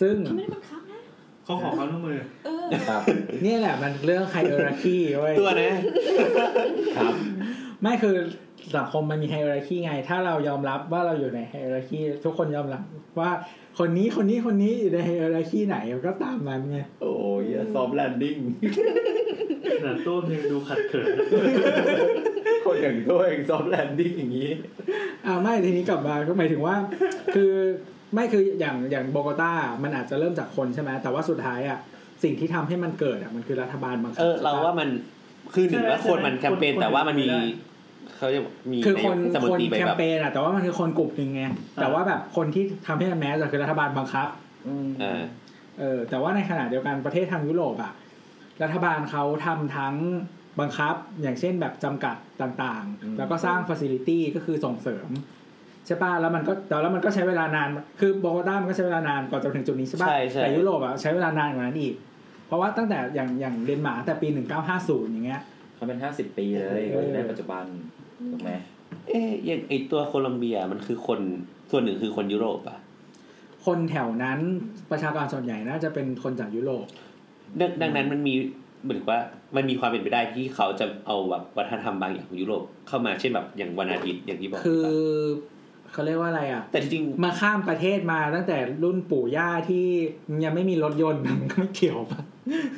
[SPEAKER 1] ซึ่ง
[SPEAKER 2] เขาไม่ได้บังคับนะ
[SPEAKER 4] เขาขอความร่วมมือ
[SPEAKER 2] เออ
[SPEAKER 7] ครับ
[SPEAKER 1] เนี่ยแหละมันเรื่องไฮเออร์คีเว้ย
[SPEAKER 3] ตัวนะ
[SPEAKER 7] ครับ
[SPEAKER 1] ไม่คือสังคมมันมีไฮเออร์คีไง ถ้าเรายอมรับว่าเราอยู่ในไฮเออร์คีทุกคนยอมรับว่าคนนี้คนนี้คนนี้อยู่ในไฮเออร์คีไหนก็ตามนั้นไง
[SPEAKER 7] โอ้ยซอฟแลนดิ้ง
[SPEAKER 4] แต่ตู้มยังดูขัดเขิน
[SPEAKER 7] คนอย่างตัวเองซอฟแลนดิ้งอย่างนี้
[SPEAKER 1] อ่าไม่ทีนี้กลับมาก็หมายถึงว่า คือไม่คืออย่างอย่างโบโกตา มันอาจจะเริ่มจากคนใช่ไหมแต่ว่าสุดท้ายอ่ะสิ่งที่ทำให้มันเกิดอ่ะมันคือรัฐบาลบังคับ
[SPEAKER 3] เออ เราว่ามันคือหนึ่งว่า
[SPEAKER 4] ใช่
[SPEAKER 3] คนมัน
[SPEAKER 4] ใช่
[SPEAKER 3] แคมเปญ
[SPEAKER 4] คน
[SPEAKER 3] แต่ว่ามันมี
[SPEAKER 4] คน
[SPEAKER 3] เขาจะมี
[SPEAKER 1] คือคน
[SPEAKER 3] ในสมุด
[SPEAKER 1] คน
[SPEAKER 3] ตีไป
[SPEAKER 1] แคม
[SPEAKER 3] แบบ
[SPEAKER 1] เปญอ่ะแต่ว่ามันคือคนกลุ่มหนึ่งไงแต่ว่าแบบคนที่ทำให้มันแมสอะคือรัฐบาลบังคับ
[SPEAKER 3] เออ
[SPEAKER 1] เออแต่ว่าในขณะเดียวกันประเทศทางยุโรปอ่ะรัฐบาลเขาทำทั้งบังคับอย่างเช่นแบบจำกัดต่าง
[SPEAKER 7] อืม
[SPEAKER 1] ๆ แล้วก็สร้างฟ a ซิลิตี้ก็คือส่งเสริมใช่ป่ะแล้วมันก็แต่แล้วมันก็ใช้เวลานานคือโบโกตามันก็ใช้เวลานานกว่อนจะถึงจุดนี้ใช่ป่ะ
[SPEAKER 3] ใช่ใช่
[SPEAKER 1] แต่ยุโรปอะใช้เวลานานกว่านั้นอีก เพราะว่าตั้งแต่อย่างอย่างเดนมาร์กแต่ปี 1950 อย่างเงี้ย
[SPEAKER 7] เขาเป็นห้าสิบปีเลย
[SPEAKER 1] เออ
[SPEAKER 7] ในปัจจุบันถูกไหม
[SPEAKER 3] เอ๊ะอย่างไอตัวโคลอมเบียมันคือคนส่วนหนึ่งคือคนยุโรปอะ
[SPEAKER 1] คนแถวนั้นประชากรส่วนใหญ่น่าจะเป็นคนจากยุโรป
[SPEAKER 3] ดังดังนั้นมันมีเหมือนว่ามันมีความเป็นไปได้ที่เขาจะเอาแบบวัฒนธรรมบางอย่างของยุโรปเข้ามาเช่นแบบอย่างวันอาทิตย์อย่างที่บอก
[SPEAKER 1] คือเขาเรียกว่าอะไรอ่ะ
[SPEAKER 3] แต่ที่จริง
[SPEAKER 1] มาข้ามประเทศมาตั้งแต่รุ่นปู่ย่าที่ยังไม่มีรถยนต์ มันก็ไม่เกี่ยวปะ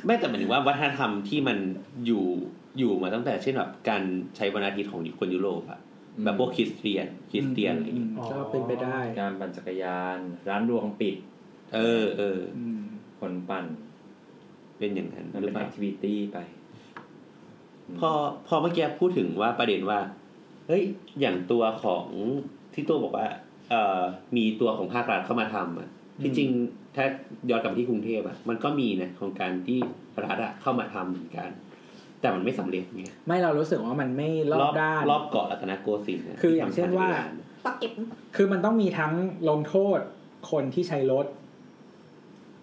[SPEAKER 3] ไม่แต่หมายถึงว่าวัฒนธรรมที่มันอยู่อยู่มาตั้งแต่เช่นแบบการใช้วันอาทิตย์ของคนยุโรปอะแบบพวกคริสเตียนคริสเตียนอะไรอย่าง
[SPEAKER 1] อื
[SPEAKER 3] เงี้ย
[SPEAKER 1] มก็เป็นไปได้
[SPEAKER 7] การปั่นจักรยาน ร้านรวงปิด
[SPEAKER 3] เออเออ
[SPEAKER 1] อืม
[SPEAKER 7] คนปั่น
[SPEAKER 3] เป็นอย่างนั้น
[SPEAKER 7] มัน
[SPEAKER 3] หรื
[SPEAKER 7] เป็
[SPEAKER 3] อน เป
[SPEAKER 7] แอค
[SPEAKER 3] ล่า
[SPEAKER 7] ทิวิตี้ไป
[SPEAKER 3] พอพอเมื่อกี้พูดถึงว่าประเด็นว่า เฮ้ยอย่างตัวของที่ตัวบอกว่าเอ่อมีตัวของภาครัฐเข้ามาทำอะที่จริงถ้าย้อนกลับไปที่กรุงเทพอะมันก็มีนะของการที่รัฐอะเข้ามาทำเหมือนกัน แต่มันไม่สำเร็จไง
[SPEAKER 1] ไม่เรารู้สึกว่ามันไม่รอบด้าน
[SPEAKER 3] รอบเกาะรัตนโกสินทร์ะ
[SPEAKER 1] คืออย่างเช่นว่า
[SPEAKER 2] ปักเก็บ
[SPEAKER 1] คือมันต้องมีทั้งลงโทษคนที่ใช้รถ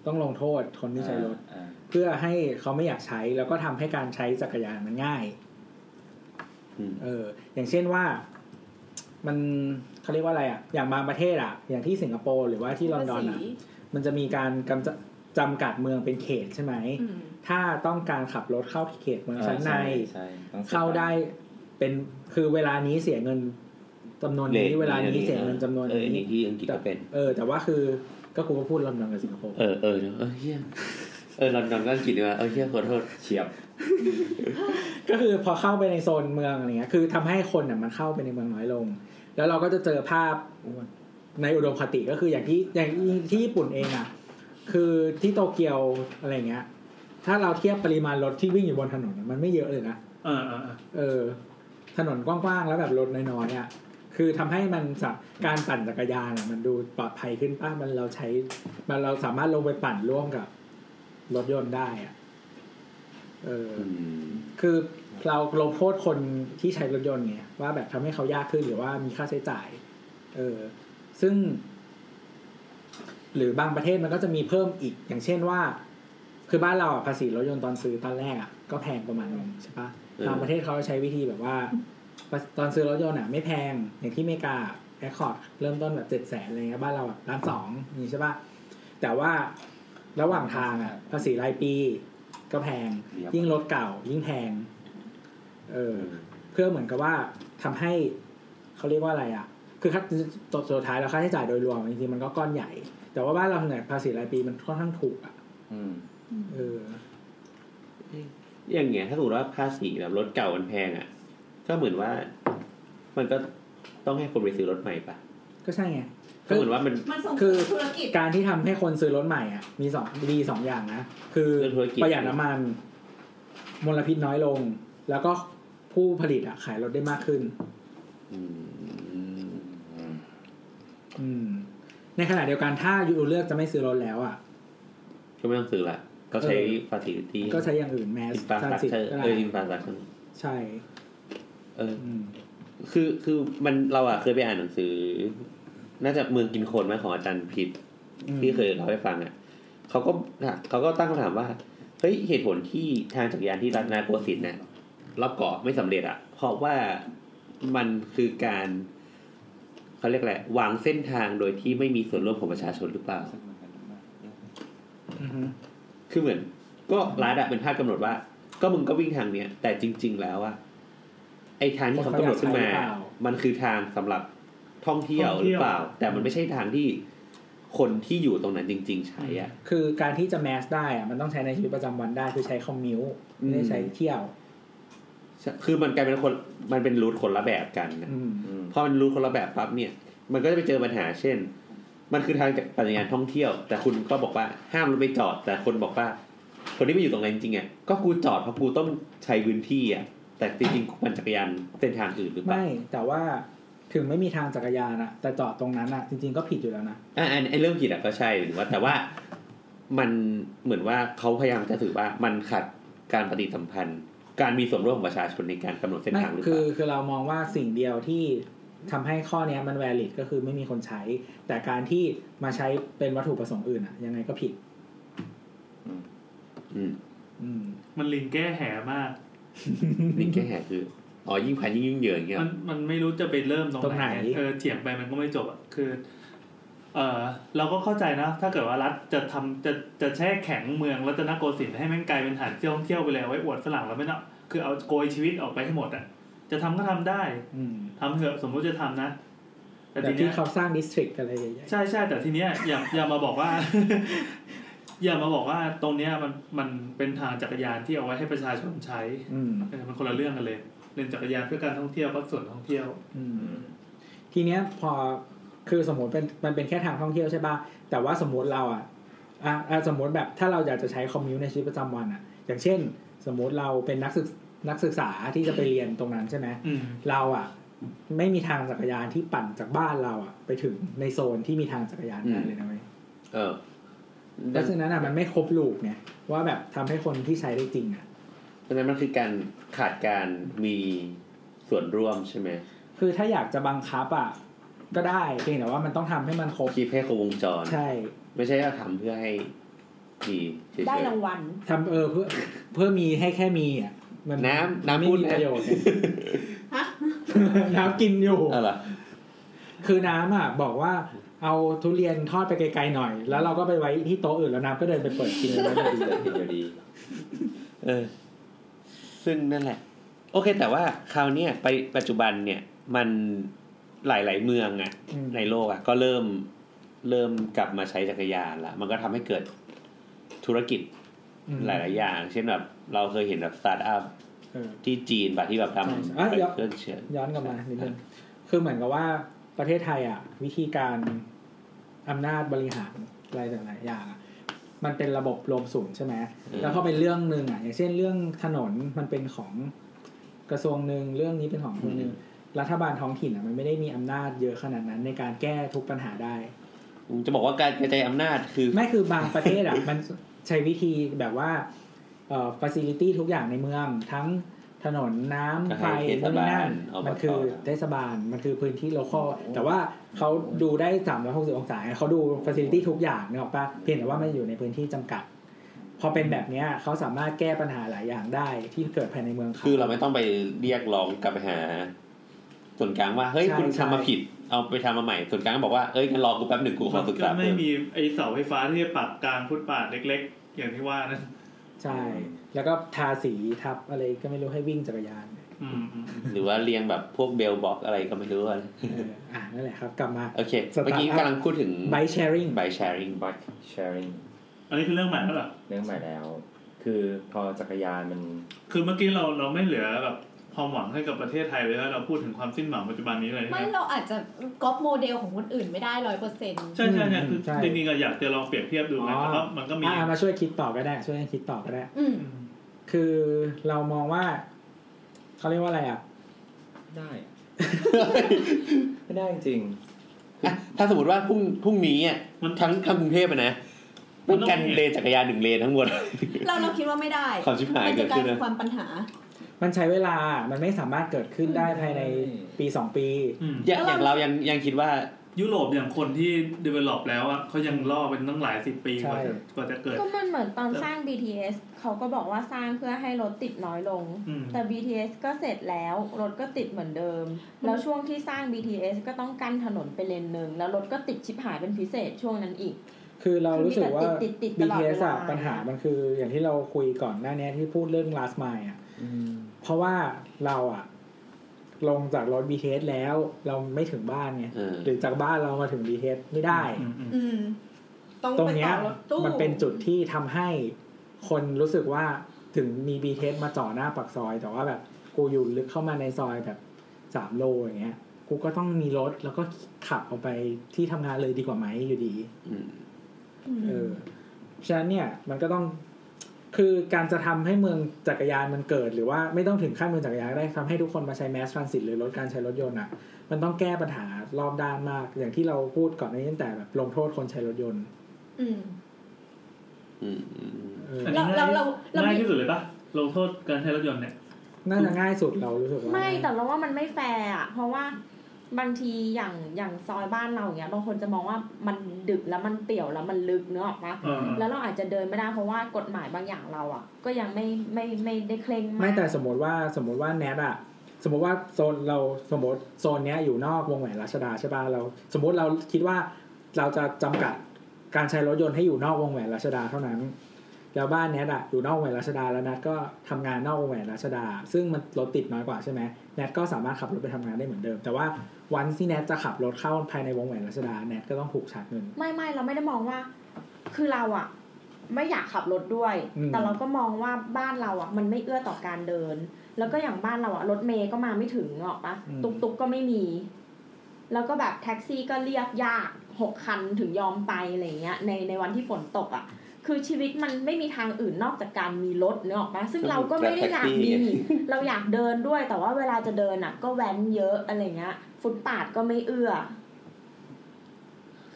[SPEAKER 1] ต้องลงโทษคนที่ใช้รถ
[SPEAKER 7] อ่า
[SPEAKER 1] เพื่อให้เขาไม่อยากใช้แล้วก็ทำให้การใช้จักรยานมันง่าย
[SPEAKER 3] อืม
[SPEAKER 1] เออ อย่างเช่นว่า มันเขาเรียกว่าอะไรอ่ะ อย่างบางประเทศอ่ะ อย่างที่สิงคโปร์หรือว่าที่ลอนดอนอ่ะ มันจะมีการกำจัด จำกัดเมืองเป็นเขตใช่ไหม ถ้าต้องการขับรถเข้าเขตเมืองชั้นใน
[SPEAKER 5] ช่ต้องสีย
[SPEAKER 1] เข้าได้เป็นคือเวลานี้เสียเงินจำนวนนี้
[SPEAKER 3] Rate
[SPEAKER 1] เวลานี้
[SPEAKER 3] นี้นะ
[SPEAKER 1] เสียเงินจำนวน
[SPEAKER 3] เอออันนี้ที่อังกฤษก็เป็น
[SPEAKER 1] เออ แต่ว่าคือก็กูก็พูดลำดับกับสิงคโปร์
[SPEAKER 3] เออเออเนอะเออเฮียเออลอนดอนก็อังกฤษดีกว่าเออเฮียขอโทษ
[SPEAKER 5] เฉียบ
[SPEAKER 1] ก็คือพอเข้าไปในโซนเมืองอะไรเงี้ยคือทำให้คนเนี่ยมันเข้าไปในเมืองน้อยลง แล้วเราก็จะเจอภาพในอุดมคติก็คืออย่างที่อย่างที่ญี่ปุ่นเองอ่ะ คือที่โตเกียวอะไรเงี้ย ถ้าเราเทียบปริมาณรถที่วิ่งอยู่บนถนนเนี่ยมันไม่เยอะเลยนะ
[SPEAKER 4] อ่าอ่าอ่า
[SPEAKER 1] เออถนนกว้างๆ แล้วแบบรถน้อยๆอ่ะคือทำให้มันสะการปั่นจักรยานอะมันดูปลอดภัยขึ้นป้ามันเราใช้มันเราสามารถลงไปปั่นร่วมกับรถยนต์ได้อ่ะเอออคือเราลงโทษคนที่ใช้รถยนต์ไงว่าแบบทำให้เขายากขึ้นหรือว่ามีค่าใช้จ่าย เออ ซึ่ง หรือบางประเทศมันก็จะมีเพิ่มอีก อย่างเช่นว่า คือบ้านเราอะภาษีรถยนต์ตอนซื้อตอนแรกอ่ะก็แพงประมาณนึงใช่ปะบางประเทศเขาใช้วิธีแบบว่า ตอนซื้อรถยนต์อ่ะไม่แพง อย่างที่อเมริกาแอคคอร์ดเริ่มต้นแบบเจ็ดแสนอะไรเงี้ยบ้านเราแบบล้านสองนี่ใช่ปะแต่ว่าระหว่างทางอ่ะ ภาษีรายปี ก็แพง ยิ่งรถเก่า ยิ่งแพง เออ เพื่อเหมือนกับว่าทำให้เขาเรียกว่าอะไรอ่ะ คือค่าตัวสุดท้ายแล้วค่าใช้จ่ายโดยรวมจริงๆมันก็ก้อนใหญ่ แต่ว่าบ้านเราเนี่ยภาษีรายปีมันค่อนข้างถูกอ่ะ
[SPEAKER 5] อืม
[SPEAKER 1] เออ
[SPEAKER 3] อย่างเงี้ยถ้าสมมติว่าภาษีแบบรถเก่ามันแพงอ่ะ ก็เหมือนว่า มันก็ต้องให้คนไปซื้อรถใหม่ปะ
[SPEAKER 1] ก็ใช่ไง
[SPEAKER 3] ก็เหมือนว่ามัน
[SPEAKER 9] มันส่ง
[SPEAKER 1] คื
[SPEAKER 9] เสริม
[SPEAKER 1] อ
[SPEAKER 9] ธุรกิจ
[SPEAKER 1] การที่ทำให้คนซื้อรถใหม่อ่ะ มีสองดีสองอย่างนะ คือ
[SPEAKER 3] เรื่องธุรกิจ
[SPEAKER 1] ประหยัดน้ำมันมลพิษน้อยลง แล้วก็ผู้ผลิตอ่ะขายรถได้มากขึ้น
[SPEAKER 3] อืม
[SPEAKER 1] อืม ในขณะเดียวกันถ้าอยู่เลือกจะไม่ซื้อรถแล้วอ่ะ
[SPEAKER 3] ก็ไม่ต้องซื้อละ ก็ใช้
[SPEAKER 1] เออ
[SPEAKER 3] ภาษีที่
[SPEAKER 1] ก็ใช้อย่างอื่นแมส
[SPEAKER 3] อินฟราสตรักเจอร์
[SPEAKER 1] ก็
[SPEAKER 3] เอ
[SPEAKER 1] ได้
[SPEAKER 3] ออินฟราสตรักเจอร์
[SPEAKER 1] ใช่
[SPEAKER 3] เออ
[SPEAKER 1] อืม
[SPEAKER 3] คือคือมันเราอะเคยไปอ่านหนังสือ น่าจะเมืองกินคนไหมของอาจารย์พิษ
[SPEAKER 1] อืม
[SPEAKER 3] ที่เคยเล่าให้ฟังอะเขาก็เขาก็ตั้งคำถามว่าเฮ้ยเหตุผลที่ทางจักรยานที่รัตนโกสินทร์เนี่ยรอบเกาะไม่สำเร็จอะเพราะว่ามันคือการเขาเรียกแหละไรวางเส้นทางโดยที่ไม่มีส่วนร่วมของประชาชนหรือเปล่า
[SPEAKER 1] อือฮึ
[SPEAKER 3] คือเหมือน ก็รัฐอะเป็นภาคกำหนดว่า ก็มึงก็วิ่งทางเนี้ยแต่จริง ๆ แล้วอะไอทางที่เขากำหนดขึ้นมา มันคือทางสำหรับท่องเที่ยวหรือเปล่า แต่มันไม่ใช่ทางที่คนที่อยู่ตรงนั้นจริง ๆ ใช้อะ
[SPEAKER 1] คือการที่จะแมสได้อ่ะมันต้องใช้ในชีวิตประจำวันได้คือใช้คอมมิวไม่ได้ใช้เที่ยว
[SPEAKER 3] คือมันกลายเป็นคนมันเป็นรูทคนละแบบกันนะ
[SPEAKER 1] อืม
[SPEAKER 5] อืม
[SPEAKER 3] พอมันรูทคนละแบบปั๊บเนี่ย มันก็จะไปเจอปัญหาเช่น มันคือทางจากปัญญานท่องเที่ยว แต่คุณก็บอกว่าห้ามรถไปจอด แต่คนบอกว่า คนที่ไม่อยู่ตรงนั้นจริงๆอ่ะก็กูจอดเพราะกูต้องใช้พื้นที่อ่ะแต่จริงๆกูปั่นจักรยานเส้นทางอื่นหรือเปล่า
[SPEAKER 1] ไม่แต่ว่าถึงไม่มีทางจักรยานอะแต่จอดตรงนั้นอะจริงๆก็ผิดอยู่แล้วนะ
[SPEAKER 3] อ่ะอันไอ้เรื่องผิดอ่ะก็ใช่หรือว่า แต่ว่ามันเหมือนว่าเขาพยายามจะถือว่ามันขัดการปฏิสัมพันธ์ การมีส่วนร่วมของประชาชนในการกำหนดเส้น
[SPEAKER 1] ไม่
[SPEAKER 3] ทางหรือเป
[SPEAKER 1] คื
[SPEAKER 3] ล่า
[SPEAKER 1] อคือเรามองว่าสิ่งเดียวที่ทำให้ข้อเนี้ยมันแวลิดก็คือไม่มีคนใช้ แต่การที่มาใช้เป็นวัตถุประสงค์อื่นอะยังไงก็ผิด
[SPEAKER 3] อืม
[SPEAKER 1] อืม
[SPEAKER 4] มันลิงแก้แหมาก
[SPEAKER 3] นี่แค่แหกคือ อ๋อ ยิ่งพันยิ่งยุ่งเหยิงเงี้ย
[SPEAKER 4] มันมันไม่รู้จะไปเริ่มตรง
[SPEAKER 1] ตรงไห
[SPEAKER 4] ไห
[SPEAKER 1] น
[SPEAKER 4] นเออเถียงไปมันก็ไม่จบอ่ะคือ เออเราก็เข้าใจนะ ถ้าเกิดว่ารัฐจะทำจะจะแช่แข็งเมืองรัตนโกสินทร์ให้แม่งกลายเป็นฐานที่ท่องเที่ยวไปแล้วไว้อวดฝรั่งแล้วไม่เนาะคือเอาโกยชีวิตออกไปให้หมดอ่ะจะทำก็ทำได้
[SPEAKER 1] อืม
[SPEAKER 4] ทำเถอะสมมุติจะทำนะแต่
[SPEAKER 1] แต่
[SPEAKER 4] ที
[SPEAKER 1] ที่
[SPEAKER 4] เนี้ย
[SPEAKER 1] เขาสร้างดิสตริกอะไรอย่างเงี้ย
[SPEAKER 4] ใช่ใช่แต่ทีเนี้ยอย่าอย่ามาบอกว่า อย่ามาบอกว่าตรงเนี้ยมันมันเป็นทางจักรยานที่เอาไว้ให้ประชาชนใช้
[SPEAKER 1] อืม
[SPEAKER 4] เออมันคนละเรื่องกันเลยเล่นจักรยานเพื่อการท่องเที่ยวก็ส่วนท่องเที่ยว
[SPEAKER 1] อืมทีเนี้ยพอคือสมมติเป็นมันเป็นแค่ทางท่องเที่ยวใช่ป่ะแต่ว่าสมมติเราอะอ่ะอ่ะสมมติแบบถ้าเราอยากจะใช้คอมมิวในชีวิตประจำวันอะอย่างเช่น สมมติเราเป็นนักศึกนักศึกษาที่จะไปเรียนตรงนั้นใช่ไหม
[SPEAKER 4] อืม
[SPEAKER 1] เราอ่ะ ไม่มีทางจักรยานที่ปั่นจากบ้านเราอ่ะ ไปถึงในโซนที่มีทางจักรยานได้เลยนะเว้ย
[SPEAKER 3] เออ
[SPEAKER 1] เพราะฉะนั้นอ่ะมันไม่ครบลูกเนี่ยว่าแบบทำให้คนที่ใช้ได้จริงอ่ะ
[SPEAKER 3] เพราะฉะนั้นมันคือการขาดการมีส่วนร่วมใช่ไหม
[SPEAKER 1] คือถ้าอยากจะบังคับอ่ะ ก็ได้เพียงแต่ว่ามันต้องทำให้มันครบ
[SPEAKER 3] คีบให้ครบวงจร
[SPEAKER 1] ใช่
[SPEAKER 3] ไม่ใช่ว่าทำเพื่อให้มีเฉย
[SPEAKER 8] ได้รางวัล
[SPEAKER 1] ทำเออเพื่อเพื่อมีให้แค่มีอ่ะมั
[SPEAKER 3] ๆน้ำน้ำ
[SPEAKER 1] ไม่
[SPEAKER 3] พูด
[SPEAKER 1] มี
[SPEAKER 3] น
[SPEAKER 1] ประโยชน์เนี่ย
[SPEAKER 2] ฮะ
[SPEAKER 1] น้ำกินอยู่
[SPEAKER 3] อะไรอ
[SPEAKER 1] คือน้ำอ่ะ บอกว่า เอาทุเรียนทอดไปไกลๆหน่อย แล้วเราก็ไปไว้ที่โต๊ะอื่นแล้วน้ำก็เดินไปเปิดกินแล้ว
[SPEAKER 7] ดีเลยทีเดียวดี
[SPEAKER 3] เออ ซึ่งนั่นแหละ โอเค แต่ว่าคราวเนี้ยไปปัจจุบันเนี่ย มันหลายๆเมืองอะ
[SPEAKER 1] อืม
[SPEAKER 3] ในโลกอะก็เริ่มเริ่มกลับมาใช้จักรยานละมันก็ทำให้เกิดธุรกิจ
[SPEAKER 1] อืม
[SPEAKER 3] หลายๆอย่าง เช่นแบบเราเคยเห็นแบบสตาร์ทอัพ
[SPEAKER 1] เออ
[SPEAKER 3] ที่จีนป่ะที่แบบทำ
[SPEAKER 1] ใช่ใช่อ่ะ
[SPEAKER 3] เค
[SPEAKER 1] เดี๋ยว
[SPEAKER 3] รื่องเชื้อ
[SPEAKER 1] ย้อนกลับมานิดนึง
[SPEAKER 3] ใช่
[SPEAKER 1] คือเหมือนกับว่าประเทศไทยอ่ะ วิธีการอำนาจบริหารอะไรต่างๆอย่างอะมันเป็นระบบรวมศูนย์ใช่ไหมแล้วพอเป็นเรื่องหนึ่งอ่ะ อย่างเช่นเรื่องถนนมันเป็นของกระทรวงหนึ่งเรื่องนี้เป็นของคนหนึ่งรัฐบาลท้องถิ่นอ่ะมันไม่ได้มีอำนาจเยอะขนาดนั้นในการแก้ทุกปัญหาได้
[SPEAKER 3] จะบอกว่าการกระจายอำนาจคือ
[SPEAKER 1] ไม่คือบางประเทศอ่ะ มันใช้วิธีแบบว่าเอ่อฟ a c i l i t y ทุกอย่างในเมือง ทั้งถนนน้
[SPEAKER 3] ก็
[SPEAKER 1] ำไฟ
[SPEAKER 3] ให้เทศ
[SPEAKER 1] นู่น
[SPEAKER 3] บาล
[SPEAKER 1] นี่นั่น
[SPEAKER 3] อบต
[SPEAKER 1] มันคือเทศบาลมันคือพื้นที่โลคอลแต่ว่าเขาดูได้ 360 องศาไงเขาดูฟ a c i l i t y ทุกอย่างเนกอะปะเพียงแต่ว่ามันอยู่ในพื้นที่จำกัด พอเป็นแบบเนี้ยเขาสามารถแก้ปัญหาหลายอย่างได้ที่เกิดภายในเมืองเขา
[SPEAKER 3] คือเราไม่ต้องไปเรียกร้องกลับไปหา ส่วนกลางว่าเฮ้ย
[SPEAKER 1] ใช่
[SPEAKER 3] คุณทำมา
[SPEAKER 1] ใช่
[SPEAKER 3] ผิด เอาไปทำมาใหม่ ส่วนกลางก็บอกว่าเอ้ยงั้นรอกูแป๊บหนึ่งกูขอศึก
[SPEAKER 4] ก็
[SPEAKER 3] ษา
[SPEAKER 4] ไม่
[SPEAKER 3] เพิ่ม
[SPEAKER 4] มีไอเสาไฟฟ้าที่ปักกลางฟุตบาทเล็กๆ อย่างที่ว่านั้น
[SPEAKER 1] ใช่ แล้วก็ทาสีทับอะไรก็ไม่รู้ให้วิ่งจักรยาน
[SPEAKER 4] อืมอืม
[SPEAKER 3] หรือว่าเรียงแบบพวกเบลบ็อกอะไรก็ไม่รู้อะไร
[SPEAKER 1] เอออ่ะนั่นแหละครับ กลับมา
[SPEAKER 3] โอเค
[SPEAKER 1] สตาร์ทอัพ
[SPEAKER 3] เมื่อกี้กำลังพูดถึง
[SPEAKER 1] bike sharing
[SPEAKER 3] ไบแชร์ริง
[SPEAKER 5] bike sharing
[SPEAKER 4] อันนี้คือเรื่องใหม่แล้วเหรอ
[SPEAKER 5] เรื่องใหม่แล้ว คือพอจักรยานมัน
[SPEAKER 4] คือเมื่อกี้เราเราไม่เหลือแบบความหวังให้กับประเทศไทยเลยแล้วเราพูดถึงความสิ้นหวังปัจจุบันนี้เลยใช่ไห
[SPEAKER 9] ไม่
[SPEAKER 4] ม
[SPEAKER 9] เราอาจจะก๊อปโมเดลของคนอื่นไม่ได้ร้อยเปอร์เซ็นต์
[SPEAKER 4] ใช่ใช่ใช่คือ
[SPEAKER 1] ใช่
[SPEAKER 4] จริงๆก็อยากจะลองเปรียบเทียบดูนะ
[SPEAKER 1] อ๋อ
[SPEAKER 4] แต่ว่ามันก็มี
[SPEAKER 1] อ่ามาช่วยคิดต่อก็ได้ ช่วยกันคิดต่อก็ได้
[SPEAKER 9] อืม
[SPEAKER 4] อืม
[SPEAKER 1] คือเรามองว่าเขาเรียกว่าอะไรอ่ะ
[SPEAKER 5] ได้ ไม่ได้จริง
[SPEAKER 3] อ่ะถ้าสมมติว่าพรุ่งพรุ่งนี้อ่ะ
[SPEAKER 4] มัน
[SPEAKER 3] ทั้งทั้งกรุงเทพอะนะเป็นการเลนจักรยานหนึ่งเลนทั้งหมด
[SPEAKER 2] เราเราคิดว่าไม่ได้
[SPEAKER 3] ความชิบหาย
[SPEAKER 2] มั
[SPEAKER 3] เกิ
[SPEAKER 2] จะ
[SPEAKER 3] ด
[SPEAKER 2] กลาย
[SPEAKER 3] ขึ้น
[SPEAKER 2] เป็
[SPEAKER 3] นะ
[SPEAKER 2] นความปัญหา
[SPEAKER 1] มันใช้เวลา มันไม่สามารถเกิดขึ้นได้ภายในปีสองปี
[SPEAKER 4] อืม
[SPEAKER 3] อย่างอย่างเรายังยังคิดว่า
[SPEAKER 4] ยุโรปอย่างคนที่ develop แล้วอ่ะเขายังรอเป็นตั้งหลายสิบปีกว่าจะ
[SPEAKER 1] ใช่
[SPEAKER 4] กว่าจะเกิด
[SPEAKER 8] ก็มันเหมือนตอนสร้าง BTS เขาก็บอกว่าสร้างเพื่อให้รถติดน้อยลง
[SPEAKER 4] อืม
[SPEAKER 8] แต่ BTS ก็เสร็จแล้วรถก็ติดเหมือนเดิม แล้วช่วงที่สร้าง BTS ก็ต้องกั้นถนนไปเลนหนึ่งแล้วรถก็ติดชิบหายเป็นพิเศษช่วงนั้นอีก
[SPEAKER 1] คือเรารู้สึกว่า
[SPEAKER 8] คือมีแต่ติดๆตลอดเวลา
[SPEAKER 1] BTS อะปัญหามันคืออย่างที่เราคุยก่อนหน้านี้ที่พูดเรื่อง last mile อ่ะเพราะว่าเราอ่ะ ลงจากรถ BTS แล้วเราไม่ถึงบ้านไง
[SPEAKER 3] เออ
[SPEAKER 1] หรือจากบ้านเรามาถึง BTS ไม่ได้
[SPEAKER 4] อืมอืม
[SPEAKER 2] อืม ต้อง
[SPEAKER 1] ตร
[SPEAKER 2] ไป
[SPEAKER 1] งเนี้
[SPEAKER 2] ต่
[SPEAKER 1] ย
[SPEAKER 2] อรถตู้
[SPEAKER 1] มันเป็นจุดที่ทำให้คนรู้สึกว่าถึงมีบีเทสมาจ่อหน้าปากซอย แต่ว่าแบบกูอยู่ลึกเข้ามาในซอยแบบสามโลอย่างเงี้ย กูก็ต้องมีรถแล้วก็ขับออกไปที่ทำงานเลยดีกว่าไหมอยู่ดี
[SPEAKER 3] อืม
[SPEAKER 1] เออฉะนั้นเนี่ยมันก็ต้องคือการจะทำให้เมืองจักรยานมันเกิด หรือว่าไม่ต้องถึงขั้นเมืองจักรยานก็ได้ทำให้ทุกคนมาใช้แมสทรานสิตหรือลดการใช้รถยนต์อ่ะ มันต้องแก้ปัญหารอบด้านมาก อย่างที่เราพูดก่อนหนานี้ตั้งแต่แบบลงโทษคนใช้รถยนต์
[SPEAKER 2] อืม
[SPEAKER 3] อืมอืมอืม
[SPEAKER 1] เออ
[SPEAKER 4] อัน
[SPEAKER 2] เรา
[SPEAKER 4] นี้
[SPEAKER 2] เราเราเรา
[SPEAKER 4] ง่าย
[SPEAKER 2] มี
[SPEAKER 4] ที่สุดเลยปะลงโทษการใช้รถยนต์เนี่ย
[SPEAKER 1] น่าจะง่ายสุดเรารู้สึกว่า
[SPEAKER 8] ไม่แต่
[SPEAKER 1] ง่าย
[SPEAKER 8] เราว่ามันไม่แฟร์อะเพราะว่าบางทีอย่างอย่างซอยบ้านเราอย่างเงี้ยบางคนจะมองว่ามันดึกแล้วมันเปี่ยวแล้วมันลึกเนื้อออกปะ
[SPEAKER 4] อ่า
[SPEAKER 8] แล้วเราอาจจะเดินไม่ได้เพราะว่ากฎหมายบางอย่างเราอะก็ยังไม่ไม่ไม่ได้เคร่งมาก
[SPEAKER 1] ไม่แต่สมมติว่าสมมติว่าแนทอะสมมติว่าโซนเราสมมติโซนเนี้ยอยู่นอกวงแหวนรัชดาใช่ป่ะเรา สมมติเราคิดว่าเราจะจำกัดการใช้รถยนต์ให้อยู่นอกวงแหวนรัชดาเท่านั้น แล้วบ้านแนทอะอยู่นอกวงแหวนรัชดาแล้วแนทก็ทำงานนอกวงแหวนรัชดา ซึ่งมันรถติดน้อยกว่าใช่ไหมแนทก็สามารถขับรถไปทำงานได้เหมือนเดิม แต่ว่าวันที่แนทจะขับรถเข้าภายในวงแหวนรัชดาแนทก็ต้องถูกชาร์จเงิน
[SPEAKER 8] ไม่ไม่เราไม่ได้มองว่า คือเราอะไม่อยากขับรถด้วย
[SPEAKER 1] อืม
[SPEAKER 8] แต่เราก็มองว่าบ้านเราอะมันไม่เอื้อต่อการเดิน แล้วก็อย่างบ้านเราอะรถเมย์ก็มาไม่ถึงหรอกปะตุกตุกก็ไม่มี แล้วก็แบบแท็กซี่ก็เรียกยากหกคันถึงยอมไปอะไรเงี้ย ในในวันที่ฝนตกอะคือชีวิตมันไม่มีทางอื่นนอกจากการมีรถเนกอะปะซึ่งเราก็ไม่ได้อยากมี เราอยากเดินด้วย แต่ว่าเวลาจะเดินอะก็แว้นเยอะอะไรเงี้ย ฟุตปาดก็ไม่เอื้อ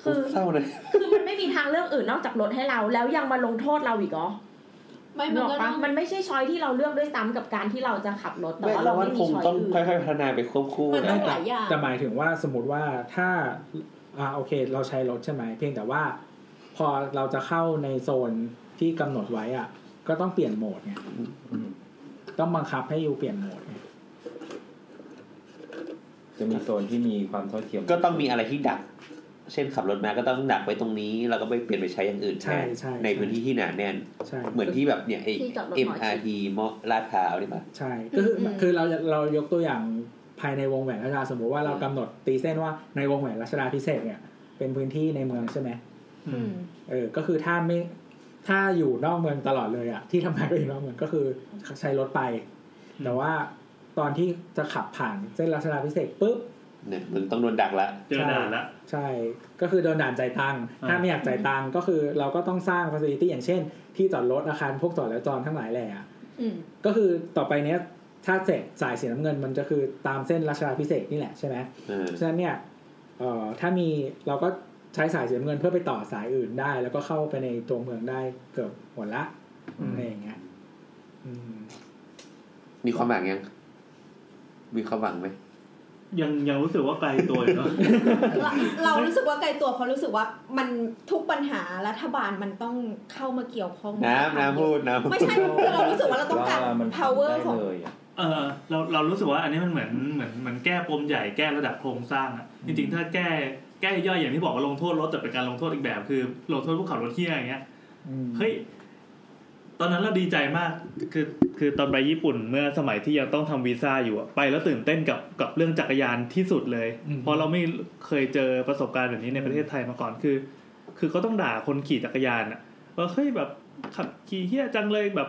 [SPEAKER 8] คือ
[SPEAKER 3] เศร้าเลย
[SPEAKER 8] คือมันไม่มีทางเลือกอื่นนอกจากลดให้เรา แล้วยังมาลงโทษเราอีกเหรอ
[SPEAKER 2] ไม่
[SPEAKER 8] บ
[SPEAKER 2] มัน
[SPEAKER 8] อก
[SPEAKER 2] ก็
[SPEAKER 8] ปะ
[SPEAKER 2] ต้อง
[SPEAKER 8] มันไม่ใช่ช้อยที่เราเลือกด้วยซ้ำกับการที่เราจะขับรถแต่
[SPEAKER 3] ไม่
[SPEAKER 8] ว่า
[SPEAKER 3] เรา
[SPEAKER 8] เรา
[SPEAKER 3] ว่า
[SPEAKER 8] ไม่มี
[SPEAKER 3] คง
[SPEAKER 8] ช้อย
[SPEAKER 3] ต้อง
[SPEAKER 8] อื่น
[SPEAKER 3] ค่อยๆพัฒนาไปควบคู่
[SPEAKER 2] มันต้
[SPEAKER 3] นะ
[SPEAKER 2] องหลายอย่าง
[SPEAKER 1] แต่หมายถึงว่าสมมติว่าถ้าอ่าโอเคเราใช้รถใช่ไหมเพียงแต่ว่า พอเราจะเข้าในโซนที่กำหนดไว้อ่ะ ก็ต้องเปลี่ยนโหมดไง
[SPEAKER 5] อืม
[SPEAKER 1] ต้องบังคับให้อยู่เปลี่ยนโหมดไง
[SPEAKER 5] ๆ จะมีโซนที่มีความเท่าเทียม
[SPEAKER 3] ก็ต้องมีอะไรที่ดัก เช่นขับรถมาก็ต้องหนักไว้ตรงนี้ แล้วก็ไปเปลี่ยนไปใช้อย่างอื่นแท
[SPEAKER 1] ใช่
[SPEAKER 3] น
[SPEAKER 1] ใช่
[SPEAKER 3] ในพื้นที่ที่หนาแน่น
[SPEAKER 1] ใช่
[SPEAKER 3] เหมือนที่แบบเนี่ยไอ้
[SPEAKER 8] ที่จอดรถหมอชิด
[SPEAKER 3] MRT มอลาดพร้าวนี่ปะ
[SPEAKER 1] ใช่ ก็คืออ
[SPEAKER 2] มอืม
[SPEAKER 1] คือเราเรายกตัวอย่างภายในวงแหวนราชดาสมมุติว่าเรา
[SPEAKER 3] อืม
[SPEAKER 1] กำหนดตีเส้นว่าในวงแหวนราชดาพิเศษกเนี่ย เป็นพื้นที่ในเมืองใช่ไหม
[SPEAKER 4] อืม
[SPEAKER 1] เออ ก็คือถ้าไม่ถ้าอยู่นอกเมืองตลอดเลยอะที่ทำงานก็อยู่นอกเมืองก็คือใช้รถไป แต่ว่าตอนที่จะขับผ่านเส้นราชดาพิเศษกปุ๊บ
[SPEAKER 3] เนี่ยมึงต้องโดนดักละ
[SPEAKER 4] เจอด่านละ
[SPEAKER 1] ใช่ ก็คือโดนด่านจ่ายตังค์
[SPEAKER 4] อ่า
[SPEAKER 1] ถ้าไม่อยากจ่ายตังค์ก็คือเราก็ต้องสร้างฟ a c ิลิตี้อย่างเช่น ที่จอดรถอาคารพวกจอดแล้วจอดทั้งหลายแหละ
[SPEAKER 2] อืม
[SPEAKER 1] ก็คือต่อไปเนี้ยถ้าเสร็จสายสีน้ำเงินมันจะคือตามเส้นราชดาพิเศษกนี่แหละใช่ไหม
[SPEAKER 3] เออ
[SPEAKER 1] ฉะนั้นเนี่ยเอ่อถ้ามีเราก็ใช้สายสีน้ำเงินเพื่อไปต่อสายอื่นได้ แล้วก็เข้าไปในตัวเมืองได้เกือบหมดละ
[SPEAKER 5] อืม
[SPEAKER 1] อะไรอย่างเงี้ยอืม
[SPEAKER 3] มีความหวังยัง มีความหวังไหม
[SPEAKER 4] ยังยังรู้สึกว่าไกลตัวอยู่เนาะ
[SPEAKER 2] เราเรารู้สึกว่าไกลตัวเพราะรู้สึกว่ามันทุกปัญหารัฐบาลมันต้องเข้ามาเกี่ยวข้อง
[SPEAKER 3] น้ำน้ำพูดน้ำพูด
[SPEAKER 2] ไม่ใช่คือเรารู้สึกว่าเราต้องการ
[SPEAKER 5] ว่ามัน
[SPEAKER 2] power
[SPEAKER 5] ทำได้
[SPEAKER 2] ของ
[SPEAKER 5] เลยอะ
[SPEAKER 4] เออเราเรารู้สึกว่าอันนี้มันเหมือนเหมือนเหมันแก้ปมใหญ่แก้ระดับโครงสร้างอะจริงๆ ถ้าแก้แก้ย่อยอย่างที่บอกว่าลงโทษรถแต่เป็นการลงโทษอีกแบบคือลงโทษผู้ขับรถเที่ยอย่างเงี้ย
[SPEAKER 1] อืม
[SPEAKER 4] เฮ้ยตอนนั้นเราดีใจมากคือคือตอนไปญี่ปุ่นเมื่อสมัยที่ยังต้องทำวีซ่าอยู่อะไปแล้วตื่นเต้นกับกับเรื่องจักรยานที่สุดเลย
[SPEAKER 1] อืม
[SPEAKER 4] เพราะเราไม่เคยเจอประสบการณ์แบบนี้ในประเทศไทยมาก่อนคือ คือเขาต้องด่าคนขี่จักรยานอะว่าเฮ้ยแบบขับขี่เฮี้ยจังเลยแบบ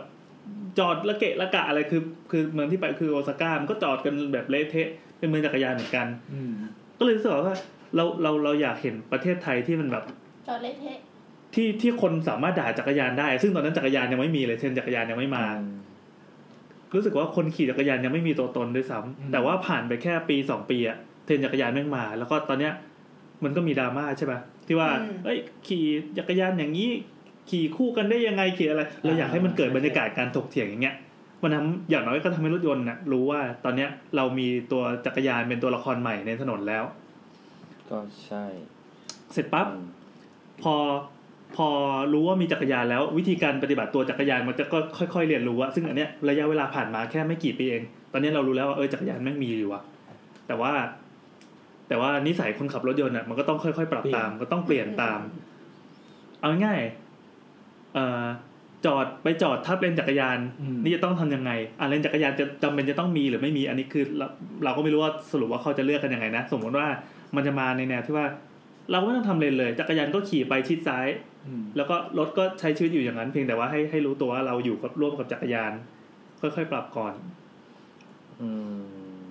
[SPEAKER 4] จอดละเกะละกะอะไรคือ คือเมืองที่ไปคือโอซาก้ามันก็จอดกันแบบเละเทะเป็นเมืองจักรยานเหมือนกัน
[SPEAKER 1] อืม
[SPEAKER 4] ก็เลยรู้สึกว่าเราเราเราอยากเห็นประเทศไทยที่มันแบบ
[SPEAKER 9] จอดเละเทะ
[SPEAKER 4] ที่ที่คนสามารถด่าจักรยานได้ ซึ่งตอนนั้นจักรยานยังไม่มีเลยเทรนด์จักรยานยังไม่มา รู้สึกว่าคนขี่จักรยานยังไม่มีตัวตนด้วยซ้ำแต่ว่าผ่านไปแค่ปีสองปีอะเทรนด์จักรยานแม่งมา แล้วก็ตอนเนี้ยมันก็มีดราม่าใช่ปะที่ว่า
[SPEAKER 2] อืม
[SPEAKER 4] เอ้ยขี่จักรยานอย่างนี้ ขี่คู่กันได้ยังไงขี่อะไร เราอยากให้มันเกิดบรรยากาศการถกเถียงอย่างเงี้ยมันทำอย่างน้อยก็ทำให้รถยนต์น่ะรู้ว่าตอนเนี้ยเรามีตัวจักรยานเป็นตัวละครใหม่ในถนนแล้ว
[SPEAKER 5] ก็ใช่
[SPEAKER 4] เสร็จปั๊บ
[SPEAKER 5] อืม
[SPEAKER 4] พอพอรู้ว่ามีจักรยานแล้ววิธีการปฏิบัติตัวจักรยานมันจะก็ค่อย ๆ เรียนรู้ว่าซึ่งอันเนี้ยระยะเวลาผ่านมาแค่ไม่กี่ปีเอง ตอนเนี้ยเรารู้แล้วว่าเออจักรยานแม่งมีอยู่อะแต่ว่า แต่ว่านิสัยคนขับรถยนต์อ่ะมันก็ต้องค่อยๆ ปรับตามก็ต้องเปลี่ยนตาม เอาง่ายๆเอ่อจอดไปจอดทับเลนจักรยาน
[SPEAKER 1] อืม
[SPEAKER 4] นี่จะต้องทำยังไงอ่ะเลนจักรยานจะจำเป็นจะต้องมีหรือไม่มี อันนี้คือเราเราก็ไม่รู้ว่าสรุปว่าเขาจะเลือกกันยังไงนะ สมมติว่ามันจะมาในแนวที่ว่า เราก็ไม่ต้องทำเลนเลย จักรยานก็ขี่ไปชิดซ้าย
[SPEAKER 1] อืม
[SPEAKER 4] แล้วก็รถก็ใช้ชีวิตอยู่อย่างนั้น เพียงแต่ว่าให้ให้รู้ตัวว่าเราอยู่กับร่วมกับจักรยาน ค่อยๆปรับก่อน
[SPEAKER 5] อืม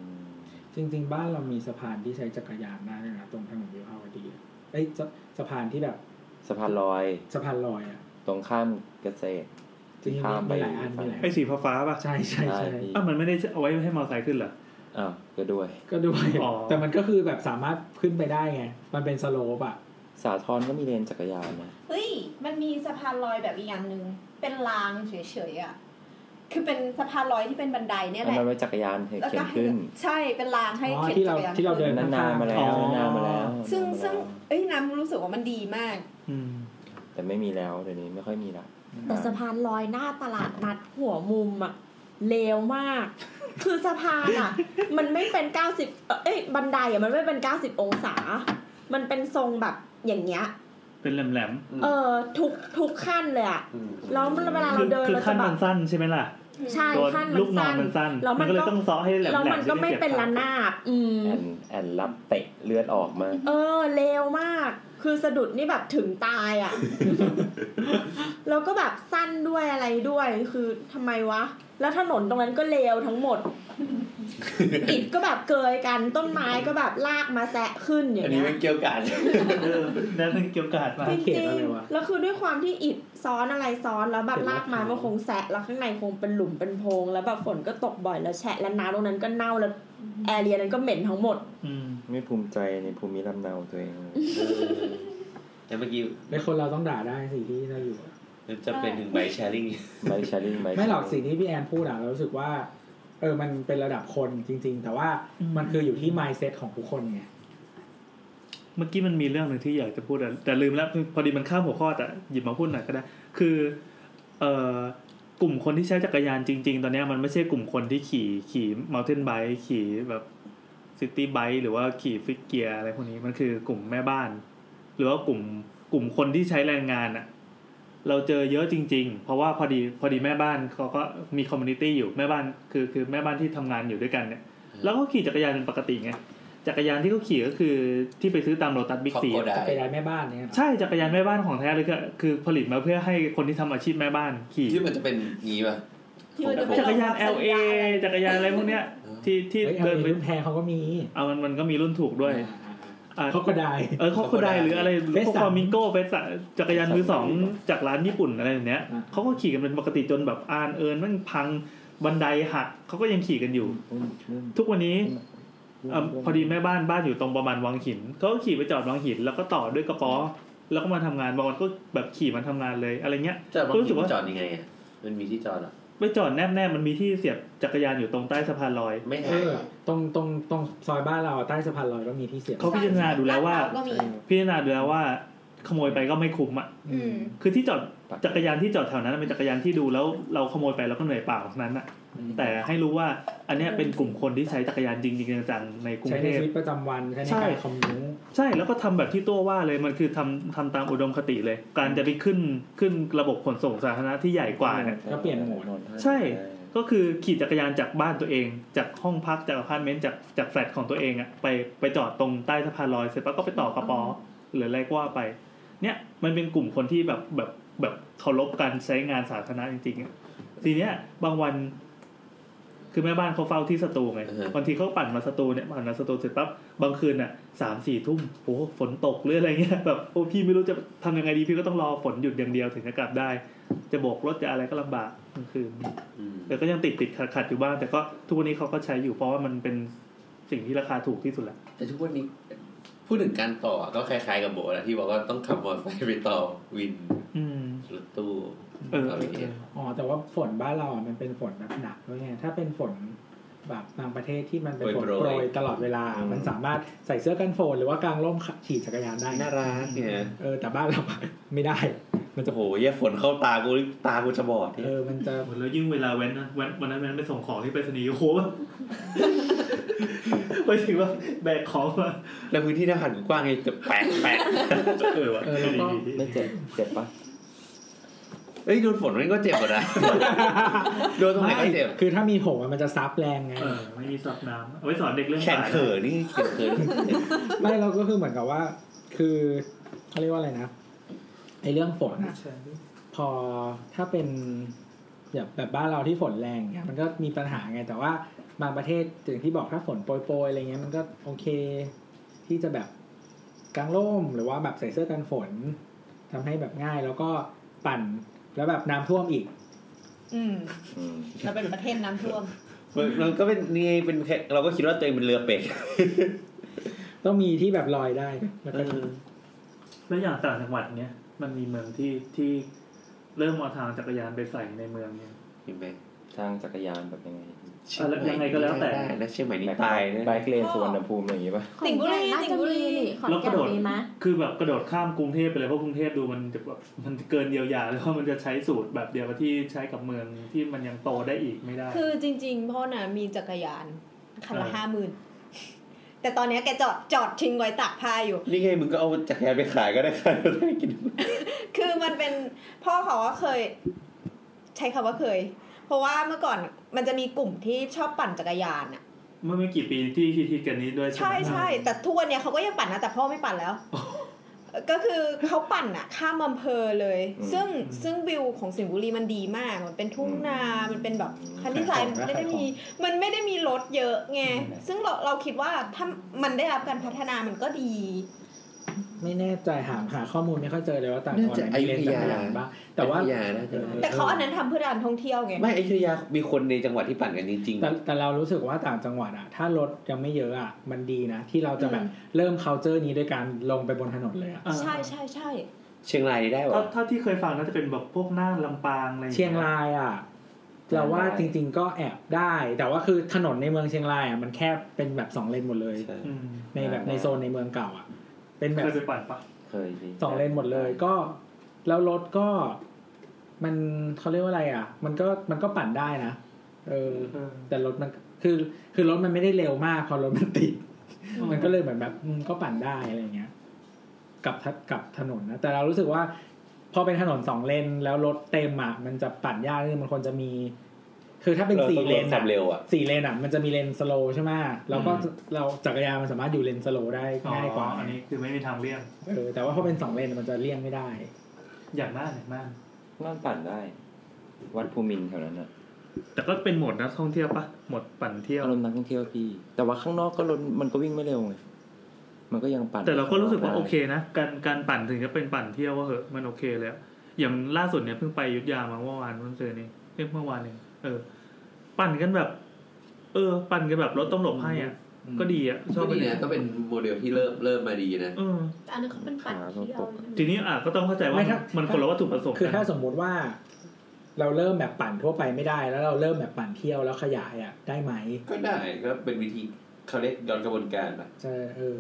[SPEAKER 1] จริง ๆ บ้านเรามีสะพานที่ใช้จักรยานได้ด้วยนะตรงถนนวิภาวดีอะเอ้ยสะสะพานที่แบบ
[SPEAKER 5] สะพานลอย
[SPEAKER 1] สะพานลอยอะ
[SPEAKER 5] ตรงข้ามเกษตร
[SPEAKER 1] จริงๆ
[SPEAKER 5] ข้ามไป
[SPEAKER 1] มีหลายอันมี
[SPEAKER 5] ฝั่ง
[SPEAKER 1] หลาย
[SPEAKER 4] ไอ้สีฟ้าๆป่ะ
[SPEAKER 1] ใช่ใช่ใช่
[SPEAKER 5] พี่
[SPEAKER 4] อ่ะมันไม่ได้เอาไว้ให้มอเตอร์ไซค์ขึ้นเหรอ
[SPEAKER 5] อ้าวก็ด้วย
[SPEAKER 1] ก็ด้วย
[SPEAKER 4] อ๋อ
[SPEAKER 1] แต่มันก็คือแบบสามารถขึ้นไปได้ไง มันเป็นสโลปอ่ะ
[SPEAKER 5] สาทรก็มีเลนจักรยานนะ
[SPEAKER 9] เฮ้ย มันมีสะพานลอยแบบอีกอย่างหนึ่งเป็นรางเฉยๆอ่ะคือเป็นสะพานลอยที่เป็นบันไดเนี่ย
[SPEAKER 5] อัน
[SPEAKER 9] แหละ
[SPEAKER 5] นั้นไว้จักรยานเ
[SPEAKER 9] แล้ว
[SPEAKER 5] ข็
[SPEAKER 9] ก็
[SPEAKER 5] น
[SPEAKER 9] ให้
[SPEAKER 5] ขึ้น
[SPEAKER 9] ใช่เป็นรางให้
[SPEAKER 1] อ๋อ
[SPEAKER 9] เข็น
[SPEAKER 1] ที่
[SPEAKER 9] จั
[SPEAKER 1] เรา
[SPEAKER 9] กรยาน
[SPEAKER 1] ที่เราเดิ
[SPEAKER 5] นั่นนานมาแล้
[SPEAKER 4] อ๋
[SPEAKER 5] ว
[SPEAKER 4] อ
[SPEAKER 5] นานมาแล้ว
[SPEAKER 9] ซึ่ง
[SPEAKER 5] นานมาแล้ว
[SPEAKER 9] ซึ่งเอ้ยน้ำรู้สึกว่ามันดีมาก
[SPEAKER 4] อืม
[SPEAKER 5] แต่ไม่มีแล้วเดี๋ยวนี้ไม่ค่อยมีละ
[SPEAKER 8] แต่สะพานลอยหน้าตลาดนัดหัวมุมอะเลวมาก คือสะพาน อะมันไม่เป็น 90 เอ้ยบันไดอะมันไม่เป็น 90 องศา มันเป็นทรงแบบอย่างเงี้ย
[SPEAKER 4] เป็นแหลม
[SPEAKER 8] เออทุกทุกขั้นเลยอะ
[SPEAKER 3] อืม
[SPEAKER 8] แล้วเวลา
[SPEAKER 4] ๆคือ
[SPEAKER 8] เราเดิน
[SPEAKER 4] คือ
[SPEAKER 8] เรา
[SPEAKER 4] ขั้น
[SPEAKER 8] จะแบ
[SPEAKER 4] มั
[SPEAKER 8] บ
[SPEAKER 4] นสั้นใช่ไหมล่ะ
[SPEAKER 8] ใช่
[SPEAKER 4] ตัว
[SPEAKER 8] ขั้น
[SPEAKER 4] ลูกนอน
[SPEAKER 8] มั
[SPEAKER 4] มัน น
[SPEAKER 8] สั้
[SPEAKER 4] สั้
[SPEAKER 8] น
[SPEAKER 4] น
[SPEAKER 8] แล้ว
[SPEAKER 4] มั
[SPEAKER 8] มัน น
[SPEAKER 4] ก็เลย
[SPEAKER 8] ก็
[SPEAKER 4] ต้องซ้อให้แหลม
[SPEAKER 8] แล้ว
[SPEAKER 4] ๆ
[SPEAKER 8] มันก็ไม่
[SPEAKER 4] จะด้
[SPEAKER 8] เป็น
[SPEAKER 4] จ็บ
[SPEAKER 8] ระนาบอืม
[SPEAKER 5] แอนแอนรับเตะเลือดออกมา
[SPEAKER 8] เออเลวมาก คือสะดุดนี่แบบถึงตาย อะ่ะ แล้วก็แบบสั้นด้วยอะไรด้วย คือทำไมวะ แล้วถนนตรงนั้นก็เลวทั้งหมด อิดก็แบบเกยกัน ต้นไม้ก็แบบลากมาแซะขึ้นอย่า
[SPEAKER 3] อัน
[SPEAKER 8] ง
[SPEAKER 3] นี้
[SPEAKER 8] เงี้
[SPEAKER 3] ไม่
[SPEAKER 8] ย
[SPEAKER 3] เกี่ยวกัน
[SPEAKER 4] เออนั่นเกี่ยวกาดมา
[SPEAKER 8] จ
[SPEAKER 1] เขต
[SPEAKER 8] ริง
[SPEAKER 1] อะไรวะ
[SPEAKER 8] ๆแล้วคือด้วยความที่อิดซ้อนอะไรซ้อนแล้วแบบลากมามันคงแซะแล้วข้างในคงเป็นหลุมเป็นโพรงแล้วแบบฝนก็ตกบ่อยแล้วแฉะแล้วน้ำตรงนั้นก็เน่าแล้วแอเรียนั้นก็เหม็นทั้งหมด
[SPEAKER 4] อืม
[SPEAKER 5] ไม่ภูมิใจในภูมิลำเนาตัวเองเลย
[SPEAKER 3] เออแต่เมื่อกี้
[SPEAKER 1] ในคนเราต้องด่าได้สิ่งที่เราอยู่อะ
[SPEAKER 3] จะเป็นถึงไบค์แชร์ริง
[SPEAKER 5] ไม่แชร์ลิงไม่
[SPEAKER 1] ไม่หรอกสิ่งที่พี่แอนพูดอ่ะเรารู้สึกว่า เออมันเป็นระดับคนจริง ๆ แต่ว่า
[SPEAKER 4] อืม
[SPEAKER 1] มันคืออยู่ที่ mindset ของทุกคนไง
[SPEAKER 4] เมื่อกี้มันมีเรื่องหนึ่งที่อยากจะพูดอะแต่ลืมแล้วพอดีมันข้ามหัวข้อแต่หยิบมาพูดหน่อยก็ได้ คือเอ่อกลุ่มคนที่ใช้จักรยานจริง ๆ ตอนเนี้ยมันไม่ใช่กลุ่มคนที่ขี่ขี่ม t เ i นไบ e ขี่แบบซิตี้ไบ e หรือว่าขี่ฟิกเกียร์อะไรพวกนี้มันคือกลุ่มแม่บ้าน รือว่ากลุ่มกลุ่มคนที่ใช้แรงงานอะเราเจอเยอะจริง ๆ เพราะว่าพอดีพอดีแม่บ้านเขาก็มีคอมมูนิตี้อยู่แม่บ้านคือคือแม่บ้านที่ทำงานอยู่ด้วยกันเนี่ยแล้วก็ขี่จักรยานเป็นปกติไงจักรยานที่เขาขี่ก็คือที่ไปซื้อตามโรตัสบิ๊กซี
[SPEAKER 7] Crocodile
[SPEAKER 1] จักรยานแม่บ้านเนี่ย
[SPEAKER 4] ใช่จักรยานแม่บ้านของแท้เลยคือคือผลิตมาเพื่อให้คนที่ทำอาชีพแม่บ้านขี่
[SPEAKER 7] ที่มันจะเป็นงี้ป่ะ
[SPEAKER 2] ที่มันจะเป็น
[SPEAKER 4] จักรยาน
[SPEAKER 2] สัญ
[SPEAKER 4] LA
[SPEAKER 2] ญาณอะไร
[SPEAKER 4] จักรยานอะไรพวกเนี้ยที่ที่
[SPEAKER 1] เฮ้ยเอา
[SPEAKER 4] เดิน
[SPEAKER 1] ไป
[SPEAKER 4] ไป
[SPEAKER 1] รุ่นแพงเขาก็มี
[SPEAKER 4] เอามันมันก็มีรุ่นถูกด้วยอ่ะ
[SPEAKER 1] เขาก็ได้
[SPEAKER 4] เออเขาก็ได้หรืออะไรพ
[SPEAKER 1] Vespa
[SPEAKER 4] วกฟามิงโก้เฟสจักรยานมือสองจากร้านญี่ปุ่นอะไรอย่างเนี้ย
[SPEAKER 1] อ่ะ
[SPEAKER 4] เขาก็ขี่กันเป็นปกติจนแบบอานเอิญมันพังบันไดหักเขาก็ยังขี่กันอยู่ ทุกวันนี้เอ่อพอดีแม่บ้านบ้านอยู่ตรงประมาณวังหินเขาก็ขี่ไปจอดวังหิน แล้วก็ต่อด้วยกระป๋อแล้วก็มาทำงานบางวันก็แบบขี่มาทำงานเลยอะไรเงี้ย
[SPEAKER 7] จอดบาง
[SPEAKER 4] ก็รู้สึ
[SPEAKER 7] ที
[SPEAKER 4] กว่า
[SPEAKER 7] จอดยังไงอ่ะมันมีที่จอดเหรอ
[SPEAKER 4] ไปจอดแนบแนบๆมันมีที่เสียบจักรยานอยู่ตรงใต้สะพานลอย
[SPEAKER 7] ไม่
[SPEAKER 1] เอ
[SPEAKER 7] หาย
[SPEAKER 1] อตรงตรงตรงซอยบ้านเราอะใต้สะพานลอยก็มีที่เสียบ
[SPEAKER 4] เขาพิจารณาดูแล้วว่า
[SPEAKER 2] บ้นเรก็มี
[SPEAKER 4] พิจารณาดูแล้วว่าขโมยไปก็ไม่คุ้มอ่ะ
[SPEAKER 2] อืม
[SPEAKER 4] คือที่จอดจักรยานที่จอดแถวนั้นเป็นจักรยานที่ดูแล้วเราขโมยไปเราก็เหนื่อยเปล่าทั้งนั้นอ่ะ แต่ให้รู้ว่าอันเนี้ยเป็นกลุ่มคนที่ใช้จักรยานจริงๆจังๆในกรุง
[SPEAKER 1] ใช้
[SPEAKER 4] เท
[SPEAKER 1] ใน
[SPEAKER 4] พ
[SPEAKER 1] ชีวิตประจำวันใช้ใน
[SPEAKER 4] ใช่
[SPEAKER 1] การคอมมิว
[SPEAKER 4] ใช่แล้วก็ทำแบบที่ตัวว่าเลยมันคือทำทำตามอุดมคติเลย การจะไปขึ้นขึ้นระบบขนส่งสาธารณะที่ใหญ่กว่าเนี่ย
[SPEAKER 1] ก็เปลี่ยนโหมด
[SPEAKER 4] ใช่ ก็คือขี่จักรยานจากบ้านตัวเอง จากห้องพักจากอพาร์ตเมนต์จากจากแฟลตของตัวเองอะไปไปจอดตรงใต้สะพานลอยเสร็จปั๊บก็ไปต่อกระป๋อหรืออะไรก็ว่าไป เนี่ยมันเป็นกลุ่มคนที่แบบแบบแบบเคารพการใช้งานสาธารณะจริงๆอะทีเนี้ยบางวัน คือแม่บ้านเขาเฝ้าที่สตูไงบางทีเขาปั่นมาสตูเนี่ยปั่นมาสตูเสร็จปั๊บบางคืนอ่ะสามสี่ทุ่มโอ้ฝนตกหรืออะไรเงี้ยแบบโอ้พี่ไม่รู้จะทำยังไงดีพี่ก็ต้องรอฝนหยุดอย่างเดียวถึงจะกลับได้ จะโบกรถจะอะไรก็ลำบากกลางคืน
[SPEAKER 7] อืม
[SPEAKER 4] แต่ก็ยังติดติดขัดขัดอยู่บ้างแต่ก็ทุกวันนี้เขาก็ใช้อยู่เพราะว่ามันเป็นสิ่งที่ราคาถูกที่สุดแหละ
[SPEAKER 7] แต่ทุกวันนี้พูดถึงการต่ออะก็คล้ายๆกับโบนะที่บอกว่าต้องขับมอเตอร์ไซค์ไปต่อวิน
[SPEAKER 4] อืม
[SPEAKER 7] รถตู้
[SPEAKER 4] เออ
[SPEAKER 7] ต่อวินเอ
[SPEAKER 1] อ๋อแต่ว่าฝนบ้านเราอ่ะมันเป็นฝนแบบหนักด้วยไงถ้าเป็นฝนแบบบางประเทศที่มันเป็นฝนโปรยตลอดเวลา มันสามารถใส่เสื้อกันฝนหรือว่ากางร่มขี่จักรยานได้
[SPEAKER 7] น่ารักเนี่ย
[SPEAKER 1] เออแต่บ้านเราอะไม่ได้ มันจะ
[SPEAKER 7] โอ้โหแย่ฝนเข้าตากูตากูจะบอดเนี่ย
[SPEAKER 1] เออมันจะ
[SPEAKER 4] แล้วยิ่งเวลาแว้นนะแว้นวันนั้นแว้นไปส่งของที่ไปรษณีย์โอ้โห ไปถึงว่าแบกของมา
[SPEAKER 7] แล้วพื้นที่หน้าหันกูกว้างไงจะแปะแปะ
[SPEAKER 4] เออวะ
[SPEAKER 1] เออแล้วก็
[SPEAKER 5] ไม่เจ็บเจ็บปะ
[SPEAKER 7] เอ้ยโดนฝนมันก็เจ็บหมดนะ โดนตรงไหน
[SPEAKER 1] ไม่
[SPEAKER 7] ก็เจ็บ
[SPEAKER 1] คือถ้ามีผมอะมันจะซับแรงไง
[SPEAKER 4] เออไม่มีซับน้ำเอาไว้สอนเด็กเรื่อง
[SPEAKER 7] แขน
[SPEAKER 4] สาย
[SPEAKER 7] เขินนี่แขนเขิน
[SPEAKER 1] ไม่เราก็คือเหมือนกับว่า คือเขาเรียกว่าอะไรนะไอเรื่องฝนอะพอถ้าเป็นแบบแบบบ้านเราที่ฝนแรงเนี่ยมันก็มีปัญหาไงแต่ว่าบางประเทศอย่างที่บอกถ้าฝนโปรยๆอะไรเงี้ยมันก็โอเค ที่จะแบบกางร่มหรือว่าแบบใส่เสื้อกันฝนทำให้แบบง่ายแล้วก็ปั่นแล้วแบบน้ำท่วมอีก
[SPEAKER 2] อืม
[SPEAKER 5] อืม
[SPEAKER 2] เราเป็นประเทศน้ำท่วม
[SPEAKER 7] มันมันก็เป็นนี่ไงเป็นแค่เราก็คิดว่าตัวเองเป็นเรือเป็ด
[SPEAKER 1] ต้องมีที่แบบลอยได้แล้วก็
[SPEAKER 4] แล้วอย่างต่างจังหวัดเนี้ยมันมีเมืองที่ที่เริ่มเอาทางจักรยานไปใส่ในเมืองเนี่ย
[SPEAKER 7] เห็นไหม
[SPEAKER 5] ทางจักรยานแบบยังไง
[SPEAKER 7] เชียใหม่
[SPEAKER 4] แล้วยังไงก็แล้วแต่
[SPEAKER 7] ได้นะเชียงใหม่นี่ตายนะ
[SPEAKER 5] แบคเลนสุวรรณภูมิอะไรอย่างงี้ปะ
[SPEAKER 2] สิงห์บุรี
[SPEAKER 8] ขอนแก่น
[SPEAKER 2] สิงห์
[SPEAKER 8] น่าจะ
[SPEAKER 2] บุรี
[SPEAKER 8] มีนี่ขอน
[SPEAKER 4] แล้วก
[SPEAKER 8] แก่
[SPEAKER 4] ระ
[SPEAKER 8] น
[SPEAKER 4] โดด
[SPEAKER 8] มีไหม
[SPEAKER 4] คือแบบกระโดดข้ามกรุงเทพไปเลยเพราะกรุงเทพดูมันจะแบบมันเกินเยียวยาแล้วมันจะใช้สูตรแบบเดียวกับที่ใช้กับเมืองที่มันยังโตได้อีกไม่ได้
[SPEAKER 2] คือจริงๆพ่อน่ะมีจักรยานคันละ
[SPEAKER 4] เออ
[SPEAKER 2] ห้าหมื่นแต่ตอนเนี้ยแกจอดจอดทิ้งไว้ตากผ้าอยู่
[SPEAKER 7] นี่ไงมึงก็เอาจักรยานไปขายก็ได้ ค่ะได้กิน
[SPEAKER 2] คือมันเป็นพ่อเขาก็เคย ใช้คำว่าเคย เพราะว่าเมื่อก่อนมันจะมีกลุ่มที่ชอบปั่นจักรยานอะ
[SPEAKER 4] เมื่อไม่กี่ปีที่ที่ที่กันนี้ด้วย
[SPEAKER 2] ใช่
[SPEAKER 4] ไหม
[SPEAKER 2] ใช่แต่ทุกวันเนี้ยเขาก็ยังปั่นนะแต่พ่อไม่ปั่นแล้ว ก็คือเขาปั่นอะข้ามอำเภอเลย ซึ่งซึ่งวิวของสิงห์บุรีมันดีมาก มันเป็นทุ่งนา มันเป็นแบบคันที่ไซมันไม่ได้มี มันไม่ได้มีรถเยอะไง ซึ่งเราเราคิดว่าถ้ามันได้รับการพัฒนามันก็ดี
[SPEAKER 1] ไม่แน่ใจหาหาข้อมูลไม่ค่อยเจอเลยว่าต่างจังหวัดไหนมีเลนจักรยานบ้างแต่ว่า
[SPEAKER 7] อยุธยานะ
[SPEAKER 1] เออ
[SPEAKER 2] แต่เขาอันนั้นทำเพื่อการท่องเที่ยวไง
[SPEAKER 7] ไม่อยุธยามีคนในจังหวัดที่ปั่นกันจริง
[SPEAKER 1] แต่แต่เรารู้สึกว่าต่างจังหวัดอะถ้ารถยังไม่เยอะอะมันดีนะ ที่เราจะแบบเริ่ม c u เจอร์นี้ด้วยการลงไปบนถนนเลยอะ
[SPEAKER 4] อ่า
[SPEAKER 2] ใช่ใช่ใช่
[SPEAKER 7] ๆ เชียงรายได้หร
[SPEAKER 4] เท่า
[SPEAKER 7] อ
[SPEAKER 4] เท่าที่เคยฟังน่าจะเป็นแบบพวกน่านลำปางอะไร
[SPEAKER 1] เชียงรายอะเราว่าจริง ๆ ก็แอบได้ แต่ว่าคือถนนในเมืองเชียงรายอะมันแคบเป็นแบบสองเลนหมดเลย
[SPEAKER 4] อืม
[SPEAKER 1] ในแบบในโซนในเมืองเก่าอะเป็นแบ
[SPEAKER 4] เค
[SPEAKER 1] บ
[SPEAKER 4] ยไปปั่นปะ
[SPEAKER 5] เคยดี
[SPEAKER 1] สองเลนหมดเลยก็ แล้วรถก็ มันเขาเรียกว่าอะไรอะมันก็มันก็ปั่นได้นะเออ
[SPEAKER 4] เออ
[SPEAKER 1] แต่รถมันคือคือรถ มันไม่ได้เร็วมาก พอรถมันติด มันก็เลยเหมือนแบบอืมก็ปั่นได้อะไรเงี้ย กับทักับถนนนะ แต่เรารู้สึกว่า พอเป็นถนนสองเลนแล้วรถเต็มอ่ะมันจะปั่นยากนิดนึงมันควรจะมี คือถ้าเป็น
[SPEAKER 3] เรา
[SPEAKER 1] สี่
[SPEAKER 3] ต้อง
[SPEAKER 1] เล
[SPEAKER 3] ล
[SPEAKER 1] น
[SPEAKER 3] ดความเร็วอะ
[SPEAKER 1] สี่เลนอ่ะ มันจะมีเลนสโลว์ใช่ไหมแล้วก็
[SPEAKER 3] อืม
[SPEAKER 1] เราจักรยานมันสามารถอยู่เลนสโลว์ได้
[SPEAKER 4] อ๋อ
[SPEAKER 1] ง่ายกว่า
[SPEAKER 4] อันนี้คือไม่มีทางเลี่ยง
[SPEAKER 1] เออแต่ว่าพอเป็นสองเลนมันจะเลี่ยงไม่ได้
[SPEAKER 4] อย่างมากอย่างมาก
[SPEAKER 5] นั่นปั่นได้ วัดภูมินทร์แถวนั้นอะ
[SPEAKER 4] แต่ก็เป็นโหมดนักท่องเที่ยวปะโหมดปั่นเที่ยว
[SPEAKER 5] อารมณ์นักท่องเที่ยวพี่ แต่ว่าข้างนอกก็รถมันก็วิ่งไม่เร็วไงมันก็ยังปั่น
[SPEAKER 4] แต่เราก็รู้สึกว่า
[SPEAKER 5] ได้
[SPEAKER 4] โอเคนะ การการปั่นถึงจะเป็นปั่นเที่ยวก็เหอะมันโอเคเลยอะอย่างล่าสุดเนี่ยเพิ่งไปอยุทธยามาเมื่อวานเมื่อคืนนี้เอ้ยเมื่อวานเองเออ ปั่นกันแบบ เออ ปั่นกันแบบรถต้องหลบให้อ่ะ ก็ดีอ่ะชอบ
[SPEAKER 3] ก็ดีนะก็เป็นโมเดลที่เริ่มเริ่มมาดีนะ
[SPEAKER 4] เออ
[SPEAKER 2] อันนั้นเขาเป็นปั่นเที่ยว
[SPEAKER 4] ทีนี้อ่ะก็ต้องเข้าใจว่า
[SPEAKER 1] ไม่ถ้า
[SPEAKER 4] มันคนละวัตถุประสงค์
[SPEAKER 1] คือถ้า
[SPEAKER 4] นะ
[SPEAKER 1] สมมุติว่า เราเริ่มแบบปั่นทั่วไปไม่ได้ แล้วเราเริ่มแบบปั่นเที่ยวแล้วขยายอ่ะได้ไหม
[SPEAKER 3] ก็ได้ก็เป็นวิธีเขาเรียกย้อนกระบวนการอะ
[SPEAKER 1] จะเออ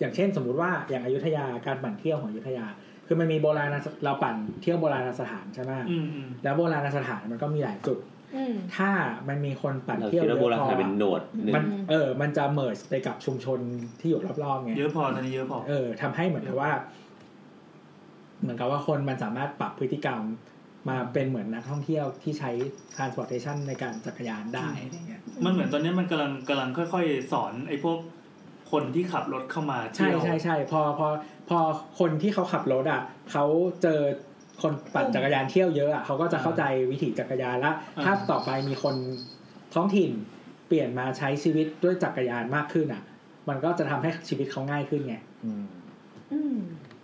[SPEAKER 1] อย่างเช่นสมมุติว่าอย่างอยุธยาการปั่นเที่ยวของอยุธยา คือมันมีโบราณสเราปั่นเที่ยวโบราณสถานใช่ไหม
[SPEAKER 4] อืมอืม
[SPEAKER 1] แล้วโบราณสถานมันก็มีหลายจุด
[SPEAKER 2] อืม
[SPEAKER 1] ถ้ามันมีคนปั่น
[SPEAKER 3] เรา
[SPEAKER 1] เที่ยว
[SPEAKER 3] คิด
[SPEAKER 1] เย
[SPEAKER 3] ว่าโบราณ
[SPEAKER 1] อะพ
[SPEAKER 3] ส
[SPEAKER 1] อ
[SPEAKER 3] ถานเป็นโหนดหนึ่ง
[SPEAKER 1] มันเออมันจะเมิร์ไปกับชุมชนที่อยู่รอบๆไง
[SPEAKER 4] เยอะพอตอนนี้เยอะพอ
[SPEAKER 1] เออทำให้เหมือนกับว่า เหมือนกับว่าคนมันสามารถปรับพฤติกรรม มาเป็นเหมือนนักท่องเที่ยวที่ใช้ transportation ในการจักรยานได้อะไรเงี้ย
[SPEAKER 4] มันเหมือนตอนนี้มันกำลังกำลังค่อย ๆ สอนไอ้พวกคนที่ขับรถเข้ามา
[SPEAKER 1] ใช่
[SPEAKER 4] เที่ยว
[SPEAKER 1] ใช่ใช่พอพอพอคนที่เขาขับรถอ่ะเขาเจอคนปั่นจักรยานเที่ยวเยอะอ่ะเขาก็จะเข้าใจวิถีจักรยานละถ้าต่อไปมีคนท้องถิ่น เปลี่ยนมาใช้ชีวิตด้วยจักรยานมากขึ้นอ่ะ มันก็จะทำให้ชีวิตเขาง่ายขึ้นไง
[SPEAKER 5] อืม
[SPEAKER 2] อืม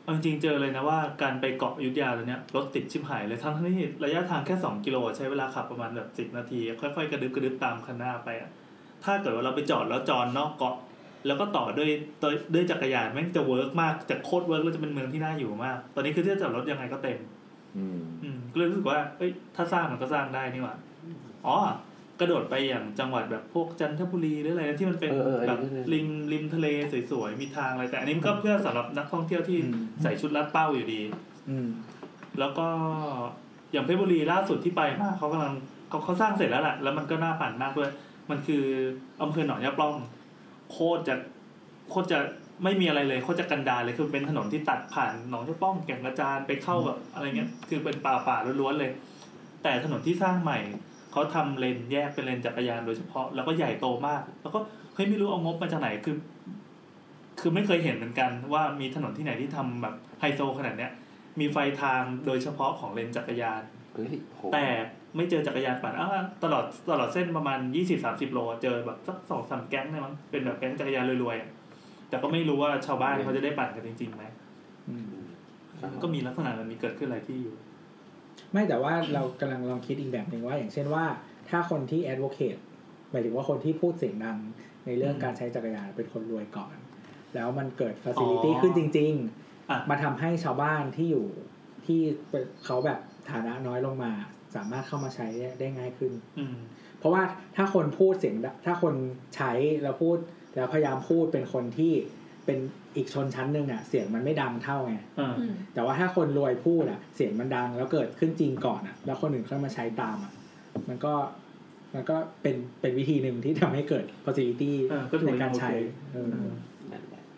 [SPEAKER 4] เอาจริงๆเจอเลยนะว่าการไปเกาะอยุทธยาตอนเนี้ยรถติดชิบหายเลยทั้งที่ระยะทางแค่สองกิโลใช้เวลาขับประมาณแบบสิบ10 นาที ค่อยๆกระดึบกระดึบตามคันหน้าไปอะถ้าเกิดว่าเราไปจอดแล้วจอดนอกเกาะ แล้วก็ต่อด้วยต่อด้วยจักรยานแม่งจะเวิร์กมากจะโคตรเวิร์กแล้วจะเป็นเมืองที่น่าอยู่มาก ตอนนี้คือที่จอดรถยังไงก็เต็ม
[SPEAKER 5] อืม
[SPEAKER 4] อืมก็เลยรู้สึกว่าเอ้ย ถ้าสร้างมันก็สร้างได้นี่หว่า อ๋อ กระโดดไปอย่างจังหวัดแบบพวกจันทบุรีหรืออะไรนะที่มันเป็น
[SPEAKER 3] เออเออ
[SPEAKER 4] แบบ
[SPEAKER 3] เออเออ
[SPEAKER 4] ริมริมทะเลสวยๆ มีทางอะไร แต่อันนี้มันก็เพื่อสำหรับนักท่องเที่ยวที่ใส่ชุดลัดเป้าอยู่ดี
[SPEAKER 1] อืม
[SPEAKER 4] แล้วก็อย่างเพชรบุรีล่าสุดที่ไปมาเขากำลังเขาเขาสร้างเสร็จแล้วแหละแล้วมันก็น่าปั่นมากด้วย มันคืออำเภอหนองยาปล้อง โคตรจะโคตรจะไม่มีอะไรเลยโคตรจะกันดารเลยคือเป็นถนนที่ตัดผ่านหนองยาปล้องแก่งกระจานไปเข้าแบบอะไรเงี้ยคือเป็นป่าป่าล้วนๆเลย แต่ถนนที่สร้างใหม่เขาทำเลนแยกเป็นเลนจักรยานโดยเฉพาะแล้วก็ใหญ่โตมาก แล้วก็เฮ้ยไม่รู้เอางบมาจากไหนคือ คือไม่เคยเห็นเหมือนกันว่ามีถนนที่ไหนที่ทำแบบไฮโซขนาดเนี้ย มีไฟทางโดยเฉพาะของเลนจักรยาน
[SPEAKER 3] เฮ้ยโห
[SPEAKER 4] แต่ไม่เจอจักรยานปั่นอ้าวตลอดตลอดเส้นประมาณ 20-30 โล เจอแบบสักสองสามแก๊งเลยมั้งเป็นแบบแก๊งจักรยานรวยๆอะแต่ก็ไม่รู้ว่าชาวบ้านเขาจะได้ปั่นกันจริงๆไหมมันก็มีลักษณะแบบนี้เกิดขึ้นหลายที่อยู่
[SPEAKER 1] ไม่แต่ว่าเรากำลังลองคิดอีกแบบหนึ่งว่า อย่างเช่นว่า ถ้าคนที่ advocate หมายถึงว่าคนที่พูดเสียงดังในเรื่องการใช้จักรยานเป็นคนรวยก่อน แล้วมันเกิด facility
[SPEAKER 4] อ๋อ
[SPEAKER 1] ขึ้นจริง
[SPEAKER 4] อ่ะ
[SPEAKER 1] ๆมาทำให้ชาวบ้านที่อยู่ที่เขาแบบฐานะน้อยลงมา สามารถเข้ามาใช้ได้ง่ายขึ้น
[SPEAKER 4] อืม
[SPEAKER 1] เพราะว่าถ้าคนพูดเสียงดังถ้าคนใช้แล้วพูดแล้วพยายามพูดเป็นคนที่เป็นอีกชนชั้นหนึ่งอ่ะเสียงมันไม่ดังเท่าไง
[SPEAKER 4] อ่า
[SPEAKER 2] อืม
[SPEAKER 1] แต่ว่าถ้าคนรวยพูดอะเสียงมันดังแล้วเกิดขึ้นจริงก่อนอะแล้วคนอื่นเข้ามาใช้ตามอะมันก็มันก็เป็นเป็นวิธีหนึ่งที่ทำให้เกิด possibility
[SPEAKER 4] เออก็ถือ
[SPEAKER 1] ใน
[SPEAKER 4] ว่า
[SPEAKER 1] การ
[SPEAKER 4] โอ
[SPEAKER 1] ใช้
[SPEAKER 4] เค
[SPEAKER 1] เออ
[SPEAKER 4] เออ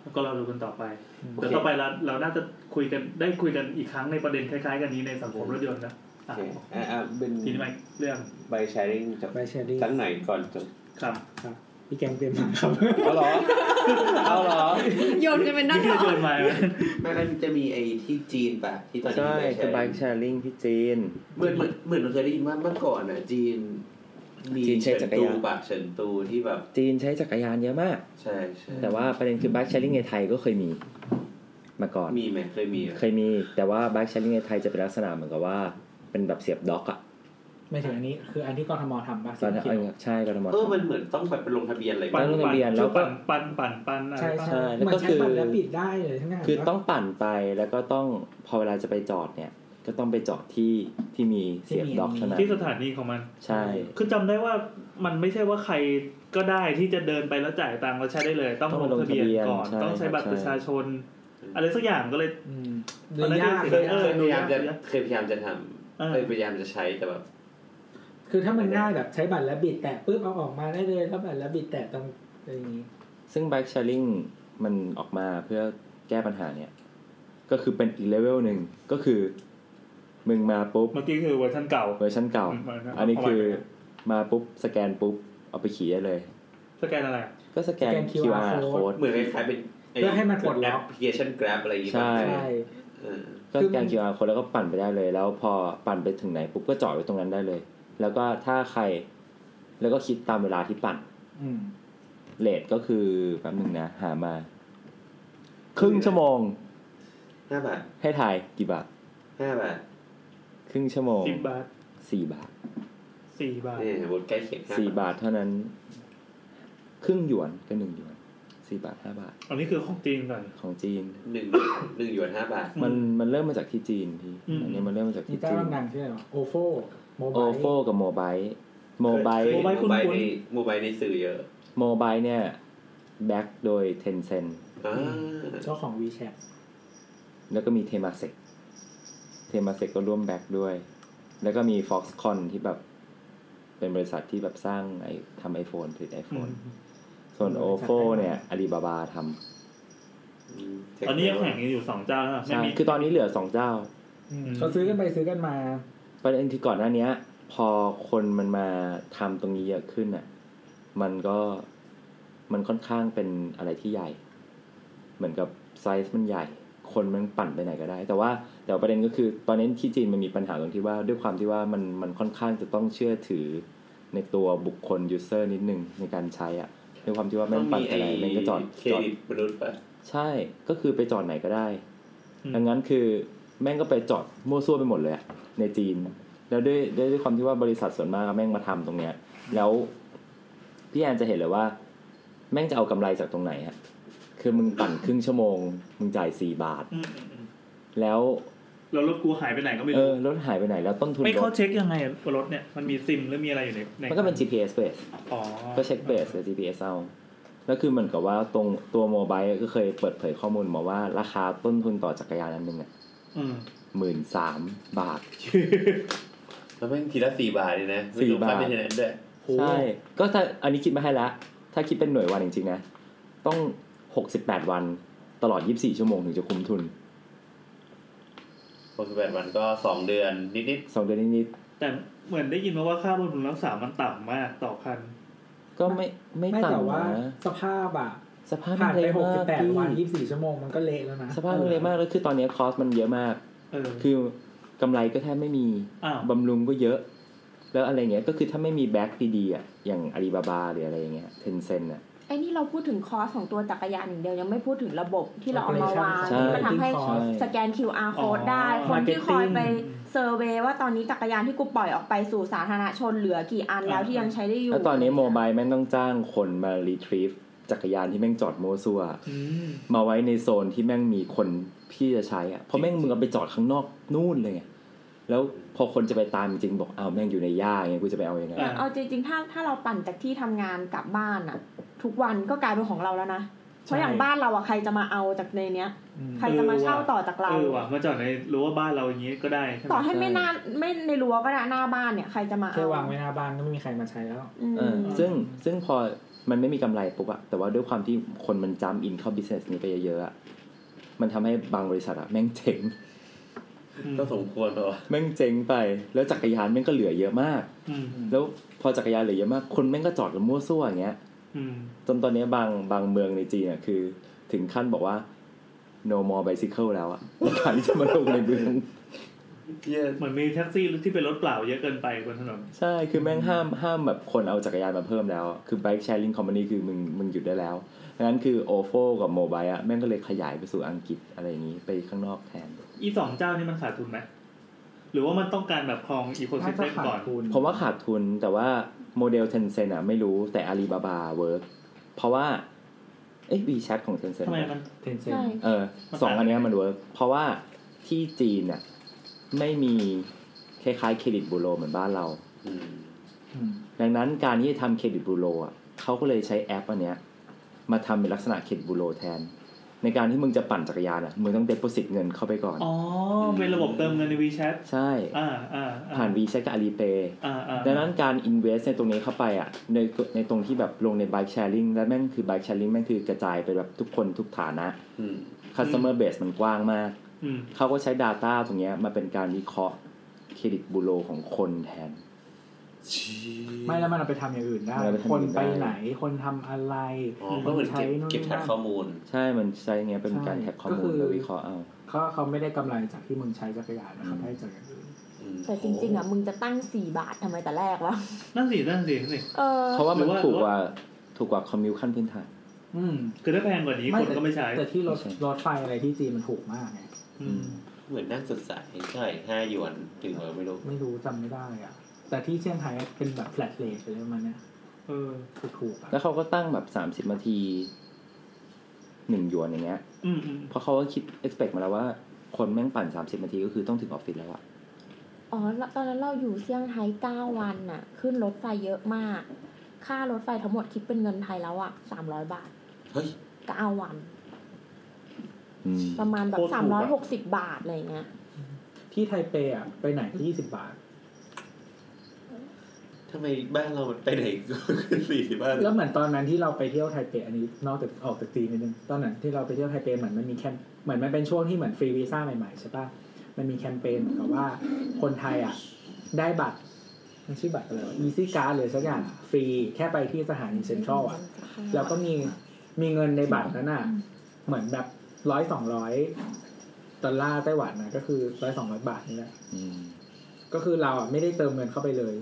[SPEAKER 4] แล้วก็เราดูกันต่อไป
[SPEAKER 1] อืม
[SPEAKER 4] แต่ต่อไปเราเราน่าจะคุยกันได้คุยกันอีกครั้งในประเด็นคล้ายๆ กันนี้ในสังคมรถยนต์นะ
[SPEAKER 3] โอ
[SPEAKER 4] อ่ะ
[SPEAKER 3] เคอ่ะอ่ะเป็น
[SPEAKER 4] ทีนี้มาอีกเรื่อง
[SPEAKER 3] ใบแชร์ริ่งจาก
[SPEAKER 1] ไปเชอรี่
[SPEAKER 3] ตั้งไหนก่อนจะ
[SPEAKER 4] ครับ
[SPEAKER 1] ครับพี่แกงเตรียมมาครับ
[SPEAKER 3] เอาเหรอเอาเหรอ
[SPEAKER 2] โยนกันเป็นนัก
[SPEAKER 4] นี่คือโยนมาไหม
[SPEAKER 3] ไม่ไม่จะมีไอ้ที่จีนป่ะที่ตอนนี้
[SPEAKER 5] ใช่
[SPEAKER 3] มี bike
[SPEAKER 5] คือ
[SPEAKER 3] sharing
[SPEAKER 5] ไบค์แชร์ลิงพี่จีน
[SPEAKER 3] เหมือนเหมือนเหมือนเราเคยได้ยินว่าเมื่อก่อนน่ะ จีนมี
[SPEAKER 5] จีนใช้
[SPEAKER 3] เฉิน
[SPEAKER 5] จักร
[SPEAKER 3] ตู
[SPEAKER 5] ยาน
[SPEAKER 3] ปะเฉินตูที่แบบ
[SPEAKER 5] จีนใช้จักรยานเยอะมาก
[SPEAKER 3] ใช่ใช่
[SPEAKER 5] แต่ว่าประเด็นคือไบค์แชร์ลิงในไทยก็เคยมีมาก่อน
[SPEAKER 3] มีไหมเคยมีเหรอ
[SPEAKER 5] เคยมี แต่ว่าไบค์แชร์ลิงในไทยจะเป็นลักษณะเหมือนกับว่า เป็นแบบเสียบด็อกอะ
[SPEAKER 1] ไม่ถึงอันนี้คืออันที่กทมทำปะ
[SPEAKER 5] ตอนนั้นเออใช่กทม
[SPEAKER 3] เออมันเหมือนต้องแบบไปลงทะเบียนอะไร
[SPEAKER 5] ปั่
[SPEAKER 3] บ้าน ง
[SPEAKER 5] โรงเรียนแล้วก็
[SPEAKER 4] ปั่นปั่นปั่นปั่นอะไร
[SPEAKER 1] ใช่
[SPEAKER 4] ปั่น
[SPEAKER 5] ใช่
[SPEAKER 1] ใช่
[SPEAKER 5] แล้
[SPEAKER 1] เห
[SPEAKER 5] ว
[SPEAKER 1] มือ
[SPEAKER 5] ก็
[SPEAKER 1] นใช้
[SPEAKER 5] คือ
[SPEAKER 1] บัตรแล้วปิดได้เลยใช่ไหม
[SPEAKER 5] คือต้องปั่นไปแล้วก็ต้องพอเวลาจะไปจอดเนี่ย ก็ต้องไปจอดที่ที่มีเสียบด็อกเท่านั้น
[SPEAKER 4] ที่สถานีของมัน
[SPEAKER 5] ใช่
[SPEAKER 4] คือจำได้ว่ามันไม่ใช่ว่าใครก็ได้ที่จะเดินไปแล้วจ่ายตังค์แล้วใช้ได้เลย ต้องลงทะเบียนก่อน ต้องใช้บัตรประชาชน อะไรสักอย่างก็เลย
[SPEAKER 1] อืม
[SPEAKER 4] ตอนนั้น
[SPEAKER 1] ยาก
[SPEAKER 4] เรี
[SPEAKER 3] เค
[SPEAKER 4] ย
[SPEAKER 3] ย
[SPEAKER 4] น
[SPEAKER 1] ยาก
[SPEAKER 3] เคยพยายามจะ
[SPEAKER 4] เออ
[SPEAKER 3] เคยพยายามจะทำ
[SPEAKER 4] เออ
[SPEAKER 3] เคยพยายามจะใช้แต่แบบ
[SPEAKER 1] คือถ้ามันง่ายแบบใช้บัตรแล้วบิดแตะปุ๊บเอาออกมาได้เลยแล้วบัตรแล้วบิดแตะตรงอะไรอย่างนี้
[SPEAKER 5] ซึ่งไบค์แชร์ลิงมันออกมาเพื่อแก้ปัญหาเนี่ย ก็คือเป็นอีกเลเวลหนึ่งก็คือ มึงมาปุ๊บ
[SPEAKER 4] เมื่อกี้คือเวอร์ชันเก่า
[SPEAKER 5] เวอร์ชันเก่า
[SPEAKER 4] อืมมาครับ
[SPEAKER 5] อันนี้
[SPEAKER 4] เอาใหม่
[SPEAKER 5] คือ
[SPEAKER 4] เลย
[SPEAKER 5] มาปุ๊บ สแกนปุ๊บ เอาไปขี่ได้เลย
[SPEAKER 4] สแกนอะไรอะ
[SPEAKER 5] ก็สแกน
[SPEAKER 1] สแกน QR
[SPEAKER 5] QR
[SPEAKER 1] code
[SPEAKER 5] code
[SPEAKER 3] เหมือนคล้ายๆเป็น
[SPEAKER 1] เพื่อให้มันปลดล็
[SPEAKER 3] แอ
[SPEAKER 1] อก
[SPEAKER 3] ปพลิเคชัน Grab อะไรอย่างเงี้ย
[SPEAKER 5] ใช่
[SPEAKER 3] เออ
[SPEAKER 5] ก็
[SPEAKER 1] คื
[SPEAKER 5] ส
[SPEAKER 1] อ
[SPEAKER 5] แก
[SPEAKER 1] มัน น
[SPEAKER 5] QR code แล้วก็ปั่นไปได้เลย แล้วพอปั่นไปถึงไหนปุ๊บก็จอดไว้ตรงนั้นได้เลย แล้วก็ถ้าใคร แล้วก็คิดตามเวลาที่ปั่น
[SPEAKER 1] อืม
[SPEAKER 5] เลทก็คือแป๊บหนึ่งนะ หามา ครึ่งชั่วโมง
[SPEAKER 3] ห้าบาท
[SPEAKER 5] ให้ทายกี่บาท
[SPEAKER 3] ห้าบาท
[SPEAKER 5] ครึ่งชั่วโมง
[SPEAKER 4] สิบบาท
[SPEAKER 5] สี่บาท
[SPEAKER 4] สี่บาท
[SPEAKER 3] เนี่ยวนใกล้เคียงห้า
[SPEAKER 5] สี่
[SPEAKER 3] บาท
[SPEAKER 5] บาทเท่านั้น ครึ่งหยวนก็หนึ่งหยวนสี่บาทห้าบาท
[SPEAKER 4] อันนี้คือของจีนก่อน
[SPEAKER 5] ของจีน
[SPEAKER 3] หนึ่งหนึ่งหยวนห้าบาท
[SPEAKER 5] มันมันเริ่มมาจากที่จีนพี่
[SPEAKER 4] อืม
[SPEAKER 5] อันนี้มันเริ่มมาจาก
[SPEAKER 1] มี
[SPEAKER 5] ที่
[SPEAKER 1] เจ้า
[SPEAKER 5] จีน
[SPEAKER 1] ดังๆชื่ออะไรวะโอโฟโม
[SPEAKER 5] โอบ
[SPEAKER 1] าย
[SPEAKER 5] โฟกับโมบายโมบาย
[SPEAKER 3] โมบาย
[SPEAKER 4] Mobile
[SPEAKER 3] คุ้น
[SPEAKER 4] คุ้น
[SPEAKER 3] ในโมบายในสื่อเยอะ
[SPEAKER 5] โมบายเนี่ยแบ็กโดยเทนเซน
[SPEAKER 3] อ่า
[SPEAKER 1] เจ้าของวีแชท
[SPEAKER 5] แล้วก็มีเทมาเซกเทมาเซกก็ร่วมแบ็กด้วย แล้วก็มีฟ็อกซ์คอนที่แบบเป็นบริษัทที่แบบสร้างไอทำไอโฟนผลิตไอโฟ
[SPEAKER 4] อื
[SPEAKER 5] น
[SPEAKER 4] ม
[SPEAKER 5] ส่วนโอโฟเนี่ยอาลีบาบาท
[SPEAKER 3] ม
[SPEAKER 4] ตอนนี้ยังแข่งกันอยู่สองเจ้านะ
[SPEAKER 5] ำ
[SPEAKER 4] ไม่
[SPEAKER 5] ใช่
[SPEAKER 4] มี
[SPEAKER 5] คือตอนนี้เหลือสองเจ้า
[SPEAKER 1] อืม
[SPEAKER 4] อืม
[SPEAKER 1] เขาซื้อกันไปซื้อกันมา
[SPEAKER 5] ประเด็นที่ก่อนหน้าเนี้ย พอคนมันมาทำตรงนี้เยอะขึ้นอ่ะ มันก็มันค่อนข้างเป็นอะไรที่ใหญ่ เหมือนกับไซส์มันใหญ่ คนมันปั่นไปไหนก็ได้ แต่ว่าแต่ว่าประเด็นก็คือ ตอนนี้ที่จีนมันมีปัญหาตรงที่ว่าด้วยความที่ว่ามันมันค่อนข้างจะต้องเชื่อถือในตัวบุคคลยูเซอร์นิดนึงในการใช้อ่ะด้วยความที่ว่าแม่
[SPEAKER 3] ต้อง ง
[SPEAKER 5] ปั่
[SPEAKER 3] มี
[SPEAKER 5] นไป
[SPEAKER 3] ไอ้
[SPEAKER 5] ไหนแม่งก็จอด
[SPEAKER 3] เค
[SPEAKER 5] จ
[SPEAKER 3] ร
[SPEAKER 5] อด
[SPEAKER 3] ดิตมนุษย์ปะ
[SPEAKER 5] ใช่ก็คือไปจอดไหนก็ได้
[SPEAKER 4] อืม
[SPEAKER 5] ดังนั้นคือแม่งก็ไปจอดมั่วซั่วไปหมดเลยอะในจีน แล้วด้วยด้วยด้วยความที่ว่าบริษัทส่วนมากแม่งมาทำตรงเนี้ย แล้วพี่แอนจะเห็นเลยว่า แม่งจะเอากำไรจากตรงไหนฮะ คือมึงปั่นครึ่งชั่วโมง มึงจ่ายสี่บาท
[SPEAKER 4] อืมอืมอืม
[SPEAKER 5] แล้ว
[SPEAKER 4] แล้วรถกูหายไปไหนก็ไม่
[SPEAKER 5] เอ
[SPEAKER 4] รู้
[SPEAKER 5] อรถหายไปไหน แล้วต้นทุน
[SPEAKER 4] ไม่
[SPEAKER 5] ร
[SPEAKER 4] เขา
[SPEAKER 5] ถ
[SPEAKER 4] เช็คยังไงอะว่ารถเนี่ยมันมีซิมหรือมีอะไรอยู่ในใ
[SPEAKER 5] มันก็เป็น GPS base
[SPEAKER 4] อ๋อ
[SPEAKER 5] ก็เช็คเบสกับ GPS เอา แล้วคือเหมือนกับว่าตรงตัวโมบายก็เคยเปิดเผยข้อมูลมาว่าราคาต้นทุนต่อจักรยานอันหนึ่งอะ
[SPEAKER 4] อืม
[SPEAKER 5] หมื่นสามบาท
[SPEAKER 3] แล้วแม่งทีละสี่บาทเลยนะ
[SPEAKER 5] สี่บาท
[SPEAKER 3] ไม่รวมค่เมนเทนแนนซ์ด้วย
[SPEAKER 5] ใช่ ก็ถ้าอันนี้คิดมาให้แล้ว ถ้าคิดเป็นหน่วยวันจริงๆนะ ต้อง 68 วันตลอด 24 ชั่วโมงถึงจะคุ้มทุน
[SPEAKER 3] หกสิบแปดวันก็สองเดือนนิด
[SPEAKER 5] 2 เดือนนิด
[SPEAKER 4] แต่เหมือนได้ยินมาว่าค่าบำรุงรักษา มันต่ำมากต่อคัน
[SPEAKER 5] ๆก็ไม่ไม่
[SPEAKER 1] ไม่แต่
[SPEAKER 5] ต่ำ
[SPEAKER 1] ว่า
[SPEAKER 5] นะ
[SPEAKER 1] สภาพอะ
[SPEAKER 5] สภาพมั
[SPEAKER 1] ผ่าน น
[SPEAKER 5] เละ
[SPEAKER 1] ไปหก
[SPEAKER 5] มา
[SPEAKER 1] สิบ
[SPEAKER 5] ก
[SPEAKER 1] แปดวัน
[SPEAKER 5] พี่
[SPEAKER 1] ยี่สิบสี่ชั่วโมงมันก็เละแล้วนะ
[SPEAKER 5] สภาพมันเละมาก แล้วคือตอนนี้คอสมันเยอะมาก
[SPEAKER 4] เออ
[SPEAKER 5] คือกำไรก็แทบไม่มี
[SPEAKER 4] อ้าว
[SPEAKER 5] บำรุงก็เยอะ แล้วอะไรเงี้ย ก็คือถ้าไม่มีแบ็คดีๆอ่ะ อย่างอาลีบาบาหรืออะไรอย่างเงี้ย เทนเซ็นอ่ะ
[SPEAKER 8] ไอ้นี่เราพูดถึงคอสของตัวจักรยานอย่างเดียวยังไม่พูดถึงระบบที่เราเอามาวาง
[SPEAKER 5] ใช่
[SPEAKER 8] ที่มันทำให้
[SPEAKER 1] คอส
[SPEAKER 8] สแกน QR
[SPEAKER 4] อ๋อ
[SPEAKER 8] code ได้ คนที่
[SPEAKER 1] marketing
[SPEAKER 8] คอยไปเซอร์เวย์ว่าตอนนี้จักรยานที่กูปล่อยออกไปสู่สาธารณชนเหลือกี่อันแล้ว
[SPEAKER 4] อ่า
[SPEAKER 8] ที่ยังใช้ได้อยู่
[SPEAKER 5] แล้วตอนนี้โมบายแม่งต้องจ้างคนมารีทรีฟจักรยานที่แม่งจอดโมวซัว
[SPEAKER 4] อืม
[SPEAKER 5] มาไว้ในโซนที่แม่งมีคนที่จะใช้อะเพราะแม่งมึงเอาไปจอดข้างนอกนู่นเลยไงแล้วพอคนจะไปตามจริงๆบอกอ้าวแม่งอยู่ในย่าไงกูจะไปเอายังไง
[SPEAKER 4] อ่า
[SPEAKER 8] เอาจริงๆ ถ้าถ้าเราปั่นจากที่ทำงานกลับบ้านอะทุกวันก็กลายเป็นของเราแล้วนะ เพราะอย่างบ้านเราอะใครจะมาเอาจากในเนี้ย
[SPEAKER 1] อืม
[SPEAKER 8] ใครจะมาเช่าต่อจากเรา
[SPEAKER 4] เออว่ะมาจอดในรั้วบ้านเราอย่างงี้ก็ได้ใช่ไหม
[SPEAKER 8] ต่อให้ไม่หน้าไม่ในรั้วก็ได้หน้าบ้านเนี่ยใครจะมา
[SPEAKER 1] แค่
[SPEAKER 8] เอา
[SPEAKER 1] วางไว้หน้าบ้านก็ไม่มีใครมาใช้แล้ว
[SPEAKER 8] อืม
[SPEAKER 5] เออซึ่งซึ่งพอมันไม่มีกำไรปุ๊บอะแต่ว่าด้วยความที่คนมันจ u m อินเข้าบิสเนสนี้ไปเยอะๆอะมันทำให้บางบริษัทอะแม่งเจ๋ง
[SPEAKER 4] อืม
[SPEAKER 3] ๆก็สมควรเหรอ
[SPEAKER 5] แม่งเจ๋งไป แล้วจักรยานแม่งก็เหลือเยอะมาก
[SPEAKER 4] อืม
[SPEAKER 5] แล้วพอจักรยานเหลือเยอะมากคนแม่งก็จอดกันมั่วซั่วอย่างเงี้ย
[SPEAKER 4] อืม
[SPEAKER 5] จนตอนนี้บางบางเมืองในจีนอ่ะคือ ถึงขั้นบอกว่า no more bicycle แล้วอ่ะในการที่จะมาลงในเมือง
[SPEAKER 3] เหี้ย
[SPEAKER 4] เหมือนมีแท็กซี่ที่เป็นรถเปล่าเยอะเกินไปบนถนน
[SPEAKER 5] ใช่ คือแม่งห้ามห้ามแบบคนเอาจักรยานมาเพิ่มแล้ว คือ bike sharing company คือมึงมึงหยุดได้แล้วดังนั้นคือ o f o กับ mobile อ่ะ แม่งก็เลยขยายไปสู่อังกฤษอะไรอย่างนี้ไปข้างนอกแทน
[SPEAKER 4] อีสองเจ้านี่มันขาดทุนไหม หรือว่ามันต้องการแบบครองอีโคซิ
[SPEAKER 1] น่า
[SPEAKER 4] ส
[SPEAKER 1] จะ
[SPEAKER 4] เต็ม
[SPEAKER 1] ขาด
[SPEAKER 4] ก่อน
[SPEAKER 1] ทุน
[SPEAKER 5] ผมว่าขาดทุนแต่ว่าโมเดล Tencent อ่ะ ไม่รู้แต่ Alibaba work เพราะว่า เอ้ย WeChat ของ Tencent
[SPEAKER 4] ทำไมมัน
[SPEAKER 1] เทนเซ็น
[SPEAKER 8] ใช่
[SPEAKER 5] เออสองอันเนี้ยมันเวิร์กเพราะว่าที่จีนน่ะไม่มีคล้ายๆเครดิตบูโรเหมือนบ้านเรา
[SPEAKER 3] อืม
[SPEAKER 1] อืม
[SPEAKER 5] ดังนั้นการที่จะทำเครดิตบูโรอ่ะเขาก็เลยใช้แอปอันเนี้ยมาทำเป็นลักษณะเครดิตบูโรแทน ในการที่มึงจะปั่นจักรยานอ่ะมึงต้องเด p o สิ t เงินเข้าไปก่อน
[SPEAKER 4] อ๋อ เป็นระบบเติมเงินในวีแชท
[SPEAKER 5] ใช่
[SPEAKER 4] อ่าอ่า
[SPEAKER 5] ผ่านวีใช้กับอาลีเปย์
[SPEAKER 4] อ่าอ่า
[SPEAKER 5] ดังนั้นการอินเวสในตรงนี้เข้าไปอ่ะในในตรงที่แบบลงใน Bike Sharing และแม่งคือ Bike Sharing แม่งคือกระจายไปแบบทุกคนทุกฐานะ
[SPEAKER 3] อืม
[SPEAKER 5] คัสเตอร์เบสมันกว้างมาก
[SPEAKER 4] อืม
[SPEAKER 5] เขาก็ใช้ Data ตรงเนี้ยมาเป็นการวิเคราะห์เครดิตบูโรของคนแทน
[SPEAKER 1] ไม่แล้วมันเอาไปทำอย่างอื่นได้
[SPEAKER 5] เอาไปทำอ
[SPEAKER 1] ค
[SPEAKER 5] ย่าง
[SPEAKER 1] น
[SPEAKER 5] อื่นได้
[SPEAKER 1] ไปไหนคนทำอะไร
[SPEAKER 3] อ๋อก็เหมือนเก็บเก็บฐานข้อมูล
[SPEAKER 5] ใช่มันใช้อย่างเงี้ยเป็นการ
[SPEAKER 1] ใช่
[SPEAKER 5] แท็กข้อ
[SPEAKER 1] ก็
[SPEAKER 5] มู
[SPEAKER 1] คื
[SPEAKER 5] ล
[SPEAKER 1] อ
[SPEAKER 5] เพื่อวิเคราะห์เอา
[SPEAKER 1] เขาเขาไม่ได้กำไรจากที่มึงใช้จักรยานนะเขาได้จากอย่างอื่น
[SPEAKER 8] แต่จริง ๆอ่ะมึงจะตั้งสี่บาททำไมแต่แรกวะ
[SPEAKER 4] นั่นสินั่นสินั่นสิ
[SPEAKER 8] เออ
[SPEAKER 5] เพราะว่ามัน
[SPEAKER 4] หรือว่า
[SPEAKER 5] ถูกกว่าถูกกว่าคอมมิวขั้นพื้นฐาน
[SPEAKER 1] อืม
[SPEAKER 4] คือถ้าแพงกว่านี้คนก็ไม่ใช้
[SPEAKER 1] แต่ที่รถ
[SPEAKER 5] ไม่ใช่
[SPEAKER 1] รถไฟอะไรที่จีนมันถูกมากไง
[SPEAKER 4] อืม
[SPEAKER 3] เหมือนนั่งสดใสเท่าไหร่ห้าหยวนถึงเหรอไม่รู้
[SPEAKER 1] ไม่รู้จำไม่ได้อ่ะ แต่ที่เชียงไฮ้เป็นแบบแฟลตเลทอะไรประมาณเนี้ย
[SPEAKER 4] เออ
[SPEAKER 1] ถูกๆอ่ะ
[SPEAKER 5] แล้วเขาก็ตั้งแบบสามสิบ30นาทีหนึ่งหยวนอย่างเงี้ย
[SPEAKER 4] อืมอืม
[SPEAKER 5] เพราะเขาก็คิด expect มาแล้วว่า คนแม่งปั่นสามสิบนาทีก็คือต้องถึงออฟฟิศแล้วอะ
[SPEAKER 8] อ๋อแล้วตอนนั้นเราอยู่เซี่ยงไฮ้เก้าวันน่ะ ขึ้นรถไฟเยอะมาก ค่ารถไฟทั้งหมดคิดเป็นเงินไทยแล้วอ่ะสามร้อยบาท
[SPEAKER 3] เฮ้ย
[SPEAKER 8] เก้าวัน
[SPEAKER 5] อืม
[SPEAKER 8] ประมาณแบบสามร้อยหกสิบบาทอะไรอย่างเงี้ย
[SPEAKER 1] ที่ไทเปอ่ะไปไหนยี่สิบบาท
[SPEAKER 3] ทำไมบ้านเรามันไปไหน ขึ้นสี่สิบบ้าน
[SPEAKER 1] แล้วเหมือนตอนนั้นที่เราไปเที่ยวไทเปอันนี้นอกจากออกจากจีนนิดนึงตอนนั้นที่เราไปเที่ยวไทเปเหมือนมันมีแคมเหมือนมันเป็นช่วงที่เหมือนฟรีวีซ่าใหม่ๆใช่ปะมันมีแคมเปญเหมือนกับว่าคนไทยอ่ะได้บัตรมันชื่อบัตรอะไรอีซี่การ์ดหรือสักอย่างฟรีแค่ไปที่สถานีเซ็นทรัลอ่ะ แล้วก็มีมีเงินในบัตรนั้นอ่ะ เหมือนแบบร้อยสองร้อยดอลลาร์ไต้หวันนะก็คือร้อยสองร้อยบาทนี่แหละ
[SPEAKER 5] อืม
[SPEAKER 1] ก็คือเราอ่ะไม่ได้เติมเงินเข้าไปเลย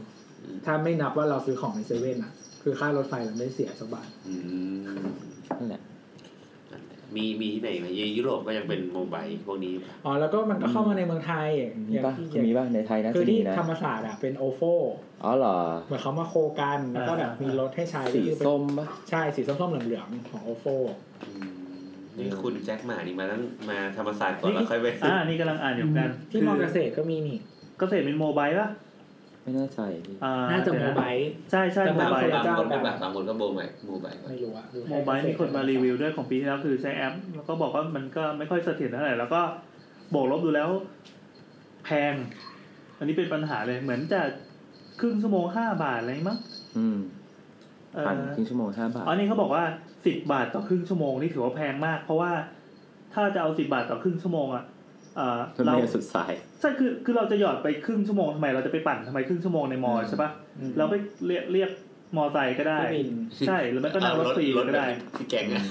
[SPEAKER 1] ถ้าไม่นับว่าเราซื้อของในเซเว่นอ่ะ คือค่ารถไฟเราไม่ได้เสียสักบาท
[SPEAKER 3] อืม
[SPEAKER 5] นั่นแหละ
[SPEAKER 3] มีมีที่ไหนไหมยุโรปก็ยังเป็นโมไบพวกนี้ป่ะ
[SPEAKER 1] อ๋อแล้วก็มันก็เข้ามาในเมืองไทย
[SPEAKER 5] มีปะ
[SPEAKER 1] ที่
[SPEAKER 5] มีปะในไทยนะ
[SPEAKER 1] คือ
[SPEAKER 5] จะมี
[SPEAKER 1] ที่
[SPEAKER 5] นะ
[SPEAKER 1] ธรรมศาสตร์อ่ะเป็นโอโฟ
[SPEAKER 5] อ๋อเหรอ
[SPEAKER 1] เหมือนเขามาโคกันแล้วก็แบบมีรถให้ใช้
[SPEAKER 5] สี
[SPEAKER 1] ก็คือเป็น
[SPEAKER 5] ส้มปะ
[SPEAKER 1] ใช่สีส้มๆเหลืองๆของโอโฟ
[SPEAKER 3] อืมนี่คุณแจ็คหมานี่มาตั้งมาธรรมศาสตร์ก่อนแล้วค่อยไป
[SPEAKER 4] อ่านี่กำลังอ่านอยู่เหมือนกัน
[SPEAKER 1] ที่มอเกษตรก็มีนี่
[SPEAKER 4] เกษตรเป็นโมบายป่ะ
[SPEAKER 5] ไม่แน่ใจพี่
[SPEAKER 4] อ่
[SPEAKER 1] น่าจะโมบาย
[SPEAKER 4] ใช่ใช่
[SPEAKER 1] แต่
[SPEAKER 4] โม
[SPEAKER 3] บาง
[SPEAKER 4] บาย
[SPEAKER 3] คน
[SPEAKER 1] ละ
[SPEAKER 3] บางคนก็แบบบางคนก็โมไบโมไบก่อน
[SPEAKER 1] ไม่รู้อะ
[SPEAKER 4] โมบายมีคนมารีวิวด้วยของปีที่แล้วคือใช้แอป แล้วก็บอกว่ามันก็ไม่ค่อยเสถียรเท่าไหร่แล้วก็บวกลบดูแล้วแพง อันนี้เป็นปัญหาเลยเหมือนจะครึ่งชั่วโมงห้าบาทอะไรมั้ง
[SPEAKER 5] อืม
[SPEAKER 4] เอ่อ
[SPEAKER 5] ปั่นครึ่งชั่วโมงห้าบาท
[SPEAKER 4] อันนี้เขาบอกว่าสิบบาทต่อครึ่งชั่วโมงนี่ถือว่าแพงมาก เพราะว่าถ้าจะเอาสิบบาทต่อครึ่งชั่วโมงอ่ะเอ่อ
[SPEAKER 5] จน
[SPEAKER 4] เรา
[SPEAKER 5] ไม่สุดสาย
[SPEAKER 4] ใช่คือคือเราจะหยอดไปครึ่งชั่วโมงทำไมเราจะไปปั่นทำไมครึ่งชั่วโมงในมอใช่ปะเราไปเรียกเรียกมอไซค์ก็ได้
[SPEAKER 1] ไม่บิน
[SPEAKER 4] ใช่หรือไม่ก็นั่งรถฟรีก็ได้
[SPEAKER 3] ที่แกงอะ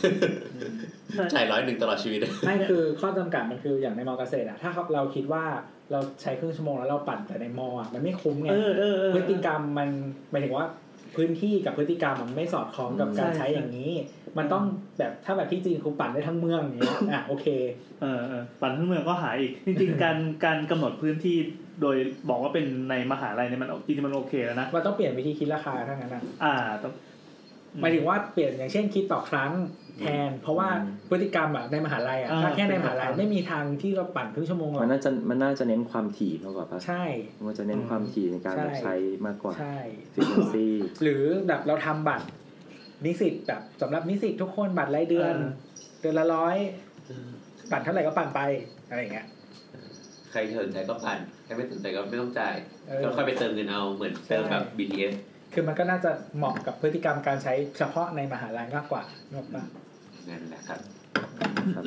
[SPEAKER 4] ใช่
[SPEAKER 3] จ่ายร้อยหนึ่งตลอดชีวิตอะ
[SPEAKER 1] ไม่คือข้อจำกัดมันคืออย่างในมอเกษตรอะถ้าเราคิดว่าเราใช้ครึ่งชั่วโมงแล้วเราปั่นแต่ในมออะมันไม่คุ้มไง
[SPEAKER 4] เออเออเออ
[SPEAKER 1] พฤติกรรมมันหมายถึงว่าพื้นที่กับพฤติกรรมมันไม่สอดคล้องกับการ
[SPEAKER 4] ใช่
[SPEAKER 1] ใช้อย่างนี้ มันต้องแบบถ้าแบบที่จีนคือปั่นได้ทั้งเมืองอย่างเงี้ยอ่ะโอเค
[SPEAKER 4] เออเออปั่นทั้งเมืองก็หายอีก จริงๆ การการกำหนดพื้นที่โดยบอกว่าเป็นในมหาลัยเนี่ยมันจริงๆมันโอเคแล้วนะ
[SPEAKER 1] มันต้องเปลี่ยนวิธีคิดราคาทั้งนั้นอ่ะ
[SPEAKER 4] อ่าต้อง
[SPEAKER 1] หมายถึงว่าเปลี่ยนอย่างเช่นคิดต่อครั้งแทน เพราะว่า
[SPEAKER 5] อืม
[SPEAKER 1] พฤติกรรมอ่ะในมหาลัยอ่ะถ้าแค่ในมหาลัยไม่มีทางที่เราปั่นครึ่งชั่วโมงหรอ
[SPEAKER 5] มัน
[SPEAKER 1] ก
[SPEAKER 5] น่าจะมันน่าจะเน้นความถี่มากกว่าปะ
[SPEAKER 1] ใช่
[SPEAKER 5] มันจะเน้นความถี่ในการ
[SPEAKER 1] ใช่
[SPEAKER 5] แบบใช้มากกว่า
[SPEAKER 1] ใช่
[SPEAKER 5] ฟิชเชนซี่
[SPEAKER 1] หรือแบบเราทำบัตรนิสิตแบบสำหรับนิสิตทุกคนบัตรรายเดือน เดือนละร้อยปั่นเท่าไหร่ก็ปั่นไปอะไรอย่างเงี้ย
[SPEAKER 3] ใครสนใจก็ปั่นใครไม่สนใจก็ไม่ต้องจ่าย
[SPEAKER 1] เออ
[SPEAKER 3] ก็ค่อยไปเติมเงินเอาเหมือนเติมแบบ BTS
[SPEAKER 1] คือมันก็น่าจะเหมาะกับพฤติกรรมการใช้เฉพาะในมหาลัยมากกว่านึกออกปะ
[SPEAKER 3] นั่นแหละครับ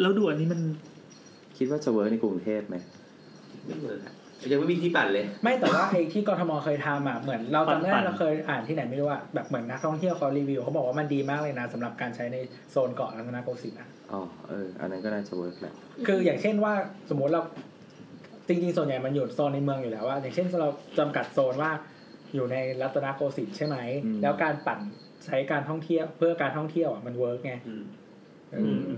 [SPEAKER 4] แล้วดูอันนี้มัน
[SPEAKER 5] คิดว่าจะเวิร์กในกรุงเทพไหม
[SPEAKER 3] ไม่เวิร์กอะยังไม่มีที่ปั่นเลย
[SPEAKER 1] ไม่แต่ว่าไอ้ที่กทมเคยทำอ่ะเหมือนเราจำได้
[SPEAKER 4] ปั่นๆ
[SPEAKER 1] เราเคยอ่านที่ไหนไม่รู้อ่ะแบบเหมือนนักท่องเที่ยวเขารีวิวเขาบอกว่ามันดีมากเลยนะสำหรับการใช้ในโซนเกาะรัตนโกสินทร์อะ
[SPEAKER 5] อ๋อเออ อันนั้นก็น่าจะเวิร์กแหละ
[SPEAKER 1] คืออย่างเช่นว่าสมมติเราจริงๆ ส่วนใหญ่มันอยู่โซนในเมืองอยู่แล้วว่า อย่างเช่นเราจำกัดโซนว่าอยู่ในรัตนโกสินทร์ใช่ไหม
[SPEAKER 5] อืม
[SPEAKER 1] แล้วการปั่นใช้การท่องเที่ยวเพื่อการท่องเที่ยวอ่ะมันเวิร์กไง
[SPEAKER 3] อืม
[SPEAKER 1] เอออ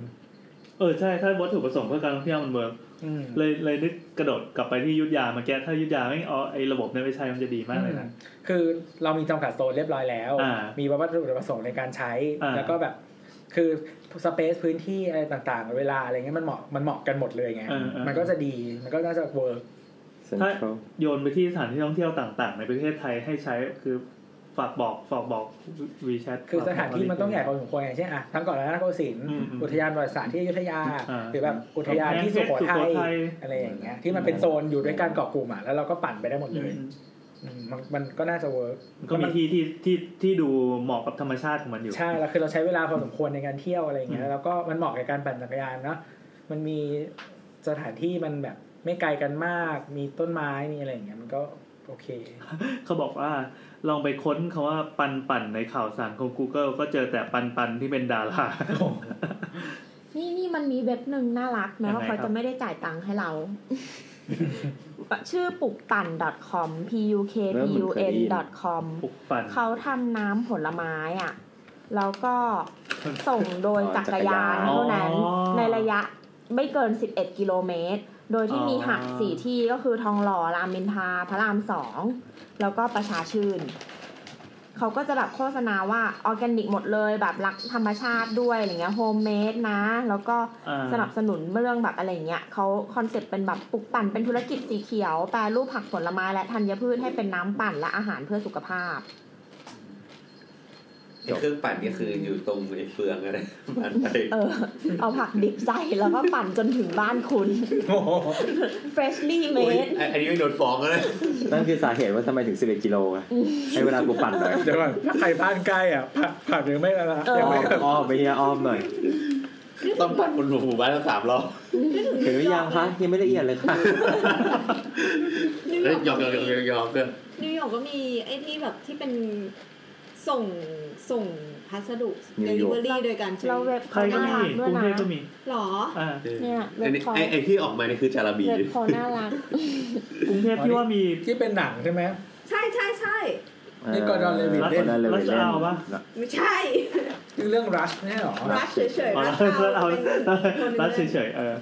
[SPEAKER 4] เออใช่ถ้าวัตถุประสงค์เพื่อการท่องเที่ยวมันเวิร์ก
[SPEAKER 1] อืม
[SPEAKER 4] เลยเลยนึกกระโดดกลับไปที่ยุทธยาเมื่อกี้ถ้ายุทธยาไม่เอาไอ้ระบบเนี่ยไปใช้มันจะดีมากเลยนะ
[SPEAKER 1] คือเรามีจำกัดโซนเรียบร้อยแล้ว
[SPEAKER 4] อ่ามี
[SPEAKER 1] มีวัตถุประสงค์ในการใช้
[SPEAKER 4] อ่า
[SPEAKER 1] แล้วก็แบบคือสเปซพื้นที่อะไรต่างๆ เวลาอะไรเงี้ยมันเหมาะมันเหมาะกันหมดเลยไง
[SPEAKER 4] เออเออ
[SPEAKER 1] มันก็จะดีมันก็น่าจะเวิร์ก
[SPEAKER 5] เซ็นทรัล
[SPEAKER 4] โยนไปที่สถานที่ท่องเที่ยวต่าง ๆ ในประเทศไทยให้ใช้คือฝากบอกฝากบอกวีแชท
[SPEAKER 1] คือสถานที่มันต้องใหญ่พอสมควรอย่างเช่นอ่ะทั้งเก่อนรัตนโกสินทร์
[SPEAKER 4] อืมอืม
[SPEAKER 1] อุทยานประวัติศาสตร์ที่อยุธยา
[SPEAKER 4] อ่า
[SPEAKER 1] หรือแบบอุทยานที่สุโขทัย อะไรอย่างเงี้ยที่มันเป็นโซนอยู่ด้วยการเกาะกลุ่มอ่ะแล้วเราก็ปั่นไปได้หมดเลยอืมมันมันก็น่าจะเวิร์ก
[SPEAKER 4] ก็มีที่ที่ที่ที่ดูเหมาะกับธรรมชาติของมันอยู่
[SPEAKER 1] ใช่แล้วคือเราใช้เวลาพอสมควรในการเที่ยวอะไรอย่างเงี้
[SPEAKER 4] อื
[SPEAKER 1] ย
[SPEAKER 4] ม
[SPEAKER 1] แล้วก็มันเหมาะกับการปั่นจักรยานเนาะมันมีส สถานที่มันแบบไม่ไกลกันมาก มีต้นไม้มีอะไรอย่างเงี้ยมันก็โอเค
[SPEAKER 4] เขาบอกว่าลองไปค้นคำว่าปันปันในข่าวสารของ Google ก็เจอแต่ปันปันที่เป็นดารา
[SPEAKER 8] นี่นี่มันมีเว็บหนึ่งน่ารักแม้ว่า
[SPEAKER 4] ยังไงครับ
[SPEAKER 8] เขาจะไม่ได้จ่ายตังค์ให้เรา ชื่อปุกปั่น .com p u k
[SPEAKER 5] เริ่
[SPEAKER 8] p
[SPEAKER 5] มเหมื
[SPEAKER 8] u
[SPEAKER 5] อนเคย
[SPEAKER 8] n
[SPEAKER 5] ได้ยิน
[SPEAKER 8] .com
[SPEAKER 4] ปุกปัน
[SPEAKER 8] เขาทำน้ำผลไม้อ่ะ แล้ว ก็ส่งโดย
[SPEAKER 5] อ๋อ
[SPEAKER 8] จักรยาน
[SPEAKER 5] จักรยาน
[SPEAKER 8] เท่านั้น ในระยะไม่เกิน 11 กิโลเมตร โดยที่มีหับสี่ที่ก็คือทองหล่อรามอินทราพระรามสอง แล้วก็ประชาชื่น เขาก็จะแบบโฆษณาว่าออร์แกนิกหมดเลยแบบรักธรรมชาติด้วยอะไรเงี้ยโฮมเมดนะ แล้วก็
[SPEAKER 4] อ่า
[SPEAKER 8] สนับสนุนเรื่องแบบอะไรเงี้ยเขาคอนเซ็ปต์เป็นแบบปลูกปั่นเป็นธุรกิจสีเขียว แปรรูปผักผลไม้และธัญพืชให้เป็นน้ำปั่นและอาหารเพื่อสุขภาพ
[SPEAKER 3] ไอ้เครื่องปั่นนี่คืออยู่ตรงไอ้เฟืองอะไร ปั่นไป
[SPEAKER 8] เออ เอาผักดิบใส่แล้วก็ปั่นจนถึงบ้านคุณ freshly
[SPEAKER 3] อุ๊ย
[SPEAKER 8] made
[SPEAKER 3] อันอันนี้ไม่โดนฟ้องแล้วนะ
[SPEAKER 5] นั่นคือสาเหตุว่าทำไมถึง 11 กิโลอะให้เวลากูปั่นหน่อย
[SPEAKER 1] เดี๋ยวก่อนถ้าใครบ้านใกล้อ่ะผักผักยังไม่ละละ
[SPEAKER 8] เออ
[SPEAKER 1] ยังไม่แบบ
[SPEAKER 5] อ้อมอ้อมไปเฮียอ้อมหน่อย
[SPEAKER 3] ต้องปั่นบนหมู่บ้านทั้งสามรอบ
[SPEAKER 5] เห็นหรือยังคะยังไม่ละเอียดเลยค่ะ
[SPEAKER 3] เฮ้ยยอมยอมยอมยอมยอมก็
[SPEAKER 12] นิวยอร์กก็มีไอ้ที่แบบที่เป็นส่งส่งพัสดุ
[SPEAKER 5] นิ
[SPEAKER 12] เด
[SPEAKER 5] ว
[SPEAKER 12] ลิ
[SPEAKER 5] โยร์
[SPEAKER 12] เวอ
[SPEAKER 5] ก
[SPEAKER 12] รี่โดยการ
[SPEAKER 8] เราเว็บ
[SPEAKER 4] ใคร
[SPEAKER 8] เขา
[SPEAKER 4] ก็
[SPEAKER 8] น่า
[SPEAKER 4] มี
[SPEAKER 8] รักด้ว
[SPEAKER 4] ก
[SPEAKER 8] ย
[SPEAKER 4] รุงเท
[SPEAKER 8] นะ
[SPEAKER 4] พก็มี
[SPEAKER 12] หรอ
[SPEAKER 4] อ่า
[SPEAKER 8] เนี่ยเว็
[SPEAKER 3] อัน
[SPEAKER 8] บ
[SPEAKER 3] นี้
[SPEAKER 8] เขา
[SPEAKER 3] ไอ้ไอ้ที่ออกมานี่คือจาราบี
[SPEAKER 8] เว็บเขาน่ารั ก
[SPEAKER 4] กรุงเทพที่ว่ามี
[SPEAKER 1] ที่เป็นหนังใช่ไหม
[SPEAKER 12] ใช่ใช่ใช่
[SPEAKER 1] นี่กอร์ดอนเลวิทเล่น
[SPEAKER 5] กอร์ดอนเลวิท
[SPEAKER 4] รัช
[SPEAKER 5] เล่น
[SPEAKER 4] ดาปะ
[SPEAKER 12] ไม่ใช่
[SPEAKER 1] ชื่อเรื่องรัชเนี่ยเหรอ
[SPEAKER 12] รัชเฉยๆ
[SPEAKER 4] อ๋อ
[SPEAKER 12] รัช
[SPEAKER 4] แล้ว
[SPEAKER 12] เอา
[SPEAKER 4] เอา
[SPEAKER 12] เป็นคน
[SPEAKER 4] แล้
[SPEAKER 12] ห
[SPEAKER 4] ว
[SPEAKER 12] นึ่ง
[SPEAKER 4] เฉยๆเออ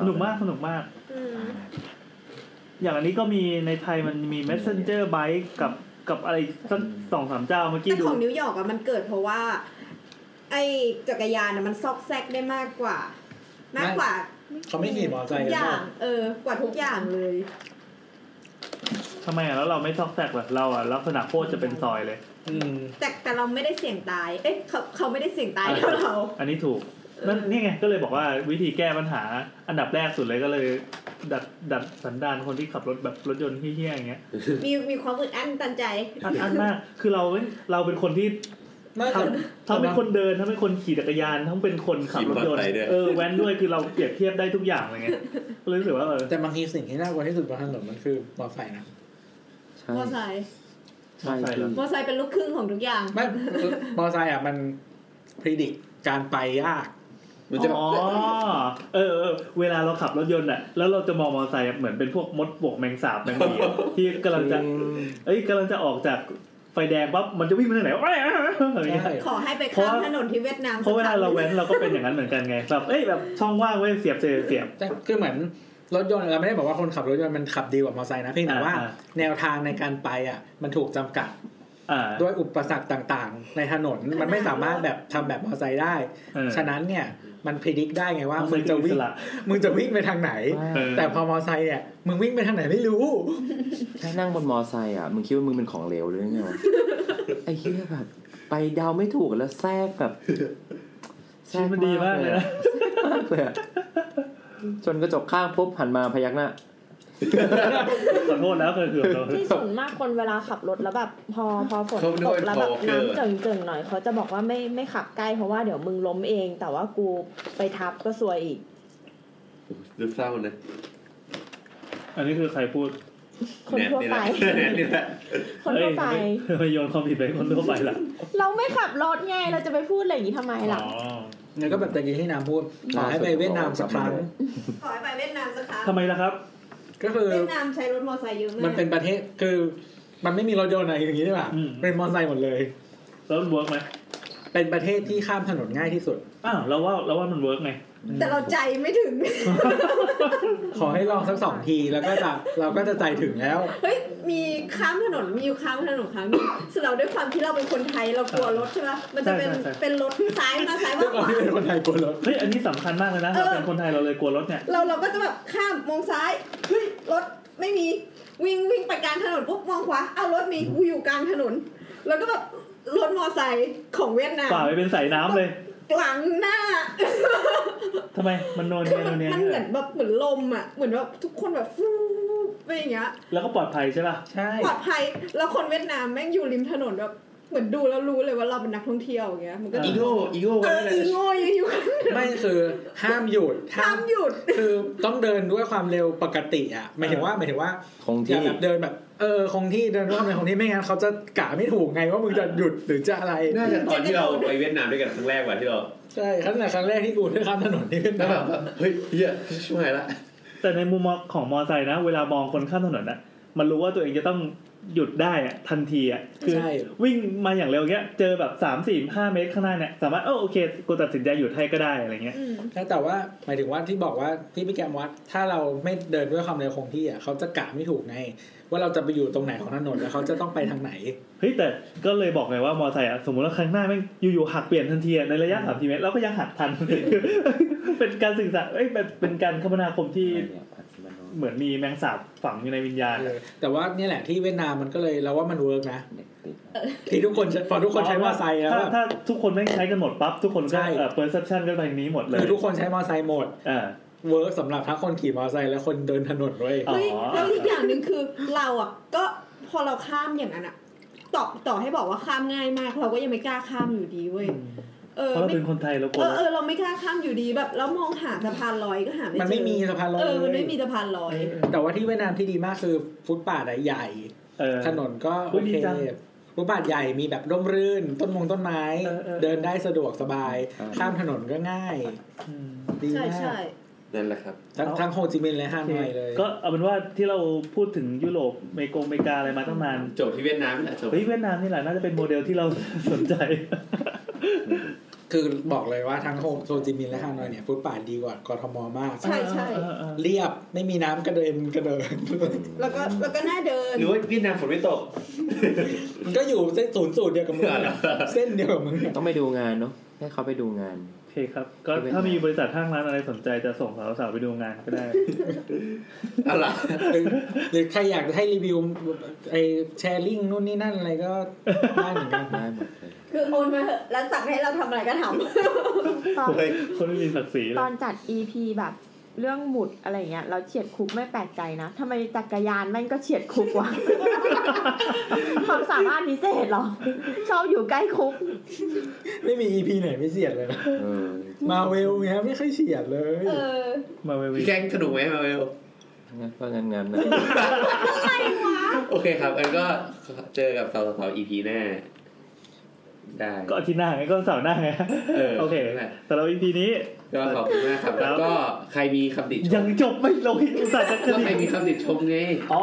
[SPEAKER 4] สนุกมากสนุกมาก
[SPEAKER 12] อืม
[SPEAKER 4] อย่างอันนี้ก็มีในไทยมันมี messenger bike กับกับอะไรสักสองสามเจ้าเมื่อกี้
[SPEAKER 12] แต่
[SPEAKER 4] ดู
[SPEAKER 12] ของนิวยอร์กอะมันเกิดเพราะว่า ไอ้จักรยานอะมันซอกแซกได้มากกว่า มากกว่า
[SPEAKER 1] เขาไม่ขี่มอเตอร์ไซ
[SPEAKER 12] ทุ
[SPEAKER 1] ค์
[SPEAKER 12] กอ
[SPEAKER 1] กันหร
[SPEAKER 12] ย่า
[SPEAKER 1] อง
[SPEAKER 12] เออ กว่าทุกอย่างเลย
[SPEAKER 4] ทำไมอ่ะแล้วเราไม่ซอกแซกแบบเราอ่ะลักษณะโคตรจะเป็นซอยเลย
[SPEAKER 1] อืม
[SPEAKER 12] แต่แต่เราไม่ได้เสี่ยงตาย เอ๊ะเขาเขาไม่ได้เสี่ยงตายเท่าเรา
[SPEAKER 4] อันนี้ถูกนั่นนี่ไงก็เลยบอกว่าวิธีแก้ปัญหา อันดับแรกสุดเลยก็เลย ดัดดัดสันดานคนที่ขับรถแบบรถยนต์เฮี้ยๆอย่างเงี้ย
[SPEAKER 12] มีมีความอึดอั้นตันใจ
[SPEAKER 4] อันอันมากคือเราเว้ยเราเป็นคนที่
[SPEAKER 1] ไม่
[SPEAKER 4] ทั้ง
[SPEAKER 1] แต่
[SPEAKER 4] ทั้งเป็นคนเดินทั้งเป็นคนขี่จักรยานทั้งเป็นคนขับรถยนต์เออแว้นด้วยคือเราเปรียบเทียบได้ทุกอย่างเลยไงก็เลยรู้สึกว่าเออ
[SPEAKER 1] แต่บางทีสิ่งที่น่ากลัวที่สุดบนถนนมันคือมอเตอร์ไซค์นะ
[SPEAKER 5] ใช่
[SPEAKER 12] มอไซค์
[SPEAKER 5] ใช่คือ
[SPEAKER 12] มอไซค์เป็นลูกครึ่งของทุกอย่าง
[SPEAKER 1] ไม่มอไซค์อ่ะมันพิจิตการไปยาก
[SPEAKER 3] มันจะแบบ
[SPEAKER 4] อ๋อเออเออ เวลาเราขับรถยนต์อ่ะ แล้วเราจะมองมอเตอร์ไซค์อะเหมือนเป็นพวกมดปลวกแมงสาบแมงมีอะที่กำลังจะ เอ้ยกำลังจะออกจากไฟแดงปั๊บมันจะวิ่งไปทางไหนวะ อะไรอย่างเงี้ย
[SPEAKER 12] ขอให้ไป
[SPEAKER 4] เพราะ
[SPEAKER 12] ข้าม
[SPEAKER 4] ว่า
[SPEAKER 12] ถนนที่เวียดนาม
[SPEAKER 4] เพราะเวลาเราแว้นเราก็เป็นอย่างนั้นเหมือนกันไงแบบเอ้ยแบบช่องว่างเว้ยเสียบเสียบเสียบ
[SPEAKER 1] แต่คือเหมือนรถยนต์เราไม่ได้บอกว่าคนขับรถยนต์มันขับดีกว่ามอเตอร์ไซค์นะเพียงแต่ว่า
[SPEAKER 4] อ่า
[SPEAKER 1] แนวทางในการไปอ่ะมันถูกจำกัด
[SPEAKER 4] อ่า
[SPEAKER 1] ด้วยอุปสรรคต่างๆ ในถนนมันไม่สามารถแบบทำแบบมอเตอร์ไซค์ได้
[SPEAKER 4] เออ
[SPEAKER 1] ฉะนั้นเนี่ยมันพิจิตได้ไงว่า
[SPEAKER 4] ต้อง
[SPEAKER 1] มึง
[SPEAKER 4] ใช้คื
[SPEAKER 1] จะ
[SPEAKER 4] ออิ
[SPEAKER 1] วิ่
[SPEAKER 4] ส
[SPEAKER 1] ง
[SPEAKER 4] ระ
[SPEAKER 1] มึงจะวิ่งไปทางไหน
[SPEAKER 4] เออ
[SPEAKER 1] แต่พอมอเตอร์ไซค์เนี่ยมึงวิ่งไปทางไหนไม่รู้
[SPEAKER 5] แค่นั่งบนมอไซค์อ่ะ มึงคิดว่ามึงเป็นของเหลวหรือไงวะไอ้เฮียแบบ ไปเดาไม่ถูกแล้วแทรกแบบ
[SPEAKER 4] ชีวิตมันดีมากเลยนะ
[SPEAKER 5] มากเลยอะจนกระจกข้างปุ๊บหันมาพยักหน้า
[SPEAKER 4] ขอโทษแล้วเคยเกือบโดน
[SPEAKER 8] ที่ส่วนมากคนเวลาขับรถแล้วแบบ พอพอฝน
[SPEAKER 3] เขา
[SPEAKER 8] ต
[SPEAKER 3] ด้ว
[SPEAKER 8] ก
[SPEAKER 3] ย
[SPEAKER 8] แล้ว
[SPEAKER 3] พ
[SPEAKER 8] แบ
[SPEAKER 3] อบ เกอร์
[SPEAKER 8] น้ำเจิ่งเจิ่งๆหน่อยเขาจะบอกว่าไม่ไม่ขับใกล้เพราะว่าเดี๋ยวมึงล้มเอง แต่ว่ากูไปทับก็ซวยอีก
[SPEAKER 3] ดูเศร้านะ
[SPEAKER 4] อันนี้คือใครพูด
[SPEAKER 8] คนทั่วไป
[SPEAKER 3] แนทนี่แหละ
[SPEAKER 8] คนทั่วไป
[SPEAKER 4] เอ้ยทำไมโยนความผิดไปคนทั่วไปล่ะ
[SPEAKER 8] เราไม่ขับรถไงเราจะไปพูดอะไรอย่างนี้ทำไมล่ะ
[SPEAKER 4] อ๋อ
[SPEAKER 1] แล้วก็แบบตะกี้ที่น้ำพูดขอให้ไปเวียดนามสักครั้ง
[SPEAKER 12] ขอให้ไปเวียดนามสักครั้ง
[SPEAKER 4] ทำไมล่ะครับ
[SPEAKER 1] ก็คือ
[SPEAKER 12] เวียดนามใช้รถมอไซค์เยอะมาก
[SPEAKER 1] มันเป็นประเทศคือมันไม่มีรถยนต์อะไรอย่างนี้ใช่ป่ะ
[SPEAKER 4] อืม
[SPEAKER 1] เป็นมอเตอร์ไซค์หมดเลย
[SPEAKER 4] แล้วมันเวิร์กไหม
[SPEAKER 1] เป็นประเทศที่ข้ามถนนง่ายที่สุด
[SPEAKER 4] อ้าวเราว่าเราว่ามันเวิร์กไง
[SPEAKER 12] แต่เราใจไม่ถึง
[SPEAKER 1] ขอให้ลองสักสองทีแล้วก็จะเราก็จะใจถึงแล้ว
[SPEAKER 12] เฮ้ยมีข้ามถนนมีอยู่ข้ามถนนครั้งหนึงสำหรับด้วยความที่เราเป็นคนไทยเรากลัวรถใช่ไหมมันจะเป็น
[SPEAKER 4] ใช่ใช่ใช่
[SPEAKER 12] เป็นรถซ้ายมาซ้าย
[SPEAKER 1] ด้ว
[SPEAKER 12] มาย
[SPEAKER 1] ค
[SPEAKER 12] ขวา
[SPEAKER 1] วามที่เป็นคนไทยกลัวรถ
[SPEAKER 4] เฮ้ยอันนี้สำคัญมากเลยนะ
[SPEAKER 12] เออ
[SPEAKER 4] เราเป็นคนไทยเราเลยกลัวรถเนี่ย
[SPEAKER 12] เราเราก็จะแบบข้ามมองซ้ายเฮ้ยรถไม่มีวิ่งวิ่งไปกลางถนนปุ๊บมองขวาเอาวรถมีกูอยู่กลางถนน แล้วก็แบบรถมอไซค์ของเวียดนาม
[SPEAKER 4] ฝ่าไปเป็นสายน้ำเลย
[SPEAKER 12] หลังหน้า
[SPEAKER 4] ทำไมมันโนน
[SPEAKER 12] คือย
[SPEAKER 4] เนีน
[SPEAKER 12] มันน
[SPEAKER 4] เนีย
[SPEAKER 12] มันเหมือนแบบเหมือนลมอ่ะ เหมือนแบบทุกคนแบบฟูไปอย่างเงี้ย
[SPEAKER 4] แล้วก็ปลอดภัยใช่ป่ะ
[SPEAKER 1] ใช่
[SPEAKER 12] ปลอดภัยแล้วคนเวียดนามแม่งอยู่ริมถนนแบบ
[SPEAKER 2] เหมือนดูแล้วรู้เลยว่าเราเป็นนักท่องเที่ยวอย่างเงี้ยมันก็
[SPEAKER 12] อีโก้อีโก้ก็
[SPEAKER 2] เออ
[SPEAKER 12] ไม่
[SPEAKER 2] อี
[SPEAKER 12] ได้
[SPEAKER 2] โง่ยังอยู่
[SPEAKER 1] ไม่คือห้ามหยุด
[SPEAKER 2] ห้ามหยุด
[SPEAKER 1] คือต้องเดินด้วยความเร็วปกติอ่ะหมายถึงว่าหมายถึงว่า
[SPEAKER 5] คง
[SPEAKER 1] อย่า
[SPEAKER 5] ที่
[SPEAKER 1] แบบเดินแบบ เออคงที่เดินด้วยความเร็วคงที่ไม่งั้นเขาจะกะไม่ถูกไงว่ามึงจะหยุดหรือจะอะไร
[SPEAKER 3] น่าจะตอนที่เราไปเวียดนามด้วยกันครั้งแรกว่ะที่เรา
[SPEAKER 1] ใช่ครั้งแต่ครั้งแรกที่กูเดินข้ามถนนที่เวียด
[SPEAKER 3] แล้ว
[SPEAKER 1] นา
[SPEAKER 3] แบ
[SPEAKER 1] ม
[SPEAKER 3] บว่าเฮ้ยเฮียช่วยละ
[SPEAKER 4] แต่ในมุมมองของมอไซค์นะ เวลามองคนข้ามถนนนะมันรู้ว่าตัวเองจะต้องหยุดได้อะทันทีอะคือ
[SPEAKER 1] ใช่
[SPEAKER 4] วิ่งมาอย่างเร็วเงี้ย เจอแบบสามสี่ห้าเมตรข้างหน้าเนี่ย สามารถเออโอเค กูตัดสินใจหยุดให้ก็ได้อะไรเงี้ย
[SPEAKER 1] แล้วแต่ว่าหมายถึงว่าที่บอกว่าที่พี่แกมวัดถ้าเราไม่เดินด้วยความเร็วคงที่อ่ะเขาจะกะไม่ถูกไงว่าเราจะไปอยู่ตรงไหนของถนนแล้วเขาจะต้องไปทางไหน
[SPEAKER 4] เฮ้ยแต่ก็เลยบอกไงว่ามอไซค์อะสมมติว่าข้างหน้าแม่งอยู่ๆหักเปลี่ยนทันทีอะในระยะสามสิบเมตรเราก็ยังหักทัน เป็นการสื่อสารเอ้ยเป็นเป็นการคมนาคมที่เหมือนมีแมงสาบฝังอยู่ในวิญญาณ
[SPEAKER 1] เออแต่ว่าเนี่ยแหละที่เวียดนามมันก็เลยเราว่ามันเวิร์กนะที่ทุกคนใช้พอทุกคนใช้มอเตอร์ไซค์ แล้ว
[SPEAKER 4] ถ้า
[SPEAKER 1] แบบ
[SPEAKER 4] ถ้าทุกคนแม่งใช้กันหมดปั๊บ ทุกคน
[SPEAKER 1] ใช่
[SPEAKER 4] ก็เออ perception ก็ไปทางนี้หมดเลย
[SPEAKER 1] คือทุกคนใช้มอเตอร์ไซค์หมด
[SPEAKER 4] อ่า
[SPEAKER 1] เวิร์กสำหรับทั้งคนขี่มอเตอร์ไซค์และคนเดินถนนด้วย
[SPEAKER 4] อ๋อ
[SPEAKER 2] เฮ้ยแล้วอีกอย่างหนึ่งคือเราอ่ะก็พอเราข้ามอย่างนั้นอ่ะต่อต่อให้บอกว่าข้ามง่ายมาก เราก็ยังไม่กล้าข้ามอยู่ดีเว้ยเออ
[SPEAKER 4] เพราะเรา
[SPEAKER 2] ไม่
[SPEAKER 4] เป็นคนไทยเรากลั
[SPEAKER 2] เอ
[SPEAKER 4] ว
[SPEAKER 2] อเออเราไม่กล้าข้ามอยู่ดีแบบแล้วมองหาสะพานลอยก็หาไม่เจอ
[SPEAKER 1] มันไม่มีสะพานลอย
[SPEAKER 2] เออมัน
[SPEAKER 1] เล
[SPEAKER 2] ไม่
[SPEAKER 1] ย
[SPEAKER 2] มีสะพานลอย
[SPEAKER 1] แต่ว่าที่เวียดนามที่ดีมากคือฟุตปาดอะใหญ่
[SPEAKER 4] เออ
[SPEAKER 1] ถนนก็
[SPEAKER 4] อุ๊
[SPEAKER 1] โอย เค
[SPEAKER 4] ดีจัง
[SPEAKER 1] ฟุตปาดใหญ่มีแบบร่มรื่น ต้นมงต้นไม้
[SPEAKER 4] เออเออ
[SPEAKER 1] เดินได้สะดวกสบาย ข้ามถนนก็ง่าย
[SPEAKER 4] อืม
[SPEAKER 1] ดี
[SPEAKER 2] ใช่
[SPEAKER 1] มาก
[SPEAKER 2] ใช่
[SPEAKER 3] นั่นแหละครับ
[SPEAKER 1] ทั้ง
[SPEAKER 4] เอา
[SPEAKER 1] ทั้งโฮจิมินห์และฮา
[SPEAKER 4] โอน เค
[SPEAKER 1] อยเลย
[SPEAKER 4] ก็เอาเป็นว่าที่เราพูดถึงยุโรปอเมริกงอเมริกาอะไรมาตั้งนาน
[SPEAKER 3] จบที่เวียดนามนี่แหละจบ
[SPEAKER 4] เฮ้ยเวียดนามนี่แหละน่าจะเป็นโมเดลที่เรา สนใจ
[SPEAKER 1] คือบอกเลยว่าทั้งโฮจิมินห์และฮานอยเนี่ยฟุตปาดดีกว่ากทมมาก
[SPEAKER 2] ใช่ใช่
[SPEAKER 4] เออเออเออ
[SPEAKER 1] เรียบไม่มีน้ำกระเด็นกระเดิน
[SPEAKER 2] แล้วก็แล้วก็น่าเดิน
[SPEAKER 3] หรือว่าเวียดนามฝนไม่ตก
[SPEAKER 1] มันก็อยู่เส้นศูนย์สูตรเดียวกับมึง
[SPEAKER 3] เหรอ
[SPEAKER 1] เส้นเดียวกับมึงเนี่ย
[SPEAKER 5] ต้องไปดูงานเนาะให้เขาไปดูงาน
[SPEAKER 4] โอเคครับ ก็ถ้ามีบริษัทห้างร้านอะไรสนใจจะส่งสาวๆไปดูงานก็ได้
[SPEAKER 3] เอาล่ะ
[SPEAKER 1] หรือหรือใครอยากให้รีวิวไอแชร์ลิงนู่นนี่นั่นอะไรก็ได้เหมือนกัน
[SPEAKER 5] ได้หมดเลย
[SPEAKER 2] คือโอนมาเถอะแล้วสั่งให้เราทำอะไรก็ท
[SPEAKER 8] ตอน
[SPEAKER 3] เฮ้ย
[SPEAKER 4] คนไม่มีศักดิ์ศรีเล
[SPEAKER 8] ตอย นจัด EP แบบเรื่องหมุดอะไรเงี้ยเราเฉียดคุกไม่แปลกใจนะทำไมจักรยานแม่งก็เฉียดคุกวะ ความสามารถพิเศษเหรอ ชอบอยู่ใกล้คุก
[SPEAKER 1] ไม่มีอีพีไหนไม่เสียดเลยนะ
[SPEAKER 5] เออ
[SPEAKER 1] มาเวลเนี้ยไม่ค่อยเสียดเลย
[SPEAKER 2] ำเออ
[SPEAKER 4] มาเวลวี
[SPEAKER 3] พี่แกงสนุกไหมมาเวล
[SPEAKER 5] งั้นก็งานงานนะ
[SPEAKER 3] โอเคครับอันก็เจอกับสาวๆ EP หน้าได้
[SPEAKER 4] ก็อาทิตย์หน้าไงก็เสาร์หน้าไง
[SPEAKER 3] เออ
[SPEAKER 4] โอเค
[SPEAKER 3] นั่นแหละ
[SPEAKER 4] แต่เรา EP นี้
[SPEAKER 3] ก็ขอบคุณมากครับ แล้วก็ใครมีคำติช
[SPEAKER 4] ยั
[SPEAKER 3] ม
[SPEAKER 4] งจบไม่ลงอุตส่าห์จะก
[SPEAKER 3] ก็
[SPEAKER 4] ระดิ
[SPEAKER 3] ใครมี
[SPEAKER 4] ก
[SPEAKER 3] คำติชมไง
[SPEAKER 4] อ๋อ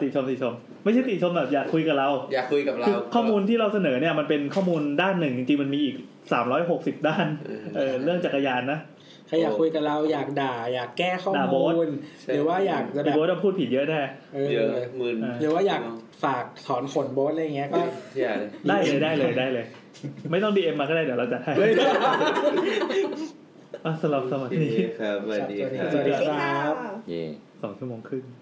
[SPEAKER 4] ติชมติชม ไม่ใช่ติชมแบบอยากคุยกับเรา
[SPEAKER 3] อยากคุยกับเรา
[SPEAKER 4] คือข้อมูลที่เราเสนอเนี่ยมันเป็นข้อมูลด้านหนึ่งจริงๆมันมีอีก 360 ด้านเออเรื่องจักรยานนะ
[SPEAKER 1] ใครอยากคุยกับเราอยากด่า อยากแก้ข้อมูลหรือว่าอยากจะแบ
[SPEAKER 4] ไอ้
[SPEAKER 1] บ
[SPEAKER 4] โบ๊ทอะพูดผิดเยอะแน่
[SPEAKER 1] เอ
[SPEAKER 3] เยอะ
[SPEAKER 1] อ
[SPEAKER 3] หมื่น
[SPEAKER 1] หรือว่าอยากฝากถอนขนโบสอะไรเงี้ยก็
[SPEAKER 3] เที่ยเลย
[SPEAKER 4] ได้เลยได้เลยได้เลย ไม่ต้อง DM มาก็ได้เดี๋ยวเราจัดให้อ่ะสำหรับสมัยนี้
[SPEAKER 1] ครับสวัสดีครับ
[SPEAKER 4] สองชั่วโมงครึ่ง